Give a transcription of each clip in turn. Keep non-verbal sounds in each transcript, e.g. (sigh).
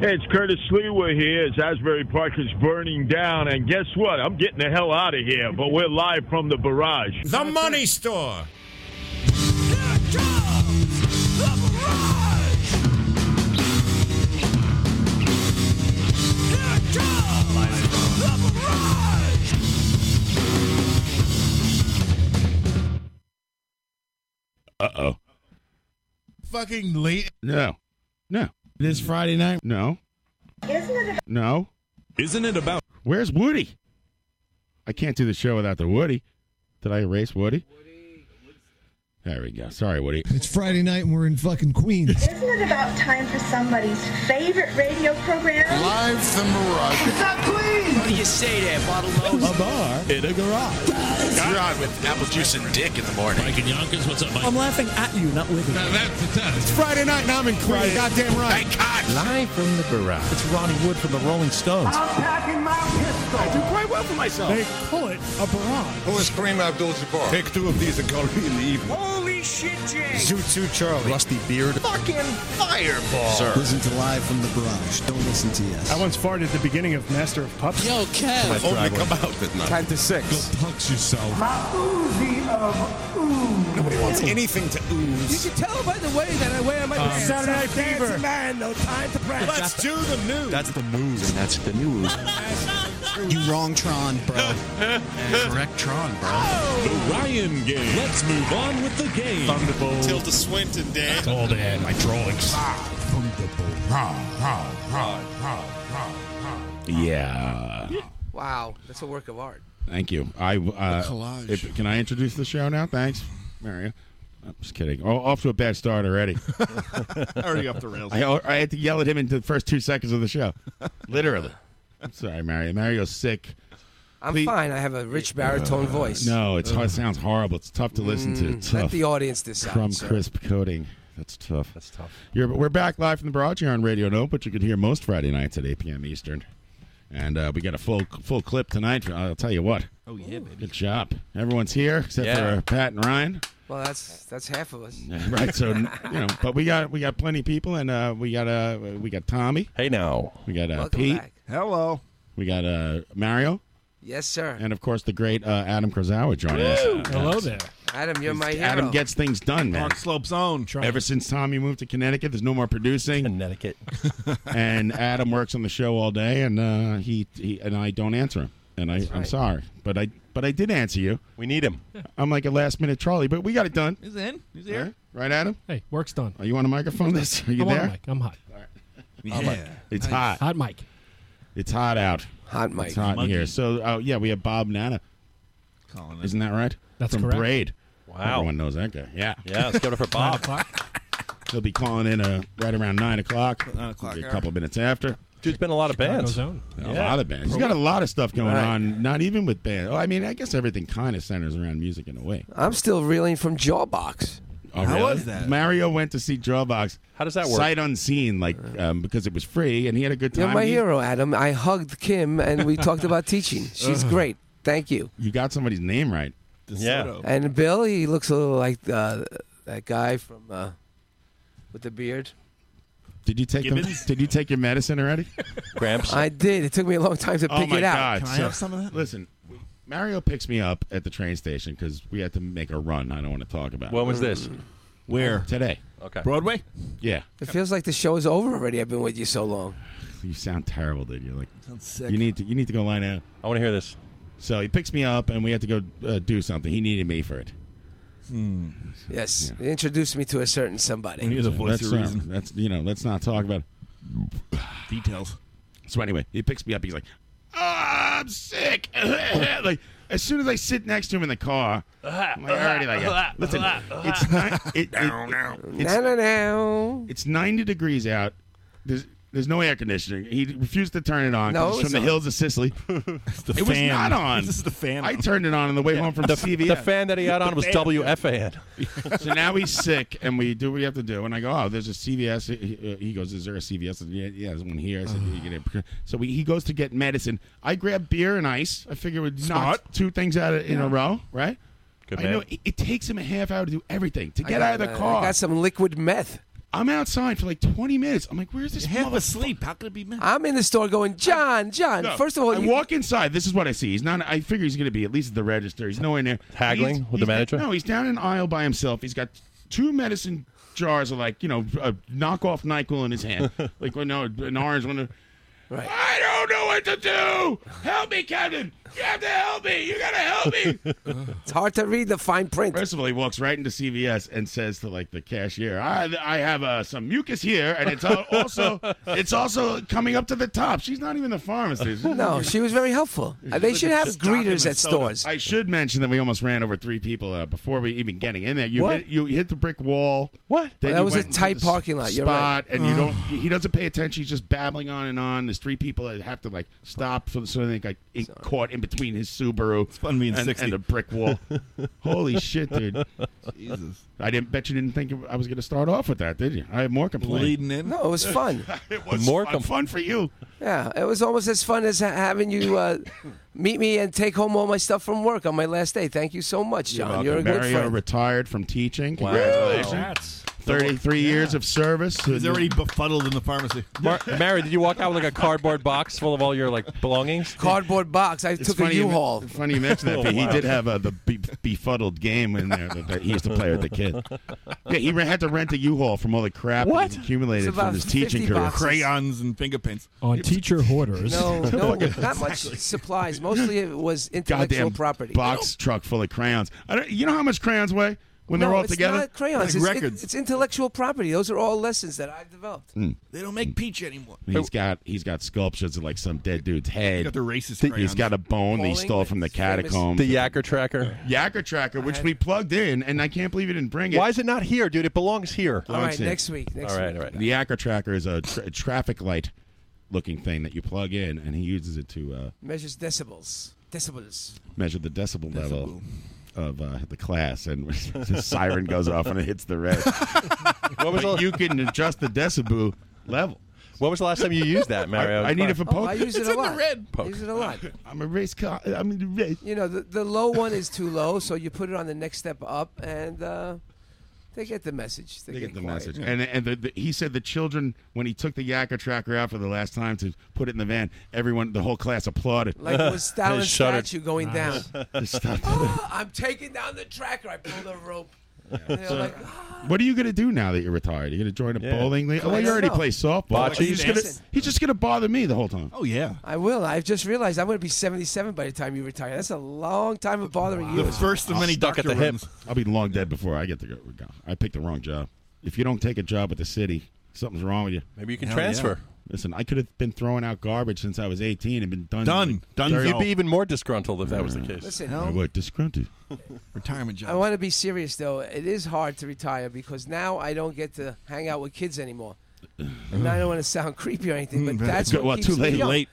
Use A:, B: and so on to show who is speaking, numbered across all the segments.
A: Hey, it's Curtis Lewa here as Asbury Park is burning down. And guess what? I'm getting the hell out of here, but we're live from the barrage.
B: The money store.
C: Uh oh.
D: Fucking late
C: No. No.
D: this Friday night.
C: No. Isn't it? No.
B: Isn't it about?
C: Where's Woody? I can't do the show without the Woody. Did I erase Woody? There we go. Sorry, Woody.
D: It's Friday night and we're in fucking Queens.
E: Isn't it about time for somebody's favorite radio program?
F: Live from Mirage.
G: What do you say there, bottle nose?
D: A bar in a garage.
F: You're on with apple juice and dick in the morning.
H: Mike and Yonkers, what's up, Mike?
G: I'm laughing at you, not with you.
B: That's the test.
D: Friday night and I'm in Queens. Goddamn right.
F: Thank God.
C: Live from the barrage.
G: It's Ronnie Wood from the Rolling Stones.
C: I do quite well for myself.
D: They call it a barrage.
F: Who is Kareem Abdul-Jabbar?
C: Take two of these and call me in the evening.
G: Holy shit, Jay!
F: Zootsu Charlie. Rusty Beard. Fucking Fireball. Sir.
I: Listen to Live from the Barrage. Don't listen to us.
J: I once farted at the beginning of Master of Puppets.
H: Yo, Kev.
F: Only come out at night.
I: 10 to 6.
B: Punks yourself.
F: Nobody wants anything to ooze.
G: You can tell by the way that I wear my pants.
D: Um, Saturday Night Fever.
G: man, no time to practice.
B: Let's do the news.
F: That's the news. And that's the news.
I: You wrong Tron,
K: (laughs)
I: bro.
F: Correct Tron, bro.
B: The Ryan game. Let's move on with the game.
J: Thunderbolt.
F: Tilda Swinton, Dan.
B: All day, my drawings.
C: Yeah.
G: Wow, that's a work of art.
C: Thank you. I uh, collage. can I introduce the show now? Thanks, Mario. I'm just kidding. Oh, off to a bad start
F: (laughs)
C: already.
D: Already off the rails.
C: I, oh, I had to yell at him in the first two seconds of the show. Literally. I'm sorry, Mario. Mario's sick.
G: I'm
C: Please-
G: fine. I have a rich baritone voice.
C: Uh,
G: Mm,
C: No, it's, it sounds horrible. It's tough to listen to.
G: Let
C: Tough.
G: the audience decide.
C: Crumb
G: sir.
C: crisp coating. That's tough. That's tough. You're, we're back live from the barrage here on Radio No, but you can hear most Friday nights at 8 p.m. Eastern. And uh, we got a full full clip tonight. I'll tell you what. Oh, yeah, baby. Good job. Everyone's here except for Pat and Ryan.
G: Well, that's that's half of us.
C: (laughs) right
G: (laughs)
C: so n- you know but we got we got plenty of people and uh we got uh we got tommy
H: Hey now.
C: we got uh,
G: Welcome
C: pete
G: back.
D: Hello.
C: we got uh mario
G: Yes, sir.
C: and of course the great uh, adam Krasawa joining us
H: Hello there.
G: Adam, you're my hero.
C: adam gets things done man
D: Park Slope's own.
C: ever since tommy moved to connecticut there's no more producing
H: Connecticut.
C: (laughs) and adam works on the show all day and uh he, he and i don't answer him and i i'm sorry but i but i did answer you
H: We need him.
C: (laughs) i'm like a last minute trolley but we got it done
L: He's in. He's
C: right, right adam
L: Hey, work's done.
C: are you on a microphone this are you
L: I'm on the
C: there Oh,
L: mic. I'm hot.
D: Yeah.
C: it's hot
L: Hot mic.
C: it's hot out
G: Hot mic.
C: It's hot in here. So, uh, yeah, we have Bob Nana. Isn't that right?
L: That's
C: From
L: correct.
C: Braid.
H: Wow.
C: Everyone knows that guy. Yeah.
H: Yeah, let's give it up for
L: (laughs) Nine
H: Bob.
L: o'clock.
C: He'll be calling in uh, right around 9 o'clock. 9
D: o'clock,
C: A
D: yeah.
C: couple minutes after.
H: Dude's been a lot of
L: Chicago
H: bands.
L: zone.
C: A lot of bands. He's got a lot of stuff going
G: Right.
C: on, not even with bands. Oh, I mean, I guess everything kind of centers around music in a way.
G: I'm still reeling from Jawbox.
C: Oh,
D: How was that?
C: Mario went to see Drawbox.
H: How does that work?
C: Sight unseen, like, um, because it was free, and he had a good time.
G: You're my
C: He-
G: hero, Adam. I hugged Kim and we talked
C: (laughs)
G: about teaching. She's great. Thank you.
C: You got somebody's name right.
H: Yeah.
G: And Bill, he looks a little like uh, that guy from uh, with the beard.
C: Did you take them, Did you take your medicine already?
H: (laughs) Gramps.
G: I did. It took me a long time to
C: oh
G: pick
C: my
G: it out.
C: god!
D: Can I
C: So-
D: have some of that?
C: Listen, Mario picks me up at the train station because we had to make a run. I don't want to talk about
H: When was this?
D: Where?
C: it. today.
H: Okay.
D: Broadway?
C: Yeah,
G: It feels like the show is over already. I've been with you so long.
C: you sound terrible, dude. You're like you need to you need to go lie down.
H: I want to hear this.
C: So he picks me up and we had to go uh, do something. He needed me for it.
G: Yes. They introduced me to a certain somebody.
D: You're the voice
C: that's
D: of
C: uh,
D: reason.
C: that's you know. Let's not talk about.
D: Details.
C: It. So anyway, he picks me up. He's like, ah, I'm sick. (laughs) like as soon as I sit next to him in the car, I'm like, already like, listen,
D: (laughs)
C: it's not. It, it, it's
G: No, no, no.
C: It's 90 degrees out. There's there's no air conditioning. He refused to turn it on. 'cause
G: No,
C: it's
G: it
C: from
G: was
C: the
G: on.
C: hills
D: (laughs)
C: of Sicily.
D: The
C: It was
D: fan.
C: not (laughs) on.
D: This is the fan.
C: I turned it on on the way home from the CVS.
H: The fan that he
C: (laughs)
H: had on was WFAN.
C: So now he's sick, and we do what we have to do. And I go, oh, there's a CVS. He, he goes, is there a CVS? I said, yeah, yeah, there's one here. I said, "You get it." So we, he goes to get medicine. I grab beer and ice. I figure we'd knock two things out in a row, right?
H: Good
C: I
H: man.
C: know it, it takes him a half hour to do everything to
G: I
C: get
G: got,
C: out of the
G: uh,
C: car.
G: I got some liquid meth.
C: I'm outside for like 20 minutes. I'm like, where's this? Half asleep.
D: How could it be me?
G: I'm in the store going, John, John. first of all,
C: I
G: you-
C: walk inside. This is what I see. He's not. I figure he's going to be at least at the register. He's nowhere near
H: Haggling
C: He's-
H: with the
C: he's-
H: manager?
C: No, he's down an aisle by himself. He's got two medicine jars of like you know a knockoff Nyquil in
G: (laughs)
C: his hand, like well, no, an orange one.
G: Right.
C: I don't know what to do. Help me, Captain. You have to help me. You gotta help (laughs) me.
G: (laughs) it's hard to read the fine print.
C: First of all, he walks right into CVS and says to like the cashier, "I, I have uh, some mucus here, and
G: (laughs)
C: it's al- (laughs) also it's also coming up to the top." She's not even the pharmacist.
G: No, she was very helpful. Uh, They should have greeters at stores.
C: I should mention that we almost ran over three people uh, before we even getting in there. You
G: What?
C: hit you hit the brick wall.
H: What?
C: Then
G: That
C: you
G: was a
C: went into
G: tight
C: the
G: parking lot, you're
C: spot, and you don't. He doesn't pay attention. He's just babbling on and on. There's three people that have to like stop so, so they got in- caught in between his Subaru
D: fun being
C: and,
D: 60.
C: and a brick
D: (laughs)
C: wall. Holy shit, dude!
D: Jesus.
C: I didn't bet you didn't think I was going to start off with that, did you? I had more complaints.
D: Leading in.
G: No, it
C: (laughs)
G: was fun.
C: It was
H: More
C: fun,
H: compl-
C: fun for you.
G: Yeah, it was almost as fun as ha- having you uh, meet me and take home all my stuff from work on my last day. Thank you so much, John. You're, a good
C: Mario
G: friend.
C: retired from teaching. Congratulations. 33 years of service.
D: He's already befuddled in the pharmacy.
H: Mar- Mary, did you walk out with like a cardboard box full of all your like belongings?
G: Cardboard box. I
C: It's
G: took a
C: funny you men-
G: U-Haul.
C: Funny you
G: (laughs)
C: mention that.
H: Oh,
C: Pete. He
H: wow.
C: did have uh, the be- befuddled game in there that, that he used to play with the kid. Yeah, he re- had to rent a U-Haul from all the crap
H: What?
C: that he
G: It's
C: accumulated
G: about
C: from his teaching
G: 50
C: career.
G: bucks.
D: Crayons and finger paints.
B: On teacher hoarders.
G: No, (laughs) no,
C: (laughs)
G: not much supplies. Mostly it was intellectual
C: Goddamn
G: property.
C: box truck full of crayons. I don't, you know how much crayons weigh when
G: no,
C: they're all
G: it's
C: together?
G: Not crayons.
D: Like
G: it's, it-
D: records.
G: it's intellectual property. Those are all lessons that I've developed.
C: Mm.
D: They don't make peach anymore.
C: He's got he's got sculptures of like some dead dude's
D: They
C: head.
D: got the racist
C: He's
D: crayons.
C: got a bone that he
G: Calling
C: stole from the
G: this famous-
C: catacombs.
H: The Yacker Tracker.
C: Yakker Tracker, which
G: had-
C: we plugged in, and I can't believe you didn't bring it.
H: Why is it not here, dude? It belongs here.
G: All right,
C: it.
G: next week. Next
H: All right,
G: week.
H: all right.
C: The Yacker Tracker is a, tra- a traffic light looking thing that you plug in, and he uses it to uh,
G: Measures decibels. Decibels.
C: measure the decibel, level of uh, the class. And (laughs) the siren goes off when it hits the
D: (laughs)
C: red.
H: What was,
C: but
H: the,
C: you can adjust the decibel level.
H: what was the last time you used that,
C: I,
H: Mario?
C: I need it for
G: Oh, I
C: poker.
G: use it a lot. I use it a lot.
C: (laughs) I'm a race car. I'm in the race.
G: You know, the, the low one is too low, so you put it on the next step up, and uh, they get the message. They,
C: They get the
G: quiet.
C: message. And and the, the, he said the children when he took the Yakka tracker out for the last time to put it in the van, everyone the whole class applauded.
G: Like it
C: (laughs)
G: was Stalin's
H: shuddered.
G: statue going down. (laughs)
C: Just stop. (laughs)
G: "Ah, (laughs) I'm taking down the tracker. I pulled a rope. And they're like, "Ah."
C: what are you gonna do now that you're retired? You're gonna join a
H: Yeah.
C: bowling league? Oh, well, you
G: don't
C: already
G: know.
C: play softball.
H: Bocce.
C: He's just,
G: Listen.
C: gonna, he's just gonna bother me the whole time.
D: Oh yeah.
G: I will. I've just realized I'm going to be 77 by the time you retire. That's a long time of bothering
D: The
G: you.
D: first of many
H: stuck at
D: doctor
H: the hip.
D: rooms.
C: I'll be long dead before I get to go. go. I picked the wrong job. If you don't take a job with the city, something's wrong with you.
H: Maybe you can
D: Hell
H: transfer.
C: Listen, I could have been throwing out garbage since I was 18 and been done.
D: Done. Done.
C: There you
H: You'd be even more disgruntled if that was the
C: Mm.
H: case.
G: Listen,
C: I worked disgruntled.
D: Retirement job.
G: I want to be serious though. It is hard to retire because now I don't get to hang out with kids anymore. And I don't want to sound creepy or anything, but that's what
C: Well,
G: keeps
C: too
G: me
C: late.
G: young.
D: late.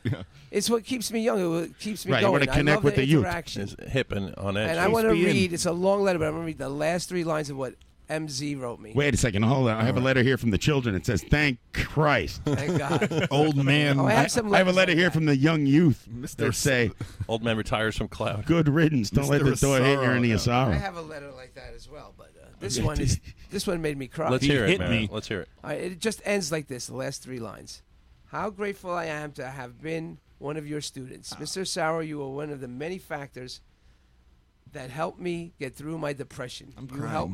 G: It's what keeps me young. It wa- keeps me
C: Right, you
G: going.
C: wanna
G: I
C: connect
G: love
C: with
G: the
C: the youth.
G: interaction.
H: It's hip and on edge.
G: And I want to
C: HBN.
G: read. It's a long letter, but I'm going to read the last three lines of what MZ wrote me.
C: Wait a second. Hold on. I have a letter here from the children. It says, "Thank Christ."
G: Thank
C: (laughs)
G: God.
D: Old man.
G: Oh, I have some.
C: I have a letter
G: like
C: here
G: that.
C: from the young youth. They
D: Mr.
C: say,
H: (laughs) Old man retires from cloud.
C: "Good riddance. Don't let the
D: Mr.
C: door hit you
D: Asaro,
C: in the
D: yeah.
G: I
C: Asara."
G: have a letter like that as well, but uh, this one is. This one made me cry.
H: Let's hear it,
D: hit
H: Mario.
D: me.
H: Let's hear it.
G: All right, it just ends like this the last three lines. How grateful I am to have been one of your students. Mr. Sauer, you were one of the many factors that helped me get through my depression. you helped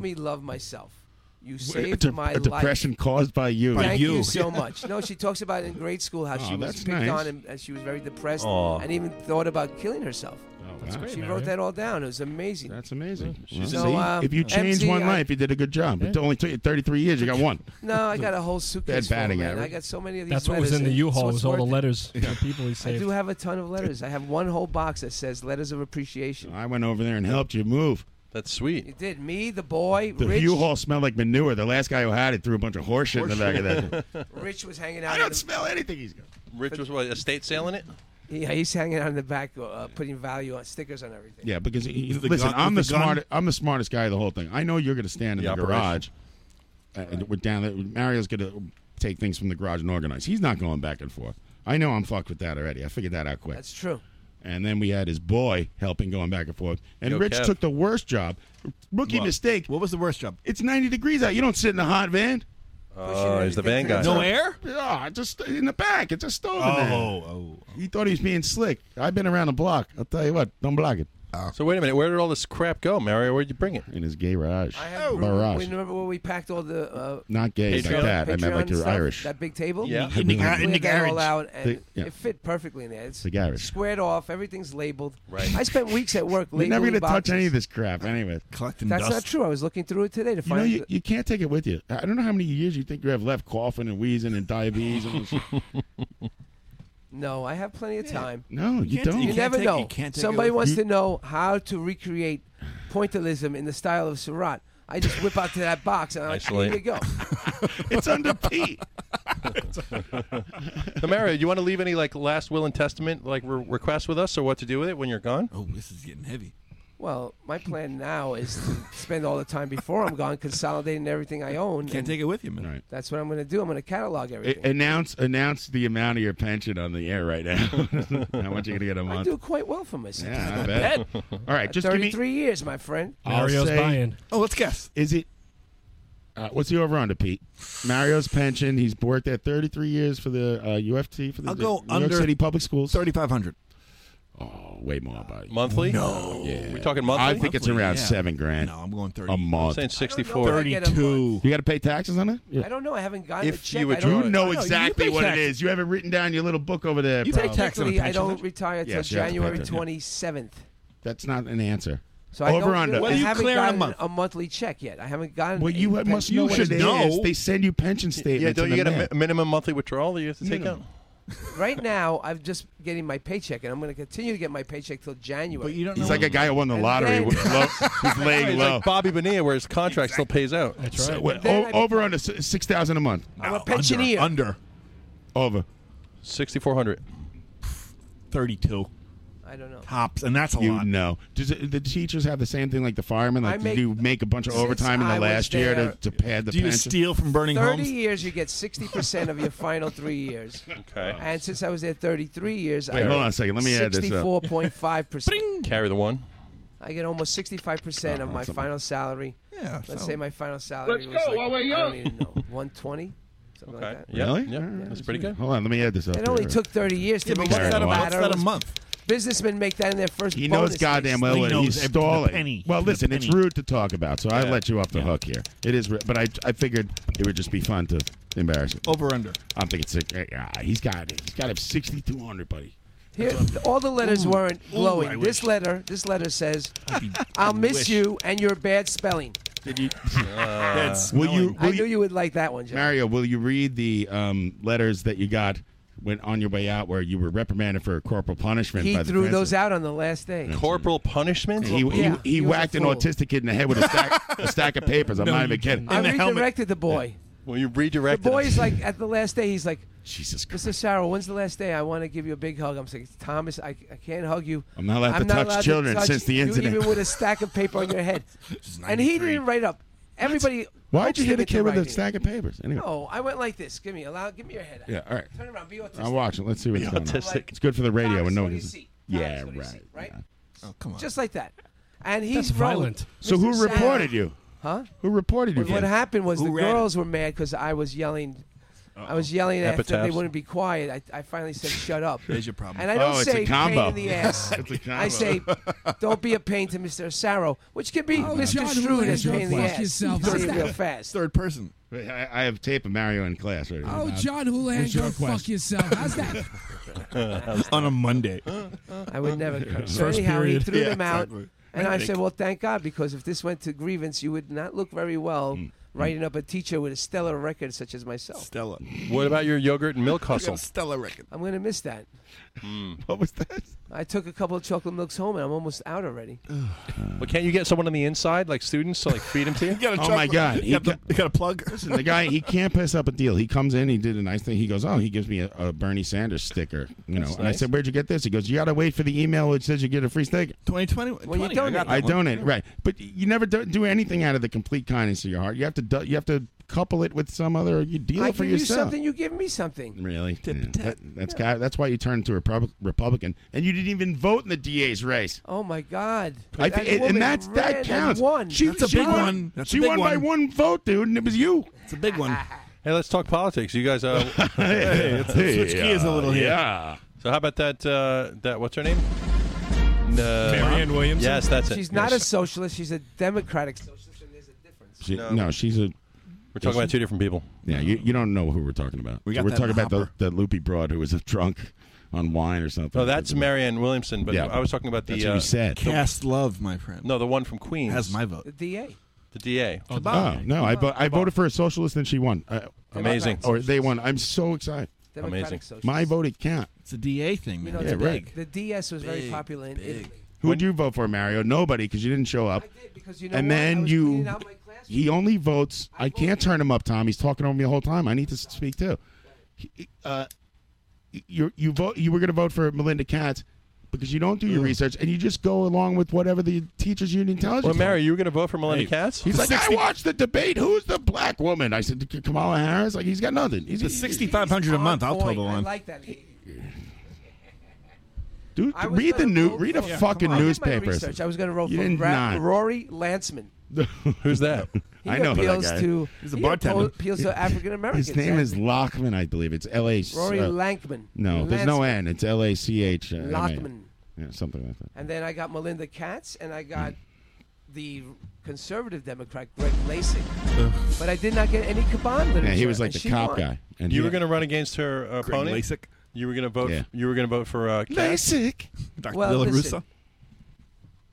D: crying.
G: me love myself. You
C: A,
G: saved
C: de-
G: my
C: a depression
G: life.
C: caused by you.
G: Thank you,
D: you. (laughs)
G: so much. No, she talks about in grade school how she
C: Aw,
G: was
C: that's
G: picked
C: nice.
G: on and, and she was very depressed
H: Aw.
G: and even thought about killing herself.
C: that's,
G: She wrote that all down. It was amazing.
C: Oh, amazing.
G: So, um,
C: if you change
G: MC,
C: one
G: I-
C: life, you did a good job. It only took you 33 years. You got one.
G: no, I got a whole suitcase. full,
C: batting
G: man.
C: average.
G: I got so many of these.
B: That's what was
G: letters,
B: in the
G: and
B: U-Haul.
G: so it's
B: was all the
G: worth it.
C: (laughs)
B: letters for the people he
G: I
B: saved.
G: do have a ton of letters. I have one whole box that says letters of appreciation.
C: I went over there and helped you move.
H: That's sweet.
G: You did me, the boy,
C: The
G: Rich.
C: U-Haul smelled like manure. The last guy who had it threw a bunch of horse shit in the back of that.
G: (laughs)
C: (laughs)
G: Rich was hanging out.
C: I
G: in
C: don't
G: the,
C: smell anything. He's got.
H: Rich was what, estate selling it?
G: yeah, he's hanging out in the back, uh, putting value on stickers on everything.
C: Yeah, because he, he-
D: With the
C: listen,
D: gun-
C: I'm the,
D: with the gun?
C: smart, I'm the smartest guy of the whole thing. I know you're going to stand in
H: The
C: the, garage.
H: operation.
C: Uh, and We're down there. Mario's going to take things from the garage and organize. He's not going back and forth. I know I'm fucked with that already. I figured that out quick.
G: That's true.
C: and then we had his boy helping going back and forth. And
H: Yo,
C: Rich
H: Kev.
C: took the worst job, rookie mistake.
D: What was the worst job?
C: It's 90 degrees out. You don't sit in a hot van.
H: Oh, he's the van guy.
C: Yeah, just in the back. It's just stove in there.
H: Oh,
C: He thought he was being slick. I've been around the block. I'll tell you what, don't block it.
H: So wait a minute. Where did all this crap go, Mario? Where'd you bring it?
C: Oh. In his garage.
G: I have,
C: Barrage.
G: We remember where we packed all the uh,
C: Not gay, like that. I meant like
G: Patreon
C: you're
G: stuff,
C: Irish.
G: That big table.
C: Yeah. In the gar- in
G: Cleared
C: the
G: that all
C: garage.
G: out, and
C: The- yeah.
G: it fit perfectly in there. It's
C: The garage.
G: squared off. Everything's labeled. Right. I spent weeks at work
C: You're
G: labeling
C: never going to touch
G: boxes.
C: any of this crap anyway.
D: Collecting
G: That's not true. I was looking through it today to
C: You know,
G: find.
C: you, you can't take it with you. I don't know how many years you think you have left coughing and wheezing and diabetes. And all this.
G: no, I have plenty of time.
C: No, you You can't- don't.
G: You,
C: you can't
G: never
C: take-
G: know.
C: you can't take it
G: Somebody
C: with-
G: wants
C: You-
G: to know how to recreate pointillism in the style of Surratt. I just whip out to that box and I'm like, here
H: Isolate.
G: you go.
C: (laughs) it's
G: (laughs)
C: under P.
H: Now, Mario, do you want to leave any like last will and testament like re- requests with us or what to do with it when you're gone?
D: Oh, this is getting heavy.
G: Well, my plan now is to spend all the time before I'm gone consolidating everything I own. Can't take
D: it with you, man.
C: Right.
G: That's what I'm going to do. I'm going to catalog everything.
C: A- announce announce the amount of your pension on the air right now. (laughs) how much you're going to get a
G: I
C: month?
G: do quite well for myself.
C: Yeah, I bet. All right, just give me-
G: 33 Uh, years, my friend.
C: I'll say-
D: Oh, let's guess.
C: Is it? Uh, what's the over under, Pete? Mario's pension. He's worked at 33 years for the uh, UFT for the
D: I'll go
C: New York
D: under
C: City Public Schools.
D: 3,500.
C: Oh, way more, buddy.
H: Monthly?
C: No. Yeah.
H: We talking monthly?
C: I think it's
H: Monthly,
C: around
H: yeah.
C: seven grand.
D: No, I'm going 30.
C: a month.
H: saying 64.
G: I get a
C: You got to pay taxes on it. Yeah.
G: I don't know. I haven't gotten
C: If
G: a check.
C: you
G: I
C: would
G: don't-
C: you know exactly what it is. You have it written down in your little book over there.
G: You pay
C: bro.
G: tax on a Technically, I pension, don't don't you? retire till
C: Yes, you have to pay
G: January
C: tax, yeah.
G: 27th.
C: That's not an answer.
G: So I
C: over
G: don't,
C: under.
G: I haven't gotten a monthly check yet. I haven't gotten.
C: Well,
G: a
C: you
G: pen-
C: must know what it is. They (laughs) send you pension statements.
H: Yeah, don't
C: in the
H: you get a
C: mail.
H: mi- minimum monthly withdrawal that you have to take out?
G: Right now, I'm just getting my paycheck, and I'm going to continue to get my paycheck till January. But you
C: He's like a guy who won the
G: And
C: lottery
G: then-
C: with low, who's
H: (laughs) He's
C: laying low.
H: like Bobby Bonilla, where his contract still pays out. That's
C: So, what, o- over under s- six thousand a month.
G: I'm a pensioner.
D: Under.
C: Over.
H: Sixty-four hundred.
D: Thirty-two.
G: I don't know.
D: Tops, and that's a
C: you
D: lot.
C: know. Does it, the teachers have the same thing like the firemen?
G: I
C: Like
G: make-
C: do you make a bunch of overtime in
G: Since
C: the
G: I was
C: last year
G: there-
C: to, to pad the
D: Do you
C: pension?
D: steal from burning
G: 30
D: homes?
G: years, you get 60% of your final three years.
H: Okay.
G: And since I was there 33 years,
C: Wait,
G: I
C: hold on a second. Let me add this up.
G: 64.5%.
H: Carry the one.
G: I get almost 65%
C: Oh,
G: of my final salary. Yeah. Let's
H: so-
G: say my final salary
L: Let's
G: was
L: go,
G: like,
L: while we're
G: I don't
L: young.
G: even know, 120, something like that.
C: Really?
H: Yeah, that's pretty good.
C: Hold on, let me add this up.
G: It only
C: here.
G: took 30 years to
C: Yeah, but
G: make
C: what's
G: that
C: that a- what's
G: matter.
C: that a
D: month?
G: Businessmen make that in their first
C: He knows
G: bonus
C: goddamn
G: case.
C: well what he's stalling. well, listen, it's rude to talk about, so I
D: Yeah.
C: let you off the hook here. It is, ru- but I, I figured it would just be fun to embarrass him.
D: Over under.
C: I'm thinking six. eh, Yeah, he's got it. He's got it. Sixty two hundred, buddy.
G: Here, all the letters
C: Ooh.
G: weren't
C: Ooh,
G: glowing.
C: I
G: this
C: wish.
G: letter, this letter says, (laughs) "I'll miss
C: wish.
G: you and your bad spelling."
C: Did
H: (laughs)
C: you?
H: Uh,
C: will you?
G: I
C: Will
G: knew
C: you
G: you would like that one, John.
C: Mario, will you read the um, letters that you got when on your way out, where you were reprimanded for corporal punishment?
G: He
C: by the
G: threw
C: principal?
G: those out on the last day.
H: Corporal punishment.
C: He, he,
G: Yeah,
C: he
G: he was a
C: whacked an
G: fool.
C: autistic kid in the head with a stack, a stack of papers. I'm
H: No,
C: not
H: you
C: even kidding.
G: I redirected the boy.
H: Well, you
G: The
H: redirect.
G: boy's like, at the last day, he's like,
C: Jesus
G: Christ. Mr. Sarah, when's the last day I want to give you a big hug? I'm saying, Thomas, I, I can't hug you.
C: I'm not allowed to touch
G: allowed
C: children since the
G: you
C: incident."
G: even with a stack of paper on your
C: (laughs)
G: head. and he didn't write up. Everybody.
C: Why'd you
G: coaxed
C: hit
G: him
C: a kid
G: into
C: with a
G: writing.
C: stack of papers? Anyway.
G: No, I went like this. Give me, allow, give me your head.
C: Yeah, all right.
G: Turn around, be autistic.
C: I'm watching. Let's see what's
H: Be
C: going on.
H: autistic.
C: It's good for the radio when no one
G: what do you
C: gets.
G: see?
C: Yeah,
G: What do you see,
C: right.
G: right?
D: Oh, come on.
G: Just like that. And he's
C: That's
G: wrote,
C: violent. So who
G: "Mr. Sarah-
C: reported you?
G: Huh?
C: Who reported you?
G: Well, what
C: for?
G: happened was
C: Who
G: the
C: read it?
G: girls were mad because I was yelling. I was yelling at them. They
C: Epitaphs.
G: wouldn't be quiet. I, I finally said, "Shut up."
D: There's your problem.
G: And I don't
D: Oh, it's a
G: say
D: combo.
G: pain in the ass.
D: It's a combo.
G: I say, "Don't be a pain to Mr. Sarro," which can
L: Oh,
D: Oh,
G: be misconstrued as pain in the ass. Say it real fast.
D: Third person.
C: Wait, I, I have tape of Mario in class right now.
M: Oh, John Hulan,
C: What's your
M: go
C: request?
M: fuck yourself. How's that?
C: (laughs)
D: On a Monday.
G: I would never curse. So
D: First
G: anyhow,
D: period.
G: he threw
D: Yeah,
G: them out,
D: exactly.
G: and I
D: Right.
G: said, "Well, thank God, because if this went to grievance, you would not look very well
C: Mm.
G: writing up a teacher with a stellar record such as myself."
D: Stella.
H: What about your yogurt and milk hustle? Hmm.
D: Stella record.
G: I'm gonna miss that.
C: What was that?
G: I took a couple of chocolate milks home, and I'm almost out already.
H: But can't you get someone on the inside, like students, to like feed them to you?
C: Oh my God! He got,
D: got a plug.
C: Listen, the guy he can't piss up a deal. He comes in, he did a nice thing. He goes, "Oh, he gives me a, a Bernie Sanders sticker." You know,
D: That's
C: and I
D: nice.
C: said, "Where'd you get this?" He goes, "You got to wait for the email which says you get a free sticker."
D: 2020. Well,
G: you donate.
C: I donate, right? But you never do, do anything out of the complete kindness of your heart. You have to do, you have to couple it with some other. You deal
G: I
C: it for
G: give you
C: yourself.
G: something, you give me something.
C: Really? Yeah. That- that's guy, that's why you turned into a Repub- Republican, and you didn't even vote in the DA's race.
G: Oh my God!
C: I
G: That
C: thi- and-
G: woman
C: and that's
G: ran
C: that
G: and
C: counts.
G: Won.
C: She, she won. she won by one vote, dude, and it was you.
G: (laughs)
D: It's a big one.
H: Hey, let's talk politics. You
C: (laughs)
H: guys, uh,
C: Hey,
H: let's,
C: hey, uh, yeah.
H: So, how about that? Uh, that what's her name?
L: Uh,
H: No.
G: Marianne
H: Williams. Yes, that's it.
G: She's not
H: Yes.
G: a socialist. She's a democratic socialist. And there's a difference.
C: She- no. she's a.
H: We're talking about two different people.
C: Yeah, you, you don't know who we're talking about.
H: We got
C: we're
H: that
C: talking about the, the loopy broad who was a drunk on wine or something.
H: No, Oh, that's Marianne Williamson. But I was talking about the
C: That's what you
H: uh,
C: said.
H: Cast love, my friend. No, the one from Queens
C: Has my
H: vote.
G: The DA.
H: The DA.
C: Oh, no, I, vo- I voted for a socialist and she won. Uh,
H: Amazing.
C: Or they won. I'm so excited.
G: Democratic Amazing. socialist.
C: My vote, it can't.
L: It's a DA thing,
G: You
L: man.
G: know,
C: Yeah,
G: the,
C: right.
G: the DS was very popular in Italy.
C: Who would you vote for, Mario? Nobody, because you didn't show up.
G: because you know
C: and
G: what? I
C: then
G: was
C: you,
G: cleaning out my
C: he only votes. I, can't turn him up, Tom. He's talking over me the whole time. I need to speak too. He- uh, you you vote. You were going to vote for Melinda Katz because you don't do
L: Mm.
C: your research and you just go along with whatever the teachers union tells you.
H: Well,
C: to.
H: Mary, you were going to vote for Melinda
C: Hey,
H: Katz?
C: He's like, I watched the debate. Who's the black woman? I said, Kamala Harris. Like, he's got nothing. He's
L: The 6,500 a month, I'll
G: point.
L: total
G: I
L: on.
G: like that. He-
C: Dude,
G: I was
C: read the
G: gonna
C: new,
G: vote
C: read a
G: for-
C: fucking
G: I did my
C: newspaper.
G: research. I was going to vote
C: You
G: for
C: did
G: Ra-
C: not.
G: Rory Lansman.
C: (laughs)
H: Who's that?
G: (laughs) He appeals to he appeals- appeals to African Americans.
C: His name is Lockman, I believe. It's L A. uh,
G: Rory Lankman.
C: No, there's no
G: Lansman.
C: N. It's L A C H. uh, M A N.
G: Lockman.
C: Yeah, something like that.
G: And then I got Melinda Katz, and I got the conservative Democrat Greg Lasik. but I did not get any Kaban literature.
C: Yeah, he was like
G: and
C: the
G: she
C: cop
G: won.
C: guy. And
H: you
C: he-
H: were going to run against her uh,
C: Greg
H: opponent.
C: Lasik?
H: You were going to vote.
C: Yeah.
H: You were going to vote for uh, Katz.
C: LASIK.
H: Dr.
G: Well, listen,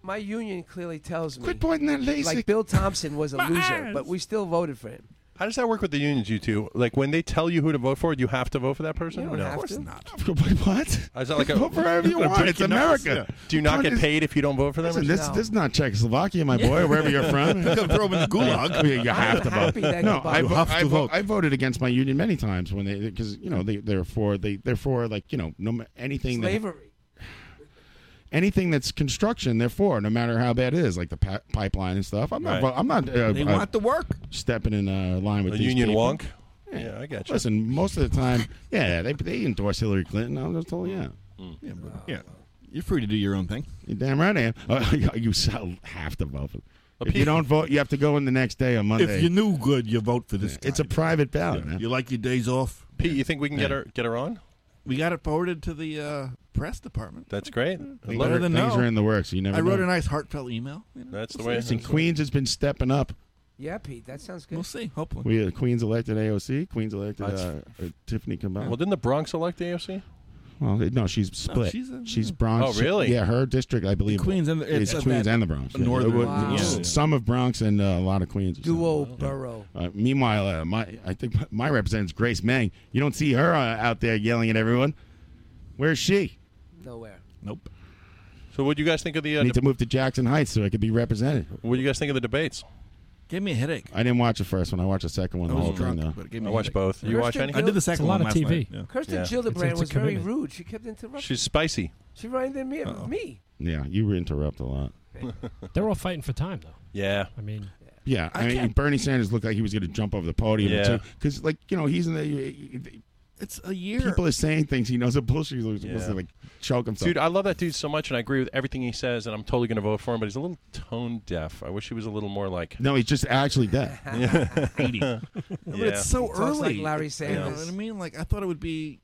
G: My union clearly tells me.
C: Quit pointing that LASIK.
G: Like Bill Thompson was a
C: (laughs) My
G: loser,
C: eyes.
G: but we still voted for him.
H: How does that work with the unions, you two? Like when they tell you who to vote for, do you have to vote for that person?
G: You
H: or
G: don't
H: no?
G: have to.
C: What?
H: Is
C: (laughs)
H: that like a,
C: Vote for whoever
H: (laughs)
C: you want. It's America.
H: Do you not
C: Come on,
H: get
C: it's-
H: paid if you don't vote for them? or
C: Listen, this,
H: something?
C: this is not Czechoslovakia, my boy,
H: Yeah.
C: wherever you're from.
H: (laughs) You can throw 'em in the gulag.
C: Yeah, you have to
H: happy
C: vote.
H: that
C: No,
H: you
C: I,
H: vote.
C: vo-
H: You have
C: I,
H: to
C: vo-
H: vote.
C: I voted against my union many times when they, because, you know, they, they're for, they, they're for, like, you know, no, ma- anything that-
G: Slavery.
C: anything that's construction, they're for, no matter how bad it is, like the pa- pipeline and stuff. I'm not, vo-
H: Right.
C: I'm not, uh,
H: They
C: uh,
H: want the
C: work. Stepping in uh, line with
H: A
C: these
H: union
C: people.
H: wonk? Yeah, I got you.
C: Listen, most of the time, (laughs) yeah, they, they endorse Hillary Clinton. I was told, yeah.
L: Yeah, but-
G: Mm.
C: Yeah.
L: You're free to do your own thing.
C: You're damn right I am. Uh, (laughs) you so- have to vote. For if you don't vote, you have to go in the next day on Monday.
F: If you knew good, you vote for this. guy.
C: it's a private ballot, man.
F: You like your days off?
H: Pete, you think we can get her get her on?
L: We got it forwarded to the uh, press department.
H: That's great. I'd
C: Things,
H: love
C: are,
H: it.
L: than
C: things
L: no.
C: are in the works. You never
L: I wrote
C: know.
L: a nice heartfelt email.
H: That's the way.
C: Listen, Queens has been stepping up.
G: Yeah, Pete, that sounds good.
L: We'll see. Hopefully.
C: We uh, Queens elected AOC. Queens elected
H: That's-
C: uh, uh, Tiffany Campbell.
H: Well, didn't the Bronx elect the AOC?
C: Well, no, she's split.
H: she's
C: she's,
H: a-
C: Bronx.
H: Oh, really?
C: Yeah, her district, I believe,
L: Queens and the-
C: is
L: it's a
C: Queens
L: bad-
C: and the Bronx. Yeah.
L: northern-
C: Uh,
L: Wow.
C: s-
L: Yeah.
C: Some of Bronx and uh, a lot of Queens. or something.
G: Duo borough.
C: Uh, meanwhile, uh, my I think my representative's Grace Meng. You don't see her uh, out there yelling at everyone. Where's she?
G: Nowhere.
L: Nope.
H: So, what do you guys think of the?
C: I
H: Uh,
C: need
H: de-
C: to move to Jackson Heights so I could be represented.
H: what do you guys think of the debates?
L: Gave me a headache.
C: I didn't watch the first one. I watched the second one. the whole thing, though.
H: I watched both. You
G: Kirsten
H: watch any?
G: Gil- I did the second It's a lot one of last
L: TV.
G: Kirsten Gillibrand was very rude. She kept interrupting.
H: She's spicy.
G: she ran into me. me.
C: Yeah, you interrupt a lot.
M: They're all fighting for time, though.
H: Yeah.
M: I mean,
C: Yeah, I, mean, Bernie Sanders looked like he was going to jump over the podium.
H: Yeah.
C: Because, like, you know, he's in the.
L: It's a year.
C: People are saying things he knows are bullshit. He's supposed
H: Yeah.
C: to, like, choke himself.
H: Dude, I love that dude so much, and I agree with everything he says, and I'm totally going to vote for him. But he's a little tone deaf. I wish he was a little more
C: (laughs)
H: like.
C: no, he's just actually dead.
H: Eighty.
L: But it's so
G: Talks
L: early.
G: like Larry
L: You know
G: Sanders.
L: what I mean? Like I thought it would be,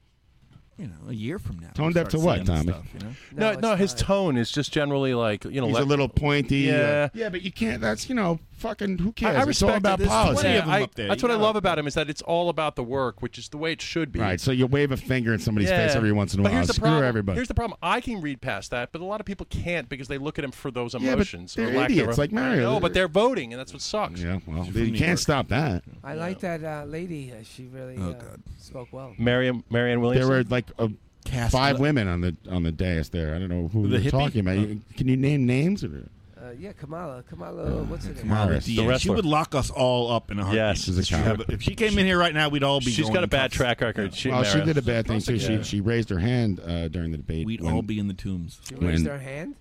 L: you know, a year from now.
C: Tone
L: we
C: deaf
L: start
C: to what,
L: seeing this
C: Tommy?
L: stuff, you know?
H: No, no, his tone is just generally like you know.
C: He's a
H: let-
C: little pointy. uh,
H: Yeah.
C: yeah, but you can't. That's you know, fucking who
H: I-
C: cares?
H: I,
C: it's all
H: respect
C: about
H: it. There's
C: politics.
H: 20 of them up there. That's what I love about him is that it's all about the work, which is the way it should be.
C: Right, so you wave a finger in somebody's
H: Yeah.
C: face every once in a
H: But
C: while.
H: here's the
C: Screw
H: problem.
C: everybody.
H: Here's the problem. I can read past that, but a lot of people can't because they look at him for those
C: Yeah, but
H: emotions.
C: they're
H: or lack thereof.
C: idiots like Mario.
H: No, but they're voting, and that's what sucks.
C: yeah, well,
H: from
C: you
H: New
C: can't
H: York.
C: stop that.
G: I like that uh, lady. Uh, she really
C: Oh,
G: uh, spoke well.
H: Marion, Marion Williamson.
C: There were like a,
G: Cast
C: five
G: le-
C: women on the on the dais there. I don't know who
L: The
C: we were
L: hippie?
C: talking about.
L: Oh.
C: Can you name names? Or?
G: Uh, yeah, Kamala. Kamala, what's her name?
C: Kamala. Harris, the
F: Yeah, she
C: wrestler.
F: would lock us all up in a heartbeat.
C: Yes. She's a
F: if, she
C: coward.
F: had- if she came in here right now, we'd all be.
H: She's
F: going
H: got a
F: in
H: bad
F: cuffs.
H: track record. She,
C: well, she
H: Marion.
C: did a bad thing too.
H: Yeah.
C: She she raised her hand uh, during the debate.
L: We'd
C: when-
L: all be in the tombs.
G: She
C: when-
G: raised her hand.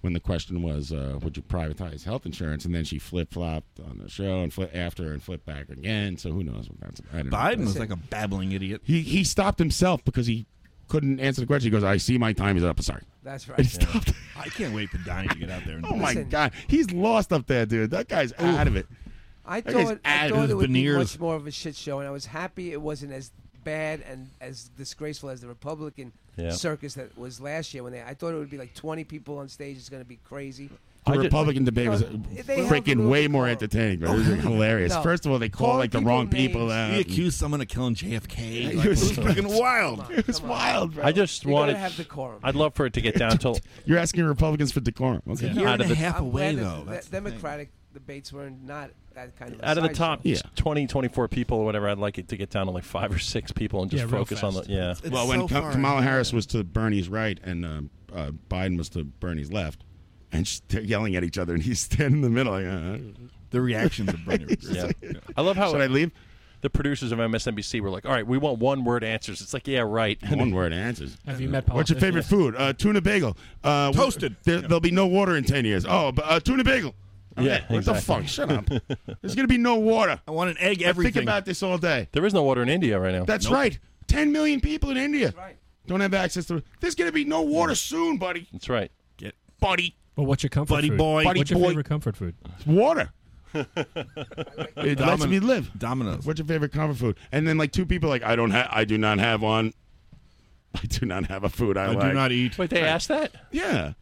C: when the question was, uh, would you privatize health insurance? And then she flip flopped on the show and flip after and flip back again. So who knows what that's about?
L: Biden was like a babbling idiot.
C: he he stopped himself because he couldn't answer the question. He goes, "I see my time is up. Sorry."
G: That's right.
C: And (laughs) he stopped. (laughs)
F: I can't wait for Donnie to get out there. And
C: Oh my god, he's lost up there, dude. That guy's out of it.
G: I
D: That guy's
G: thought, I
D: added
G: thought
D: his
G: it would
D: veneers.
G: be much more of a shit show, and I was happy it wasn't as bad and as disgraceful as the Republican
C: Yeah.
G: circus that was last year. When they, I thought it would be like twenty people on stage. It's going to be crazy.
C: The Republican debate was
G: they
C: freaking way more entertaining. But it was hilarious.
G: (laughs) No.
C: First of all, they called
G: Call
C: like the
G: people
C: wrong people
G: names.
C: out.
G: He
L: accused someone of killing JFK.
C: Like, it was
L: Come on,
C: fucking wild.
G: come on,
C: it was
G: come on.
C: wild, bro.
H: I just
G: Oh, You gotta
H: wanted.
G: have decorum.
H: I'd love for it to get down to.
C: (laughs) You're asking Republicans for decorum. Okay.
H: out of the
G: I'm glad that the Democratic debates were not that kind of a
H: out of the
G: sideshow.
H: top 20, 24 people or whatever, I'd like it to get down to like five or six people and just
G: Yeah, real
H: focus on the
G: fast.
H: yeah.
C: well, when Ka- Kamala Harris was to Bernie's right and um, uh, Biden was to Bernie's left, and sh- they're yelling at each other, and he's (laughs) standing in the middle. Like, uh,
L: the reactions of
C: (laughs)
L: Bernie.
H: yeah. (laughs) I love how
C: Should I leave?
H: The producers of MSNBC were like, "All right, we want one word answers." It's like, "Yeah, right."
C: (laughs) One word answers.
M: Have you met
C: What's your favorite food? Uh, tuna bagel. Uh, w-
H: Toasted.
C: There, There'll be no water in ten years. Oh, but, uh, tuna bagel. Okay,
H: Yeah,
C: what the
H: exactly.
C: fuck? Shut up.
H: (laughs)
C: There's gonna be no water.
L: I want an egg.
C: Everything.
H: everything.
C: Think about this all day.
H: There is no water in India right now.
C: That's
H: Nope.
C: right. Ten million people in India don't have access to. There's gonna be no water soon, buddy.
H: That's right.
L: Get
C: buddy.
M: Well, what's your comfort
C: Buddy
M: food?
C: boy. Buddy
M: what's your
C: boy.
M: favorite comfort food?
C: It's water. (laughs) It lets
M: Domin-
C: me live.
L: Domino's.
C: What's your favorite comfort food? And then like two people like I don't have I do not have one. (laughs) I do not have a food I,
L: I do
C: like.
L: not eat.
H: Wait, they asked that?
C: Yeah.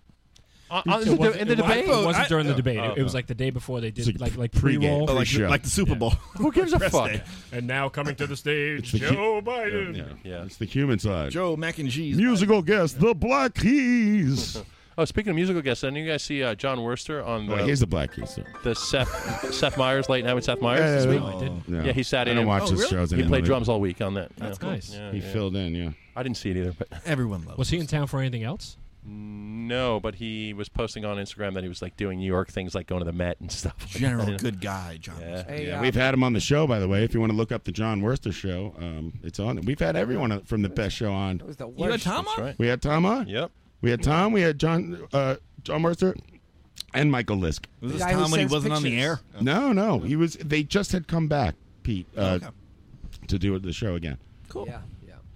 H: Uh,
M: It wasn't- it wasn't- It wasn't during the debate.
C: oh,
M: it was
C: oh.
M: like the day before they did
C: It's like
M: like like
C: pre-game,
M: pre-roll,
C: Oh, like the- pre-show. like the Super
M: (laughs) Bowl.
H: Who gives a
M: Press
H: fuck?
M: day. And now coming to the stage,
C: the hu-
M: Joe Biden.
C: Yeah. It's the human side.
L: Joe Mac and Cheese.
C: Musical guest, the Black Keys.
H: Oh, speaking of musical guests, didn't you guys see uh, John Worcester on
C: Oh,
H: the
C: here's the Black Keys. sir.
H: the Seth Seth Meyers late night with Seth Meyers
C: Yeah,
H: this
C: yeah,
H: week?
C: No, I didn't.
H: Yeah,
C: No.
H: he sat
C: I
H: in.
C: don't
H: and-
C: watch his Oh, really? shows
H: He
C: anymore.
H: played drums all week on that.
M: That's
H: Yeah.
M: nice.
H: Yeah,
C: he
H: yeah.
C: filled in, yeah.
H: I didn't see it either, but
L: everyone loves.
M: Was he in town for anything else?
H: No, but he was posting on Instagram that he was like doing New York things, like going to the Met and stuff. like
L: General
H: that.
L: good guy, John.
H: Yeah.
G: uh,
C: Yeah, we've had him on the show, by the way. If you want to look up the John Worcester show, um, it's on. We've had everyone from the best show on.
G: It was the worst.
L: You had Tom on?
C: We had Tom on.
H: Yep.
C: We had Tom. We had John uh, John Mercer and Michael Lisk.
L: Was The this guy who Tom when he sends wasn't on the pictures. air?
C: No, no. He was. They just had come back, Pete, uh, to do the show again.
L: Cool. Yeah.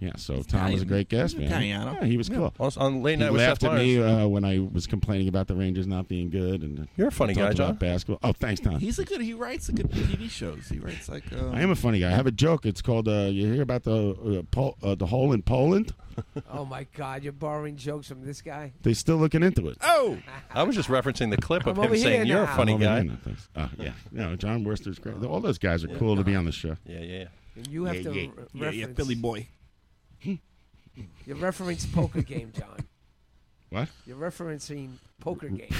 C: Yeah, so Tom was a great guest, man.
L: Italiano.
C: Yeah, he was cool.
H: Also, on late night
C: he
H: with
C: laughed
H: Seth
C: at me
H: Meyers.
C: uh, when I was complaining about the Rangers not being good, and uh,
H: You're a funny
C: talked
H: guy,
C: about
H: John.
C: Basketball. Oh, thanks, Tom.
L: He's a good. He writes a good TV shows. He writes like. Um,
C: I am a funny guy. I have a joke. It's called. Uh, you hear about the uh, Pol- uh, the hole in Poland?
L: (laughs)
G: Oh my God! You're borrowing jokes from this guy.
C: They're still looking into it.
G: (laughs)
L: Oh,
H: I was just referencing the clip of
G: I'm
H: him
G: over
H: saying
G: here
H: you're a
G: now.
H: funny
C: Over there,
H: guy.
C: no, thanks. Oh, yeah. No, John Worcester's great. All those guys are cool to be on the show.
H: Yeah, yeah.
G: You have
L: Yeah,
G: to
L: yeah,
G: re-
L: yeah,
G: reference
L: yeah, Billy
G: (laughs)
L: Boy.
G: You're referencing poker game, John.
C: What?
G: You're referencing
L: (laughs)
G: poker game.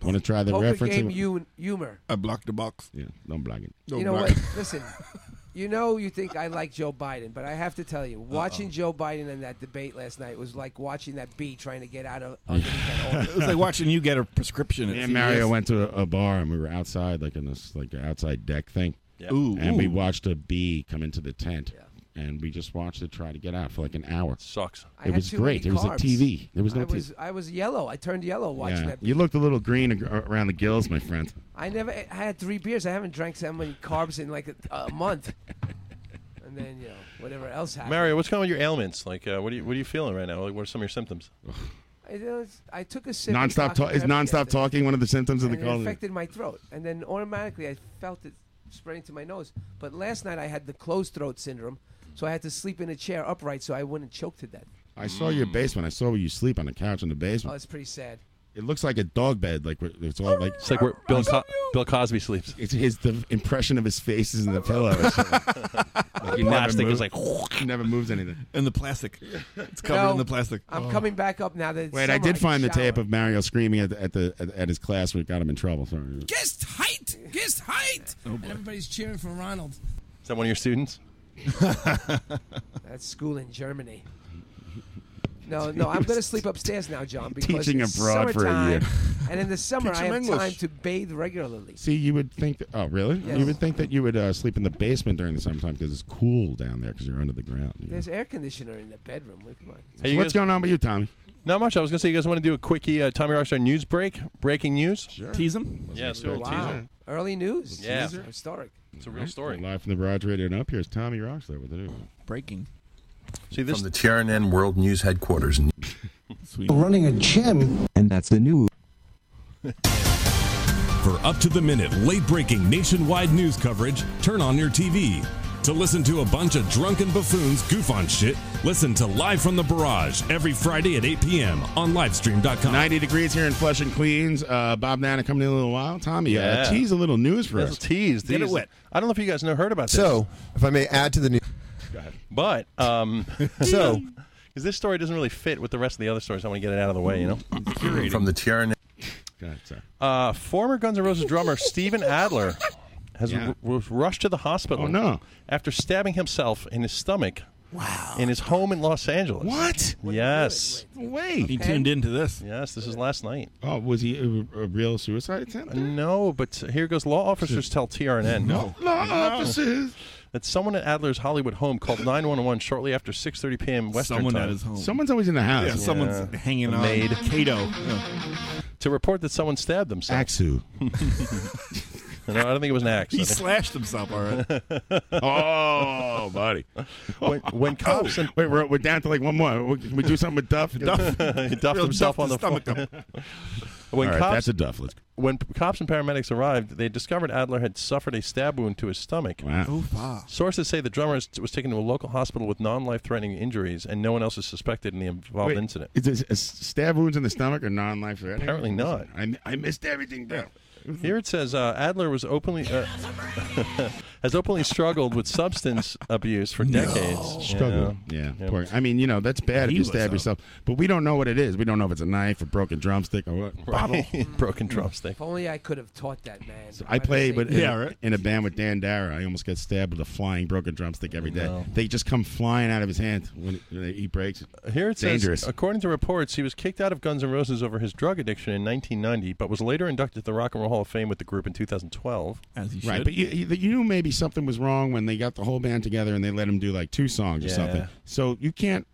C: Want to try the
G: poker
C: reference?
G: game un- humor.
L: I blocked the box.
C: Yeah, don't block it.
G: you know what? (laughs) Listen, you know you think I like Joe Biden, but I have to tell you, watching Joe Biden in that debate last night was like watching that bee trying to get out of underneath
L: (laughs)
G: that
L: (laughs)
G: altar.
L: it was like watching you get a prescription.
C: Me
L: at
C: and Mario
L: CVS.
C: went to a, a bar and we were outside, like in this like outside deck thing.
L: Yeah. Ooh,
C: and we
L: ooh.
C: watched a bee come into the tent, and we just watched it try to get out for like an hour.
H: Sucks.
G: I
C: It
G: had
C: was
G: too many
C: great. There was a
G: carbs.
C: TV. There was no
G: I was
C: TV.
G: I was yellow. I turned yellow watching
C: Yeah.
G: that.
C: You looked a little green ag- around the gills, my friend.
G: I never I had three beers. I haven't drank so many carbs in like a, a month. And then you know whatever else happened.
H: Mario, what's going on with your ailments? Like, uh, what are you what are you feeling right now? Like, what are some of your symptoms?
G: I, don't- I took a sip. of
C: Nonstop
G: Dr.
C: talk is
G: Pepper
C: nonstop
G: yesterday,
C: talking one of the symptoms of the
G: and it
C: cold.
G: affected my throat, and then automatically I felt it spreading to my nose. But last night I had the closed throat syndrome, so I had to sleep in a chair upright so I wouldn't choke to death.
C: I saw your basement. I saw where you sleep on the couch in the
G: Oh,
C: basement.
G: it's pretty sad.
C: It looks like a dog bed. Like where- it's all like
H: it's like where Bill Co- Bill Cosby sleeps.
C: It's his the impression of his face is in the pillow.
N: (laughs)
C: or something. Like, he never
H: Plastic is
C: moved-
H: (laughs)
C: he never moves anything.
L: in the plastic. It's covered
G: No,
L: in the plastic.
G: I'm coming back up now that. It's
C: Oh. Wait,
G: summer.
C: I did find the
G: shower.
C: tape of Mario screaming at the, at the at, at his class, which got him in trouble. Sorry.
O: Guest height, guest height,
C: Oh,
O: and everybody's cheering for Ronald.
H: Is that one of
C: (laughs)
H: your students?
G: That's school in Germany. No, no, I'm going to sleep upstairs now, John, because
C: Teaching
G: it's
C: abroad for a
G: summertime,
C: year.
G: and in the summer
C: Teach
G: I
C: him
G: have
C: English.
G: time to bathe regularly.
C: See, you would think that. Oh, really?
G: Yes.
C: You would think that you would uh, sleep in the basement during the summertime because it's cool down there because you're under the ground. you know?
G: There's air conditioner in the bedroom. Look, Come on.
H: Hey, you
C: What's
H: guys-
C: going on with you, Tommy?
H: Not much. I was gonna say you guys want to do a quickie uh, Tommy Rockstar news break, breaking news.
C: Sure.
L: Tease him.
H: Yeah, let's do a
G: Wow.
H: teaser.
G: Early news.
H: Yeah.
G: It's Historic.
H: It's a
C: (laughs)
H: real story.
C: Live from the Barrage Radio and up here is Tommy Rockstar with the news.
L: Breaking.
H: See this
N: from the TRNN World News headquarters.
L: Sweet.
P: running a gym. And that's the new.
B: For up to the minute, late breaking nationwide news coverage, turn on your TV. To listen to a bunch of drunken buffoons goof on shit, listen to Live from the Barrage every Friday at 8 p.m. on livestream.com.
C: 90 degrees here in Flushing, Queens. Uh, Bob Nana coming in a little while. Tommy, uh, tease a little news for
H: Little
C: us.
H: Tease.
C: Get it
H: tease.
C: wet.
H: I don't know if you guys know heard about this.
F: So, if I may add to the news.
H: But
C: (laughs)
H: um,
F: So-
H: because this story doesn't really fit with the rest of the other stories, I want to get it out of the way. You know,
N: From the Tiara.
H: Uh, former Guns N' Roses drummer Steven Adler has
N: Yeah.
H: r- was rushed to the hospital.
N: Oh, no.
H: After stabbing himself in his stomach. Wow. In his home in Los Angeles.
C: What?
H: Yes.
C: Wait.
H: He tuned into this. Yes, this is last night.
C: Oh, was he a, a real suicide attempt?
H: No, but here goes law officers tell TRN.
C: No. Law officers.
H: That someone at Adler's Hollywood home called 911 shortly after 6:30 p.m. Western
D: Someone
H: time.
D: at his home.
C: Someone's always in the house.
D: Yeah, someone's hanging
H: The
D: on.
H: Maid.
D: Cato.
H: To report that someone stabbed themselves.
C: Axu.
H: (laughs) no, I don't think it was an axe. I
D: He
H: think-
D: slashed himself, all right.
H: (laughs)
C: oh, buddy. Oh,
H: When, when cops and
C: wait, we're, we're down to like one more. We- Can we do something with Duff?
H: Duff- (laughs) He duffed himself on the phone. (laughs) When
C: All right,
H: cops-
C: that's a Duff. Let's
H: When p- cops and paramedics arrived, they discovered Adler had suffered a stab wound to his stomach. (laughs)
C: Oh,
H: Sources say the drummer is- was taken to a local hospital with non-life-threatening injuries, and no one else is suspected in the involved
C: Wait,
H: incident.
C: Is this is stab wounds in the stomach or non-life threatening?
H: Apparently not.
C: I, I missed everything. Down.
H: Here it says uh, Adler was openly uh, (laughs) has openly struggled with substance abuse for decades.
C: Struggle. Yeah. Poor- I mean, you know, that's bad if
H: He
C: you
H: was
C: stab
H: up.
C: yourself, but we don't know what it is. We don't know if it's a knife or broken drumstick or what.
H: Right. (laughs) Broken drumstick.
G: If only I could have taught that man.
C: I played with in,
G: yeah,
C: in a band with Dan Dara. I almost got stabbed with a flying broken drumstick every day. They just come flying out of his hand when, when he breaks it.
H: Here it
C: Dangerous.
H: says, according to reports, he was kicked out of Guns N' Roses over his drug addiction in 1990, but was later inducted to the Rock and Roll Hall of Fame with the group in 2012. As he
C: Right, but you, you you knew maybe something was wrong when they got the whole band together and they let him do like two songs or
H: Yeah.
C: something. So you can't.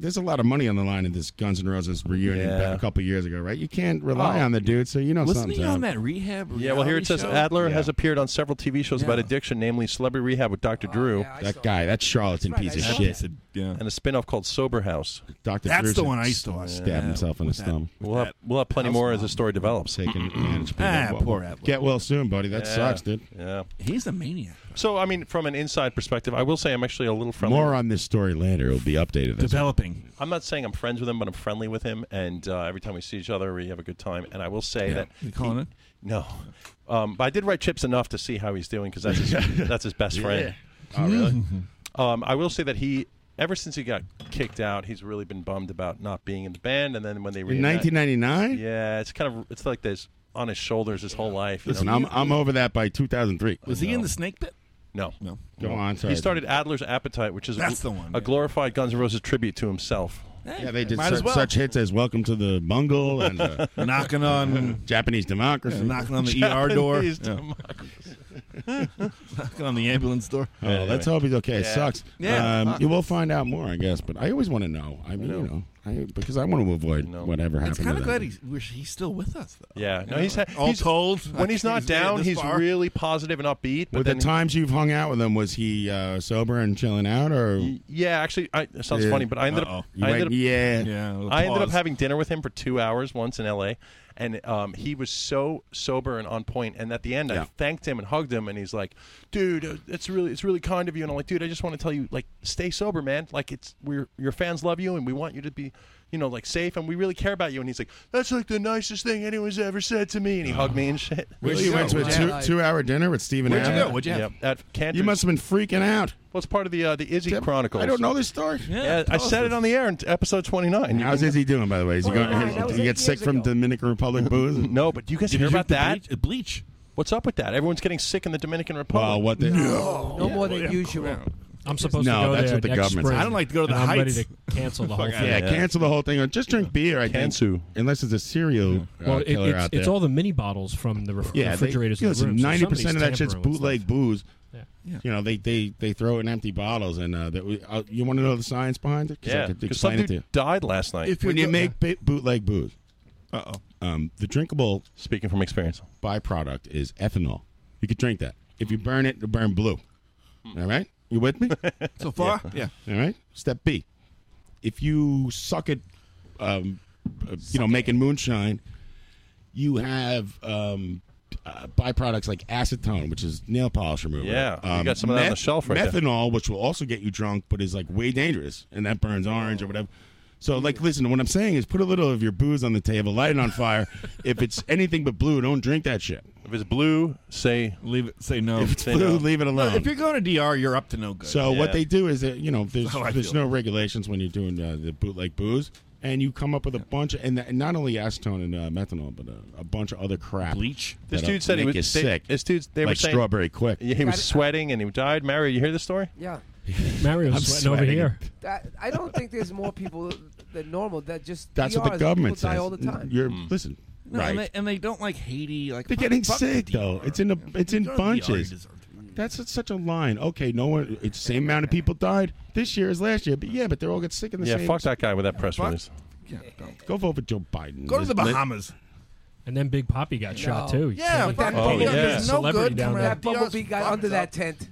C: There's a lot of money on the line in this Guns N' Roses reunion
H: Yeah.
C: back a couple years ago, right? You can't rely
H: Oh.
C: on the dude, so you know
H: Wasn't
C: something.
H: he on
L: that rehab.
H: yeah, well, here it says
L: reality show?
H: Adler has appeared on several TV shows about addiction, namely Celebrity Rehab with Dr. Drew.
C: that guy, that charlatan piece of shit.
H: And a spin off called Sober House.
C: Dr.
D: That's
C: Drew's
D: the one I used to watch.
C: Stabbed himself in the stomach.
H: We'll have, we'll have plenty more as the story develops. (clears throat)
C: Taking advantage.
H: Ah,
C: Well,
H: poor Adler.
C: Get well (laughs) soon, buddy. That
H: Yeah.
C: sucks, dude.
H: Yeah.
L: He's a maniac.
H: So, I mean, from an inside perspective, I will say I'm actually a little friendly.
C: More on this story later. It'll be updated. That's-
L: Developing.
H: I'm not saying I'm friends with him, but I'm friendly with him, and uh, every time we see each other, we have a good time. And I will say that
L: You calling
H: he-
L: it?
H: No, um, but I did write Chips enough to see how he's doing because
L: (laughs)
H: that's his, that's his best friend.
C: Oh, really?
L: Hmm.
H: Um, I will say that he, ever since he got kicked out, he's really been bummed about not being in the band. And then when they
C: In
H: reunite-
C: 1999?
H: yeah, it's kind of it's like this on his shoulders his whole life. you
C: Listen,
H: know?
C: I'm, I'm over that by 2003.
H: Was he in the
L: snake pit?
H: No,
L: no.
C: Go on, sorry.
H: He started Adler's Appetite, which is
L: That's
H: a,
L: the one,
H: a glorified Guns N' Roses tribute to himself.
C: Yeah, they did
L: Might
C: such,
L: as well.
C: such hits as "Welcome to the Bungle" and uh,
L: (laughs) Knocking on-
C: (laughs) Japanese democracy,
L: Knocking on
C: (laughs)
L: the ER door.
H: Japanese
L: Yeah. Knocking on the ambulance door.
C: Oh, let's hope he's okay. It sucks.
L: Yeah.
C: um,
L: fuck.
C: you will find out more, I guess. But I always want to know. I mean, you know, I, because I want to avoid whatever
L: It's
C: happened.
L: kind of
C: to
L: glad
C: that.
L: he's, wish he's still with us, though.
H: uh, Yeah, no,
L: Yeah.
H: he's ha-
L: All (laughs)
H: he's,
L: told,
H: when he's
L: I
H: not
L: think he's made it
H: down,
L: this
H: he's
L: far.
H: really positive and upbeat. But
C: With
H: then
C: the times you've hung out with him, was he uh, sober and chilling out, or
H: yeah, actually, I, it sounds
C: Yeah.
H: funny, but I ended
C: Uh-oh.
H: up,
C: You
H: I ended
C: went,
H: up,
C: yeah. Yeah, a little
H: I ended up
C: pause.
H: having dinner with him for two hours once in L.A. And um, he was so sober and on point. And at the end, I
C: Yeah.
H: thanked him and hugged him, and he's like, "Dude, uh, it's really, it's really kind of you." And I'm like, "Dude, I just want to tell you, like, stay sober, man. Like, it's we're your fans love you, and we want you to be, you know, like safe, and we really care about you." And he's like, "That's like the nicest thing anyone's ever said to me." And he hugged me and shit.
C: (laughs) really? You went to a two, two-hour dinner with Stephen.
H: Where'd you
C: Adler?
H: go? What'd you have? Yep, at Cantor's.
C: You must have been freaking out.
H: Well, it's part of the uh, the Izzy Chronicles.
C: I don't know this story.
H: Yeah, I said it on the air in episode 29.
C: How's Izzy doing, by the way? Is he going?
H: Wow, that was
C: Did he
H: eight
C: get sick
H: years
C: from
H: ago.
C: Dominican Republic booze?
H: (laughs) no, but you guys hear about that?
L: Bleach?
H: What's up with that? Everyone's getting sick in the Dominican Republic.
C: Well, what the- No.
G: No more than usual.
M: I'm supposed
C: No,
M: to go
C: that's
M: there
C: what the
M: next
C: government
M: spring,
C: said. I don't like
L: to go to
M: and
L: the
M: I'm ready
L: Heights.
M: to cancel
C: (laughs)
M: the whole
C: Yeah,
M: thing.
C: cancel the whole thing. Or just drink beer. I think. Unless it's a serial uh,
M: Well, it-
C: killer
M: it's,
C: out there.
M: it's all the mini bottles from the ref-
C: yeah,
M: refrigerators.
C: They,
M: in the room, so
C: ninety percent of
M: somebody's
C: that shit's
M: tampering with
C: bootleg booze.
M: Yeah.
C: You know, they, they, they throw it in empty bottles, and uh, that we, uh, you want to know the science behind it?
H: Yeah,
C: I could
H: 'cause some
C: explain it
H: dude
C: to you.
H: died last night. If
C: when
H: you
C: you
H: go-
C: make bi- bootleg booze,
H: Uh-oh.
C: um, the drinkable
H: speaking from experience
C: byproduct is ethanol. You could drink that. If you burn it, it'll burn blue.
H: Hmm.
C: All right, you with
H: (laughs)
C: me?
D: So far? Yeah.
C: All right. Step B. If you suck at, um, uh, you know, making moonshine, you have um, uh, byproducts like acetone, which is nail polish remover. Um,
H: Yeah, we got some of that on the shelf right there.
C: Methanol, which will also get you drunk, but is like way dangerous, and that burns orange or whatever. So, like, listen, what I'm saying is put a little of your booze on the table, light it on
H: (laughs)
C: fire. if it's anything but blue, don't drink that shit.
H: If it's blue, say
C: leave it. Say no. If it's
H: Say
C: blue,
H: no.
C: leave it alone.
L: If you're going to DR, you're up to no good.
C: So what they do is that you
L: (laughs)
C: know there's
L: how I
C: there's
L: feel.
C: no regulations when you're doing uh, the bootleg booze, and you come up with a bunch of, and, that, and not only acetone and uh, methanol, but a, a bunch of other crap. Bleach.
H: This dude said he was they-
C: sick.
H: This dude, they
C: like
H: were saying
C: strawberry quick.
H: Yeah, he was sweating and he died. Mario, you hear this story?
G: Yeah.
M: Mario's
H: I'm
M: sweating, over
H: sweating.
M: here.
G: That, I don't think there's more people than normal that just
C: (laughs) That's
G: DRs,
C: what the government
G: people die
C: says.
G: all the time.
C: You're
L: Mm.
C: listen.
L: No,
C: right.
L: and, they, and they don't like Haiti. Like
C: They're
L: fuck-
C: getting
L: fuck
C: sick
L: the
C: though.
L: DR.
C: It's in a, it's in
L: Don't DR
C: bunches.
L: deserve
C: That's a- such a line. Okay, no one. It's the same amount of people died this year as last year, but yeah, but they all get sick in the
H: Yeah,
C: same.
H: fuck that guy with that press
C: Fuck.
H: release.
C: Go vote for Joe Biden. There's-
M: And then Big Poppy got shot too.
G: Yeah,
M: Like,
G: but that
M: fucking
C: Oh,
G: bubble
M: big
G: yeah. no
M: celebrity
G: good.
M: down there.
G: That bumblebee got under that tent.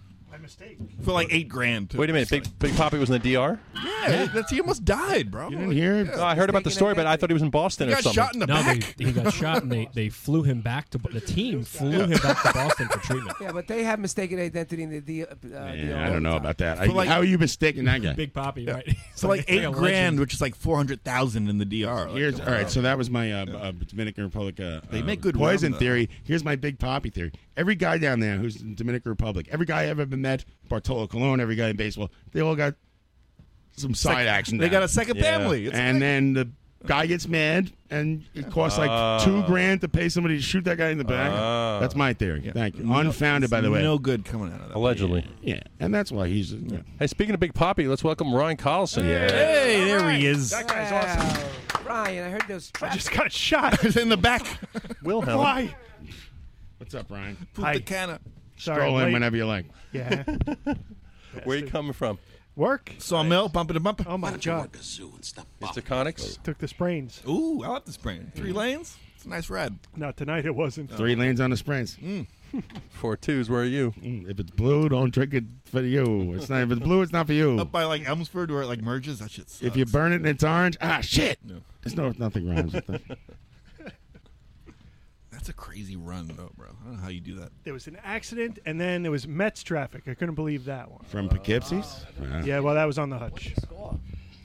L: For like eight grand.
H: Wait a minute, Big Big Poppy was in the DR.
L: Yeah, that's he almost died, bro.
C: You didn't hear?
H: No, I heard about the story, but I thought he was in Boston
L: He
H: or
L: got
H: something.
L: shot in the
M: no,
L: back.
M: They,
L: (laughs)
M: he got shot, and they, they flew him back to Bo- the team flew him back to Boston for
C: (laughs)
M: treatment.
G: Yeah, but they have mistaken identity in the D. Uh,
C: Yeah, I don't know about that.
L: For
C: I-
L: like-
C: how are you mistaking that guy?
M: Big Poppy, right? (laughs)
L: So like
M: Like a
L: eight
M: legend.
L: grand, which is like four hundred thousand in the DR. Like,
C: Here's
L: oh,
C: all right.
L: wow.
C: So that was my uh, uh, Dominican Republic. Uh,
L: They
C: uh,
L: make good
C: poison
L: rum, though.
C: theory. Here's my big poppy theory. Every guy down there who's in Dominican Republic, every guy I ever met, Bartolo Colon, every guy in baseball, they all got some
L: Sec-
C: side action.
L: they
C: down
L: got
C: there.
L: a second Yeah. family. It's
C: and then the guy gets mad, and it costs like two
L: Oh.
C: grand to pay somebody to shoot that guy in the back.
H: Ah.
L: Oh.
C: That's my theory. Thank you.
L: No-
C: Unfounded, by the way.
L: No good coming out of that.
H: Allegedly.
C: Yeah, and that's why he's. Yeah.
H: Hey, speaking of Big Poppy, let's welcome Ryan Carlson.
C: Yeah.
L: Hey, there he is.
H: That guy's awesome.
G: Ryan, I heard those. Traps.
L: just got shot.
G: (laughs)
L: in the back.
H: Wilhelm.
L: Why?
C: What's up, Ryan?
L: Put
P: Hi.
L: the can of.
P: Sorry,
C: Stroll in
P: late.
C: whenever you like. (laughs)
P: Yeah.
H: Where you coming from?
P: Work.
L: Sawmill, bumper to bumper.
P: Oh my god.
H: Mr. Conics.
P: Took the sprains.
L: Ooh, I like this brand. Three lanes. It's a nice ride.
P: No, tonight it wasn't.
C: Three lanes on the sprints. (laughs) Mm,
H: Four twos. Where are you?
C: If it's blue, don't drink it for you. It's not. If it's blue, it's not for you.
F: Up by like Elmsford where it like merges. That shit's.
C: If you burn it and it's orange, ah, shit.
F: No.
C: There's no (laughs) nothing rhymes with that.
F: (laughs) That's a crazy run though, bro. I don't know how you do that.
P: There was an accident, and then there was Mets traffic. I couldn't believe that one.
C: From Poughkeepsie's? Uh, Yeah.
P: Yeah, well, that was on the hutch.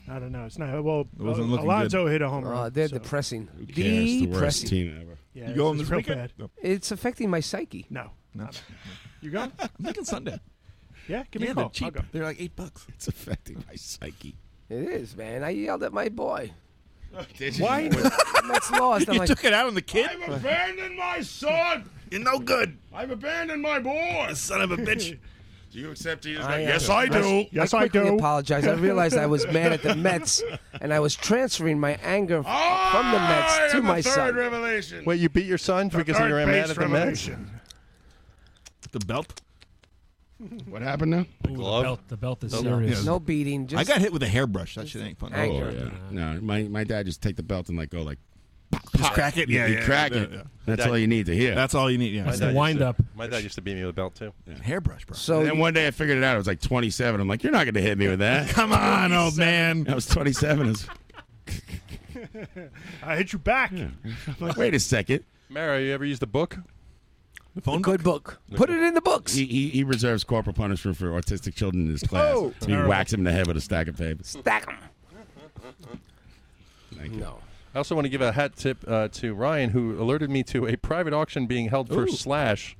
P: I don't know. It's not. Well,
C: It wasn't looking
P: Alonzo
C: good.
P: hit a home run.
G: Oh, they're
P: so-
G: depressing.
C: cares? It's the worst
G: Depressing.
C: team ever.
P: Yeah, You going this is this real weekend? bad.
G: It's affecting my psyche.
P: No.
F: No.
P: You got?
F: (laughs) I'm thinking Sunday.
P: Yeah, give me
F: Yeah,
P: a call.
F: they're cheap.
P: I'll go.
F: They're like eight bucks.
C: It's affecting my psyche.
G: It is, man. I yelled at my boy.
P: Why?
G: Mets lost. I'm
F: you
G: like,
F: took it out on the kid.
C: abandoned my son.
F: You're no good.
C: I've abandoned my boy.
F: Son of a
C: (laughs)
F: bitch.
C: Do you accept Jesus?
G: I, uh,
C: yes, I do.
P: Yes, I
G: I quickly
P: do.
G: apologize. I realized I was mad
P: (laughs)
G: at the
C: (laughs)
G: Mets, and I was transferring my anger f- from the Mets to my son.
C: revelation.
H: Wait, you beat your son because you were mad at the Mets?
F: The belt.
C: What happened now?
M: Ooh,
H: glove?
M: The belt, the belt is
H: The glove.
M: serious.
G: No beating. Just
F: Oh, I got hit with a hairbrush. That shit ain't fun.
C: Oh, yeah. No, my, my dad just take the belt and like go like,
F: Just crack it.
C: you-
F: Yeah,
C: you
F: yeah,
C: crack
F: yeah,
C: it.
F: yeah.
C: That's
H: Dad-
C: all you need to hear.
F: That's all you need. Yeah.
H: My
M: It's
H: dad
M: the
H: used
M: wind
H: to-
M: up.
H: My dad used to beat me with a belt too.
F: Hairbrush, bro.
G: So
C: and then one day I figured it out. I was like 27. I'm like, you're not going to hit me with
F: (laughs)
C: that.
F: Come on, old man.
C: I was 27.
F: (laughs)
C: I was
P: I hit you back.
C: I'm like, wait a second.
H: Mara, you ever used the book?
F: The phone
G: good book. Put it in the books.
C: He, he, he reserves corporal punishment for autistic children in his class.
G: Oh.
C: he whacks him in the head with a stack of papers.
G: Stack 'em.
C: Thank you.
G: No.
H: I also want to give a hat tip uh, to Ryan, who alerted me to a private auction being held for Slash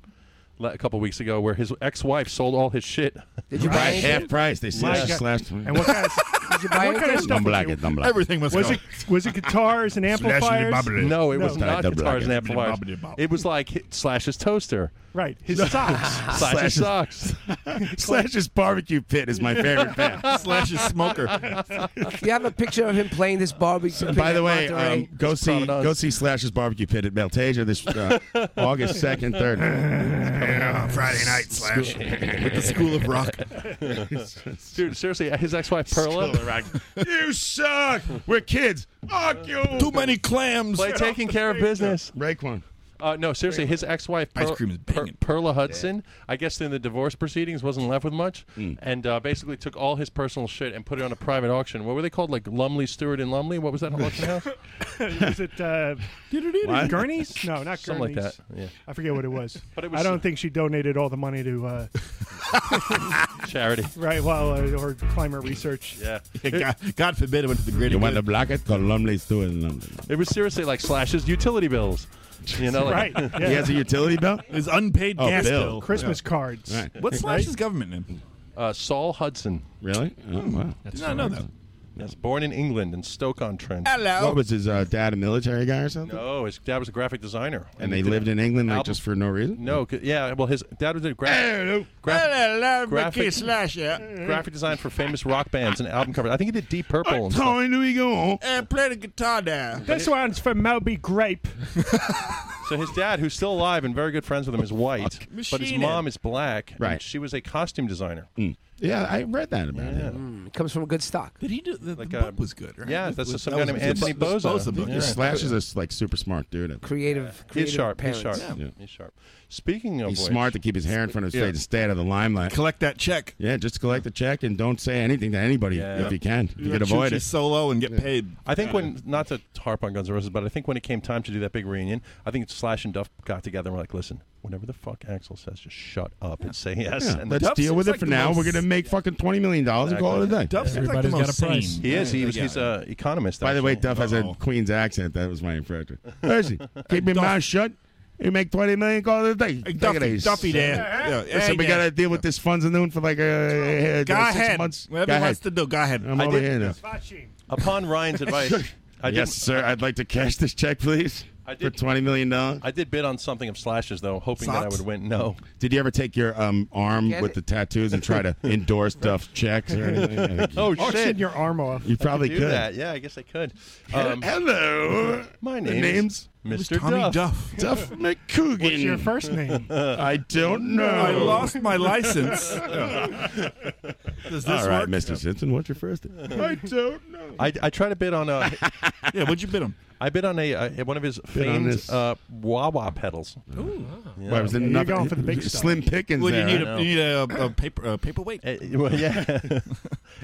H: le- a couple weeks ago, where his ex-wife sold all his shit.
G: Did you buy
C: Right,
G: anything?
C: half price. They
P: My
C: slashed,
P: God.
C: slashed him.
P: And what kind
C: (laughs)
P: of,
G: Did you buy
P: (laughs) what kind of
G: anything?
P: stuff?
C: Don't black it. Don't black it.
F: Everything was,
P: Was
F: gone.
P: it was it guitars and amplifiers?
H: No, it was
P: No.
H: not
C: Double
H: guitars and
C: it.
H: amplifiers. It was like hi-
C: (laughs)
H: Slash's toaster.
P: Right, his
C: Ah.
P: socks.
H: Slash's socks.
C: (laughs) Slash's barbecue pit is my
H: (laughs)
C: favorite band. (laughs)
F: Slash his smoker.
G: You have a picture of him playing this barbecue. pit
C: By the
G: at
C: way,
G: Monterey?
C: um, go see
H: provenance.
C: go see Slash's barbecue pit at Beltasia this
H: (laughs)
C: uh, August second, third.
F: Friday
C: (laughs)
F: night slash with the School of Rock.
H: Dude, seriously, his ex-wife Perla,
C: (laughs) you suck. We're kids. Fuck you.
F: Too many clams.
H: play taking care of business. (laughs)
C: Raekwon.
H: Uh, no, seriously, his ex-wife
D: Ice
H: Pearl-
D: cream is
H: Per- Perla Hudson, I guess in the divorce proceedings wasn't left with much,
C: Hmm.
H: and uh, basically took all his personal shit and put it on a private auction. What were they called? Like Lumley Stewart and Lumley? What was that
C: (laughs)
H: auction house?
P: was it uh,
H: What?
P: Gurney's? No, not Gurney's.
H: Something like that, yeah.
P: I forget what it was.
H: But it was-
P: I don't think she donated all the money to uh,
H: Charity.
P: right well uh, or climate research.
H: Yeah.
C: God, God forbid it went to the grid. You want to block it? Call Lumley Stewart in London.
H: It was seriously like slashes utility bills. You know, like, (laughs)
P: Right,
C: He has a utility bill?
H: His unpaid
C: Oh, gas bill. bill.
P: Christmas
H: Yeah.
P: cards.
H: Right.
P: What's Right? Slash's
H: government name? Uh, Saul Hudson.
C: Really? Oh, wow.
H: That's
C: Did not know that.
H: That's born in England in Stoke-on-Trent.
C: What was his uh, dad, a military guy or something?
H: No, his dad was a graphic designer.
C: And they
H: he did
C: lived in England like
H: album-
C: just for no reason?
H: No, 'cause- yeah. Well, his dad was a graphic.
C: Uh,
H: graphic, Mm-hmm. graphic design for famous rock bands and album covers. I think he did Deep Purple.
C: (laughs)
H: And stuff.
C: we go.
F: And play the guitar down.
P: This one's for Moby Grape.
H: So his dad, who's still alive and very good friends with him, is white, but his
P: Machine
H: mom is black.
C: Right. Mm.
H: And she was a costume designer.
C: Yeah, I read that about
H: Yeah.
G: Mm, it comes from a good stock. Did
L: he do the,
H: Like, book uh, was good, right? yeah, that's some guy named Anthony Boza. Yeah.
C: Slash is a, like super smart dude.
G: Creative, creative
H: he's sharp.
G: Parents.
H: He's sharp.
C: Yeah.
H: He's sharp. Speaking of
C: He's
H: which,
C: smart to keep his hair in front of his
H: Yeah.
C: face and stay out of the limelight. Collect that check. Yeah, just collect the check and don't say anything to anybody
H: Yeah.
C: if you can. If you can avoid it.
H: solo and get paid. I think
C: Yeah.
H: when not to harp on Guns N' Roses, but I think when it came time to do that big reunion, I think Slash and Duff got together and were like, "Listen, whatever the fuck Axel says, just shut up and say yes."
C: Yeah,
H: And
C: let's
H: Duff's-
C: deal with it
H: it's like
C: for
H: the
C: now.
H: most-
C: We're gonna make fucking twenty million dollars and call it a day.
H: Duff's like the Everybody's most got a price. sane. He is. He was- he's uh, a economist,
C: By the way,
H: actually.
C: Duff has a
F: Oh.
H: Uh-oh.
C: Queen's accent. That was my impression.
F: (laughs)
C: Percy, keep your mouth shut. You make twenty million calls a day. Take it
F: Duffy-
C: easy.
F: Duffy there. Yeah, yeah.
C: Listen, we
F: Hey,
C: gotta
F: there.
C: deal with this funds and noon for like uh, uh,
F: Go
C: six
F: ahead.
C: months.
F: Whatever
C: Go
F: he wants
C: ahead.
F: to do, go ahead.
C: I'm
F: I
C: over
F: did-
C: here now.
H: (laughs) Upon Ryan's
C: (laughs)
H: advice, I did,
C: yes, sir. I'd like to cash this check, please.
H: I
C: For
H: did-
C: twenty million dollars.
H: I did bid on something of Slash's though, hoping that I
C: Socks?
H: would win. No,
C: Did you ever take your um, arm
H: Get
C: with
H: it?
C: the tattoos and try to endorse Duff's checks or anything? I think you-
H: Oh,
P: Auction
H: shit.
P: your arm off.
C: You probably
H: do
C: could.
H: that. Yeah, I guess I could.
C: Hello.
H: Um, My
C: The
H: name
C: name's
H: is Mr. Duff. (laughs)
C: Duff McCoogan.
P: What's your
C: (laughs)
P: first name?
C: I don't know.
F: I lost
C: (laughs)
F: my license. Does this
C: All right,
F: work?
C: Mr. Simpson, what's your first name? I don't know.
H: I, I try to bid on a.
F: (laughs) yeah, what'd you bid on?
H: I bid on a, uh one of his
C: Bid on
H: famed
C: this.
H: uh, Wawa pedals. Ooh,
C: Well, I was in nothing- (laughs) Slim Pickens.
F: Well, you
C: there,
F: need
C: right?
F: a, you need a, a paper a paperweight.
H: Uh, well, yeah. (laughs)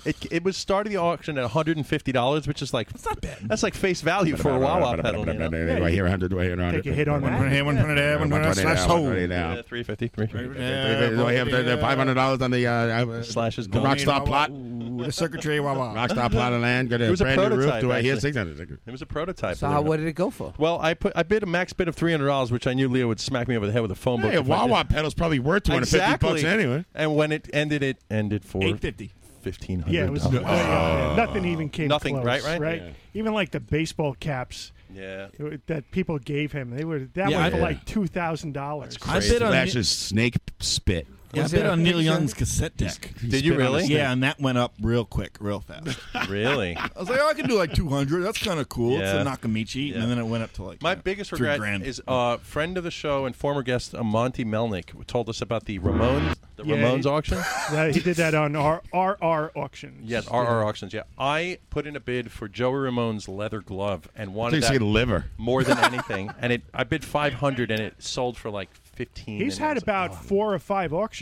H: it, it was started the auction at one hundred and fifty dollars, which is like that's not bad. That's like face value for a Wawa pedal. You know?
C: Do I hear 100? Do I hear 100?
H: Take a hit on
C: One
H: that.
C: hundred here, one hundred there, one hundred slash hole.
H: Yeah, three fifty, three fifty.
C: Do I have the- the $500 on the uh, uh,
H: Slash is
C: the
H: gone.
C: Rockstar plot?
F: The secretary, wah wah.
C: Rockstar plot of land. Got
H: It
C: a
H: was a
C: brand new roof.
H: prototype,
C: Do I hear
H: actually.
C: 600?
H: It was a prototype.
G: So
H: believe
G: how,
H: it or
G: what
H: not.
G: did it go for?
H: Well, I put I bid a max bid of three hundred dollars, which I knew Leo would smack me over the head with a phone book.
C: Hey, a
H: if I did.
C: Wawa pedal's probably worth 250
H: exactly.
C: bucks anyway.
H: And when it ended, it ended for
F: Eight fifty.
H: fifteen hundred.
P: Yeah, it was way off. nothing even came
H: Nothing,
P: close,
H: right, right? Yeah.
P: Even like the baseball caps.
H: Yeah.
P: That people gave him, they were that
C: Yeah,
P: was
C: I-
P: for like two thousand dollars.
C: Slash's snake spit.
F: Yeah, I
P: Was
F: bid
P: there a
F: on Neil
P: picture?
F: Young's cassette deck.
C: He Did you spit on really? a snake.
F: Yeah, and that went up real quick, real fast.
P: (laughs)
H: Really?
F: I was like, oh, I can do like 200. That's kind of cool.
H: Yeah.
F: It's a Nakamichi.
H: Yeah.
F: And then it went up to like
H: My biggest
F: three
H: regret
F: grand.
H: is uh, friend of the show and former guest uh, Monty Melnick told us about the Ramones, the
P: Yeah,
H: Ramones
P: he- (laughs)
H: auction.
P: Yeah, he did that on our RR auction.
H: Yes, RR auctions. Yeah, I put in a bid for Joey Ramone's leather glove and wanted
C: you
H: that
C: said liver.
H: more
C: (laughs)
H: than anything, and it I bid five hundred and it sold for like fifteen.
P: He's
H: and it
P: had
H: was-
P: about four or five auctions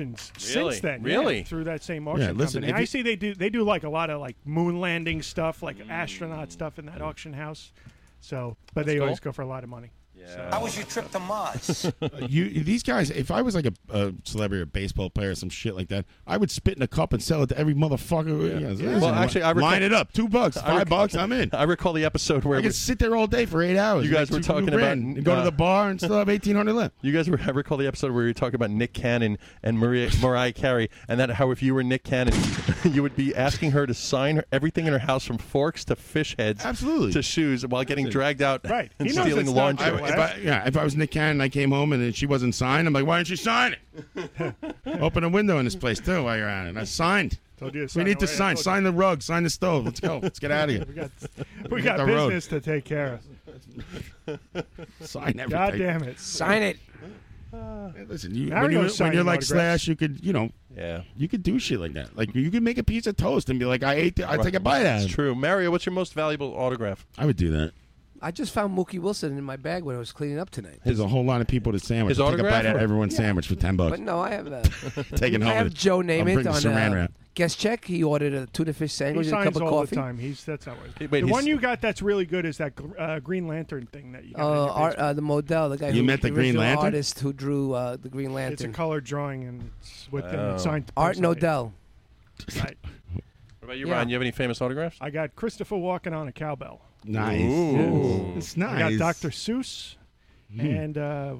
H: Really?
P: since then. yeah,
H: Really?
P: through that same auction
C: listen,
P: company.
C: if
P: I
C: you-
P: see they do they do like a lot of like moon landing stuff, like astronaut stuff in that auction house. So,
H: That's
P: but they always
H: cool.
P: go for a lot of money.
H: Yeah.
P: How was your trip to Mars?
C: (laughs) you these guys. If I was like a, a celebrity, or baseball player, or some shit like that, I would spit in a cup and sell it to every motherfucker. Yeah, listen,
H: Well, actually, I recall-
C: line it up. Two bucks,
H: I
C: five
H: rec-
C: bucks. I'm in.
H: I recall the episode where
C: I
H: we,
C: could sit there all day for eight hours.
H: You guys were
C: Make two
H: talking
C: grand
H: about,
C: and go
H: uh,
C: to the bar and still have eighteen hundred left.
H: (laughs) you guys were, I recall the episode where you were talking about Nick Cannon and Maria Mariah Carey, and that how if you were Nick Cannon, (laughs) you would be asking her to sign her, everything in her house from forks to fish heads,
C: Absolutely.
H: to shoes, while getting dragged out
P: Right.
H: and
P: He knows
H: stealing
P: it's
H: laundry.
P: not
C: I, if I, yeah, if I was Nick Cannon, I came home and then she wasn't signed. I'm like, why didn't you sign it?
P: (laughs)
C: Open a window in this place too while you're at it. I signed.
P: Told you to
C: we
P: sign
C: need to
P: away. I
C: sign.
P: told
C: Sign the rug. Sign the stove. Let's go. Let's get out of here. (laughs)
P: we got we
C: Hit
P: got
C: the road.
P: business to take care of.
C: Sign everything.
P: God damn it!
G: Sign it.
C: Listen, you,
P: Now
C: when,
P: you're
C: you,
P: gonna sign
C: when you're
P: your
C: like
P: autographs.
C: Slash, you could, you know,
H: yeah,
C: you could do shit like that. Like you could make a piece of toast and be like, I ate, the, I take a bite out.
H: That's true. Mario, what's your most valuable autograph?
C: I would do that.
G: I just found Mookie Wilson in my bag when I was cleaning up tonight.
C: There's a whole lot of people to sandwich.
G: His
C: Take a
G: autograph
C: bite out
G: or-
C: of everyone's
G: Yeah.
C: sandwich for ten bucks.
G: But no, I have uh,
C: (laughs) Taking
G: I
C: home
G: have
C: with-
G: Joe
C: I'll
G: Namath
C: bring the
G: on
C: Saran
G: uh,
C: wrap.
G: guest check. He ordered a tuna fish sandwich
P: he
G: and a
P: signs
G: cup of
P: all
G: coffee.
P: the time. He's that's not
H: Hey, wait,
P: right. the
H: he's-
P: one you got that's really good is that gr- uh, Green Lantern thing that you got.
G: Uh,
P: in your
G: art, uh, the Modell, the guy
C: You
G: who
C: met the Green
G: original
C: Lantern?
G: artist who drew uh, the Green Lantern.
P: It's a color drawing and it's with them.
H: Oh.
P: It's signed.
G: Art
P: personally.
G: Nodell.
P: Right.
H: What about you,
P: Yeah.
H: Ryan? You have any famous autographs?
P: I got Christopher walking on a cowbell.
H: Nice. Ooh. Yes.
P: It's
H: It's
P: nice. I
H: nice.
P: got Dr. Seuss
C: Hmm.
P: and uh,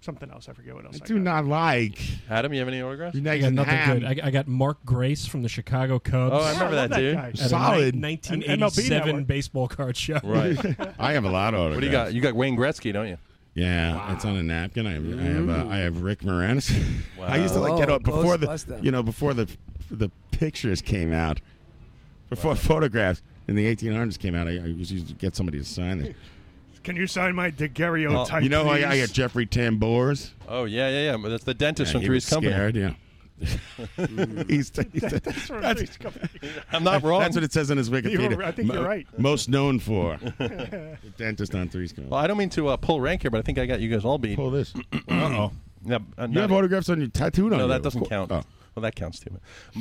P: something else. I forget what else.
C: (laughs)
P: I,
C: Do not like.
H: Adam, you have any autographs?
M: There's nothing good. I, I got Mark Grace from the Chicago Cubs.
H: Oh, I remember Yeah, I love that that dude. guy.
M: At a
H: Solid.
M: ni-
H: An MLB
M: 1987
H: network.
M: baseball card show.
H: (laughs)
M: (laughs)
H: Right.
C: I have a lot of autographs.
H: What do you got? You got Wayne Gretzky, don't you?
C: Yeah, it's on a napkin. I have, I have, uh,
H: Ooh.
C: I have Rick Moranis.
H: Wow.
C: (laughs) I used to like get
H: Whoa,
C: up before the,
H: Ghostbuster.
C: you know, before the the pictures came out, before photographs in the 1800s came out. I, I used to get somebody to sign it.
P: Can you sign my daguerreotype? type?
C: you know, I, I got Jeffrey Tambors.
H: Oh yeah, yeah, yeah. But That's the dentist
C: Yeah,
H: from
C: he
H: Three's
C: was
H: Company.
C: scared, yeah. He's- he's-
P: that's-
H: (laughs) I'm not wrong.
C: That's what it says in his Wikipedia.
H: You're- I think you're right.
C: Most known for (laughs) The dentist on Three's Company.
H: Well, I don't mean to uh, pull rank here, but I think I got you guys all beat. Pull (clears throat)
C: this.
H: oh. Yeah,
C: You
H: uh,
C: have
H: not-
C: autographs on your tattooed on
H: No,
C: you,
H: that
C: of
H: doesn't
C: course. Oh.
H: count. Well, that counts too.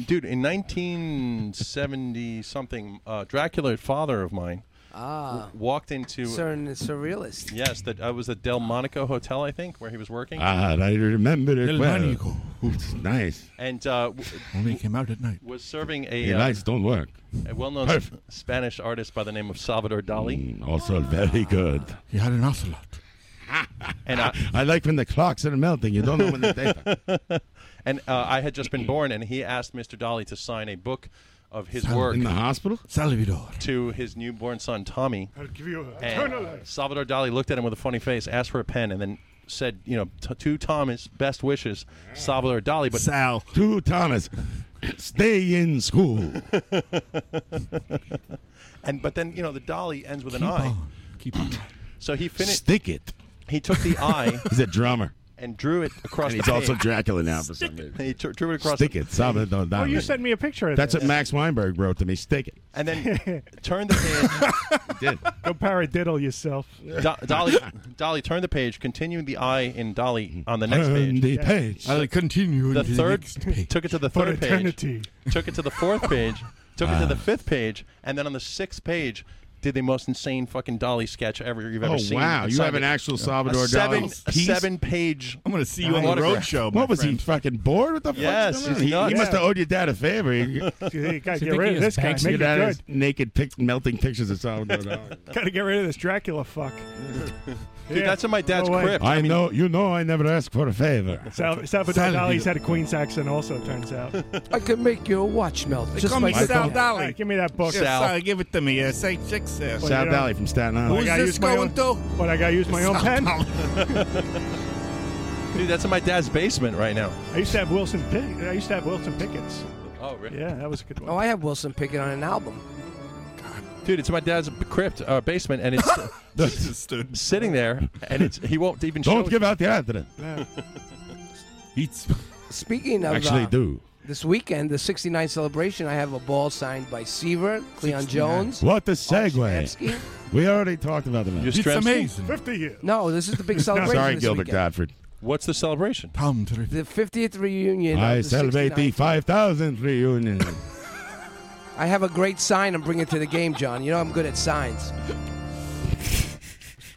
H: Dude, in 1970 something, uh, Dracula, a father of mine,
G: Ah.
H: w- walked into.
G: Certain surrealist.
H: Yes, that I was at Del Monaco Hotel, I think, where he was working.
C: Ah, I remember it
H: Del
C: well.
H: Manico.
C: Oops, nice.
H: and uh, w-
C: Only came out at night.
H: was serving a,
C: Your
H: uh,
C: lights don't work.
H: a well-known s- Spanish artist by the name of Salvador Dali.
C: Also very good. He had an ocelot. Mm.
H: And I,
C: I like when the clocks are melting. You don't know when
H: (laughs)
C: the day.
H: and uh, I had just been born, and he asked Mr. Dolly to sign a book of his work
C: in the hospital. Salvador.
H: to his newborn son Tommy.
P: I'll give you a
H: And
P: eternal life.
H: Salvador Dali looked at him with a funny face, asked for a pen, and then said, "You know, t- to Thomas, best wishes, Salvador Dali." But
C: Sal. To Thomas, stay in school.
H: (laughs) and but then you know the Dali ends with an I. Keep on. So he finished.
C: Stick it.
H: He took
C: (laughs)
H: the I
C: He's a drummer.
H: and drew it across.
C: And he's
H: the
C: also
H: page.
C: Dracula now for some reason.
H: He tr- drew it across.
C: Stick
H: the-
C: it. Salvador Dali.
P: Oh, you sent me a picture of
C: That's
P: this.
C: what Max Weinberg wrote to me. Stick it. (laughs)
H: and then
P: (laughs)
H: turned the page.
P: Go paradiddle yourself.
H: Do- Dolly, Dolly, turn the page. Continue the I in Dolly on the next
C: Turn
H: page.
C: the page. I'll continue
H: The
C: into the
H: third
C: next page.
H: took it to the
C: For
H: third
C: eternity.
H: page. Took it to the fourth page. Took it to
C: Ah.
H: the fifth page, and then on the sixth page. Did the most insane fucking Dolly sketch ever you've ever
C: Oh,
H: seen?
C: wow. You
H: Signed
C: have an
H: it.
C: actual
H: A
C: Salvador
H: seven,
C: Dali
H: a
C: piece?
H: seven-page.
C: I'm going to
H: see you on the road show, my
C: What was he
H: friend.
C: fucking bored? What the fuck?
H: Yes,
C: is
H: he's
C: going on? he,
H: nuts.
C: he must have owed your dad a favor. He, (laughs)
P: You gotta get rid of this guy. Make it
C: Get out of
P: good.
C: his naked, pic- melting pictures of Salvador Dali.
P: (laughs) Gotta get rid of this Dracula fuck.
H: (laughs) Dude,
P: Yeah,
H: that's in my dad's
P: no way.
H: crypt.
C: I know, you know, I never ask for a favor.
P: (laughs) Sal- Salvador Dali's had a Queen's accent, also turns out.
G: I can make you a watch melt.
P: They
G: just
P: call me
G: like
P: Sal
G: that.
P: Dali. All right, give me that book.
G: Yeah,
P: Sal.
G: Sal,
L: give it to me. Uh, say six there.
P: Well,
C: Sal
P: you know-
C: Dali from Staten
P: Well,
C: Island.
P: I gotta use my own, to? What, I gotta use my own pen? (laughs)
H: Dude, that's in my dad's basement right now.
P: I used to have Wilson Pickett. I used to have Wilson Pickett's.
H: Oh, really?
P: Yeah, that was a good one.
G: Oh, I have Wilson Pickett on an
C: (laughs)
G: album.
H: Dude, it's in my dad's crypt uh, basement, and
C: (laughs)
H: it's sitting there, and it's he won't even.
C: Don't
H: show
C: give out the address.
G: Speaking of
C: Actually
G: uh,
C: do.
G: This weekend, the 69 celebration, I have a ball signed by Seaver, Cleon Jones.
C: What the segue.
G: Stremski?
C: We already talked about them.
H: It's Stremski? amazing.
P: 50 years.
G: No, this is the
P: (laughs)
G: big celebration.
C: Sorry,
G: this
C: Gilbert
G: weekend.
C: Godfrey.
H: What's the celebration?
C: Tom to
G: The 50th
H: uh,
G: reunion. of
C: I
G: the
C: celebrate
G: 69.
C: the 5,000th
H: (laughs)
C: reunion.
G: I have a great sign. I'm bringing to the game, John. You know I'm good at signs.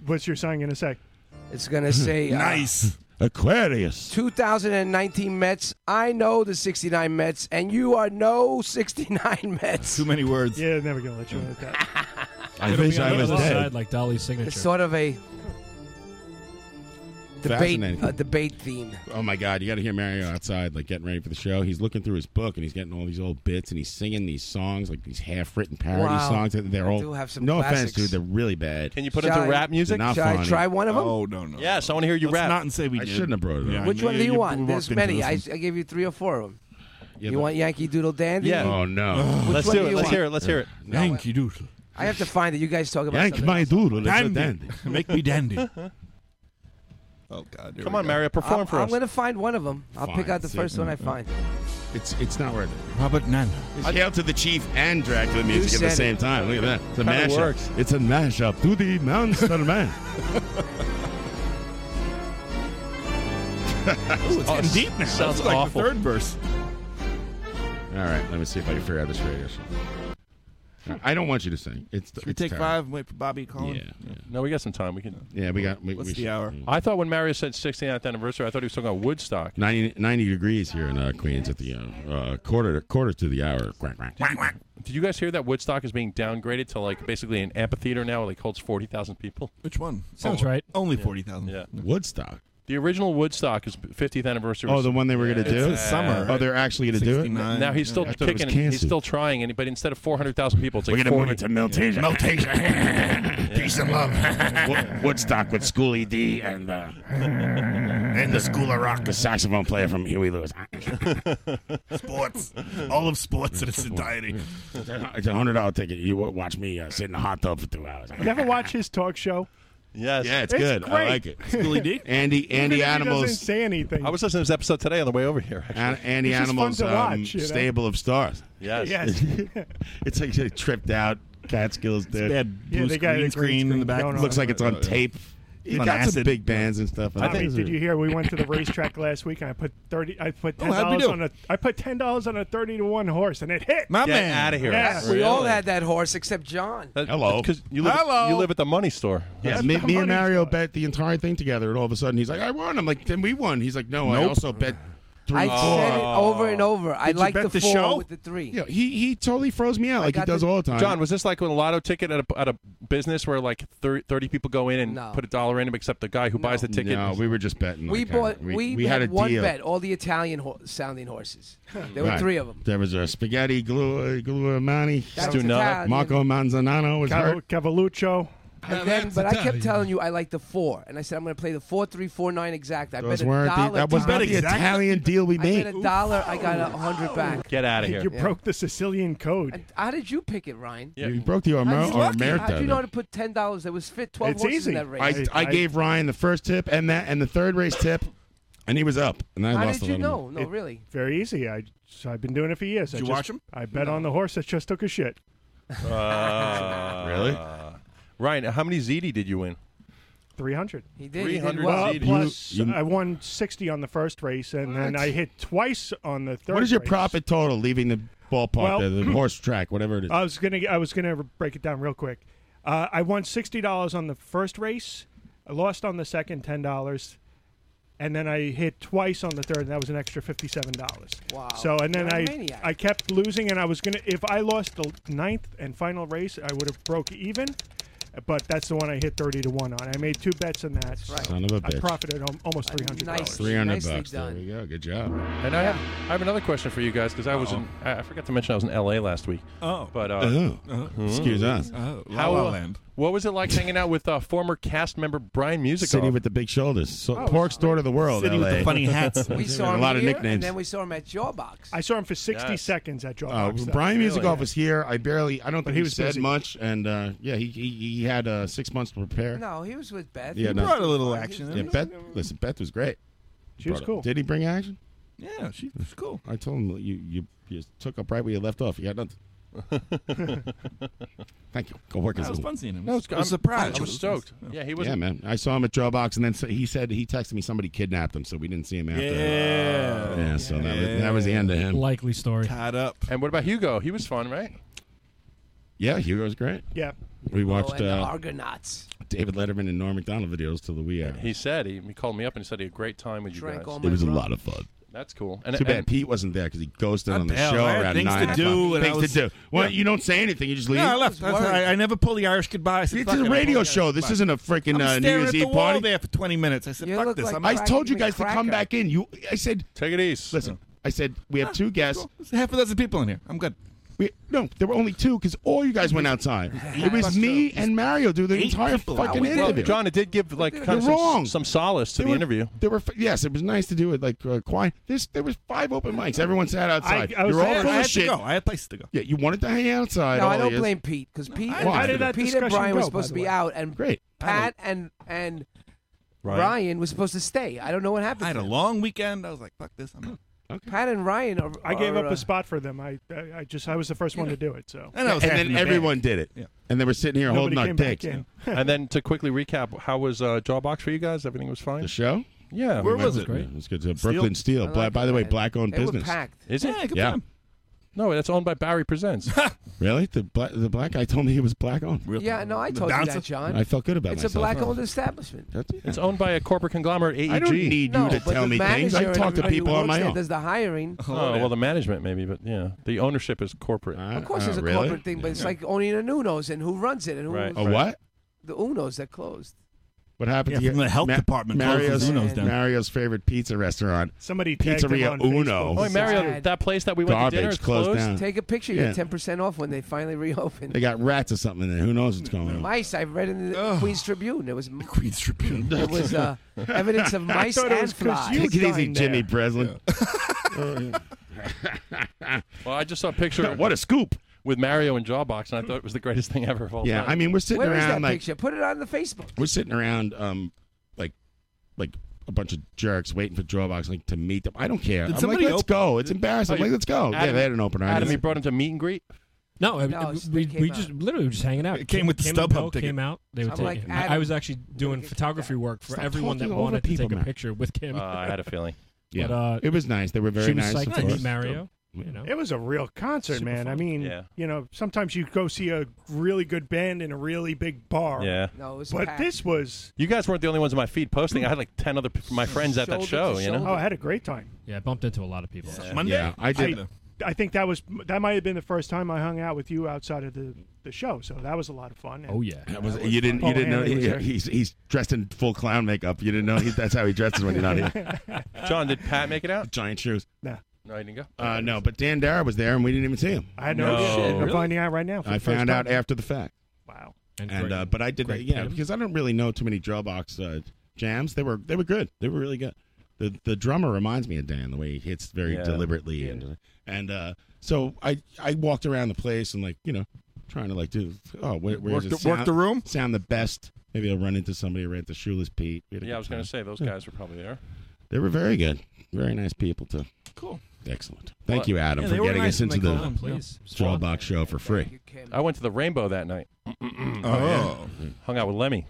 P: What's your sign going to say?
G: It's
C: (laughs)
G: going to say uh,
C: Aquarius.
G: 2019 Mets. I know the 69 Mets, and you are no 69 (laughs) Mets.
L: Too many words.
P: Yeah, never going to let you in at that.
C: Mm. (laughs) I
M: It'll
C: wish
M: be on
C: I
M: the
C: was
M: other
C: dead.
M: side, like Dolly's signature.
G: It's sort of a debate,
C: Fascinating.
G: a debate theme.
C: Oh my God! You got to hear Mario outside, like getting ready for the show. He's looking through his book and he's getting all these old bits and he's singing these songs, like these half-written parody
G: Wow.
C: songs. That they're
G: I
C: all
G: do have some
C: no
G: classics.
C: offense, dude. They're really bad.
H: (laughs) Can you put it to rap music?
C: Not
G: Shall I
C: funny.
G: try one of 'em? Oh,
H: no, no. Yes, I want to hear you
C: Let's
H: rap.
C: not say we I did. shouldn't have brought it up.
G: Which
C: Yeah,
G: one do you
C: you
G: want? There's
C: walked into
G: many. I,
C: this
G: I gave you three or four of them. you
C: Yeah, but-
G: want Yankee Doodle Dandy?
C: Yeah. Oh no. (sighs)
G: Which
H: Let's
G: one
H: do
G: do
H: it.
G: you
H: Let's
G: want?
H: hear it. Let's hear it.
C: Yankee
B: (laughs)
C: doodle.
G: I have to find it. You guys talk about
C: Yank (laughs)
G: something
C: my
G: else.
C: (laughs) doodle. It's a dandy.
L: Make me dandy.
D: Oh God!
H: Come on, Mario, perform
G: I'm,
H: for
G: I'm
H: us.
G: going to find one of them. I'll pick
C: Fine,
G: out the
C: see.
G: first one I
C: Mm, mm.
G: find.
C: It's it's not worth it.
L: Robert Nando.
C: It's Hail to the Chief and Dracula music at
G: said
C: the
G: it?
C: same time. Look at that. It's a
G: Kinda
C: mashup.
G: works.
C: It's a mashup. To the monster man.
D: Ooh, it's getting deep now.
C: Sounds
D: That's like
C: awful.
D: the third verse.
C: All right, let me see if I can figure out this radio show. I don't want you to sing. It's
L: Should we
C: it's
L: take
C: terrible.
L: five and wait for Bobby Collins?
C: Yeah.
H: No, we got some time. We can.
C: Yeah, we got. We, we should-
H: I thought when Mario said 69th anniversary, I thought he was talking about Woodstock.
C: 90, 90 degrees here in uh, Queens at the uh, uh, quarter quarter to the hour. Quack, quack.
H: Did you guys hear that Woodstock is being downgraded to like basically an amphitheater now? Like holds forty thousand people.
L: Which one?
D: Sounds right.
H: Only
D: forty thousand.
H: Yeah.
C: Oh. Woodstock.
H: The original Woodstock is 50th anniversary.
C: Oh, the one they were going to do. Oh, they're actually going to do it.
H: Now he's still
C: I thought it was
H: kicking. and He's
C: canceled.
H: still trying, and but instead of four hundred thousand people, it's
C: We're
H: like
C: gonna move
H: 40.
C: it to Maltesia.
F: Maltesia. Peace and love.
H: (laughs)
C: Wo- Woodstock with Schoolie D and
D: (laughs)
C: uh, and
F: the School of Rock.
C: the saxophone player from Huey Lewis. (laughs)
F: sports. All of sports in its entirety.
C: It's a hundred dollar ticket. You wa- watch me uh, sit in the hot tub for two hours.
P: You ever watch his talk show?
H: Yes.
C: Yeah, it's,
P: It's
C: good. I
P: great.
C: like it.
P: Schoolie D?
C: (laughs) Andy
P: Even
C: Andy
P: if he
C: Animals
P: doesn't say anything.
H: I was listening to this episode (laughs) today on the way over here. actually.
C: An- Andy
P: It's just fun
C: Animals
P: to
C: um,
P: watch, you know?
C: stable of stars.
H: Yes.
P: Yes.
C: (laughs) it's like a tripped out Catskills dude.
D: They had blue screen, screen in the back.
C: Looks like it's on tape.
D: It's
C: It
D: on
C: got some
D: acid.
C: big bands and stuff.
P: Tommy, did you hear? We went to the racetrack last week, and I put thirty. I put
C: Oh,
P: ten
C: how'd we
P: dollars
C: do?
P: on a. I put ten dollars on a thirty to one horse, and it hit.
H: My Get man. outta here.
P: Yeah.
G: We all
H: Really?
G: had that horse except John.
H: That-
C: Hello.
H: Because you live,
C: Hello.
H: you live at the money store.
C: Yeah,
H: That's-
C: me, me and Mario bet the entire thing together, and all of a sudden he's like, "I won." I'm like, "Then we won." He's like, "No, I
H: Nope.
C: also bet three,
G: I
C: four.
G: said it over and over. I
C: Did you
G: like
C: bet
G: the,
C: the
G: four
C: show?
G: with the three.
C: Yeah, he he totally froze me out like he
G: got
C: does
G: the-
C: all the time.
H: John, was this like when a lotto ticket at a, at a business where like 30, 30 people go in and
G: No.
H: put a dollar in, except the guy who buys the ticket?
C: No, we were just betting.
G: we
C: like, uh,
G: bought.
C: We,
G: We,
C: we had, a
G: one
C: deal.
G: bet. All the Italian ho- sounding horses. There were
C: Right.
G: three of them.
C: There was a spaghetti glu- gluamani.
G: That was Stunata. Italian.
C: Marco Manzanano was
P: Cav-
C: hurt.
P: Cavalluccio.
G: And then, but I kept telling you I like the four, and I said I'm going to play the four, three, four, nine exact. I
C: Those
G: bet a
C: weren't the,
G: dollar.
C: that was
G: Tom.
C: not the Italian deal we
G: I bet
C: made.
G: a dollar. I got a hundred back.
H: Get out of here.
P: You broke the Sicilian code.
G: How did you pick it, Ryan?
C: You broke the
G: How
C: Omer-
G: did you, how did you know how
C: Omerta.
G: to put ten dollars? There was fit twelve
P: It's
G: horses
P: easy.
G: in that race.
C: I, I gave Ryan the first tip and that and the third race tip, and he was up, and I
G: How
C: lost
G: did
C: a
G: you
C: little.
G: know? No,
P: It-
G: really.
P: Very easy. I so I've been doing it for years. I
F: you
P: just-
F: watch 'em?
P: I bet on the horse that just took a shit.
H: Uh,
C: (laughs) Really?
H: Ryan, how many ZD did you win?
P: Three hundred.
G: He did. He did
H: 300
G: well.
H: ZD.
P: Plus,
C: You- you-
P: I won sixty on the first race, and then I hit twice on the third.
C: What is your
P: race.
C: profit total leaving the ballpark,
P: Well- Oh,
C: the, the horse track, whatever it is?
P: I was gonna. I was gonna break it down real quick. Uh, I won sixty dollars on the first race. I lost on the second ten dollars, and then I hit twice on the third, and that was an extra fifty-seven dollars.
G: Wow.
P: So and then
G: You're a
P: I
G: maniac.
P: I kept losing, and I was gonna. If I lost the ninth and final race, I would have broke even. But that's the one I hit thirty to one on. I made two bets on that.
G: right.
C: Son of a
P: I
C: bitch.
P: profited al- almost three hundred dollars.
G: nice-
C: Three hundred
G: nicely
C: bucks.
G: done.
C: There we go. Good job.
H: And I have I have another question for you guys because I was in I I forgot to mention I was in L.A. last week.
L: Oh. Uh-huh.
H: but uh, Mm-hmm.
C: Oh, excuse us.
H: how
L: La La
H: uh,
L: Land.
H: what was it
C: (laughs)
H: like hanging out with uh, former cast member Brian Music?
C: City with the big shoulders. So, Pork's door to the world.
L: City with the
C: LA.
L: funny hats.
G: Oh, (laughs) We saw
C: a
G: him
C: lot of
G: here, (laughs)
C: nicknames.
G: and then we saw him at your box.
P: I saw him for sixty
H: Yes.
P: seconds at
G: Oh,
P: Drawbox.
C: Uh,
P: though.
C: Brian Musicoff was here. I barely. I don't think
P: he
C: he,
P: was
C: said
P: busy.
C: much, and uh, yeah, he, he he had uh, six months to prepare.
G: No, he was with Beth.
C: Yeah,
G: He
C: no.
G: was-
C: Brought
F: a little
G: he
F: action
G: was-
C: Yeah, Beth. Listen, Beth was great.
P: She was
C: Brought it.
P: cool.
C: Did he bring action?
L: Yeah, she's cool.
C: I told him you you, you took up right where you left off. You got nothing.
L: (laughs)
C: Thank you. Go work
L: That
C: as
L: was fun seeing him.
H: No, it's-
L: I
H: I'm-
L: was surprised.
H: I was stoked. Yeah, he was.
C: Yeah, man. I saw him at Drawbox, and then s- he said he texted me somebody kidnapped him, so we didn't see him after.
L: Yeah.
C: Yeah, so that was that was the end of him.
M: Likely story.
L: Tied up.
H: And what about Hugo? He was fun, right?
C: Yeah, Hugo was great.
P: Yeah.
C: We
G: Oh,
C: watched
G: and the
C: uh,
G: Argonauts.
C: David Letterman and Norm Macdonald videos till the wee hour.
H: He said he, he called me up and said he had a great time with you
G: Drank
H: guys.
G: all my
C: It was a
G: rum.
C: lot of fun.
H: That's cool. And,
C: Too bad
H: and-
C: Pete wasn't there because he ghosted on the
L: hell,
C: show
L: I had
C: around
L: things to
C: nine.
L: do, and
C: o'clock.
L: I
C: things
L: was-
C: to do. Well,
L: Yeah.
C: you don't say anything. You just leave.
L: Yeah, I left.
G: I was
L: I, I never pull the Irish goodbye. I said,
C: it's
L: "Fuck
C: a
L: it, I'll
C: radio
L: pull the
C: show.
L: Irish
C: This
L: goodbye."
C: isn't a freaking
L: I'm
C: uh, New
L: staring
C: Year's
L: at the
C: Eve
L: wall
C: party.
L: there for 20 minutes. I said,
G: You
L: "Fuck
G: look
L: this."
G: like
L: I'm
C: I
G: Crack
C: told you
G: me
C: guys to come
G: cracker.
C: back in. You, I said,
H: take it easy.
C: listen. I said we have two guests.
L: There's half a dozen people in here. I'm good.
C: We, no, there were only two because all you guys went outside. It was me and Mario do the
L: Eight
C: entire
L: people.
C: fucking
L: Well,
H: Well,
C: interview.
H: John, it did give like kind
C: You're
H: of some,
C: wrong.
H: some solace to
C: There
H: the
C: were-
H: interview.
C: There were yes, it was nice to do it like uh, quiet. This there was five open mics. Everyone sat outside.
P: I was
C: You're
P: there.
C: all
L: I
C: full
L: had
C: of
L: to
C: shit.
L: go. I had places to go.
C: Yeah, you wanted to hang outside.
G: No, I
C: all
G: don't
C: is.
G: blame Pete because Pete,
L: I-
G: and-
C: Why did
P: that
G: Pete and
P: discussion
G: Brian were
P: go, by
G: supposed to
P: the
G: be
P: way?
G: out, and
C: Great.
G: Pat and and Ryan. was supposed to stay. I don't know what happened.
L: I had
G: to
L: a
G: him.
L: long weekend. I was like, fuck this. I'm
C: (clears throat)
L: out.
G: Pat and Ryan are.
P: I gave
G: are,
P: up
G: uh,
P: a spot for them. I, I, I just I was the first one to do it. So
C: And, then everyone did it. And they were sitting here
P: Nobody
C: holding
P: came
C: our
P: back
C: dicks.
P: in.
H: (laughs) and then to quickly recap, how was uh, Jawbox for you guys? Everything was fine. The
C: show?
H: Yeah.
C: Where was it? It was good. to- Brooklyn Steel.
H: I
C: Bla-
H: like
C: by
H: it,
C: the way,
H: man.
C: black owned
H: They were
C: business.
H: packed. Is it? Yeah, good
C: yeah.
H: for them. No, that's owned by
G: (laughs)
H: Barry Presents.
C: Really? The black the black guy told me he was black owned.
G: Yeah, no, I told you that, John.
C: I felt good about
G: It's a
C: myself.
G: black-owned establishment.
C: That's,
H: It's owned by a corporate conglomerate, AEG.
C: I don't need you to
G: but
C: tell
G: the
C: me things. I
G: manager
C: talk to
G: and
C: people
G: everybody
C: on my
G: works there
C: own.
G: Does the hiring?
H: Oh, well, the management maybe, but yeah, the ownership is corporate.
G: Of
C: Uh,
G: course, it's a corporate thing, but it's like owning an Uno's and who runs it and who.
H: Right.
C: A what?
G: The Uno's that closed.
C: What happened
L: Yeah,
C: to
L: from
C: your-
L: the health department closed
C: Mario's,
L: the Uno's down.
C: Mario's favorite pizza restaurant.
P: Somebody tagged him
C: Pizzeria
P: on
C: Uno.
H: Oh, Mario, that
C: (laughs)
H: place that we went to dinner
C: Garbage
H: is
C: closed down.
G: Take a picture.
C: Yeah.
G: You're ten percent off when they finally reopen.
C: They got rats or something in there. Who knows what's
P: (laughs)
C: going on?
G: mice. I read in the Queen's Tribune. It was Queen's
C: Tribune.
G: It was
C: (laughs)
G: uh, evidence of
P: I
G: mice
P: thought it
G: and
P: was 'cause
G: flies.
P: you
C: Take it easy,
P: dying
C: Jimmy Breslin.
H: (laughs) well, I just saw a picture.
C: Oh, (laughs) what a scoop
H: with Mario and Jawbox, and I thought it was the greatest thing ever of all
C: Yeah,
H: time.
C: I mean, we're sitting
G: Where is
C: around
G: that
C: like
G: picture? Put it on the Facebook.
C: (laughs) we're sitting around um like like a bunch of jerks waiting for Drawbox like to meet them. I don't care.
H: Did
C: I'm like,
H: somebody
C: let's
H: open-
C: go. It's embarrassing.
H: Oh,
C: I'm like,
H: you-
C: let's go. yeah,
H: Adam-
C: they had an opener. I
H: Adam,
C: didn't-
H: you brought him to meet and greet.
M: No, I-
G: No,
M: I-
G: it's-
M: we,
G: they came
M: we
G: out.
M: just literally were just hanging out.
L: It came with the
M: and
L: StubHub
M: Go
L: ticket.
M: Came out. They were
G: I'm
M: taking.
G: like,
M: it. I- I
G: Adam,
M: was actually doing photography work for
G: Stop
M: everyone that
G: talking over
M: wanted to
G: people,
M: take a
C: man.
M: picture with Kim.
H: Uh, I had a feeling.
C: Yeah,
M: But, uh,
C: it was nice. They were very
M: she was
C: nice.
M: psyched
C: of
M: to
C: course.
M: meet Mario. You know,
P: It was a real concert,
M: Super
P: man. I
M: fun.
P: mean,
H: Yeah.
P: you know, sometimes you go see a really good band in a really big bar.
H: Yeah.
G: No, it was
P: but
G: packed.
P: this was.
H: You guys weren't the only ones in my feed posting. I had like ten other p- my friends at that
P: Shoulder
H: show.
P: to
H: You know,
P: shoulder. Oh, I had a great time.
M: (laughs) yeah, I bumped into a lot of people.
L: Monday?
C: Yeah, I did.
P: I, I think that was that might have been the first time I hung out with you outside of the, the show. So that was a lot of fun. And
M: Oh yeah.
C: That was, you didn't. You
P: Paul
C: didn't know
P: Hannah was
C: he-
P: there.
C: he's he's dressed in full clown makeup. You didn't know he, that's how he dresses when you're not here.
H: Oh, John, (laughs) did Pat make it out?
C: Giant shoes.
P: Nah.
H: No, he didn't go.
C: Uh, no, but Dan Dara was there, and we didn't even see him.
P: I had no,
H: No.
P: idea. I'm
H: Really?
P: finding out right now. for
C: I
P: the first
C: found out
P: time.
C: after the fact.
P: Wow.
M: And,
C: And
M: Greg-
C: uh, but I did
M: Greg
C: yeah
M: Pitt.
C: because I don't really know too many Drillbox uh, jams. They were they were good. They were really good. The the drummer reminds me of Dan the way he hits very
H: Yeah.
C: deliberately and and uh, so I I walked around the place and like you know trying to like do oh where,
L: Work
C: where's it
L: the-
C: sound,
L: work the room?
C: sound the best maybe I'll run into somebody right at the shoeless Pete. We had a
H: Yeah,
C: good
H: I was going
C: time.
H: to say those
C: Yeah.
H: guys were probably there.
C: They were very good, very nice people too.
L: Cool.
C: Excellent. Thank
H: Well,
C: you, Adam,
L: yeah, they
C: for
L: were
C: getting
L: nice
C: us
L: when
C: into
L: they
C: the
L: called, please.
C: Drawbox show for free.
H: I went to the Rainbow that (clears throat) night.
L: Oh.
H: Hung out with Lemmy.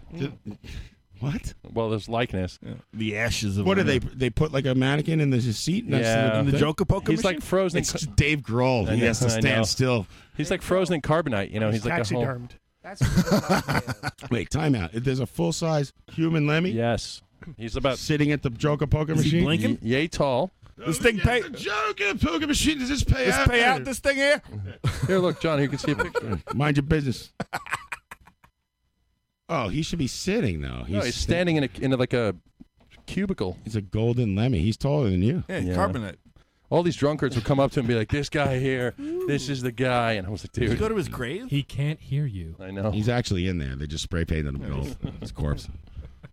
C: What?
H: Well, there's likeness.
L: The ashes of
C: What are
L: Lena.
C: they? They put like a mannequin in the seat next
H: Yeah.
C: to
L: In
C: the,
L: the
C: thing?
L: Joker poker
H: He's like frozen.
C: It's Dave Grohl.
H: I
C: He
H: know,
C: has
H: I
C: to
H: know.
C: stand still.
H: He's like frozen in carbonite. You know, he's like a whole.
P: taxidermed.
G: That's what
C: (laughs) Wait, time out. There's a full size human Lemmy
H: Yes, he's about
C: sitting at the Joker poker
L: Is
C: machine. Oh,
L: he blinking?
H: yay tall.
L: This thing pay.
C: Joker poker machine. Does this pay
L: This
C: out?
L: pay
C: (laughs)
L: out this thing here.
H: (laughs) Here, look, John. You can see a picture.
C: Mind your business. oh, he should be sitting though.
H: No, he's standing in a in a, like a cubicle.
C: He's a golden Lemmy. He's taller than you.
L: Yeah,
H: Yeah.
L: carbonate.
H: All these drunkards would come up to him and be like, "This guy here, this is the guy," and I was like,
L: Did you
H: "Dude,
L: go to his grave?
M: He can't hear you.
H: I know
C: He's actually in there. They just spray painted him
H: (laughs)
C: gold. His corpse.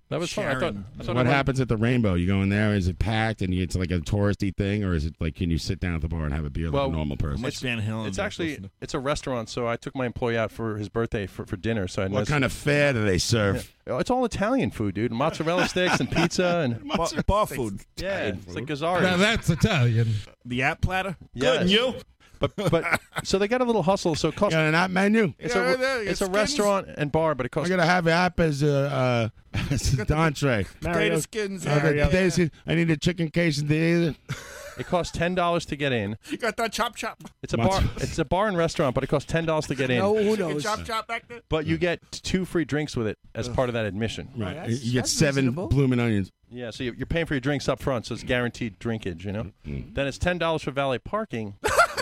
H: that was fun." I thought,
L: Sharon.
H: I thought
C: What
H: I
C: happens at the Rainbow? You go in there. Is it packed and it's like a touristy thing, or is it like can you sit down at the bar and have a beer like
H: Well,
C: a normal
L: How
C: person?
L: much Van Halen?
H: It's
L: am I
H: actually
L: supposed
H: it's a restaurant, so I took my employee out for his birthday for, for dinner. So I
C: What kind of fare do they serve?
H: Oh, It's all Italian food,
C: (laughs)
H: dude. Mozzarella sticks and pizza and
L: to- Bar, bar food.
H: yeah, it's like
M: Now
H: Gazzari.
M: that's Italian.
L: The app platter.
H: Yes.
L: Good and you.
H: but
C: (laughs)
H: but so they got a little hustle. So it cost.
C: Got an app menu.
H: It's
L: Yeah,
H: a,
L: there you
H: it's a
L: skins.
H: restaurant and bar, but it
C: I'm
H: costs.
C: gonna have an app as a uh, (laughs) as an entree.
P: Mario,
L: Potato skins.
C: Uh,
L: Harry.
C: the- this is- I need a chicken quesadilla.
H: It costs ten dollars to
C: (laughs)
H: get in.
L: You got that chop chop.
H: It's a
C: What's-
H: bar. It's a bar and restaurant, but it costs ten dollars to get in.
G: No
L: Chicken
G: Uno's.
L: chop chop back there.
H: But you get two free drinks with it as part of that admission.
C: Right,
G: that's-
C: you get
G: that's
C: seven
L: Oh.
G: reasonable.
C: blooming onions.
H: Yeah, so you- you're paying for your drinks up front, so it's guaranteed drinkage. You know.
C: Mm-hmm.
H: Then it's ten dollars for
C: (laughs)
H: valet parking.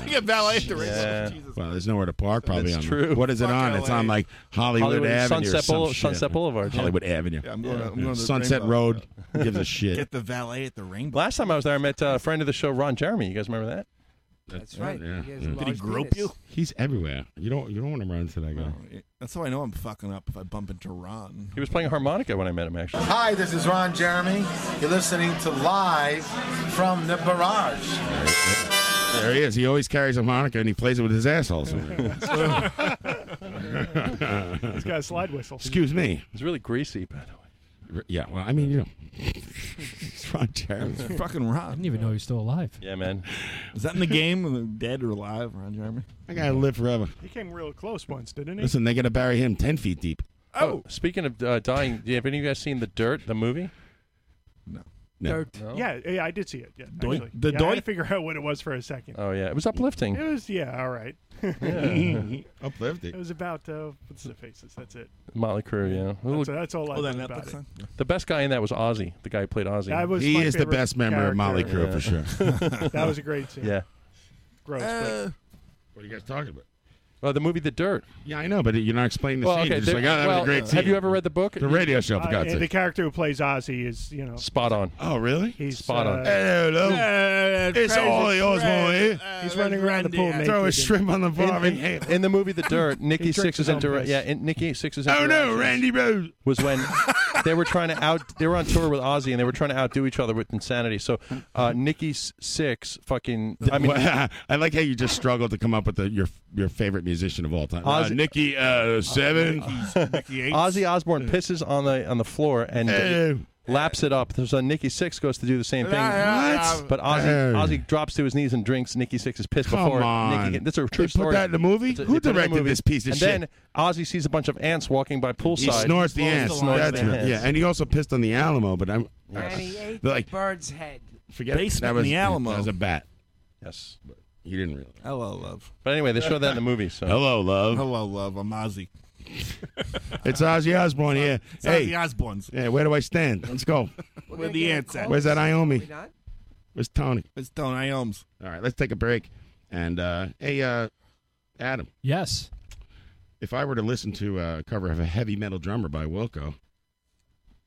L: You get valet at the race.
H: Yeah.
L: Jesus.
C: Well, there's nowhere to park. Probably
H: That's
C: on.
H: true.
C: What is it
L: Fuck
C: on? It's
L: LA.
C: on like Hollywood,
H: Hollywood and
C: Avenue, or
H: Sunset
C: some
H: Boulevard-
C: shit.
H: Sunset Boulevard, yeah.
C: Hollywood Avenue,
L: Yeah, I'm going. To, I'm going to the
C: Sunset
L: Rainbow. (laughs)
C: Road. Who gives a shit.
L: Get the valet at the rainbow.
H: Last time I was there, I met uh, a friend of the show, Ron Jeremy. You guys remember that?
G: That's right.
C: Yeah,
G: He has
C: yeah.
G: a
L: Mm-hmm. Did he
G: large
L: grope
G: penis.
L: you?
C: He's everywhere. You don't. You don't want to run into that guy.
L: That's how I know I'm fucking up if I bump into Ron.
H: He was playing harmonica when I met
C: (laughs)
H: him, actually.
Q: Hi, this is Ron Jeremy. You're listening to Live from the Barrage.
C: There he is. He always carries a Monica and he plays it with his
P: (laughs)
C: asshole.
P: he's got a slide whistle.
C: Excuse me.
H: He's really greasy, by the way.
C: Yeah, well, I mean, you know, it's Ron
H: (laughs)
C: Jeremy.
L: (laughs) It's fucking Ron.
M: I didn't even know he was still alive.
H: Yeah, man.
L: Is that in the game? uh, Dead or alive, Ron Jeremy?
C: That guy lived forever.
P: He came real close once, didn't he?
C: Listen, they got to bury him ten feet deep.
H: Oh, speaking of uh, dying, have any of you guys seen The Dirt, the movie?
C: No.
H: No?
P: Yeah, yeah, I did see it. Yeah,
H: Doink.
P: actually.
H: The
P: yeah, I had to
H: doink.
P: figure out what it was for a second.
H: Oh yeah, it was uplifting.
P: It was yeah, all right. (laughs)
H: Yeah.
C: Uplifting.
P: It was about uh, what's the faces? That's it.
H: Motley Crue, yeah.
P: That's, that's all I
H: Oh,
P: know
H: that
P: about it.
H: The best guy in that was Ozzy, the guy who played Ozzy.
P: That was He my is the favorite best member of Motley
C: character. Crue, for (laughs) sure.
P: That was a great scene.
H: Yeah.
P: Gross.
C: What are you guys talking about?
H: (laughs) Well, the movie The Dirt.
C: Yeah, I know, but you're not explaining the
H: Well,
C: scene.
H: okay,
C: You're just
H: the-
C: like, oh, that was
H: well,
C: a great
H: have
C: scene.
H: you ever read the book?
C: The radio show, for
P: Uh,
C: God's
P: and the
C: sake.
P: character who plays Ozzy is you know
H: Spot on.
C: Oh, really?
P: He's
H: Spot on.
P: uh,
C: Hello.
P: It's Ollie Osborne here. He's running around the pool naked.
C: Throw a shrimp on the
H: In,
C: bar and
H: in, in the movie The
C: (laughs)
H: Dirt, Nikki
C: drinks
H: Sixx's
C: his own
H: inter-
C: piss.
H: yeah, in, Nikki Sixx's
C: Oh, no,
H: interactions
C: Randy Rose
H: was
C: (laughs)
H: when they were trying to out they were on tour with Ozzy and they were trying to outdo each other with insanity. So uh, Nikki S- Six fucking I
C: (laughs)
H: mean
C: I like how you just struggled to come up with the, your your favorite musician of all time. Uh,
H: Ozzy-
C: Nikki uh, Seven. (laughs)
H: Ozzy Osbourne pisses on the on the floor and
C: Hey.
H: laps it up. So Nikki Six goes to do the same thing,
C: Yeah, What?
H: but Ozzy
C: Hey.
H: Ozzy drops to his knees and drinks Nikki Six's piss
C: Come
H: before
C: on.
H: Nikki. That's a
C: They
H: true
C: put
H: story.
C: that in the movie?
H: It's a-
C: Who
H: they put it in the
C: directed
H: movie.
C: this piece of
H: and
C: shit?
H: Then Ozzy sees a bunch of ants walking by
C: He
H: poolside.
C: snorts the ants.
H: Snorts
C: That's
H: the
C: right.
H: ants.
C: Yeah, and he also pissed on the Alamo, but I'm
G: And he ate
C: (laughs) like
G: the bird's head.
C: forget it.
L: Basement
C: that
L: in
C: was
L: the Alamo.
C: That was a bat.
H: Yes,
C: but you didn't realize.
L: Hello, love.
H: But anyway, they show that in the movie. So
C: Hello, love.
L: Hello, love. I'm Ozzy.
C: It's Ozzy Osbourne here.
L: It's
C: hey,
L: Ozzy Osbournes.
C: Yeah, where do I stand? Let's go.
L: Where the ants at?
C: Where's that
L: Are we
C: Iomi?
L: not?
C: Where's Tony?
L: It's Tony Ohms.
C: All right, let's take a break. And uh, hey, uh, Adam.
M: Yes.
C: If I were to listen to a cover of a heavy metal drummer by Wilco,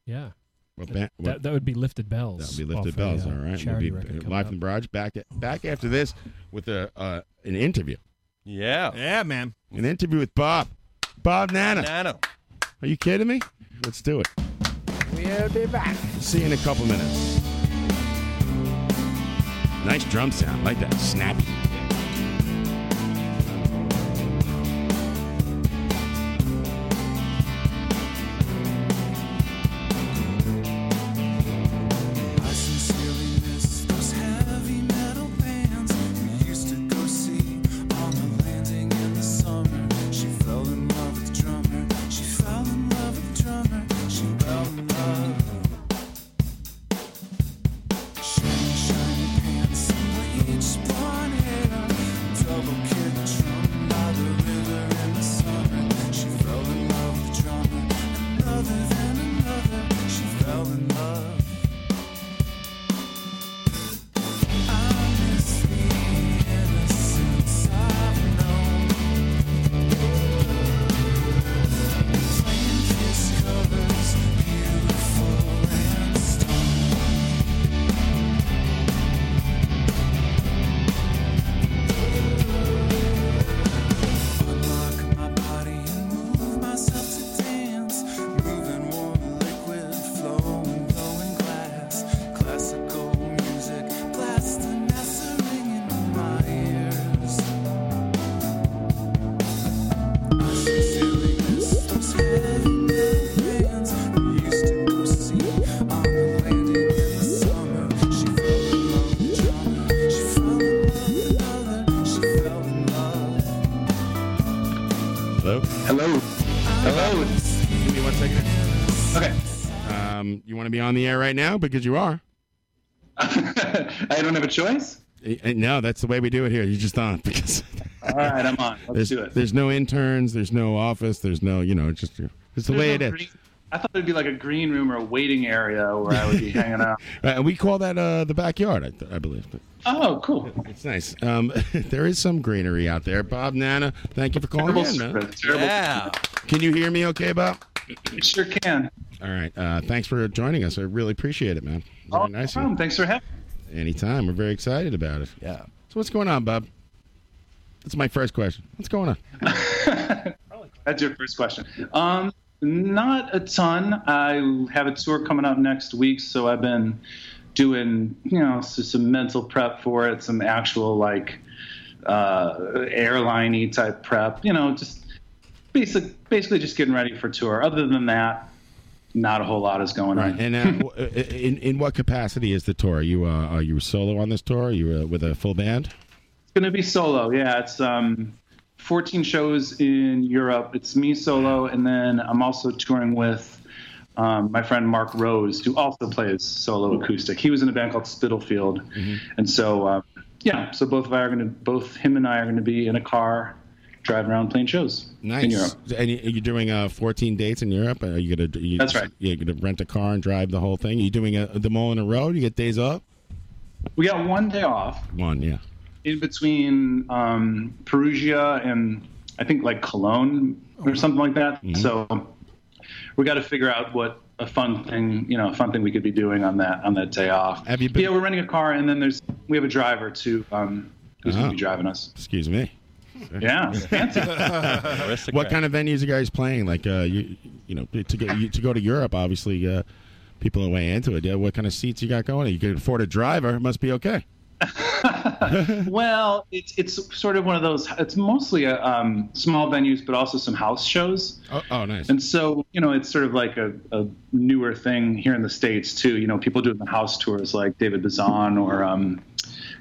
M: Yeah.
C: what band? What,
M: That, that would be lifted bells.
C: That'll be
M: off
C: lifted
M: of,
C: bells.
M: uh,
C: all right, we'll
M: charity
C: be
M: record coming
C: live
M: up.
C: from Barrage back at, back after this with a uh, an interview,
H: Yeah.
L: Yeah, man.
C: an interview with Bob, Bob Nana.
H: Nana,
C: are you kidding me? Let's do it.
G: We'll be back.
C: See you in a couple minutes. Nice drum sound, like that snappy.
K: I sincerely miss those heavy metal bands we used to go see on the landing in the summer. She fell in love with drummer. She fell in love with drummer. She fell in love. Shiny, shiny pants and bleached blonde hair. Double kick drum by the river in the summer. She fell in love with drummer. Another than another. She fell in love. Classical music, blasting, nestling in my ears. I sincerely miss those heavy metal bands we used to go see on the landing in the summer. She fell in love with drama. She fell in love with another. She fell in love.
C: Hello. Hello. Hello. Give me one second. Okay. Um, you want to be on the air right now because you are.
R: (laughs) I don't have a choice.
C: Eh, eh, No, that's the way we do it here. You're just on (laughs) because
R: All right, I'm on. Let's
C: there's,
R: do it.
C: there's no interns, there's no office, there's no you know, it's just it's the
R: There's
C: way
R: no
C: it is.
R: green- I thought it'd be like a green room or a waiting area where I would be hanging
C: (laughs)
R: out.
C: Uh, we call that uh, the backyard, I, th- I believe.
R: Oh, cool.
C: It's nice. Um, (laughs) there is some greenery out there. Bob Nana, thank you for calling
R: Terrible
C: in, man.
R: service, terrible Yeah.
C: Can you hear me okay, Bob?
R: Sure can.
C: All right. Uh, thanks for joining us. I really appreciate it, man. Very nice. of you.
R: Tom, thanks for having.
C: Anytime. We're very excited about it. Yeah. So what's going on, Bob? That's my first question. What's going on?
R: That's your first question. Um, not a ton. I have a tour coming up next week, so I've been doing, you know, s- some mental prep for it, some actual like uh, airline-y type prep. You know, just basic, basically just getting ready for tour. Other than that, not a whole lot is going on.
C: And uh, w- in in what capacity is the tour? Are you uh, are you solo on this tour? Are you uh, with a full band?
R: It's going to be solo. Yeah, it's um, 14 shows in Europe. It's me solo, and then I'm also touring with um, my friend Mark Rose, who also plays solo acoustic. He was in a band called Spitalfield, and so um, yeah, so both of I are going to both him and I are going to be in a car driving around playing shows in Europe.
C: Nice. And you- you're doing uh, 14 dates in Europe. Are you gonna? You,
R: That's right.
C: You're gonna rent a car and drive the whole thing. Are you doing uh them all in a row? You get days off.
R: We got one day off.
C: One, yeah.
R: in between um, Perugia and I think like Cologne
C: Oh.
R: or something like that.
C: Mm-hmm.
R: So we got to figure out what a fun thing, you know, a fun thing we could be doing on that on that day off.
C: Have you
R: yeah, we're renting a car, and then there's we have a driver too, um, who's going
C: Oh.
R: to be driving us.
C: Excuse me.
R: Yeah, it's fancy.
C: What kind of venues are you guys playing? Like uh, you, you know, to go you, to go to Europe, obviously, uh, people are way into it. Yeah, what kind of seats you got going? You can afford a driver. It must be okay.
R: (laughs) well, it's it's sort of one of those. It's mostly a, um, small venues, but also some house shows.
C: Oh, oh nice.
R: And so you know, it's sort of like a, a newer thing here in the states too. You know, people doing the house tours like David Bazan or um,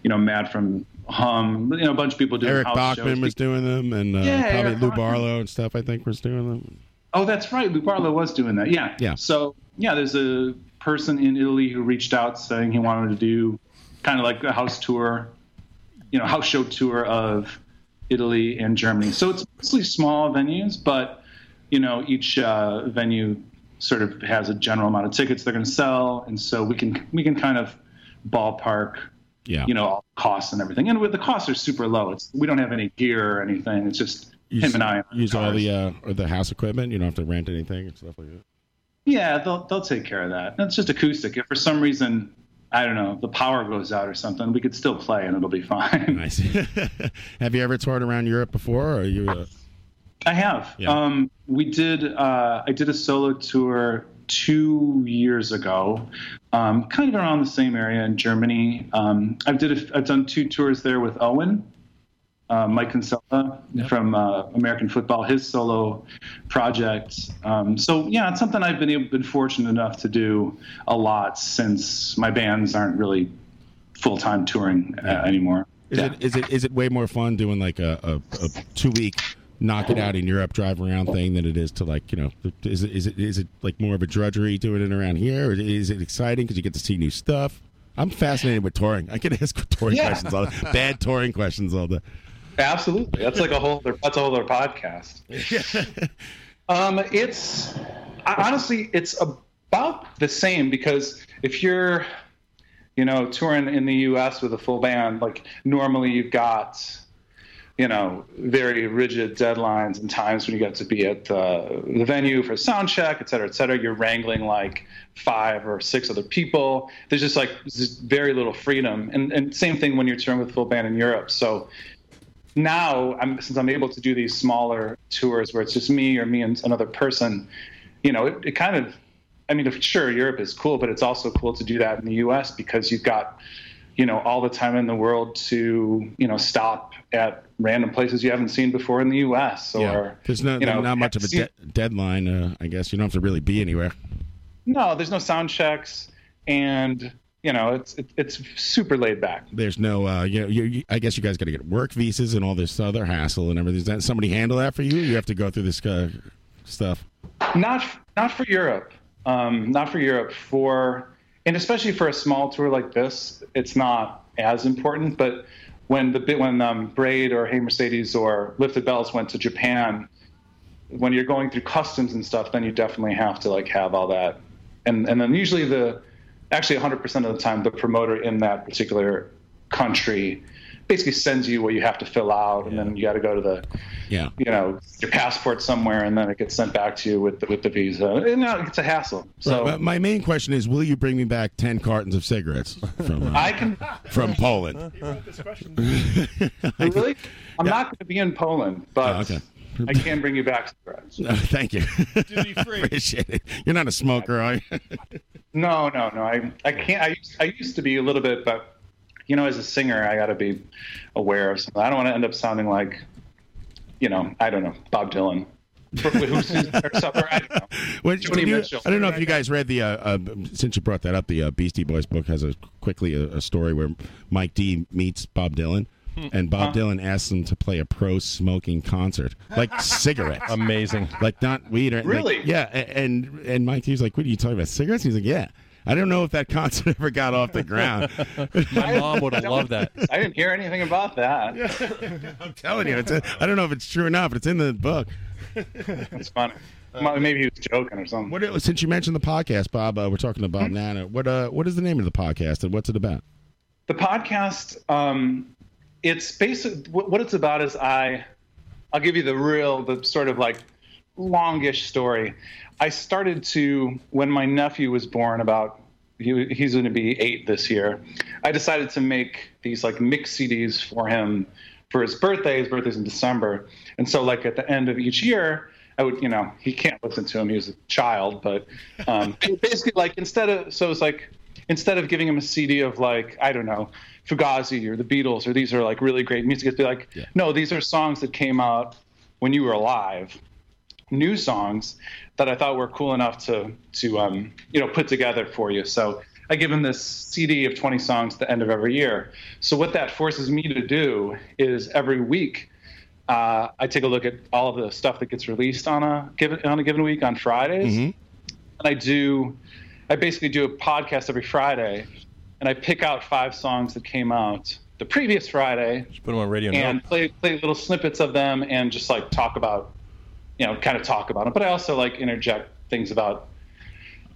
R: you know, Matt from Hum. You know, a bunch of people doing
C: Eric
R: house
C: Bachman
R: shows.
C: was doing them, and uh,
R: Yeah,
C: probably
R: Eric
C: Lou
R: Bachman.
C: Barlow and stuff. I think was doing them.
R: Oh, that's right. Lou Barlow was doing that. Yeah.
C: Yeah.
R: So yeah, there's a person in Italy who reached out saying he wanted to do kind of like a house tour, you know, house show tour of Italy and Germany. So it's mostly small venues, but you know, each uh, venue sort of has a general amount of tickets they're going to sell, and so we can we can kind of ballpark.
C: Yeah.
R: You know, all the costs and everything. And with the costs are super low. It's we don't have any gear or anything. It's just him
C: s-
R: and I.
C: use all the uh, or the house equipment. You don't have to rent anything and stuff like that.
R: Yeah, they'll they'll take care of that. It's just acoustic. If for some reason, I don't know, the power goes out or something, we could still play and it'll be fine.
C: Nice. Have you ever toured around Europe before? Or are you? Uh,
R: I have.
C: Yeah.
R: Um, we did. Uh, I did a solo tour two years ago, um, kind of around the same area in Germany. Um, I've did. A, I've done two tours there with Owen. Uh, Mike Kinsella from uh, American Football, his solo project. Um, so yeah, it's something I've been able, been fortunate enough to do a lot since my bands aren't really full time touring uh, anymore.
C: is it is it is it way more fun doing like a, a, a two week knock it out in Europe, drive around thing than it is to like you know is it is it is it like more of a drudgery doing it around here? Or is it exciting because you get to see new stuff? I'm fascinated with touring. I get (laughs) asked touring
R: Yeah.
C: questions all the bad touring questions all the.
R: Absolutely, that's like a whole. Other, that's a whole other podcast. um, it's I- honestly, it's about the same because if you're, you know, touring in the U.S. with a full band, like normally you've got, you know, very rigid deadlines and times when you got to be at the, the venue for sound check, et cetera, et cetera. You're wrangling like five or six other people. There's just like z- very little freedom, and and same thing when you're touring with a full band in Europe. So now I'm, since I'm able to do these smaller tours where it's just me or me and another person, you know, it, it kind of, I mean, if, sure, Europe is cool, but it's also cool to do that in the U.S. because you've got, you know, all the time in the world to, you know, stop at random places you haven't seen before in the U.S. Or
C: There's not
R: you know,
C: not much of a
R: see-
C: de- deadline. Uh, I guess you don't have to really be anywhere.
R: no, there's no sound checks, and you know, it's it, it's super laid back.
C: There's no, uh, you know, you, you, I guess you guys got to get work visas and all this other hassle and everything. Does that somebody handle that for you? You have to go through this uh, stuff.
R: Not not for Europe. Um, not for Europe. For and especially for a small tour like this, it's not as important. But when the bit when um, Braid or Hey Mercedes or Lifted Bells went to Japan, when you're going through customs and stuff, then you definitely have to like have all that. And and then usually the actually 100% of the time the promoter in that particular country basically sends you what you have to fill out, and then you got to go to the (laughs)
C: Yeah.
R: you know your passport somewhere and then it gets sent back to you with the, with the visa and now it's a hassle so
C: Right, but my main question is, will you bring me back ten cartons of cigarettes from uh,
R: i
C: (laughs)
R: can
C: from Poland?
R: (laughs) really i'm not going to be in poland but i can bring you back cigarettes
C: No, (laughs) thank you. Duty free. Appreciate it. You're not a smoker, are you? (laughs)
R: no no no i i can't i, used- I used to be a little bit but you know as a singer i got to be aware of something i don't want to end up sounding (laughs) like you know i don't know bob dylan who's supper I don't know.
C: When-
R: Joni
C: did you-
R: Mitchell.
C: I don't know if you guys read the. Uh, uh, since you brought that up, the uh, Beastie Boys book has a quickly a, a story where Mike D meets Bob Dylan,
H: Hmm.
C: and Bob
H: Huh.
C: Dylan asks him to play a pro smoking concert,
R: (laughs)
C: like cigarettes.
H: Amazing.
C: Like not weed or like-
H: Really?
C: yeah. a- And and Mike D's like, "What are you talking about? Cigarettes?" He's like, "Yeah." I don't know if that (laughs) concert ever got off the ground.
R: My mom would have loved that. I didn't hear anything about that.
C: I'm telling you, it's a, I don't know if it's true or not, but it's in the book.
R: it's
C: (laughs)
R: funny. Well, Maybe he was joking or something.
C: What, since you mentioned the podcast, Bob, uh, we're talking to
R: Mm-hmm.
C: Bob Nana. What uh, what is the name of the podcast and what's it about?
R: the podcast um, it's basic what what it's about is i i'll give you the real the sort of like longish story i started to when my nephew was born about he, he's going to be eight this year i decided to make these like mix cds for him for his birthday his birthday's in december and so like at the end of each year i would you know he can't listen to him he was a child but um, (laughs) basically like instead of so it's like instead of giving him a CD of like I don't know Fugazi or the Beatles or these are like really great music, it'd be like no, these are songs that came out when you were alive, new songs that I thought were cool enough to to um, you know put together for you. So I give him this CD of 20 songs at the end of every year. So what that forces me to do is every week. Uh, I take a look at all of the stuff that gets released on a given on a given week on Fridays, and I do, I basically do a podcast every Friday, and I pick out five songs that came out the previous Friday,
H: Put them on radio now.
R: and play play little snippets of them, and just like talk about, you know, kind of talk about them. But I also like interject things about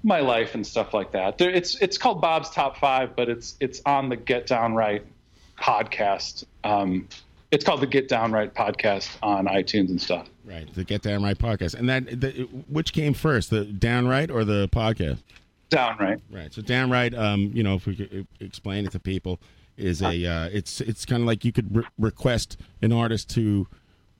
R: my life and stuff like that. There, it's it's called Bob's Top Five, but it's it's on the Get Down Right podcast. Um, it's called the Get Down Right podcast on iTunes and stuff.
C: Right, the Get Down Right podcast. And that the, which came first, the Downright or the podcast?
R: Downright.
C: Right. So Downright, um, you know, if we could uh, explain it to people, is a uh, it's it's kind of like you could re- request an artist to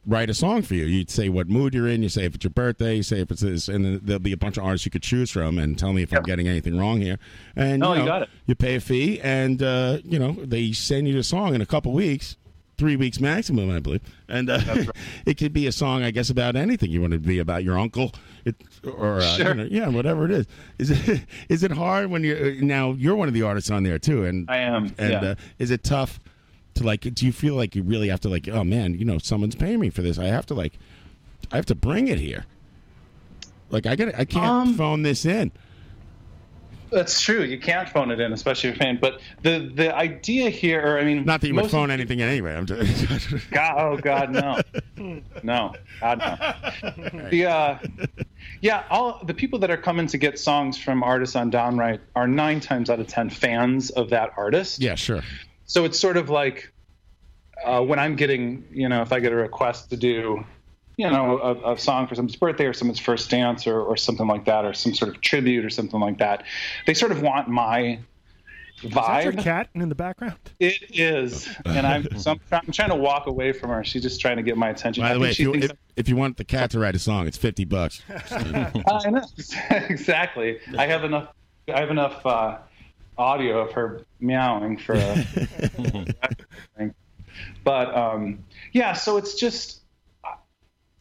C: write a song for you. You'd say what mood you're in. You say if it's your birthday. You say if it's this, and then there'll be a bunch of artists you could choose from. And tell me if I'm getting anything wrong here. And
R: No,
C: you,
R: you
C: know,
R: got it.
C: You pay a fee, and uh, you know they send you the song in a couple weeks. Three weeks maximum, I believe, and uh, (laughs) it could be a song, I guess, about anything. You want it to be about your uncle, it, or uh, you
R: Sure.
C: know, yeah, whatever it is. Is it (laughs) is it hard when you're uh, now? You're one of the artists on there too, and
R: I am,
C: And
R: yeah.
C: uh, is it tough to like? Do you feel like you really have to like? Oh man, you know, someone's paying me for this. I have to like, I have to bring it here. Like I got, I can't
R: Um,
C: phone this in.
R: That's true. You can't phone it in, especially if you're paying. But the the idea here, or I mean,
C: Not that you would phone anything in anyway. I'm just, (laughs)
R: God, oh God, no, no, God, no. The uh, yeah, all the people that are coming to get songs from artists on Downright are nine times out of ten fans of that artist.
C: yeah, sure.
R: So it's sort of like uh, when I'm getting, you know, if I get a request to do, you know, a, a song for someone's birthday or someone's first dance or, or something like that, or some sort of tribute or something like that, they sort of want my
P: Is that your
R: vibe.
P: cat in the background?
R: It is, and I'm, so I'm, try- I'm trying to walk away from her. She's just trying to get my attention.
C: By
R: I
C: the
R: think
C: way, if
R: she
C: you,
R: thinks
C: if, if you want the cat to write a song, it's fifty bucks.
R: (laughs) I know exactly. I have enough. I have enough uh, audio of her meowing for a thing. But um, yeah, so it's just,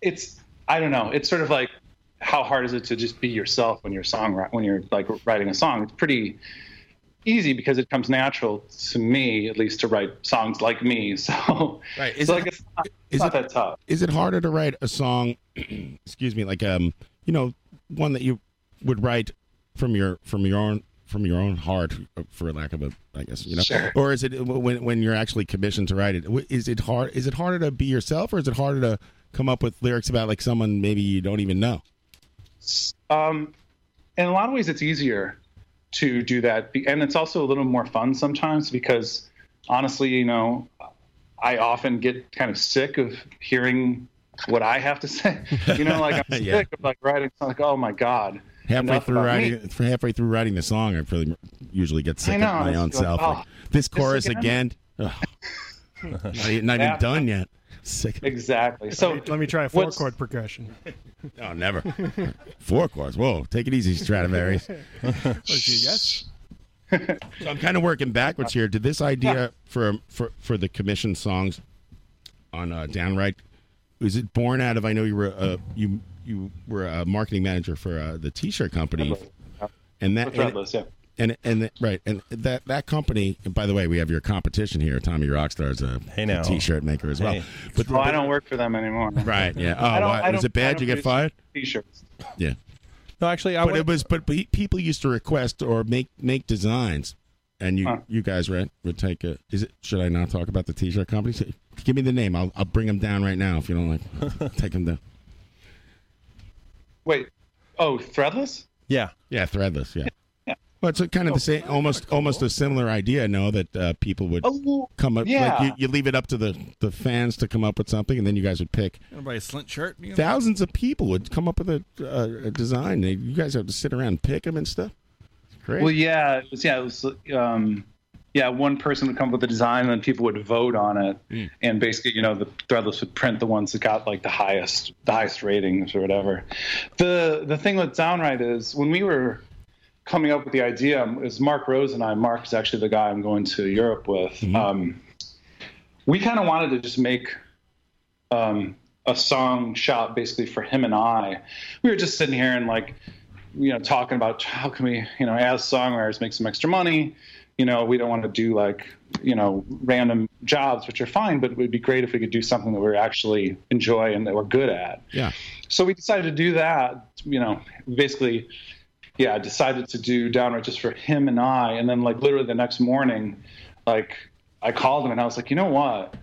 R: it's I don't know. It's sort of like how hard is it to just be yourself when you're song when you're like writing a song? It's pretty easy because it comes natural to me, at least, to write songs like me. (laughs) So
C: right,
R: it's like it's not, it's not that tough.
C: is it harder to write a song (clears throat) excuse me like um you know one that you would write from your from your own from your own heart uh, for lack of a i guess you know
R: Sure.
C: or is it when when you're actually commissioned to write it w- is it hard is it harder to be yourself or is it harder to come up with lyrics about like someone maybe you don't even know
R: Um, in a lot of ways, it's easier to do that, be- and it's also a little more fun sometimes because, honestly, you know, I often get kind of sick of hearing what I have to (laughs) say. You know, like I'm
C: (laughs) Yeah.
R: sick of like writing, it's like, oh my god,
C: halfway
R: enough
C: through
R: about me.
C: writing for halfway through writing the song i really usually get sick
R: I know,
C: of my
R: it's
C: own
R: like,
C: self
R: oh,
C: like, this chorus
R: again?
C: again,
R: (laughs)
C: Ugh. not, e- not
R: Yeah.
C: even done yet sick
R: Exactly. So
P: let me, let me try a four
R: what's-
P: chord percussion.
C: oh never
R: (laughs)
C: four chords whoa take it easy
P: (laughs)
C: stradivarius
P: yes.
C: So I'm kind of working backwards here. Did this idea for for for the commission songs on uh, Downright is it born out of? I know you were uh, you you were a marketing manager for uh, the T-shirt company, and that
R: For Threadless, yeah.
C: and and the- right and that that company. And by the way, we have your competition here. Tommy Rockstar is a
H: Hey, now.
C: a T-shirt maker as well.
H: Hey.
C: But
R: Well, Oh, I don't work for them anymore.
C: Right? Yeah.
R: (laughs)
C: Oh,
R: I don't-
C: why-
R: I
C: was
R: don't-
C: it
R: I
C: bad?
R: don't
C: You get
R: produce
C: fired?
R: T-shirts.
C: Yeah.
H: No, actually, I
C: but it was but pe- people used to request or make make designs, and you you guys right would take a. Is it? Should I not talk about the T-shirt company? Say, Give me the name. I'll I'll bring them down right now if you don't
H: (laughs)
C: like. take them down.
R: Wait. Oh, Threadless?
H: Yeah.
C: Yeah. Threadless. Yeah. Well, it's a kind of
R: Oh.
C: the same, almost almost a similar idea. No, that uh, people would
R: Oh,
C: come up.
L: yeah.
C: Like you, you leave it up to the, the fans to come up with something, and then you guys would pick.
L: Gonna buy a slint shirt. You know? (laughs)
C: Thousands of people would come up with a, uh, a design. They- You guys have to sit around and pick them and stuff. It's great.
R: Well, yeah, it was, yeah, it was, um, yeah. One person would come up with a design, and then people would vote on it, and basically, you know, the Threadless would print the ones that got like the highest, the highest ratings or whatever. The the thing with Downright is when we were coming up with the idea um, it was Mark Rose and I. Mark is actually the guy I'm going to Europe with. Um, we kind of wanted to just make um, a song shot basically for him and I. We were just sitting here and like, you know, talking about how can we, you know, as songwriters make some extra money. You know, we don't want to do like, you know, random jobs, which are fine, but it would be great if we could do something that we actually enjoy and that we're good at.
C: (laughs) Yeah.
R: So we decided to do that, you know, basically, yeah, I decided to do Downright just for him and I. And then, like, literally the next morning, like, I called him and I was like, you know what?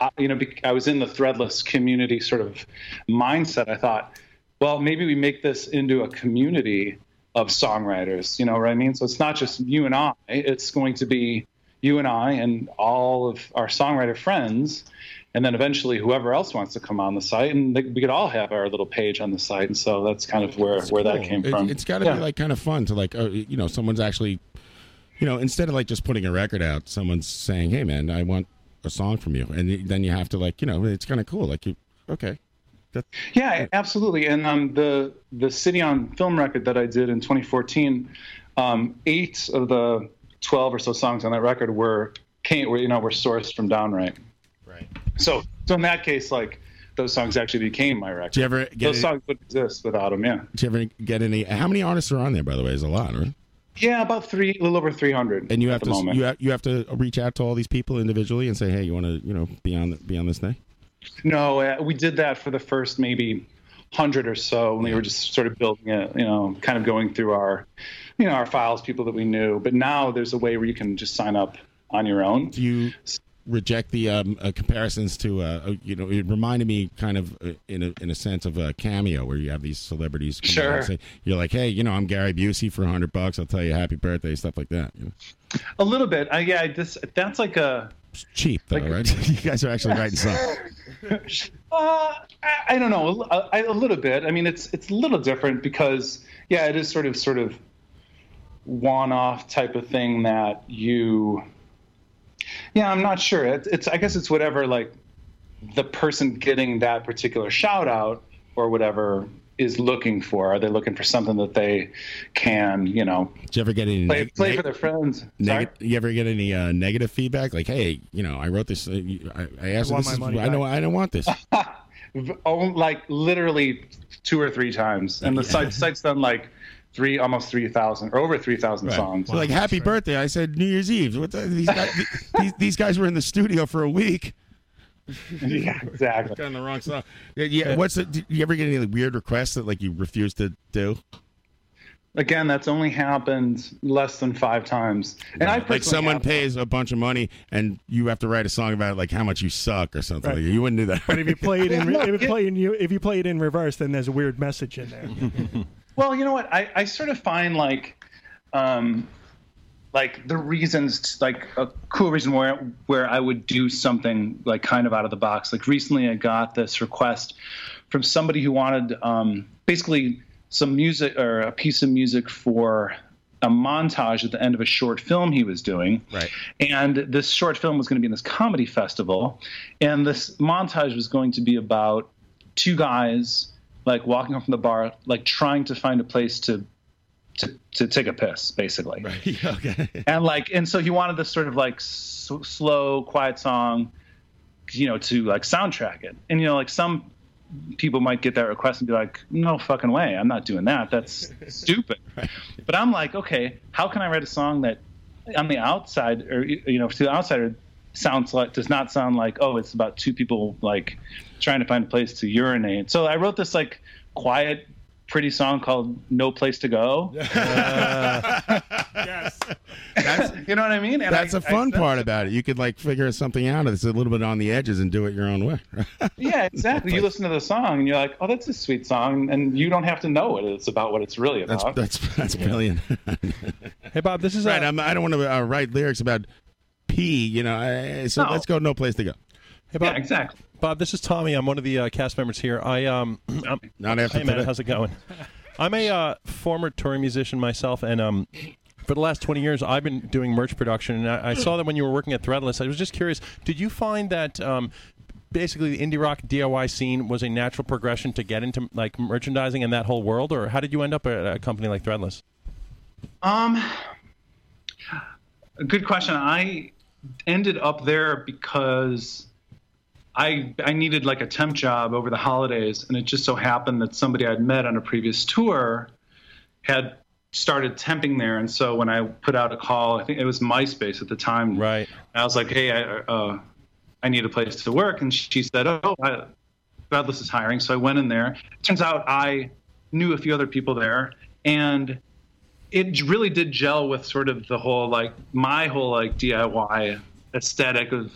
R: I, you know, bec- I was in the threadless community sort of mindset. I thought, well, maybe we make this into a community of songwriters. You know what I mean? So it's not just you and I. It's going to be you and I and all of our songwriter friends, and then eventually whoever else wants to come on the site, and they, we could all have our little page on the site. And so that's kind of where where that
C: cool.
R: came
C: Oh, It-
R: from.
C: It's got to
R: Yeah.
C: be like kind of fun to like, uh, you know, someone's actually, you know, instead of like just putting a record out, someone's saying, "Hey, man, I want a song from you," and y- then you have to like, you know, it's kind of cool. Like you, okay, that's
R: Yeah, absolutely. And um, the the City on Film record that I did in 2014, um, eight of the 12 or so songs on that record were came were you know were sourced from Downright.
C: Right.
R: So so in that case, like those songs actually became my record.
C: Do you ever get
R: those
C: any-
R: songs would exist without them? Yeah.
C: Do you ever get any? How many artists are on there, by the way? Is a lot, right?
R: Yeah, about three, a little over 300.
C: And you
R: at
C: have
R: the
C: to
R: moment.
C: you have, you have to reach out to all these people individually and say, "Hey, you want to you know be on the, be on this thing?"
R: No, uh, we did that for the first maybe hundred or so when we were just sort of building it, you know, kind of going through our, you know, our files, people that we knew. But now there's a way where you can just sign up on your own.
C: Do you reject the um, uh, comparisons to uh, uh, you know? It reminded me kind of uh, in a in a sense of a cameo where you have these celebrities. come out and
R: Sure.
C: say- you're like, hey, you know, I'm Gary Busey for hundred bucks. I'll tell you happy birthday, stuff like that. You know?
R: A little bit. I, yeah, I just, that's like a,
C: It's cheap though, right? (laughs) you guys are actually
R: (laughs)
C: writing songs.
R: Uh, I, I don't know. A, I- a little bit. I mean, it's it's a little different because yeah, it is sort of sort of one-off type of thing that you. Yeah, I'm not sure. It's, it's I guess it's whatever like the person getting that particular shout out or whatever is looking for. Are they looking for something that they can you know
C: Did you ever get any
R: play
C: neg-
R: play
C: neg-
R: for their friends? Sorry?
C: Neg- you ever get any uh, negative feedback? Like, hey, you know, I wrote this. Uh, you- I, I asked.
R: I want
C: if this
R: my
C: is,
R: money
C: I know.
R: back.
C: I
R: (laughs)
C: don't want this.
R: V- oh, like literally two or three times, and the site site's done like three, almost three thousand or over three thousand
C: Right.
R: songs.
C: So, like, happy birthday. I said New Year's Eve. What the, these, guys, these, these guys were in the studio for a week.
R: (laughs) yeah, exactly.
C: Got the wrong song. Yeah, yeah. What's the, do you ever get any like, weird requests that like you refuse to do?
R: Again, that's only happened less than five times, and I
C: like
R: personally
C: someone
R: have-
C: pays a bunch of money and you have to write a song about like how much you suck or something. Like, you wouldn't do that.
P: But if you play it in
C: (laughs)
P: re- if you play it in you if you play it in reverse, then there's a weird message in there.
L: (laughs)
R: Well, you know what? I, I sort of find like, um, like the reasons, like a cool reason where where I would do something like kind of out of the box. Like recently, I got this request from somebody who wanted um, basically some music or a piece of music for a montage at the end of a short film he was doing.
C: Right.
R: And this short film was going to be in this comedy festival, and this montage was going to be about two guys like walking home from the bar, like trying to find a place to to, to take a piss, basically.
C: Right. (laughs) okay.
R: and like, and so he wanted this sort of like s- slow, quiet song, you know, to like soundtrack it. And you know, like some people might get that request and be like, no fucking way, I'm not doing that. That's stupid. But I'm like, okay, how can I write a song that on the outside or you know to the outsider sounds like does not sound like oh it's about two people like trying to find a place to urinate. So I wrote this like quiet pretty song called No Place to Go.
P: uh,
R: you know what I mean? And
C: That's
R: I-
C: a fun
R: I-
C: part about it. You could like figure something out. It's a little bit on the edges and do it your own way. (laughs)
R: Yeah, exactly. You listen to the song and you're like, oh, that's a sweet song, and you don't have to know what it's about, what it's really
C: That's
R: about.
C: that's that's brilliant.
H: hey Bob, this is
C: right. I'm, I don't want to uh, write lyrics about pee. You know, I, so
H: No.
C: let's go no place to go.
H: Hey, Bob,
C: Yeah, exactly.
H: Bob, this is Tommy. I'm one of the uh, cast members here. I um, (clears throat) I'm,
C: not after
H: Hey, man,
C: today.
H: how's
C: (laughs)
H: it going? I'm a uh, former touring musician myself, and um, for the last 20 years, I've been doing merch production. And I, I saw that when you were working at Threadless. I was just curious. Did you find that um, basically the indie rock DIY scene was a natural progression to get into like merchandising and that whole world, or how did you end up at a company like Threadless?
R: Um, good question. I ended up there because I I needed like a temp job over the holidays, and it just so happened that somebody I'd met on a previous tour had started temping there, and so when I put out a call, I think it was MySpace at the time.
H: Right.
R: I was like, hey, I uh, I need a place to work, and she said, oh, I, Threadless is hiring, so I went in there. Turns out I knew a few other people there, and it really did gel with sort of the whole like my whole like DIY aesthetic of,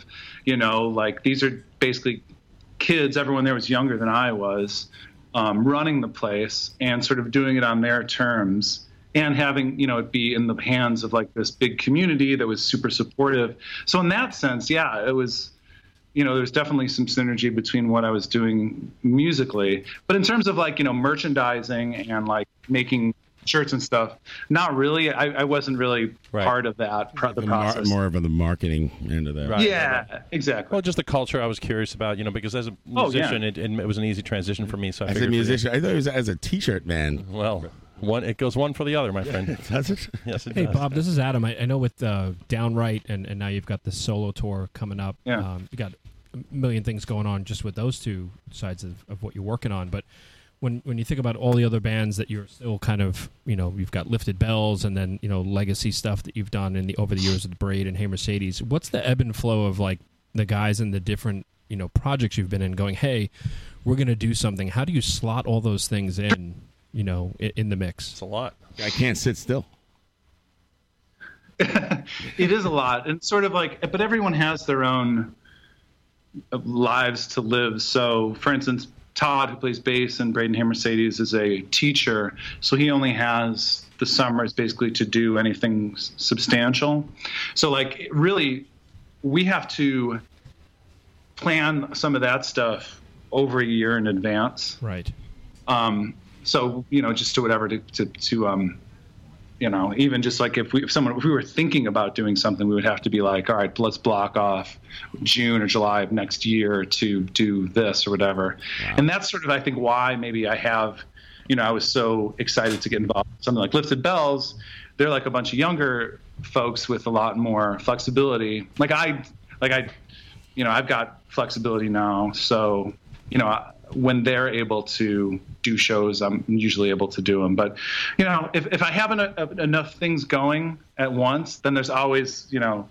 R: you know, like these are basically kids. Everyone there was younger than I was, um, running the place and sort of doing it on their terms and having you know it be in the hands of like this big community that was super supportive. So in that sense, yeah, it was you know, there's definitely some synergy between what I was doing musically, but in terms of like, you know, merchandising and like making shirts and stuff, not really. I, I wasn't really part of that pro- the
C: The mar-
R: process.
C: more of the marketing end of that.
R: Yeah, exactly. Oh,
H: Well, just the culture I was curious about, you know, because as a
R: yeah.
H: musician, it, it, was an easy transition for me. So I
C: As a
H: figured for you-
C: musician, I thought it was as a T-shirt man.
H: Well, one it goes one for the other, my friend.
C: (laughs) does it?
H: Yes, it
M: Hey,
H: does.
M: Bob, this is Adam. I, I know with uh, Downright, and, and now you've got the solo tour coming up.
H: Yeah.
M: Um, you got a million things going on just with those two sides of, of what you're working on. But when, when you think about all the other bands that you're still kind of, you know, you've got Lifted Bells and then, you know, legacy stuff that you've done in the over the years with Braid and Hey Mercedes, what's the ebb and flow of like the guys in the different, you know, projects you've been in going, hey, we're going to do something? How do you slot all those things in, you know, in, in the mix? It's
H: a lot.
C: I can't sit still.
R: it is a lot and sort of like but everyone has their own uh, lives to live so for instance todd who plays bass and braden Hammer mercedes is a teacher so he only has the summers basically to do anything s- substantial so like really we have to plan some of that stuff over a year in advance
M: right
R: um, so you know just to whatever to to, to um, you know, even just like if we, if someone, if we were thinking about doing something, we would have to be like, all right, let's block off June or July of next year to do this or whatever. And that's sort of, I think, why maybe I have, you know, I was so excited to get involved. in Something like Lifted Bells, they're like a bunch of younger folks with a lot more flexibility. Like I, like I, you know, I've got flexibility now, so you know. I, when they're able to do shows, I'm usually able to do them. But you know, if, if I have en- enough things going at once, then there's always, you know,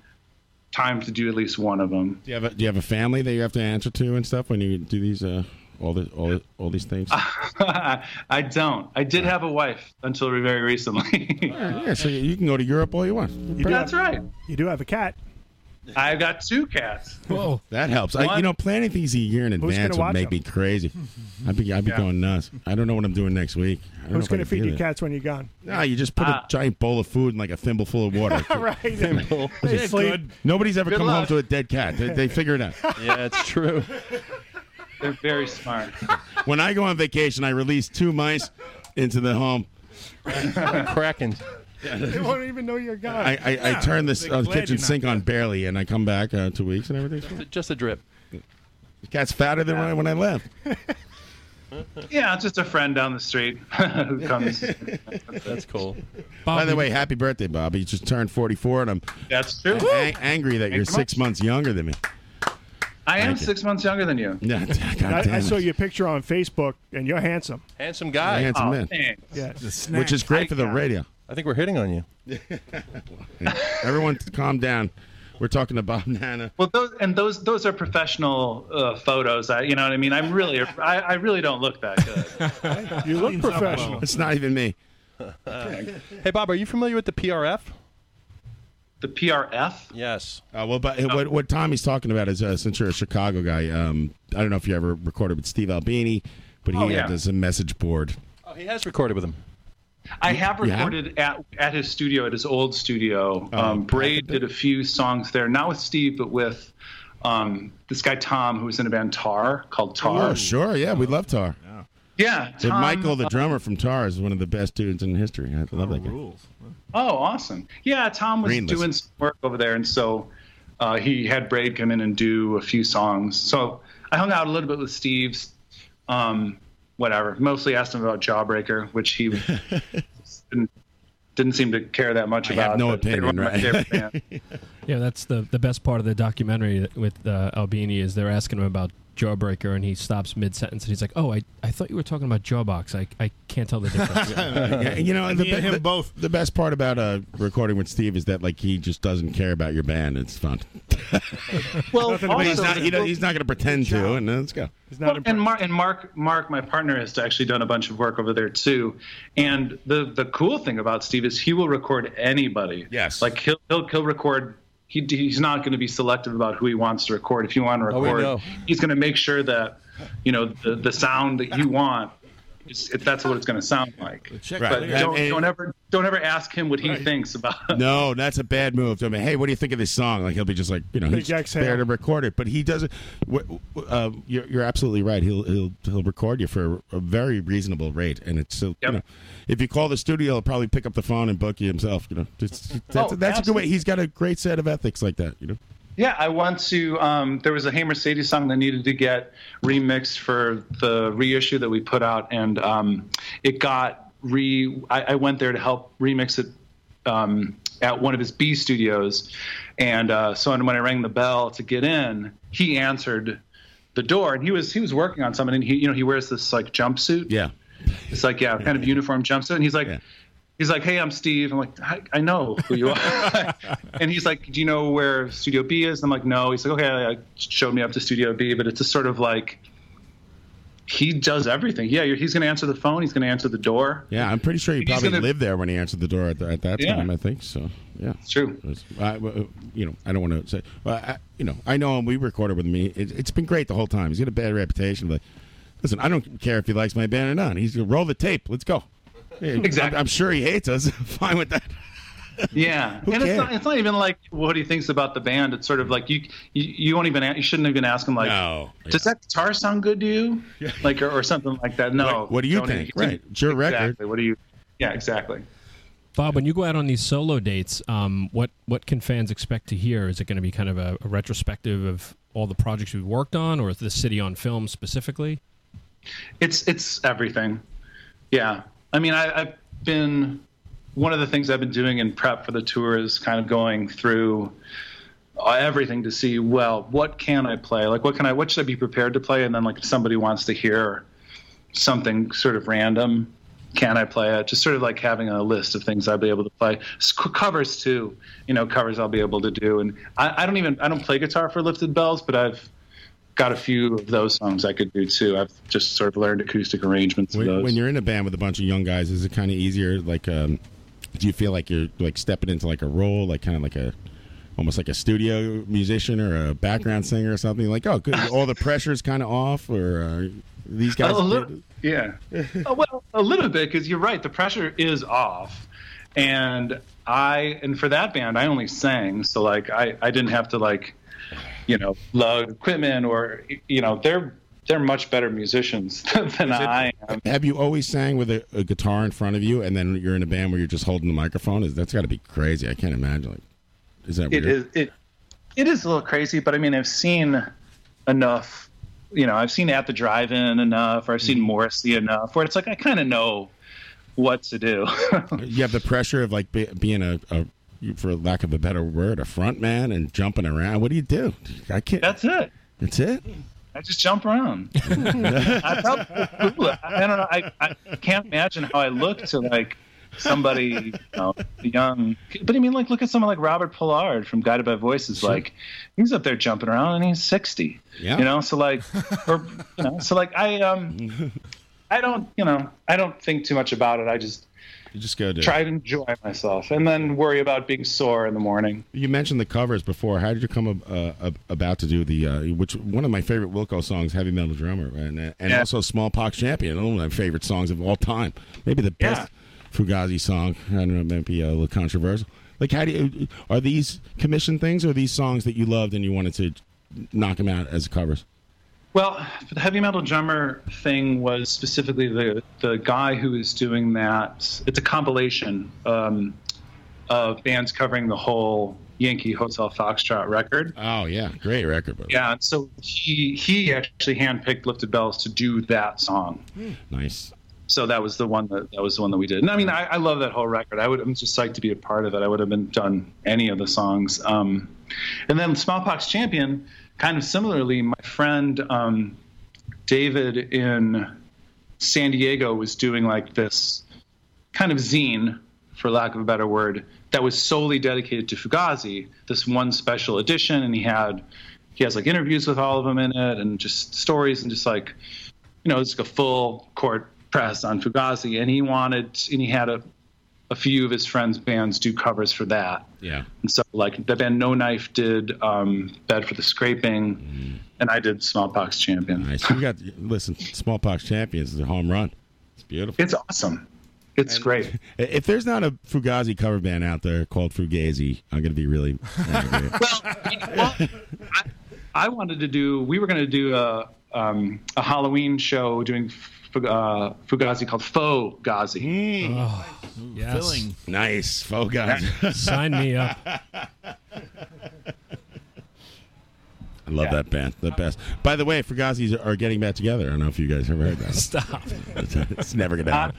R: time to do at least one of them.
C: Do you have a, do you have a family that you have to answer to and stuff when you do these uh, all the all all these things?
R: (laughs) I don't. I did have a wife until very recently. (laughs)
C: yeah, so you can go to Europe all you want.
R: That's right.
P: You do have a cat.
R: I've got two cats.
M: Whoa,
C: that helps. I, you
R: One-
C: know, planning things a year in
R: Who's gonna
C: advance would
R: watch
C: make
R: them?
C: me crazy. I'd be I'd be
P: Yeah.
C: going nuts. I don't know what I'm doing next week. I don't know
P: Who's
C: if I
P: going to
C: can
P: feed
C: do
P: you
C: that.
P: cats when you're gone?
C: No,
P: (laughs)
C: you just put a giant bowl of food and like a thimble full of water.
P: right.
C: Simple.
P: They
C: Good.
P: sleep.
C: Nobody's ever
P: Good
C: come home
P: luck.
C: to a dead cat. They, they figure it out.
H: yeah, it's true.
R: They're very smart.
C: When I go on vacation, I release two mice into the home.
H: Krakens.
P: They won't even know you're gone.
C: I, I, I turn this uh, kitchen sink on barely, and I come back uh, two weeks and everything.
H: Just a drip.
C: The cat's fatter than when I when I left.
R: Yeah, it's just a friend down the street (laughs) who comes. That's
H: cool.
C: By the way, happy birthday, Bob. You just turned 44, and I'm
R: That's true.
C: I'm ang- angry that
R: Thank
C: you're
R: you
C: six months younger than me.
R: I am six months younger than you.
C: (laughs) Yeah,
P: I, I saw your picture on Facebook, and you're
L: (laughs)
P: handsome. (laughs)
H: Handsome guy.
P: You're a
M: Oh,
H: Aw,
P: handsome Oh, man.
H: thanks.
P: Yeah. The
C: Which
M: (laughs)
C: is great for the radio.
H: I think we're hitting on you.
C: Everyone, calm down. We're talking to Bob Nana.
R: (laughs) Well, those and those those are professional uh, photos. I, you know what I mean. I'm really, I, I really don't look that good.
P: You look professional.
C: It's not even me.
H: (laughs) hey, Bob, are you familiar with the PRF?
R: The PRF?
H: Yes.
C: Uh, well, but what, what Tommy's talking about is uh, since you're a Chicago guy, um, I don't know if you ever recorded with Steve Albini, but he
R: Oh,
C: had
R: yeah.
C: this message board.
H: Oh, he has recorded with him.
R: I have
C: (laughs) You have? Oh,
R: recorded at at his studio, at his old studio. Um, Braid did a few songs there, not with Steve, but with um, this guy Tom, who was in a band Tar called Tar.
C: Oh, sure. Yeah, we love Tar.
R: Yeah,
C: And
R: Tom,
C: Michael, the
R: uh,
C: drummer from Tar, is one of the best dudes in history. I love that guy. (laughs) Rules.
R: Oh, awesome. Yeah, Tom was
C: Greenless.
R: doing some work over there, and so uh, he had Braid come in and do a few songs. So I hung out a little bit with Steve's, um, whatever. Mostly asked him about Jawbreaker, which
C: (laughs)
R: he didn't, didn't seem to care that much about.
C: no
R: but they were
C: opinion,
R: my
C: right?
R: favorite band.
M: Yeah, that's the the best part of the documentary that- with uh, Albini is they're asking him about Jawbreaker, and he stops mid sentence, and he's like, "Oh, I, I thought you were talking about Jawbox. I I can't tell the difference."
C: Yeah, (laughs) and you know, the, be- the- The best part about uh, recording with Steve is that like he just doesn't care about your band. It's fun.
R: (laughs) Well,
C: I mean, he's not, he don't- he's not going to pretend to. And uh, let's go.
R: Well, and Mark and Mark Mark, my partner, has actually done a bunch of work over there too. And the the cool thing about Steve is he will record anybody. Yes. Like he'll he'll, he'll record. He, he's not going to be selective about who he wants to record. If you want to
H: Oh, we
R: record,
H: know.
R: he's going to make sure that you know the, the sound that you want. Is, if that's what it's going to sound like.
C: Right.
R: But don't,
C: And-
R: don't ever don't ever ask him what he thinks about. (laughs)
C: No, that's a bad move. I mean, hey, what do you think of this song? Like he'll be just like, you know,
R: Big
C: he's
R: exhale.
C: there to record it, but he doesn't. wh- wh- Uh, you're, you're absolutely right. He'll he'll he'll record you for a very reasonable rate, and it's so you know, if you call the studio, he'll probably pick up the phone and book you himself. You know, It's-
R: Oh,
C: that's that's a good way.
R: absolutely.
C: He's got a great set of ethics like that. You know,
R: Yeah, I want to. Um, there was a Hey Mercedes song that needed to get remixed for the reissue that we put out, and um, it got re. I, I went there to help remix it um, at one of his B studios, and uh, so when I rang the bell to get in, he answered the door, and he was he was working on something. And he you know he wears this like jumpsuit.
C: Yeah,
R: it's like yeah, kind of uniform jumpsuit, and he's like. He's like, "Hey, I'm Steve." I'm like, "I, I know who you are." and he's like, "Do you know where Studio B is?" I'm like, "No." He's like, "Okay, I showed me up to Studio B, but it's a sort of like he does everything. Yeah, you're, he's going to answer the phone. He's going to answer the
C: (laughs)
R: door.
C: yeah, I'm pretty sure he
R: He's
C: probably
R: gonna-
C: lived there when he answered the door at, the, at that
R: Yeah.
C: time. I think so. Yeah,
R: it's true.
C: I, uh, you know, I don't want to say. Well, I, you know, I know him. We recorded with me. It, it's been great the whole time. He's got a bad reputation, but listen, I don't care if he likes my band or not. He's gonna roll the tape.
R: (laughs)
C: Let's go. Yeah,
R: Exactly.
C: I'm, I'm sure he hates us. (laughs) Fine with that.
R: Yeah, and it's not, it's not even like what he thinks about the band. It's sort of like you you, you won't even a- you shouldn't even ask him like, "Does that guitar sound good to you?" Like or, or something like that. No.
C: What- what do you
R: don't
C: think?
R: even-
C: Right. It's your record.
R: Exactly. What do you? Yeah, exactly.
M: Bob, when you go out on these solo dates, um, what what can fans expect to hear? Is it going to be kind of a, a retrospective of all the projects we've worked on, or is the city on film specifically?
R: It's it's everything. Yeah. I mean, I, I've been one of the things I've been doing in prep for the tour is kind of going through uh, everything to see well what can I play like what can I what should I be prepared to play and then like if somebody wants to hear something sort of random can I play it just sort of like having a list of things I'll be able to play S- c- covers too you know covers I'll be able to do and I, I don't even I don't play guitar for Lifted Bells but I've got a few of those songs I could do too I've just sort of learned acoustic arrangements of
C: When,
R: those
C: when you're in a band with a bunch of young guys, is it kind of easier? Like, um, do you feel like you're like stepping into like a role, like kind of like a, almost like a studio musician or a background singer or something? Like, oh, good. All the pressure's kind of off, or uh, these guys.
R: a little, yeah. Uh, well, a little bit because you're right. The pressure is off, and I and for that band, I only sang, so like I I didn't have to like, you know, lug equipment or you know they're they're much better musicians (laughs) than I am.
C: Have you always sang with a, a guitar in front of you, and then you're in a band where you're just holding the microphone? Is that's got to be crazy? I can't imagine. Like, is that
R: It
C: weird?
R: is it it is a little crazy, but I mean I've seen enough. You know, I've seen at the drive-in enough, or I've
C: Mm-hmm.
R: seen Morrissey enough, where it's like I kind of know what to do. (laughs)
C: you have the pressure of like be, being a, a, for lack of a better word, a front man and jumping around. What do you do? I can't.
R: That's it.
C: That's it.
R: I just jump
C: (laughs)
R: around. I probably Google it. I don't know. I, I can't imagine how I look to like somebody you know, young. But I mean, like, look at someone like Robert Pollard from Guided by Voices. Like, he's up there jumping around and he's sixty.
K: Yeah.
R: You know, so like, or you know, so like I um, I don't you know I don't think too much about it. I just
C: You just go to
R: try to enjoy myself and then worry about being sore in the morning.
C: You mentioned the covers before. How did you come ab- uh, ab- about to do the uh, which one of my favorite Wilco songs, "Heavy Metal Drummer," and uh, and
R: Yeah.
C: also "Smallpox Champion," one of my favorite songs of all time, maybe the best Fugazi song. I don't know, it might be a little controversial. Like, how do you are these commissioned things, or are these songs that you loved and you wanted to knock them out as covers?
R: Well, the heavy metal drummer thing was specifically the the guy who is doing that. It's a compilation um, of bands covering the whole Yankee Hotel Foxtrot record.
C: Oh yeah, great record. But
R: Yeah, and so he he actually handpicked Lifted Bells to do that song.
C: nice.
R: So that was the one that that was the one that we did. And I mean, I, I love that whole record. I would I'm just psyched to be a part of it. I would have been done any of the songs. Um, and then Smallpox Champion, kind of similarly, my friend um, David in San Diego was doing like this kind of zine, for lack of a better word, that was solely dedicated to Fugazi. This one special edition, and he had he has like interviews with all of them in it, and just stories, and just like you know, it's like a full court press on Fugazi, and he wanted and he had a a few of his friends' bands do covers for that.
C: Yeah.
R: And so, like, the band No Knife did um, Bed for the Scraping, and I did Smallpox Champion.
C: Nice. You got listen, Smallpox Champions is a home run. It's beautiful.
R: It's awesome. It's (laughs) great.
C: If there's not a Fugazi cover band out there called Fugazi, I'm gonna be really angry.
R: I wanted to do. We were going to do a um, a Halloween show doing Fug- uh, Fugazi called Faux Gazi.
M: yes. filling.
C: Nice, faux
M: (laughs)
C: Fugazi.
M: Sign me up.
C: I love that band. The best. By the way, Fugazi's are getting back together. I don't know if you guys ever heard that.
M: Stop.
C: It's, it's never gonna happen.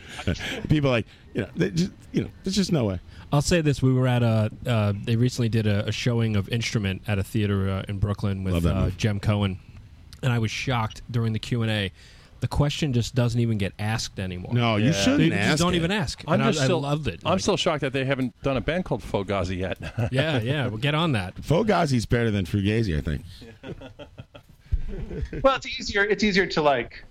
C: (laughs) People are like you know, they just, you know, there's just no way.
M: I'll say this: We were at a. Uh, they recently did a, a showing of Instrument at a theater uh, in Brooklyn
C: Love
M: with
C: that
M: uh,
C: movie.
M: Jem Cohen, and I was shocked during the Q and A. The question just doesn't even get asked anymore.
C: No,
M: They just don't even ask.
H: I'm
M: And I,
H: just
M: I
H: still,
M: loved it.
H: I'm still shocked that they haven't done a band called Fogazi yet. (laughs)
M: Yeah, yeah. Well, get on that.
C: Fugazi's better than Fugazi, I think.
R: well, it's easier. It's easier to like,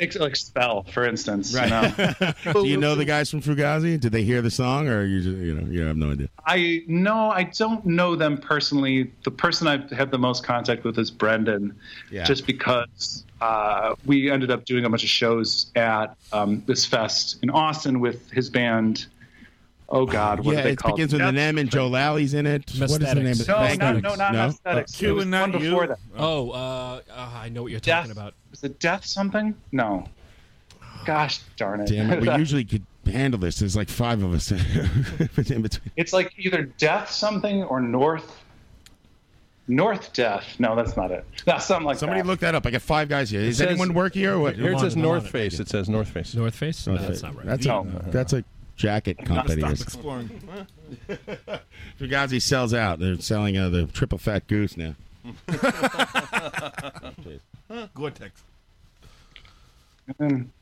R: ex- like spell, for instance. you know?
C: (laughs) Do you know the guys from Fugazi? Did they hear the song, or you just, you know you have no idea?
R: I no, I don't know them personally. The person I've had the most contact with is Brendan,
C: Yeah.
R: just because uh, we ended up doing a bunch of shows at um, this fest in Austin with his band. Oh God, what
C: yeah,
R: are they
C: it
R: called?
C: begins with an M, and Joe Lally's in it. What is the Oh, name? of
R: No,
C: Thank
R: not-
C: you.
R: no, not Aesthetics. It was one before that.
M: Oh, uh, uh, I know what you're
R: Death.
M: talking about.
R: Was it Death something? No. Gosh darn it.
C: Damn it!
R: (laughs)
C: We usually could handle this. There's like five of us (laughs) in between.
R: It's like either death something or north. North death. No, that's not it. (laughs) That's something like
C: Somebody
R: that.
C: look that up. I got five guys here.
R: It
C: Does
R: says-
C: anyone work here? Or what?
R: Here it says I'm on it. North
H: Face. It says North Face.
M: North Face.
C: North Face. That's a, that's a jacket company.
K: Stop
C: or something.
K: exploring.
C: Fugazi sells out. They're selling uh, the triple fat goose now. (laughs)
P: (laughs)
F: Gore-Tex.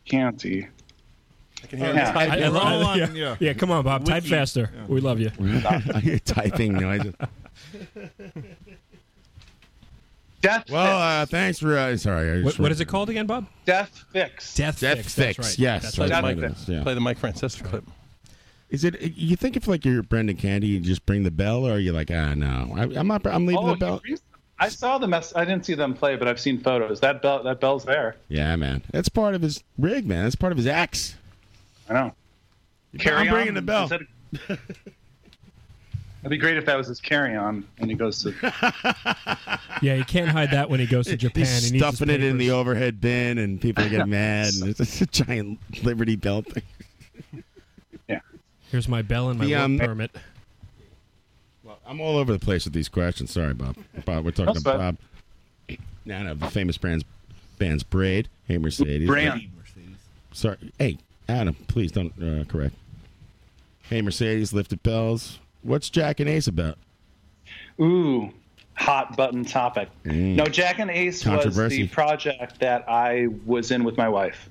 R: Can't eat.
F: I
H: can
F: hear
M: Yeah.
F: yeah.
M: I-
H: (laughs)
M: I love-
F: on,
M: yeah.
F: yeah.
M: Yeah, come on, Bob. Type
F: Wiki.
M: faster.
F: Yeah.
M: We love you.
C: I hear (laughs) typing noises.
R: Death.
C: Well, uh, thanks for. Uh, sorry. I
M: What,
C: just-
M: what is it called again, Bob?
R: Death fix.
M: Death,
C: Death
M: fix.
C: Fix.
M: That's right.
C: Yes.
M: That's
C: Play
M: right.
C: the mic then. Yeah.
H: Play the Mike Francesca clip.
C: Is it? You think if like you're Brendan Candy, you just bring the bell, or are you like, ah, no, I, I'm not. I'm leaving the bell.
R: Oh, I saw the mess. I didn't see them play, but I've seen photos. That bell. That bell's there.
C: Yeah, man. That's part of his rig, man. That's part of his axe.
R: I know.
C: I'm bringing the bell.
R: Instead of- (laughs) It'd be great if that was his carry-on when he goes to.
M: Yeah, he can't hide that when he goes to Japan.
C: He's
M: he needs his
C: stuffing it in
M: papers.
C: the overhead bin, and people are getting mad. And it's just a giant Liberty Bell thing.
M: Here's my bell and my
C: The,
M: work
C: um,
M: permit.
C: I'm all over the place with these questions. Sorry, Bob. Bob, we're talking
M: That's
C: about
M: fine.
C: Bob. Now, no, the famous brands, band's braid. Hey, Mercedes.
R: Brand.
C: Sorry. Hey, Adam, please don't uh, correct. Hey, Mercedes, lifted bells. What's Jack and Ace about?
R: Ooh, hot button topic. No, Jack and Ace was
C: Mm. Controversy.
R: the project that I was in with my wife.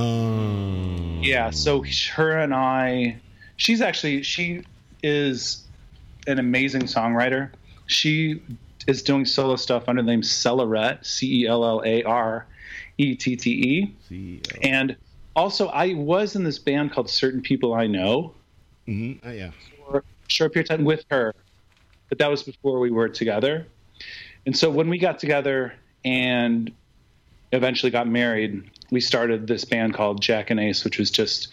C: Oh.
R: Yeah, so her and I, she's actually she is an amazing songwriter. She is doing solo stuff under the name Cellaret, C E L L A R E T T E. And also, I was in this band called Certain People I Know.
C: Mm-hmm. Oh, yeah.
R: For a short period of time with her, but that was before we were together. And so when we got together and eventually got married, we started this band called Jack and Ace, which was just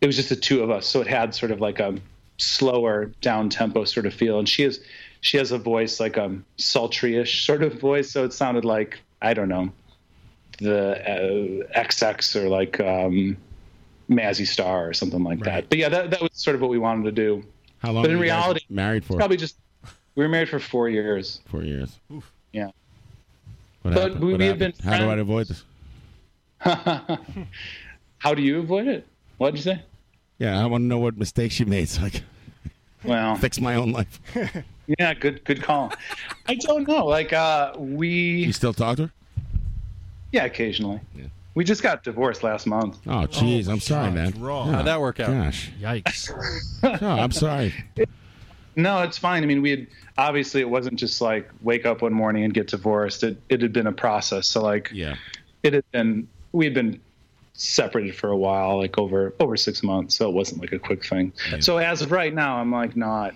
R: it was just the two of us. So it had sort of like a slower down tempo sort of feel. And she is she has a voice like a sultryish sort of voice. So it sounded like I don't know the uh, XX or like um, Mazzy Star or something like that. But yeah, that that was sort of what we wanted to do.
C: How long
R: But in
C: were you guys
R: reality,
C: married for?
R: Probably just we were married for four years.
C: Four years.
R: Yeah. But
C: What happened?
R: we
C: What
R: have been
C: happened? How do I avoid this?
R: (laughs) How do you avoid it? What did you say?
C: Yeah, I want to know what mistakes you made so I can
R: Well,
C: (laughs) fix my own life.
R: yeah, good good call. I don't know. Like uh we
C: You still talk to her?
R: yeah, occasionally. We just got divorced last month.
C: Oh, jeez, I'm sorry, man.
R: wrong.
C: Yeah,
R: How'd that work out? (laughs)
C: Gosh.
M: Yikes.
C: No, I'm sorry.
R: No, it's fine. I mean, we had obviously it wasn't just like wake up one morning and get divorced. It it had been a process. So like
C: yeah,
R: it had been we had been separated for a while, like over over six months. So it wasn't like a quick thing. So as of right now, I'm like not,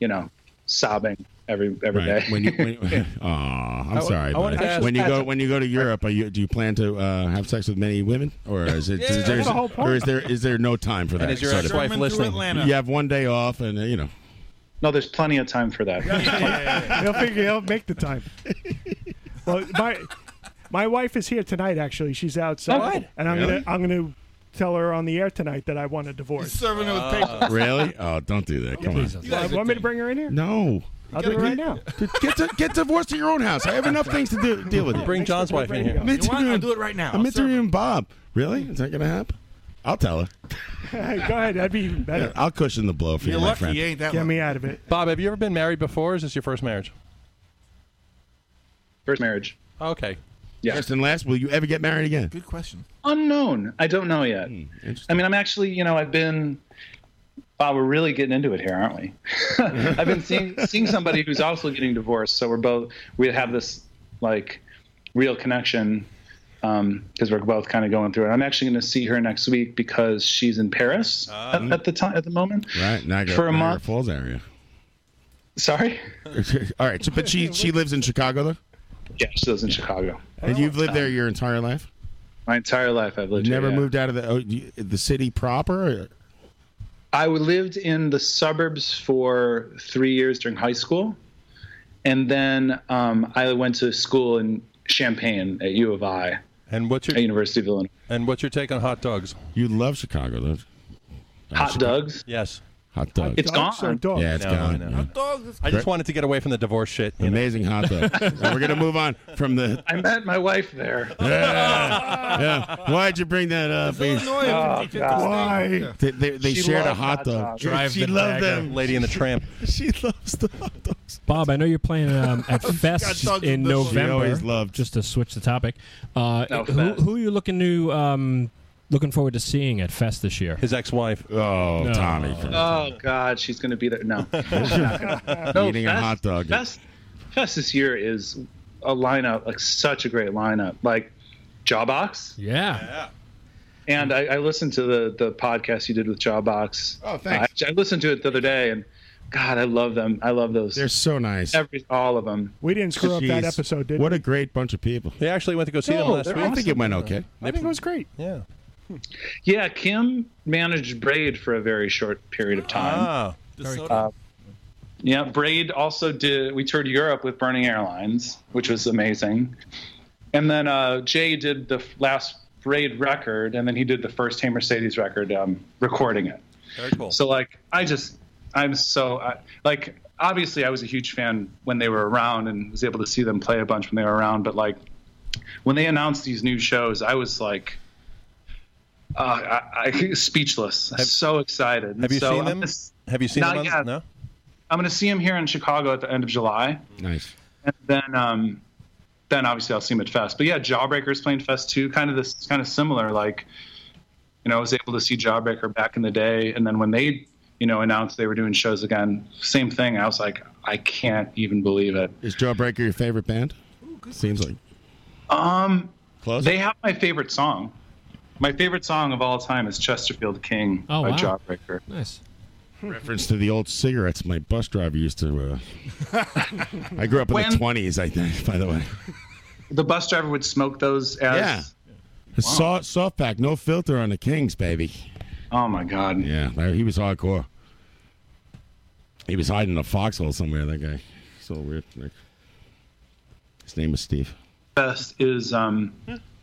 R: you know, sobbing every every day.
C: Right. When you, (laughs) when,
R: (laughs)
C: oh, I'm
R: I-
C: sorry.
R: I wanted
C: buddy.
R: to ask-
C: when you go when you go to Europe, are you, do you plan to uh, have sex with many women, or is it
R: Yeah,
C: is
R: that's the
C: there,
R: whole point.
C: or is there is there no time for
R: And
C: that?
R: is your
C: sort of
R: ex-wife
C: thing?
R: listening? Atlanta.
C: You have one day off, and uh, you know.
R: no, there's plenty of time for that.
P: he'll figure. He'll make the
C: (laughs)
P: time. Well, my my wife is here tonight. Actually, she's outside,
K: Oh, good.
P: and I'm
C: Really?
P: gonna I'm gonna tell her on the air tonight that I want a divorce.
K: serving
P: (laughs)
K: it with
C: Uh,
K: (laughs)
C: really? Oh, don't do that. Come on.
P: You want me to bring her in here?
C: No.
P: I'll do it right now.
C: (laughs) Get to, get divorced in your own house. I have enough things to do, deal with.
H: Bring John's wife in here.
C: I'm interviewing-
H: I'll do it right now.
C: I'm interviewing Bob. Really? Is that going to happen? I'll tell her. (laughs)
P: Go ahead. That'd be even better.
C: I'll cushion the blow for you, my friend.
P: Get me out of it.
H: Bob, have you ever been married before? Or is this your first marriage?
R: First marriage.
H: Okay.
R: Yeah.
C: First and last, will you ever get married again?
R: Good question. (laughs) Unknown. I don't know yet. I mean, I'm actually, you know, I've been. Wow, we're really getting into it here, aren't we? (laughs) I've been seeing seeing somebody who's also getting divorced, so we're both we have this like real connection because we're both kind of going through it. I'm actually going to see her next week because she's in Paris at, at the time at the moment.
C: Right, Niagara,
R: For a
C: Niagara
R: month.
C: Falls area.
R: Sorry.
C: (laughs) All right, so, but she she lives in Chicago though.
R: Yeah, she lives in Chicago.
C: And you've lived there your entire life.
R: My entire life, I've lived.
C: Never
R: here, yeah.
C: moved out of the oh, you- the city proper.
R: I lived in the suburbs for three years during high school, and then um, I went to school in Champaign at U of I.
H: And what's your
R: at University of Illinois?
H: And what's your take on hot dogs?
C: You love Chicago, though.
R: Hot dogs?
H: Yes.
C: Hot dogs.
H: It's
R: Dogs gone. or dogs?
C: Yeah, it's
H: No,
C: gone.
H: no.
C: yeah.
H: I
C: Great.
H: just wanted to get away from the divorce shit.
C: Amazing hot
H: (laughs)
C: dog. Now we're gonna move on from the.
R: I met my wife there.
C: (laughs) Yeah, yeah. Why'd you bring that up? He's-
R: Oh, God.
C: Why? They, they, they
K: She
C: shared a
K: loved
C: hot
K: hot
C: dog.
K: dogs. Drive
C: she
K: the
C: loved
K: dagger.
C: them.
H: Lady and the Tramp.
C: she loves the hot dogs.
M: Bob, I know you're playing um, at Fest
C: dogs
M: in
C: in this one.
M: November.
C: She always
M: Just to switch the topic, uh,
C: No,
M: who,
C: Fest.
M: who are you looking to um, looking forward to seeing at Fest this year?
H: His ex-wife.
C: Oh,
M: No.
C: Tommy.
R: Oh God, she's gonna be there. No, She's not gonna- no
C: (laughs) Eating a hot dog.
R: Fest, Fest this year is a lineup, like such a great lineup. Like Jawbox.
M: Yeah.
R: And I, I listened to the the podcast you did with Jawbox.
C: Oh, thanks.
R: I, I listened to it the other day, and God, I love them. I love those.
C: They're so nice.
R: Every all of them.
P: We didn't screw up that
C: Jeez.
P: episode, did
C: What a great bunch of people.
H: They actually went to go see them last week.
C: I think it went okay.
P: we? I think it was great.
H: Yeah.
R: Yeah, Kim managed Braid for a very short period of time.
H: Ah,
R: Uh, yeah, Braid also did. We toured Europe with Burning Airlines, which was amazing. And then uh, Jay did the f- last Braid record, and then he did the first Hey Mercedes record, um, recording it.
H: Very cool.
R: So like, I just, I'm so I, like, obviously, I was a huge fan when they were around, and was able to see them play a bunch when they were around. But like, when they announced these new shows, I was like. Uh, I, (laughs) I speechless. so excited.
H: Have you
R: So
H: seen
R: I'm
H: them?
R: just-
H: Have you seen
R: Not
H: them? on-
R: yet.
H: No.
R: I'm going to see him here in Chicago at the end of July.
C: Nice.
R: And then, um, then obviously I'll see him at Fest. But yeah, Jawbreakers playing Fest two, kind of this, kind of similar. Like, you know, I was able to see Jawbreaker back in the day, and then when they, you know, announced they were doing shows again, same thing. I was like, I can't even believe it.
C: Is Jawbreaker your favorite band? Seems like.
R: Um, They have my favorite song. My favorite song of all time is Chesterfield King
C: Oh,
R: by
C: wow.
R: Jawbreaker.
M: Nice.
C: Reference to the old cigarettes my bus driver used to. Uh,
R: (laughs)
C: I grew up in the
R: When-
C: twenties, I think. By the way,
R: The bus driver would smoke those as
C: Yeah. soft soft pack, no filter on the Kings, baby.
R: Oh my God!
C: Yeah, that- he was hardcore. He was hiding in a foxhole somewhere. That guy, so weird. Like, his name was Steve.
R: Fest is um,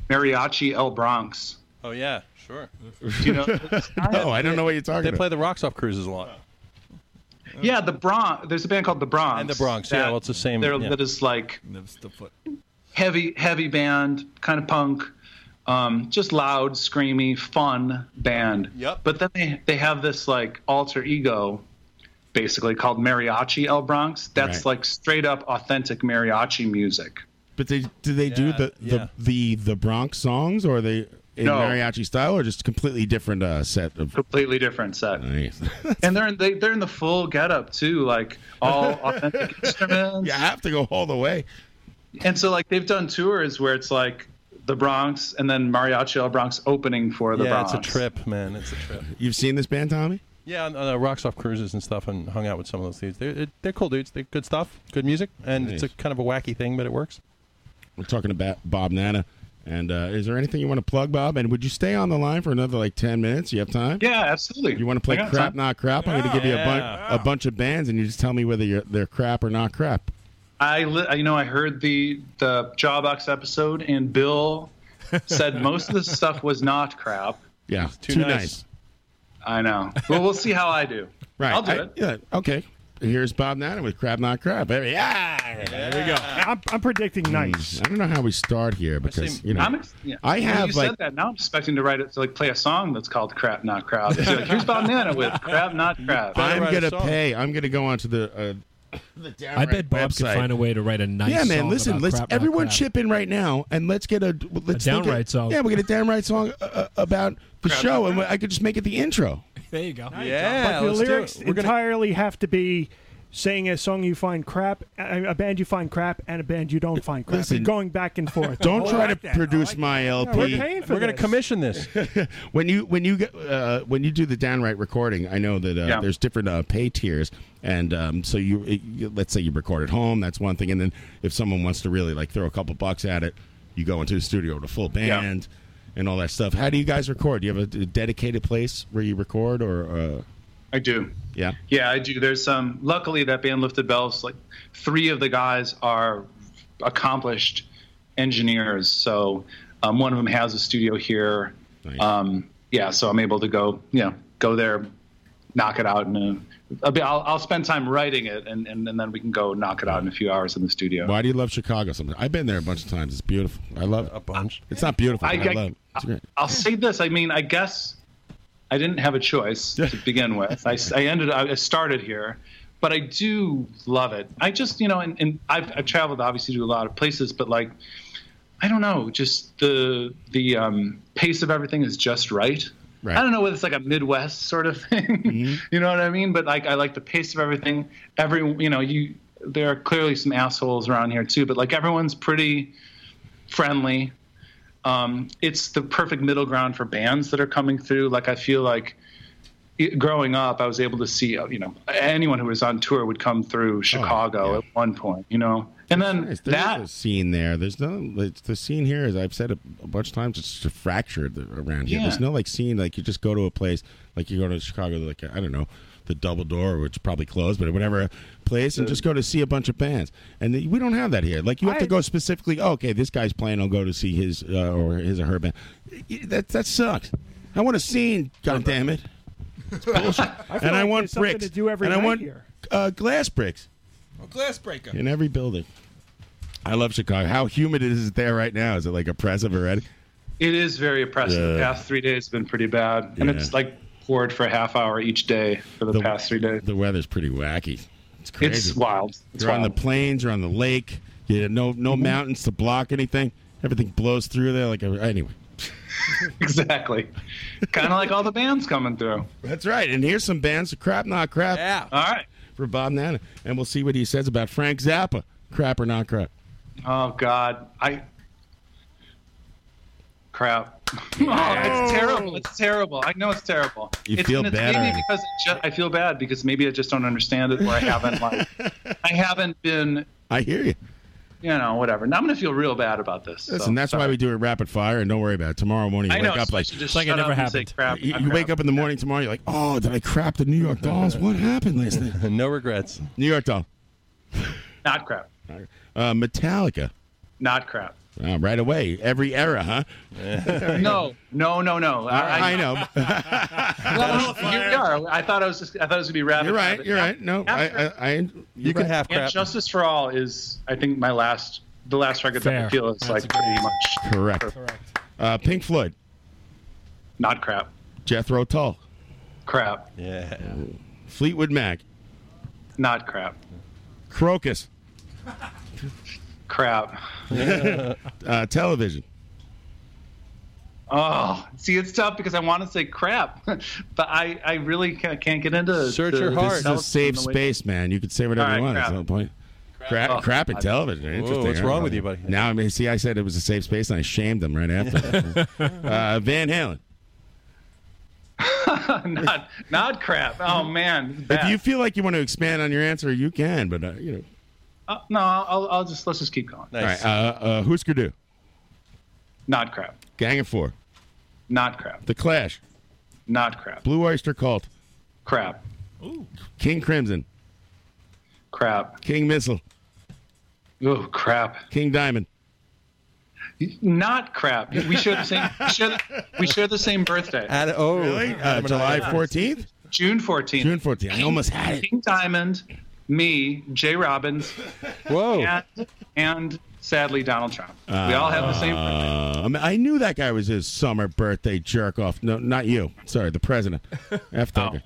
R: Mariachi El Bronx.
H: Oh yeah, sure.
R: You
H: (laughs)
R: know,
C: no, I don't know what you're talking
H: They
R: about.
H: play the rocks off cruises a lot.
R: Yeah, the Bronx. There's a band called the Bronx.
H: And the Bronx, yeah, well, it's the same,
R: they're-
H: yeah.
R: That is like heavy, heavy band, kind of punk, um, just loud, screamy, fun band. Yep. But then they they have this like alter ego, basically called Mariachi El Bronx. That's
C: Right.
R: like straight up authentic mariachi music.
C: But they do they do the the,
R: yeah.
C: the the Bronx songs or are they in
R: No.
C: mariachi style or just completely different uh, set of
R: completely different set.
C: (laughs) Nice.
R: And they're in they, they're in the full getup too, like
C: (laughs)
R: all authentic instruments. You
C: have to go all the way.
R: And so like they've done tours where it's like the Bronx and then Mariachi El Bronx opening for the
H: yeah,
R: Bronx.
H: it's a trip, man. It's a trip.
C: You've seen this band, Tommy?
H: Yeah, on, on uh, rocks off cruises and stuff, and hung out with some of those dudes. They're they're- they're cool dudes. They're good stuff, good music, and it's a
C: Nice.
H: kind of a wacky thing, but it works.
C: We're talking about Bob Nana. And uh, is there anything you want to plug, Bob? And would you stay on the line for another like ten minutes? You have time?
R: Yeah, absolutely.
C: You want to play
R: I got
C: crap,
R: time.
C: not crap? I'm going to give you a bunch a bunch of bands, and you just tell me whether you're, they're crap or not crap.
R: I li- you know I heard the the Jawbox episode and
C: (laughs)
R: Bill said most of the stuff was not crap.
C: Yeah,
R: too
C: too,
R: nice.
C: nice.
R: I know. Well, we'll see how I do.
C: Right?
R: I'll do
C: I-
R: it.
C: Yeah. Okay. Here's Bob Nana with crap, not crap. Baby. Yeah. There we go.
P: I'm, I'm predicting nice.
C: I don't know how we start here because you know
R: I'm ex- yeah.
C: I
R: When
C: have
R: you
C: like
R: said that now. I'm expecting to write it to like play a song that's called "Crap Not Crap." It's like, Here's Bob Nana with "Crap Not Crap."
C: I'm gonna pay. I'm gonna go onto the. Uh, (coughs) the
M: I bet Bob could find a way to write a nice.
C: yeah, man.
M: song
C: Listen,
M: about
C: let's
M: crap, not
C: everyone
M: crap.
C: chip in right now, and let's get a let's think
M: downright song.
C: Yeah, we get a downright song uh, uh, about the
M: Crap,
C: show,
M: not
C: and I could just make
P: (laughs)
C: it the intro.
M: There you go.
P: but the lyrics entirely have to be saying a song you find crap, a a band you find crap, and a band you don't find crap.
C: Listen,
P: You're going back and forth.
C: (laughs) Don't
P: I
C: try
P: like
C: to
P: that.
C: produce my LP.
P: we're paying for We're gonna this.
H: commission this.
C: (laughs) when you when you get uh, when you do the downright recording, I know that uh,
H: Yeah.
C: there's different uh, pay tiers, and um, so you, you let's say you record at home, that's one thing, and then if someone wants to really like throw a couple bucks at it, you go into the studio with a full band and all that stuff. How do you guys record? Do you have a, d- dedicated place where you record, or uh,
R: I do.
C: yeah?
R: Yeah, I do. There's um. Luckily, that band Lifted Bells. Like, three of the guys are accomplished engineers. So, um, one of them has a studio here. Um, yeah. So I'm able to go. You know, go there, knock it out, and uh, I'll I'll spend time writing it, and, and and then we can go knock it out in a few hours in the studio.
C: Why do you love Chicago? Something I've been there a bunch of times. It's beautiful. I love it. a
H: bunch.
C: It's not beautiful.
R: I-
C: I,
R: I-
C: love it. It's great.
R: I'll say this. I mean, I guess I didn't have a choice to begin with. I, I ended. I started here, but I do love it. I just, you know, and, and I've, I've traveled obviously to a lot of places, but like, I don't know, just the the um, pace of everything is just right.
C: Right. Mm-hmm.
R: I don't know whether it's like a Midwest sort of (laughs) thing, you know what I mean? But like, I like the pace of everything. Every, you know, you there are clearly some assholes around here too, but like everyone's pretty friendly um, it's the perfect middle ground for bands that are coming through. Like I feel like it, growing up, I was able to see uh, you know anyone who was on tour would come through Chicago at one point, you know, and then
C: Oh, Nice. There's
R: that
C: a scene there. There's no it's, the scene here. As I've said a, a bunch of times, it's just fractured around here.
R: Yeah.
C: There's no like scene like you just go to a place like you go to Chicago like I don't know the Double Door, which probably closed, but whatever place, and just go to see a bunch of bands. And the, we don't have that here. Like you have to go specifically. Oh, okay, this guy's playing. I'll go to see his uh, or his or her band. Y- That that sucks. I want a scene. God damn it.
K: (laughs)
C: It's bullshit.
P: (laughs) I feel
C: and I
P: like
C: want
P: there's something
C: bricks.
P: to do every
C: and I
P: night
C: want
P: here.
C: Uh, glass bricks
O: glass
R: (laughs)
O: breaker.
C: in every building. I love Chicago. How humid is it there right now? Is it like oppressive already?
R: it is very oppressive. The
C: Yeah.
R: past three days have been pretty bad, and
C: Yeah.
R: it's like poured for a half hour each day for the, past three days.
C: The weather's pretty wacky. It's crazy.
R: It's wild. It's
C: you're on the
R: wild. Mm-hmm.
C: plains. You're on the lake. You have no no mountains to block anything. Everything blows through there. Like a- anyway.
R: (laughs) exactly. kind of like all the bands coming through.
C: That's right. And here's some bands. Crap, not crap.
R: Yeah. All right.
C: For Bob Nana, and we'll see what he says about Frank Zappa. Crap or not crap.
R: Oh God, I crap. (laughs) Oh, it's terrible. It's terrible. I know it's terrible.
C: You
R: it's,
C: feel
R: and it's
C: bad
R: Maybe
C: already.
R: because it ju- I feel bad because maybe I just don't understand it, or I haven't like,
C: (laughs)
R: I haven't been,
C: I hear you.
R: you know, whatever. Now I'm gonna feel real bad about this. so.
C: Listen, that's why we do it rapid fire, and don't worry about it. Tomorrow morning, you
R: I
C: wake
R: know,
C: up
R: so I
C: like,
R: should just Like it shut never up and say happened. crap,
C: you
R: I'm
C: you wake up in the morning tomorrow, you're like, oh, did I crap the New York Dolls? What happened last night?
H: (laughs) no regrets.
C: New York Doll.
R: Not crap.
C: Uh, Metallica.
R: Not crap.
C: Uh, right away. Every era, huh?
R: (laughs) no, no, no, no.
C: I know.
R: well, here we are. I thought I was. Just, I thought it was gonna be rapid.
C: You're right.
R: rapid.
C: You're right. No, I, I, I you can
R: And Justice for All is, I think, my last, the last record that
C: Fair.
R: I feel is
C: That's
R: like pretty much
C: (laughs) Correct. Uh, Pink Floyd.
R: Not crap.
C: Jethro Tull.
R: Crap.
H: Yeah.
C: Fleetwood Mac.
R: Not crap.
H: (laughs)
C: Crocus. (laughs)
R: Crap.
C: uh, television.
R: Oh, see, it's tough because I want to say crap, (laughs) but I, I really ca- can't get into the- the
C: This is a
R: self-
C: safe
R: the way-
C: space, man. You can say whatever
R: All right,
C: you want. That's
R: crap.
C: the whole point. Crap,
R: Oh,
C: crap and
R: I-
C: television.
R: Whoa,
C: Interesting.
R: what's
C: huh?
R: wrong with you, buddy?
C: Now, I mean, see, I said it was a safe space, and I shamed them right after.
R: (laughs)
C: uh, Van Halen.
R: (laughs) not not crap. Oh man.
C: If you feel like you want to expand on your answer, you can. But uh, you know,
R: Uh, no, I'll, I'll just let's just keep going.
C: all right. Uh, uh, Husker Du,
R: Not crap.
C: Gang of Four,
R: Not crap.
C: The Clash,
R: Not crap.
C: Blue Oyster Cult,
R: Crap.
C: King Crimson,
R: Crap.
C: King Missile,
R: oh crap,
C: King Diamond.
R: Not crap. We share the same. We share, we share the same birthday.
H: oh,
C: really? Uh, July fourteenth.
R: June 14th.
C: June 14th. I almost had it.
R: King Diamond, me, Jay Robbins.
H: Whoa.
R: And, and sadly, Donald Trump. we all have the same.
C: Uh, I, mean, I knew that guy was his summer birthday jerk off. No, not you. Sorry,
R: (laughs)
C: the president. F
R: Oh.
C: Tucker.